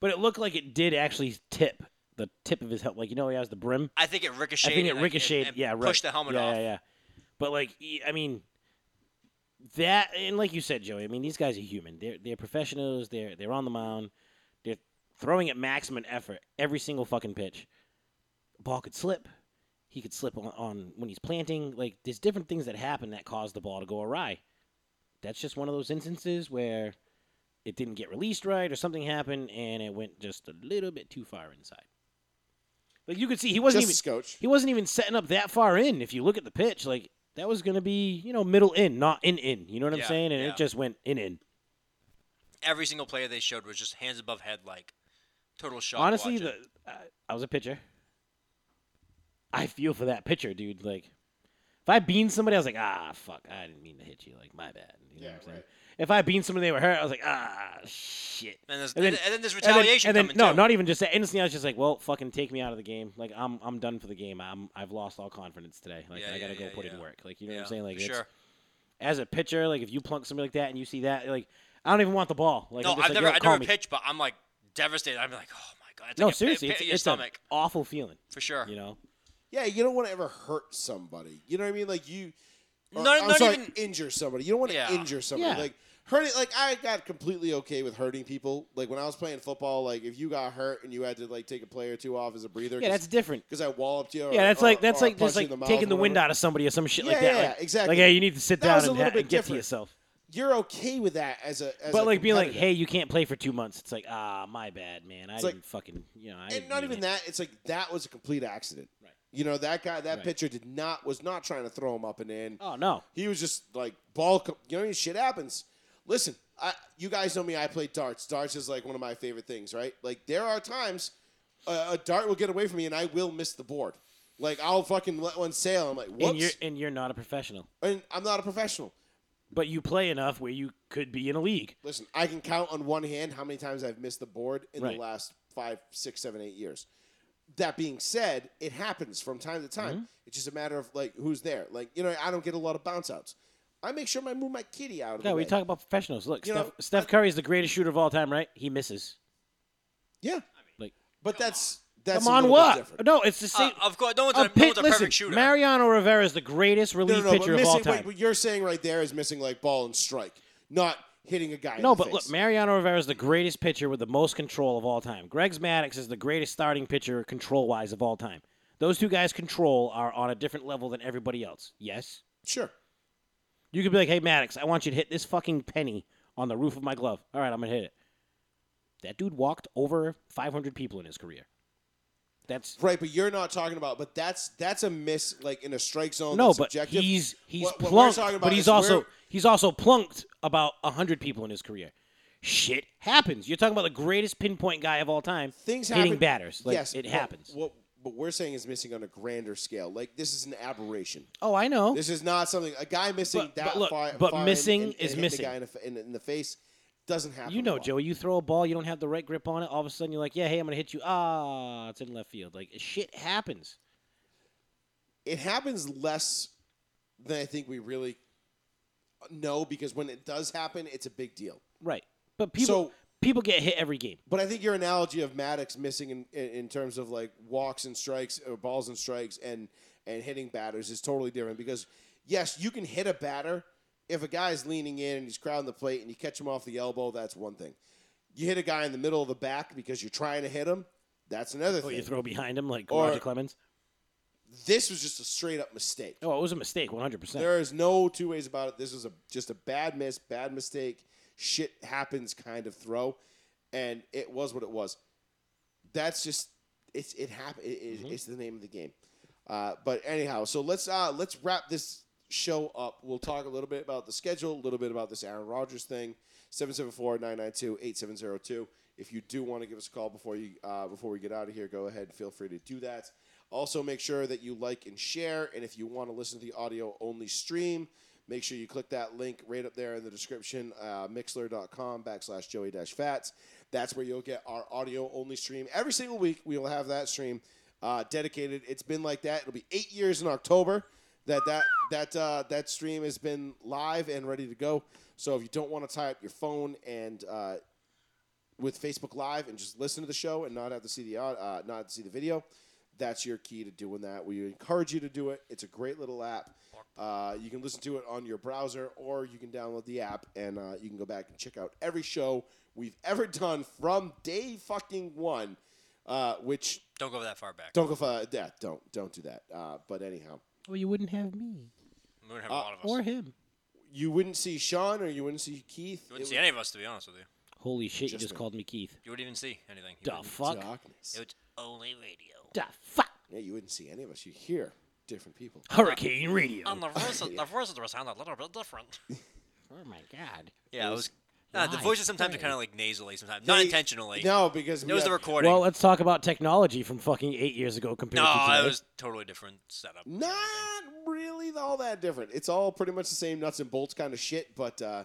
Speaker 5: But it looked like it did actually tip the tip of his helmet. Like you know, he has the brim.
Speaker 4: I think it ricocheted.
Speaker 5: I
Speaker 4: and-
Speaker 5: think it
Speaker 4: and-
Speaker 5: ricocheted.
Speaker 4: and
Speaker 5: yeah, right.
Speaker 4: Pushed the helmet
Speaker 5: yeah,
Speaker 4: off.
Speaker 5: Yeah, yeah. But like, e- I mean, that and like you said, Joey. I mean, these guys are human. They're they're professionals. They're they're on the mound. They're throwing at maximum effort every single fucking pitch. Ball could slip. He could slip on, on when he's planting. Like there's different things that happen that cause the ball to go awry. That's just one of those instances where it didn't get released right or something happened and it went just a little bit too far inside. Like you could see he wasn't even
Speaker 1: Just coach.
Speaker 5: he wasn't even setting up that far in. If you look at the pitch, like that was going to be, you know, middle in, not in in. You know what I'm
Speaker 4: Yeah,
Speaker 5: saying? And
Speaker 4: yeah.
Speaker 5: it just went in in.
Speaker 4: Every single player they showed was just hands above head, like total shock.
Speaker 5: Honestly,
Speaker 4: watching.
Speaker 5: the uh, I was a pitcher. I feel for that pitcher, dude. Like if I beaned somebody, I was like, ah, fuck, I didn't mean to hit you. Like my bad. You know
Speaker 1: Yeah,
Speaker 5: what I'm saying?
Speaker 1: right.
Speaker 5: If I beaned somebody, they were hurt. I was like, ah, shit.
Speaker 4: and, there's, and,
Speaker 5: and then-
Speaker 4: then, and then there's
Speaker 5: And then-
Speaker 4: retaliation
Speaker 5: and then,
Speaker 4: coming
Speaker 5: no,
Speaker 4: too.
Speaker 5: not even just that. Instantly, I was just like, "Well, fucking take me out of the game. Like, I'm I'm done for the game. I'm I've lost all confidence today. Like,
Speaker 4: Yeah,
Speaker 5: I
Speaker 4: yeah,
Speaker 5: gotta go
Speaker 4: yeah,
Speaker 5: put in
Speaker 4: yeah.
Speaker 5: work. Like, you know what
Speaker 4: Yeah,
Speaker 5: I'm saying? Like,
Speaker 4: for
Speaker 5: it's-
Speaker 4: sure.
Speaker 5: as a pitcher, like if you plunk somebody like that and you see that, like I don't even want the ball. Like
Speaker 4: No,
Speaker 5: I'm
Speaker 4: I've
Speaker 5: just like,
Speaker 4: never,
Speaker 5: "Yo,
Speaker 4: I
Speaker 5: call
Speaker 4: never
Speaker 5: me."
Speaker 4: pitched, but I'm like devastated. I'm like, oh my god. It's
Speaker 5: No,
Speaker 4: like a pit-
Speaker 5: seriously,
Speaker 4: pit
Speaker 5: it's,
Speaker 4: in your
Speaker 5: it's an
Speaker 4: stomach
Speaker 5: awful feeling.
Speaker 4: for sure.
Speaker 5: You know,
Speaker 1: Yeah, you don't want to ever hurt somebody. You know what I mean? Like you, or,
Speaker 4: Not-
Speaker 1: I'm
Speaker 4: not
Speaker 1: sorry,
Speaker 4: even-
Speaker 1: injure somebody. You don't want to
Speaker 4: Yeah.
Speaker 1: injure somebody.
Speaker 5: Yeah.
Speaker 1: Like hurting. Like I got completely okay with hurting people. Like when I was playing football, like if you got hurt and you had to like take a play or two off as a breather.
Speaker 5: yeah, that's different.
Speaker 1: because I walloped you. Or,
Speaker 5: Yeah, that's
Speaker 1: or-
Speaker 5: like that's
Speaker 1: or
Speaker 5: like
Speaker 1: punched
Speaker 5: just
Speaker 1: you
Speaker 5: like
Speaker 1: in mouth
Speaker 5: taking the
Speaker 1: or
Speaker 5: wind
Speaker 1: whatever.
Speaker 5: out of somebody or some shit like
Speaker 1: Yeah,
Speaker 5: that.
Speaker 1: yeah,
Speaker 5: like,
Speaker 1: exactly.
Speaker 5: Like, yeah, you need to sit
Speaker 1: That
Speaker 5: down
Speaker 1: was a
Speaker 5: and,
Speaker 1: little
Speaker 5: ha-
Speaker 1: bit
Speaker 5: and get to
Speaker 1: different.
Speaker 5: yourself.
Speaker 1: You're okay with that as a as
Speaker 5: But
Speaker 1: a
Speaker 5: like being like,
Speaker 1: competitor.
Speaker 5: hey, you can't play for two months. It's like, ah, my bad, man. I
Speaker 1: It's like-
Speaker 5: didn't fucking, you know, I
Speaker 1: and
Speaker 5: didn't
Speaker 1: not
Speaker 5: mean
Speaker 1: even
Speaker 5: it."
Speaker 1: that. It's like that was a complete accident.
Speaker 5: Right.
Speaker 1: You know that guy, that
Speaker 5: Right.
Speaker 1: pitcher did not was not trying to throw him up and in.
Speaker 5: Oh no,
Speaker 1: He was just like ball. Co- you know, what I mean? shit happens. Listen, I, you guys know me. I play darts. Darts is like one of my favorite things, right? Like there are times a, a dart will get away from me, and I will miss the board. Like I'll fucking let one sail. I'm like, whoops,
Speaker 5: and you're and you're not a professional,
Speaker 1: and I'm not a professional.
Speaker 5: but you play enough where you could be in a league.
Speaker 1: Listen, I can count on one hand how many times I've missed the board in
Speaker 5: Right.
Speaker 1: the last five, six, seven, eight years. That being said, it happens from time to time.
Speaker 5: Mm-hmm.
Speaker 1: It's just a matter of like who's there. Like you know, I don't get a lot of bounce outs. I make sure I move my kitty out of
Speaker 5: No,
Speaker 1: the way.
Speaker 5: we talk about professionals. Look,
Speaker 1: You
Speaker 5: Steph,
Speaker 1: know,
Speaker 5: Steph Curry is the greatest shooter of all time, right? He misses.
Speaker 1: yeah,
Speaker 5: Like-
Speaker 1: but that's that's
Speaker 5: Come
Speaker 1: a
Speaker 5: on,
Speaker 1: little bit
Speaker 5: what?
Speaker 1: different.
Speaker 5: No, it's the same.
Speaker 4: Uh, of course, no one's a,
Speaker 5: a
Speaker 4: no one's
Speaker 5: pit,
Speaker 4: a
Speaker 5: listen,
Speaker 4: perfect shooter.
Speaker 5: Mariano Rivera is the greatest
Speaker 1: No, no,
Speaker 5: relief
Speaker 1: no,
Speaker 5: pitcher
Speaker 1: but
Speaker 5: of all
Speaker 1: missing.
Speaker 5: time.
Speaker 1: Wait, what you're saying right there is missing like ball and strike, not hitting a guy. in
Speaker 5: no,
Speaker 1: the
Speaker 5: but
Speaker 1: face.
Speaker 5: look, Mariano Rivera is the greatest pitcher with the most control of all time. Greg's Maddox is the greatest starting pitcher control wise of all time. Those two guys' control are on a different level than everybody else. Yes,
Speaker 1: sure.
Speaker 5: you could be like, "Hey Maddox, I want you to hit this fucking penny on the roof of my glove." All right, I'm gonna hit it. That dude walked over 500 people in his career. That's
Speaker 1: Right, but you're not talking about. But that's that's a miss, like in a strike zone.
Speaker 5: No,
Speaker 1: that's
Speaker 5: but
Speaker 1: objective.
Speaker 5: he's he's
Speaker 1: What- what we're
Speaker 5: plunked,
Speaker 1: talking
Speaker 5: but
Speaker 1: about
Speaker 5: he's
Speaker 1: is where-
Speaker 5: also he's also plunked about hundred people in his career. Shit happens. You're talking about the greatest pinpoint guy of all time.
Speaker 1: things happen.
Speaker 5: hitting batters. Like,
Speaker 1: yes,
Speaker 5: it
Speaker 1: but
Speaker 5: happens.
Speaker 1: What what we're saying is missing on a grander scale. Like this is an aberration.
Speaker 5: Oh, I know.
Speaker 1: This is not something a guy missing
Speaker 5: But-
Speaker 1: that
Speaker 5: but look,
Speaker 1: far.
Speaker 5: but
Speaker 1: far and-
Speaker 5: missing
Speaker 1: and- and
Speaker 5: is
Speaker 1: hitting
Speaker 5: missing.
Speaker 1: The guy in the, fa- in, in the face doesn't happen.
Speaker 5: You know,
Speaker 1: a lot.
Speaker 5: Joey, you throw a ball, you don't have the right grip on it. All of a sudden, you're like, yeah, hey, I'm gonna hit you. Ah, it's in left field. Like shit happens.
Speaker 1: It happens less than I think we really know because when it does happen, it's a big deal.
Speaker 5: Right. But people
Speaker 1: So-
Speaker 5: people get hit every game.
Speaker 1: But I think your analogy of Maddox missing in, in, in terms of like walks and strikes or balls and strikes and and hitting batters is totally different because yes, you can hit a batter if a guy's leaning in and he's crowding the plate and you catch him off the elbow, that's one thing. You hit a guy in the middle of the back because you're trying to hit him, that's another
Speaker 5: Oh,
Speaker 1: thing.
Speaker 5: you throw behind him like
Speaker 1: Or-
Speaker 5: Roger Clemens.
Speaker 1: this was just a straight up mistake.
Speaker 5: Oh, it was a mistake, 100. percent
Speaker 1: There is no two ways about it. This was a just a bad miss, bad mistake, shit happens kind of throw, and it was what it was. That's just it's it happened. It, it- It's the name of the game. Uh, but anyhow, so let's uh, let's wrap this show up. We'll talk a little bit about the schedule, a little bit about this Aaron Rodgers thing. 774-992-8702. If you do want to give us a call before you uh, before we get out of here, go ahead. Feel free to do that. Also, make sure that you like and share. And if you want to listen to the audio only stream, make sure you click that link right up there in the description, uh, mixler.com backslash joey dash fats. That's where you'll get our audio only stream. Every single week, we will have that stream uh, dedicated. It's been like that. It'll be eight years in October that that that uh, that stream has been live and ready to go. So if you don't want to tie up your phone and uh, with Facebook Live and just listen to the show and not have to see the au- uh, not have to see the video, that's your key to doing that. We encourage you to do it. It's a great little app. Uh, you can listen to it on your browser or you can download the app and uh, you can go back and check out every show we've ever done from day fucking one, uh, which
Speaker 4: Don't go that far back.
Speaker 1: don't go for that. Don't don't do that. Uh, but anyhow.
Speaker 5: Well, you wouldn't have me
Speaker 4: We're gonna have a
Speaker 5: uh,
Speaker 4: lot of us.
Speaker 5: or him.
Speaker 1: you wouldn't see Sean or you wouldn't see Keith.
Speaker 4: you wouldn't
Speaker 1: It
Speaker 4: see any of us, to be honest with you.
Speaker 5: Holy shit!
Speaker 1: Just
Speaker 5: you just
Speaker 1: me.
Speaker 5: called me Keith.
Speaker 4: You wouldn't even see anything. You
Speaker 5: Da
Speaker 4: wouldn't-
Speaker 1: was
Speaker 5: fuck.
Speaker 1: darkness.
Speaker 4: It's only radio.
Speaker 5: Da fuck.
Speaker 1: Yeah, you wouldn't see any of us. You hear different people.
Speaker 5: Hurricane Radio.
Speaker 4: And the voices, the voices will sound a little bit different.
Speaker 5: Um, oh my god.
Speaker 4: Yeah, it
Speaker 1: was-
Speaker 4: was. Nah, Uh, the
Speaker 5: Why?
Speaker 4: voices sometimes are
Speaker 5: Why?
Speaker 4: kind of like nasally, sometimes not
Speaker 1: They-
Speaker 4: intentionally.
Speaker 1: No, because
Speaker 4: it
Speaker 1: we
Speaker 4: was
Speaker 1: have-
Speaker 4: the recording.
Speaker 5: Well, let's talk about technology from fucking eight years ago compared
Speaker 4: no,
Speaker 5: to
Speaker 4: it
Speaker 5: today.
Speaker 4: was totally different setup. and
Speaker 1: Not
Speaker 4: everything.
Speaker 1: really all that different. It's all pretty much the same nuts and bolts kind of shit. But uh,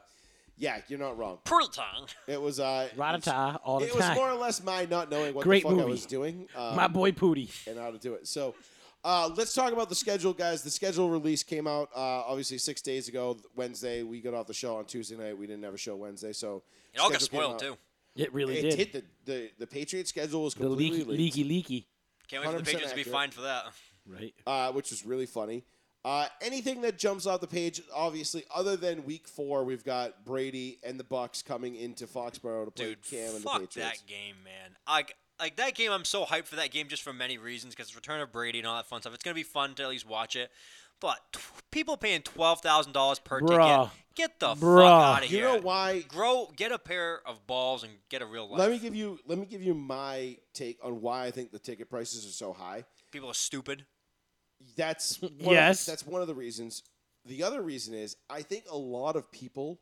Speaker 1: yeah, you're not wrong.
Speaker 4: Pretty tongue.
Speaker 1: It was uh,
Speaker 5: Ratata all the
Speaker 1: it was
Speaker 5: time.
Speaker 1: more or less my not knowing what
Speaker 5: Great
Speaker 1: the fuck I
Speaker 5: movie.
Speaker 1: was doing. Um,
Speaker 5: my boy Pooty.
Speaker 1: and how to do it. So uh, let's talk about the schedule, guys. The schedule release came out uh, obviously six days ago, Wednesday. We got off the show on Tuesday night. We didn't have a show Wednesday, so
Speaker 4: It all got
Speaker 1: schedule came
Speaker 4: spoiled
Speaker 1: out.
Speaker 4: too.
Speaker 5: It really
Speaker 1: It
Speaker 5: did.
Speaker 1: did. The, the the Patriots schedule was
Speaker 5: the
Speaker 1: completely
Speaker 5: leaky,
Speaker 1: leaked,
Speaker 5: leaky, leaky.
Speaker 4: Can't wait for the
Speaker 1: 100%
Speaker 4: Patriots to be
Speaker 1: accurate.
Speaker 4: fined for that.
Speaker 5: Right.
Speaker 1: uh, which was really funny. Uh, anything that jumps off the page, obviously, other than Week Four, we've got Brady and the Bucks coming into Foxborough to play
Speaker 4: Dude,
Speaker 1: Cam and the
Speaker 4: fuck
Speaker 1: Patriots.
Speaker 4: that game, man. Like, like that game, I'm so hyped for that game just for many reasons because it's return of Brady and all that fun stuff. It's gonna be fun to at least watch it. But t- people paying twelve thousand dollars per
Speaker 5: Bruh.
Speaker 4: ticket, get the
Speaker 5: Bruh.
Speaker 4: fuck out of
Speaker 1: You
Speaker 4: here.
Speaker 1: know why?
Speaker 4: Grow, get a pair of balls and get a real life.
Speaker 1: Let me give you let me give you my take on why I think the ticket prices are so high.
Speaker 4: people are stupid.
Speaker 1: That's one
Speaker 5: Yes.
Speaker 1: Of, that's one of the reasons. The other reason is I think a lot of people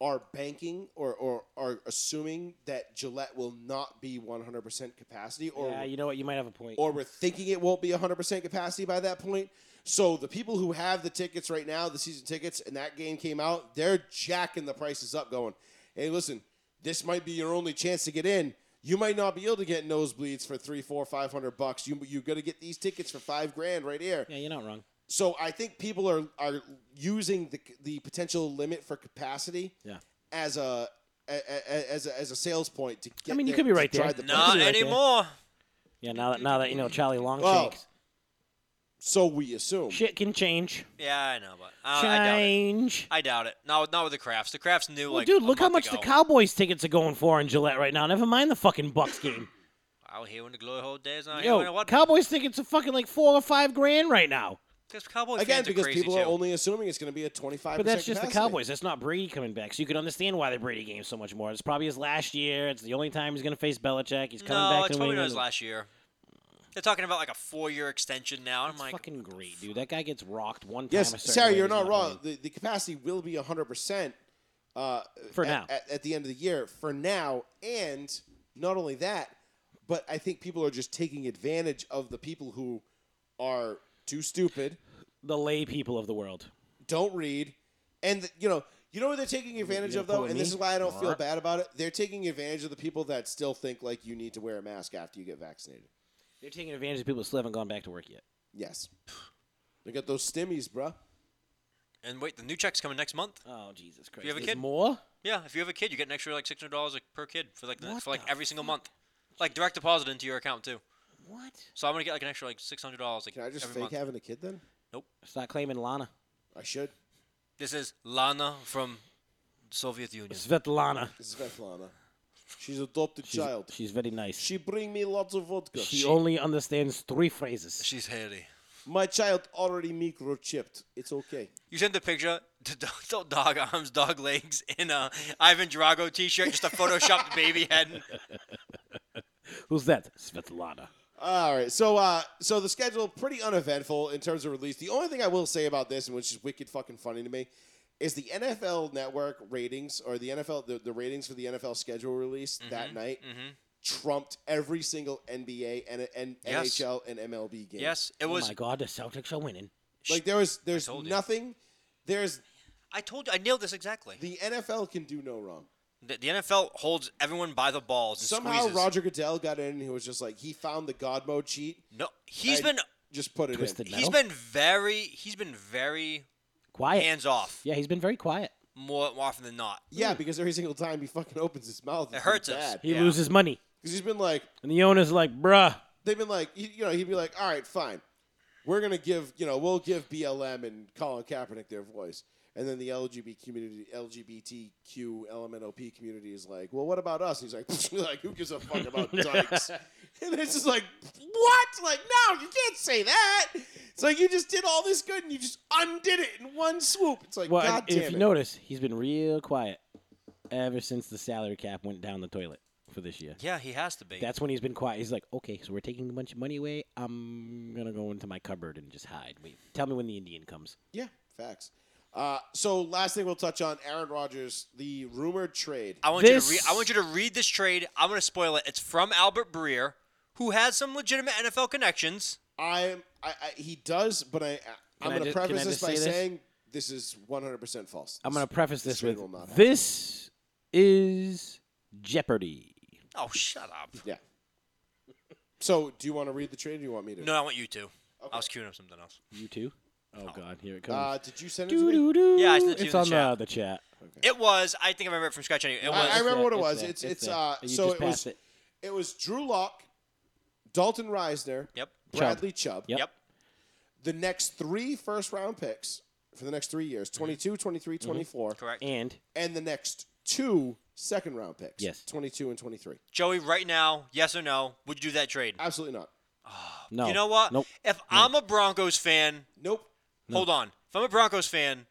Speaker 1: are banking or, or are assuming that Gillette will not be 100% capacity or
Speaker 5: yeah, you know what? You might have a point.
Speaker 1: or we're thinking it won't be 100% capacity by that point. So the people who have the tickets right now, the season tickets, and that game came out, they're jacking the prices up, going, hey, listen, this might be your only chance to get in. You might not be able to get nosebleeds for three, four, five hundred bucks. You you got to get these tickets for five grand right here.
Speaker 5: yeah, you're not wrong.
Speaker 1: So I think people are are using the the potential limit for capacity
Speaker 5: Yeah.
Speaker 1: as a, a, a as a as a sales point to get.
Speaker 5: mean, you
Speaker 1: the-
Speaker 5: could be
Speaker 1: to
Speaker 5: right there.
Speaker 1: drive the price.
Speaker 4: Not
Speaker 5: right there.
Speaker 4: anymore.
Speaker 5: Yeah, now that now that you know Charlie
Speaker 1: Well,
Speaker 5: Longshanks,
Speaker 1: So we assume.
Speaker 5: shit can change.
Speaker 4: Yeah, I know, but uh, I doubt it.
Speaker 5: change.
Speaker 4: I doubt it. No, not with the crafts. The crafts knew
Speaker 5: Well,
Speaker 4: like.
Speaker 5: dude,
Speaker 4: a
Speaker 5: look how
Speaker 4: month
Speaker 5: much the
Speaker 4: ago.
Speaker 5: Cowboys tickets are going for in Gillette right now. Never mind the fucking Bucks game.
Speaker 4: Out here in the glory hole days. Out here when
Speaker 5: Yo,
Speaker 4: what?
Speaker 5: Cowboys tickets are fucking like four or five grand right now.
Speaker 4: Because Cowboy
Speaker 1: Again,
Speaker 4: fans
Speaker 1: because
Speaker 4: are crazy
Speaker 1: people
Speaker 4: too.
Speaker 1: are only assuming it's going to be a 25
Speaker 5: But that's just the Cowboys. That's not Brady coming back. So you can understand why the Brady game so much more. It's probably his last year. It's the only time he's going to face Belichick. He's coming
Speaker 4: no,
Speaker 5: back
Speaker 4: it's
Speaker 5: to
Speaker 4: probably
Speaker 5: New
Speaker 4: not
Speaker 5: England.
Speaker 4: his last year. They're talking about like a four-year extension now. and I'm
Speaker 5: It's
Speaker 4: like,
Speaker 5: fucking great, dude. That guy gets rocked one time. a
Speaker 1: Yes,
Speaker 5: certain
Speaker 1: Sarah,
Speaker 5: way,
Speaker 1: you're
Speaker 5: he's
Speaker 1: not
Speaker 5: playing.
Speaker 1: wrong. The, the capacity will be 100% uh,
Speaker 5: For
Speaker 1: at,
Speaker 5: now.
Speaker 1: At, at the end of the year for now. And not only that, But I think people are just taking advantage of the people who are too stupid,
Speaker 5: The lay people of the world.
Speaker 1: don't read, and you know, you know what they're taking advantage
Speaker 5: You
Speaker 1: of though,
Speaker 5: pulling
Speaker 1: and this
Speaker 5: me?
Speaker 1: is why I don't feel
Speaker 5: Alright.
Speaker 1: bad about it. They're taking advantage of the people that still think like you need to wear a mask after you get vaccinated.
Speaker 5: They're taking advantage of people who still haven't gone back to work yet.
Speaker 1: Yes, they got those stimmies, bruh.
Speaker 4: And wait, the new check's coming next month.
Speaker 5: Oh Jesus Christ!
Speaker 4: you have a
Speaker 5: There's
Speaker 4: kid?
Speaker 5: More?
Speaker 4: Yeah, if you have a kid, you get an extra like six hundred dollars per kid for like the,
Speaker 5: What
Speaker 4: for like
Speaker 5: the
Speaker 4: every single month, like direct deposit into your account too.
Speaker 5: What?
Speaker 4: So I'm gonna get like an extra like six hundred dollars. Like,
Speaker 1: Can I just
Speaker 4: every
Speaker 1: fake
Speaker 4: month.
Speaker 1: having a kid then?
Speaker 5: Stop claiming Lana.
Speaker 1: I should.
Speaker 4: This is Lana from Soviet Union.
Speaker 5: Svetlana.
Speaker 1: Svetlana. She's adopted
Speaker 5: She's,
Speaker 1: child.
Speaker 5: She's very nice. She,
Speaker 1: She bring me lots of vodka.
Speaker 5: only understands three phrases.
Speaker 4: She's hairy.
Speaker 1: My child already microchipped. It's okay.
Speaker 4: You sent the picture to do- to dog arms, dog legs in a Ivan Drago t-shirt, just a photoshopped baby head.
Speaker 5: Who's that? Svetlana.
Speaker 1: All right. So, uh, so the schedule pretty uneventful in terms of release. The only thing I will say about this, and which is wicked fucking funny to me, is the NFL Network ratings or the NFL the, the ratings for the NFL schedule release that night
Speaker 4: mhm.
Speaker 1: trumped every single NBA and, and
Speaker 4: Yes.
Speaker 1: NHL and MLB game.
Speaker 4: Yes, it
Speaker 5: Oh
Speaker 4: was.
Speaker 5: my God, the Celtics are winning.
Speaker 1: Like there was there's
Speaker 4: told you.
Speaker 1: nothing. There's
Speaker 4: I told you, I nailed this exactly.
Speaker 1: the NFL can do no wrong.
Speaker 4: The, the NFL holds everyone by the balls and
Speaker 1: Somehow
Speaker 4: squeezes.
Speaker 1: Roger Goodell got in and he was just like he found the God mode cheat.
Speaker 4: no, he's
Speaker 1: I-
Speaker 4: been
Speaker 1: Just put it
Speaker 5: Twisted
Speaker 1: in.
Speaker 5: metal.
Speaker 4: he's been very he's been very
Speaker 5: Quiet.
Speaker 4: hands off
Speaker 5: yeah, he's been very quiet.
Speaker 4: more more often than not.
Speaker 1: Yeah, because every single time he fucking opens his mouth, it's
Speaker 4: It hurts
Speaker 1: been
Speaker 4: us.
Speaker 1: bad.
Speaker 5: He
Speaker 4: Yeah.
Speaker 5: loses money,
Speaker 1: Because he's been like,
Speaker 5: and the owner's like, "Bruh,
Speaker 1: they've been like, you you know, he'd be like, all right, fine, we're gonna give, you know, we'll give BLM and Colin Kaepernick their voice, and then the LGBT community, LGBTQ LMNOP community is like, well, what about us? He's like, like who gives a fuck about dykes? And it's just like, what? Like, no, you can't say that. It's like you just did all this good and you just undid it in one swoop. It's like,
Speaker 5: Well,
Speaker 1: god
Speaker 5: and
Speaker 1: damn
Speaker 5: if
Speaker 1: it.
Speaker 5: you notice, he's been real quiet ever since the salary cap went down the toilet for this year.
Speaker 4: Yeah, he has to be.
Speaker 5: That's when he's been quiet. He's like, okay, so we're taking a bunch of money away. I'm gonna go into my cupboard and just hide. Wait, tell me when the Indian comes.
Speaker 1: yeah, facts. Uh, so last thing we'll touch on Aaron Rodgers, the rumored trade.
Speaker 4: I want
Speaker 5: This-
Speaker 4: you to read. I want you to read this trade. I'm going to spoil it. It's from Albert Breer, who has some legitimate NFL connections.
Speaker 1: I'm. I, I, he does, but I. I
Speaker 5: Can
Speaker 1: I'm
Speaker 5: I
Speaker 1: going to
Speaker 5: ju- can
Speaker 1: preface
Speaker 5: I
Speaker 1: this
Speaker 5: just
Speaker 1: by
Speaker 5: say this?
Speaker 1: saying this is 100 percent false.
Speaker 5: I'm gonna preface
Speaker 1: this
Speaker 5: this
Speaker 1: trade
Speaker 5: with
Speaker 1: will not happen.
Speaker 5: this is Jeopardy.
Speaker 4: Oh, shut up!
Speaker 1: Yeah. So, do you want to read the trade? or Do you want me to?
Speaker 4: No, I want you to. I
Speaker 1: Okay.
Speaker 4: was queuing up something else.
Speaker 5: You too. Oh God, here it
Speaker 1: Uh,
Speaker 5: comes.
Speaker 1: did you send it to
Speaker 5: Doo
Speaker 1: me?
Speaker 5: doo doo.
Speaker 4: Yeah, I sent it to
Speaker 5: It's
Speaker 4: you in
Speaker 5: on
Speaker 4: the
Speaker 5: the, the chat.
Speaker 4: It was. I think I remember it from scratch. Anyway, it
Speaker 1: I-
Speaker 4: was.
Speaker 1: I remember
Speaker 5: there,
Speaker 1: what it was.
Speaker 5: there,
Speaker 1: It's- it's,
Speaker 5: there.
Speaker 1: uh,
Speaker 5: You
Speaker 1: so
Speaker 5: just
Speaker 1: it was-
Speaker 5: passed it.
Speaker 1: It was Drew Lock, Dalton Reisner,
Speaker 4: yep.
Speaker 1: Bradley Chubb.
Speaker 5: Yep.
Speaker 4: Yep.
Speaker 1: The next three first round picks for the next three years 22, 23,
Speaker 5: Mm-hmm.
Speaker 1: 24,
Speaker 4: Mm-hmm. Correct.
Speaker 5: And
Speaker 1: and the next two second round picks.
Speaker 5: Yes.
Speaker 1: 22 and 23.
Speaker 4: Joey, right now, yes or no? Would you do that trade?
Speaker 1: Absolutely not.
Speaker 5: no,
Speaker 4: You know what?
Speaker 5: Nope.
Speaker 4: If I'm a Broncos fan,
Speaker 1: Nope.
Speaker 4: hold on. If I'm a Broncos fan,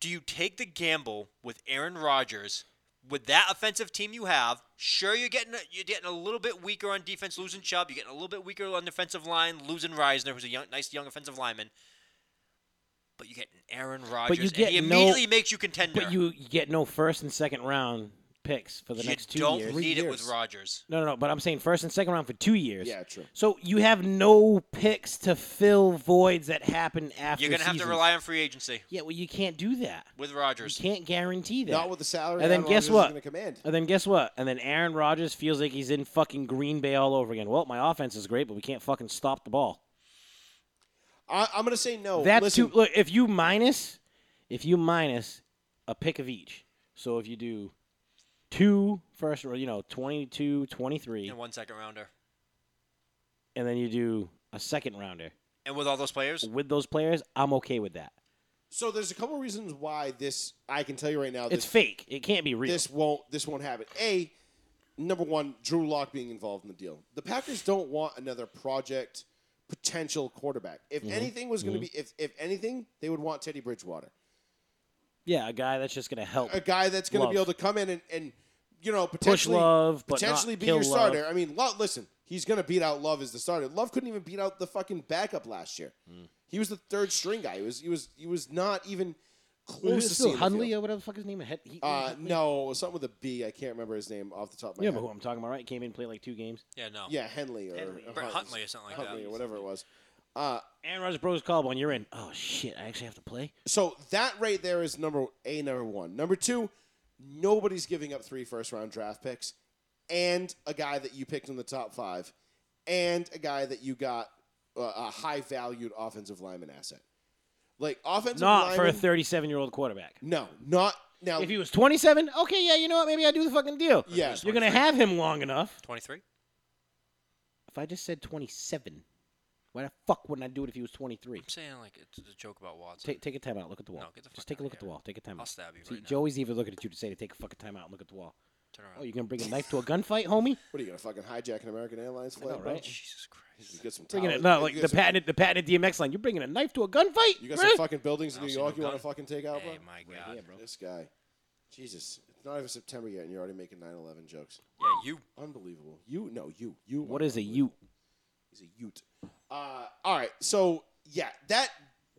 Speaker 4: do you take the gamble with Aaron Rodgers with that offensive team you have? Sure, you're getting a, you're getting a little bit weaker on defense, losing Chubb. You're getting a little bit weaker on defensive line, losing Reisner, who's a young, nice young offensive lineman. But you get an Aaron Rodgers, and
Speaker 5: get
Speaker 4: he
Speaker 5: no-
Speaker 4: immediately makes you contender.
Speaker 5: But you, you get no first and second round picks for the
Speaker 4: You
Speaker 5: next 2
Speaker 4: don't
Speaker 5: years.
Speaker 4: need it with
Speaker 1: years.
Speaker 4: Rodgers.
Speaker 5: No, no, no. But I'm saying first and second round for two years.
Speaker 1: Yeah, true.
Speaker 5: So you have no picks to fill voids that happen after.
Speaker 4: You're gonna have to
Speaker 5: seasons.
Speaker 4: rely on free agency
Speaker 5: Yeah, well, you can't do that.
Speaker 4: with
Speaker 5: You
Speaker 4: Rodgers.
Speaker 5: can't guarantee that.
Speaker 1: Not with the salary.
Speaker 5: And then
Speaker 1: Aaron
Speaker 5: guess
Speaker 1: Rodgers
Speaker 5: what?
Speaker 1: Is gonna command.
Speaker 5: and then guess what? And then Aaron Rodgers feels like he's in fucking Green Bay all over again. Well, my offense is great, but we can't fucking stop the ball.
Speaker 1: I, I'm going to say no.
Speaker 5: That's
Speaker 1: Oh, Listen,
Speaker 5: too. Look, if you minus, if you minus a pick of each. So if you do two first, or you know, 22, 23,
Speaker 4: And one second rounder,
Speaker 5: and then you do a second rounder
Speaker 4: and with all those players,
Speaker 5: with those players, I'm okay with that.
Speaker 1: So there's a couple reasons why this I can tell you right now
Speaker 5: It's
Speaker 1: this
Speaker 5: fake. It can't be real.
Speaker 1: this won't this won't happen. A number one, Drew Lock being involved in the deal. The Packers don't want another project potential quarterback. If
Speaker 5: Mm-hmm.
Speaker 1: anything was going to be if if anything, they would want Teddy Bridgewater.
Speaker 5: yeah, a guy that's just gonna help
Speaker 1: A guy that's going to be able
Speaker 5: Love.
Speaker 1: to come in and, and you know
Speaker 5: push
Speaker 1: potentially
Speaker 5: love, but
Speaker 1: potentially
Speaker 5: not
Speaker 1: be
Speaker 5: kill
Speaker 1: your
Speaker 5: love.
Speaker 1: starter. I mean, Love, listen, he's going to beat out Love as the starter. Love couldn't even beat
Speaker 5: Mm.
Speaker 1: out the fucking backup last year. He was the third string guy. He was he was he was not even close to seeing the
Speaker 5: Hunley
Speaker 1: field.
Speaker 5: or whatever the fuck his name? He- he-
Speaker 1: Uh,
Speaker 5: Huntley?
Speaker 1: no, something with a B. I can't remember his name off the top of my
Speaker 5: You know
Speaker 1: head.
Speaker 5: who I'm talking about, right? Came in, played like two games.
Speaker 4: Yeah, no.
Speaker 1: Yeah, Henley or,
Speaker 5: Henley.
Speaker 1: or
Speaker 4: Brett
Speaker 1: Hunt-
Speaker 4: Huntley or something like
Speaker 1: Huntley
Speaker 4: that.
Speaker 1: or whatever it was. Uh,
Speaker 5: Aaron Rodgers broke his collarbone. You're in. Oh shit! I actually have to play.
Speaker 1: so that right there is number a number one. Number two, nobody's giving up three first round draft picks, and a guy that you picked in the top five, and a guy that you got uh, a high valued offensive lineman asset. Like offensive
Speaker 5: Not for a
Speaker 1: lineman-
Speaker 5: 37 year old quarterback.
Speaker 1: No, not now.
Speaker 5: If he was 27, okay, yeah, you know what? Maybe I do the fucking deal.
Speaker 1: yeah,
Speaker 5: You're gonna have him long enough.
Speaker 4: 23?
Speaker 5: If I just said 27, why the fuck wouldn't I do it if he was 23?
Speaker 4: I'm saying, like, it's a joke about Watson.
Speaker 5: Take, take a timeout. Look at the wall.
Speaker 4: No, get the fuck
Speaker 5: Just take a
Speaker 4: outta
Speaker 5: look at the
Speaker 4: here.
Speaker 5: wall. Take a timeout.
Speaker 4: I'll stab you
Speaker 5: See,
Speaker 4: right now.
Speaker 5: Joey's even looking at you to say to take a fucking timeout and look at the wall.
Speaker 4: Turn
Speaker 5: Oh,
Speaker 4: around.
Speaker 5: you're gonna bring a knife to a gunfight, homie?
Speaker 1: what are you gonna fucking hijack an American Airlines
Speaker 5: I know,
Speaker 1: flight, bro?
Speaker 5: right?
Speaker 4: Jesus Christ.
Speaker 1: You get some
Speaker 5: Bringing
Speaker 1: towers-
Speaker 5: it, no, like
Speaker 1: you
Speaker 5: the
Speaker 1: get some-
Speaker 5: patented, the patented DMX line. You're bringing a knife to a gunfight?
Speaker 1: You got
Speaker 5: Really?
Speaker 1: some fucking buildings in New
Speaker 4: I don't see
Speaker 1: York
Speaker 4: no
Speaker 1: you want to
Speaker 4: gun.
Speaker 1: fucking take out, bro?
Speaker 4: Hey, my God.
Speaker 5: here, bro.
Speaker 1: This guy. Jesus. It's not even September yet, and you're already making 9 11 jokes.
Speaker 4: Yeah, you.
Speaker 1: Unbelievable. You, no, you. You.
Speaker 5: What
Speaker 1: are
Speaker 5: is a you?
Speaker 1: He's a Ute. Uh, all right. So, yeah, that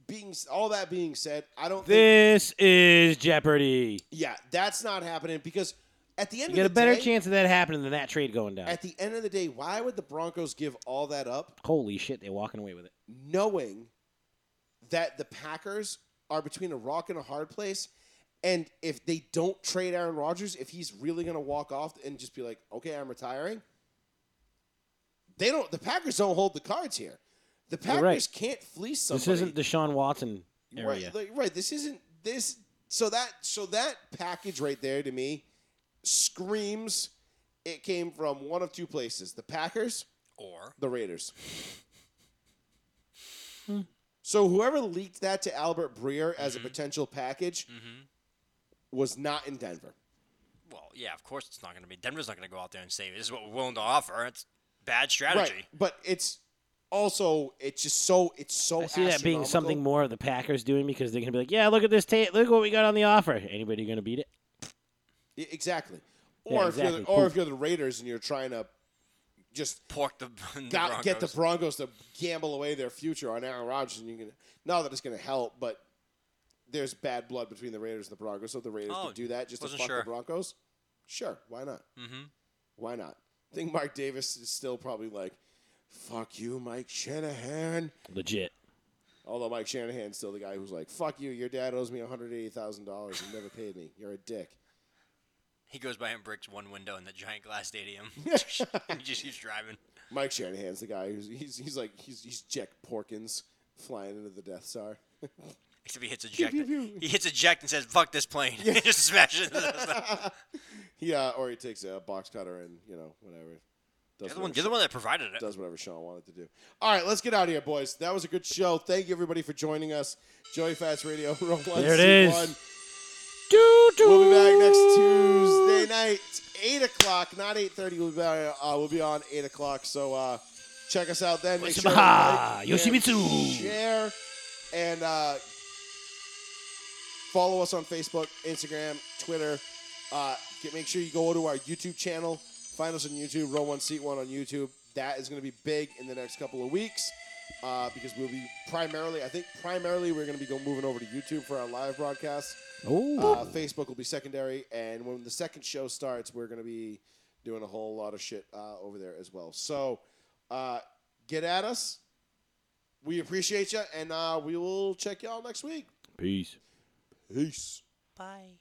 Speaker 1: being, s- all that being said, I don't think,
Speaker 5: This is Jeopardy.
Speaker 1: yeah, that's not happening because at the end
Speaker 5: You
Speaker 1: of
Speaker 5: get
Speaker 1: the
Speaker 5: a better
Speaker 1: day,
Speaker 5: chance of that happening than that trade going down.
Speaker 1: at the end of the day, why would the Broncos give all that up
Speaker 5: Holy shit, they're walking away with it.
Speaker 1: knowing that the Packers are between a rock and a hard place. And if they don't trade Aaron Rodgers, if he's really going to walk off and just be like, okay, I'm retiring, they don't. The Packers don't hold the cards here. The Packers
Speaker 5: right.
Speaker 1: can't fleece somebody.
Speaker 5: This isn't Deshaun Watson area.
Speaker 1: Right, like, right. This isn't this. So that so that package right there to me screams it came from one of two places: the Packers
Speaker 4: Or.
Speaker 1: the Raiders. So whoever leaked that to Albert Breer as a potential package was not in Denver.
Speaker 4: Well, yeah, of course it's not going to be. Denver's not going to go out there and say, this is what we're willing to offer. It's bad strategy.
Speaker 1: Right. But it's also it's just so it's so
Speaker 5: I see that being
Speaker 1: astronomical.
Speaker 5: something more of the Packers doing because they're gonna be like, yeah, look at this tape, look what we got on the offer. Anybody gonna beat it?
Speaker 1: E- exactly.
Speaker 5: Yeah,
Speaker 1: Or if you're
Speaker 5: exactly.
Speaker 1: the, or if you're the Raiders and you're trying to just
Speaker 4: Pork the, the
Speaker 1: got, get the Broncos
Speaker 4: Broncos.
Speaker 1: to gamble away their future on Aaron Rodgers, and you can not that it's going to help, but there's bad blood between the Raiders and the Broncos, so the Raiders
Speaker 4: Oh,
Speaker 1: could do that just to
Speaker 4: wasn't
Speaker 1: fuck the
Speaker 4: sure.
Speaker 1: Broncos. Sure, why not?
Speaker 4: Mm-hmm.
Speaker 1: Why not? I think Mark Davis is still probably like, "Fuck you, Mike Shanahan."
Speaker 5: Legit.
Speaker 1: Although Mike Shanahan's still the guy who's like, "Fuck you, your dad owes me one hundred eighty thousand dollars and never paid me. You're a dick."
Speaker 4: He goes by and breaks one window in the giant glass stadium. he just keeps driving.
Speaker 1: Mike Shanahan's the guy who's he's, he's like he's he's Jack Porkins flying into the Death Star.
Speaker 4: Except he hits eject. he hits eject and says, "Fuck this plane," and just smashes. it. the
Speaker 1: Yeah, or he takes a box cutter and you know whatever. Does
Speaker 4: other one,
Speaker 1: whatever,
Speaker 4: you're the one that provided it.
Speaker 1: does whatever Sean wanted to do. All right, let's get out of here, boys. That was a good show. Thank you everybody for joining us. Joey Fast Radio, row one,
Speaker 5: There it
Speaker 1: C1.
Speaker 5: is. Doo doo.
Speaker 1: We'll be back next Tuesday night, eight o'clock, not eight thirty. We'll be back, uh, we'll be on eight o'clock. So uh, check us out then. Make sure you
Speaker 5: Oshimaha,
Speaker 1: like,
Speaker 5: Yoshimitsu.
Speaker 1: share, and uh, follow us on Facebook, Instagram, Twitter. Uh, get, make sure you go to our YouTube channel. Find us on YouTube, Row One Seat One on YouTube. That is going to be big in the next couple of weeks uh, because we'll be primarily, I think, primarily we're going to be go moving over to YouTube for our live broadcasts.
Speaker 5: Oh,
Speaker 1: Uh, Facebook will be secondary, and when the second show starts, we're going to be doing a whole lot of shit uh, over there as well. So uh, get at us. We appreciate you, and uh, we will check y'all next week.
Speaker 5: peace.
Speaker 1: Peace.
Speaker 4: Bye.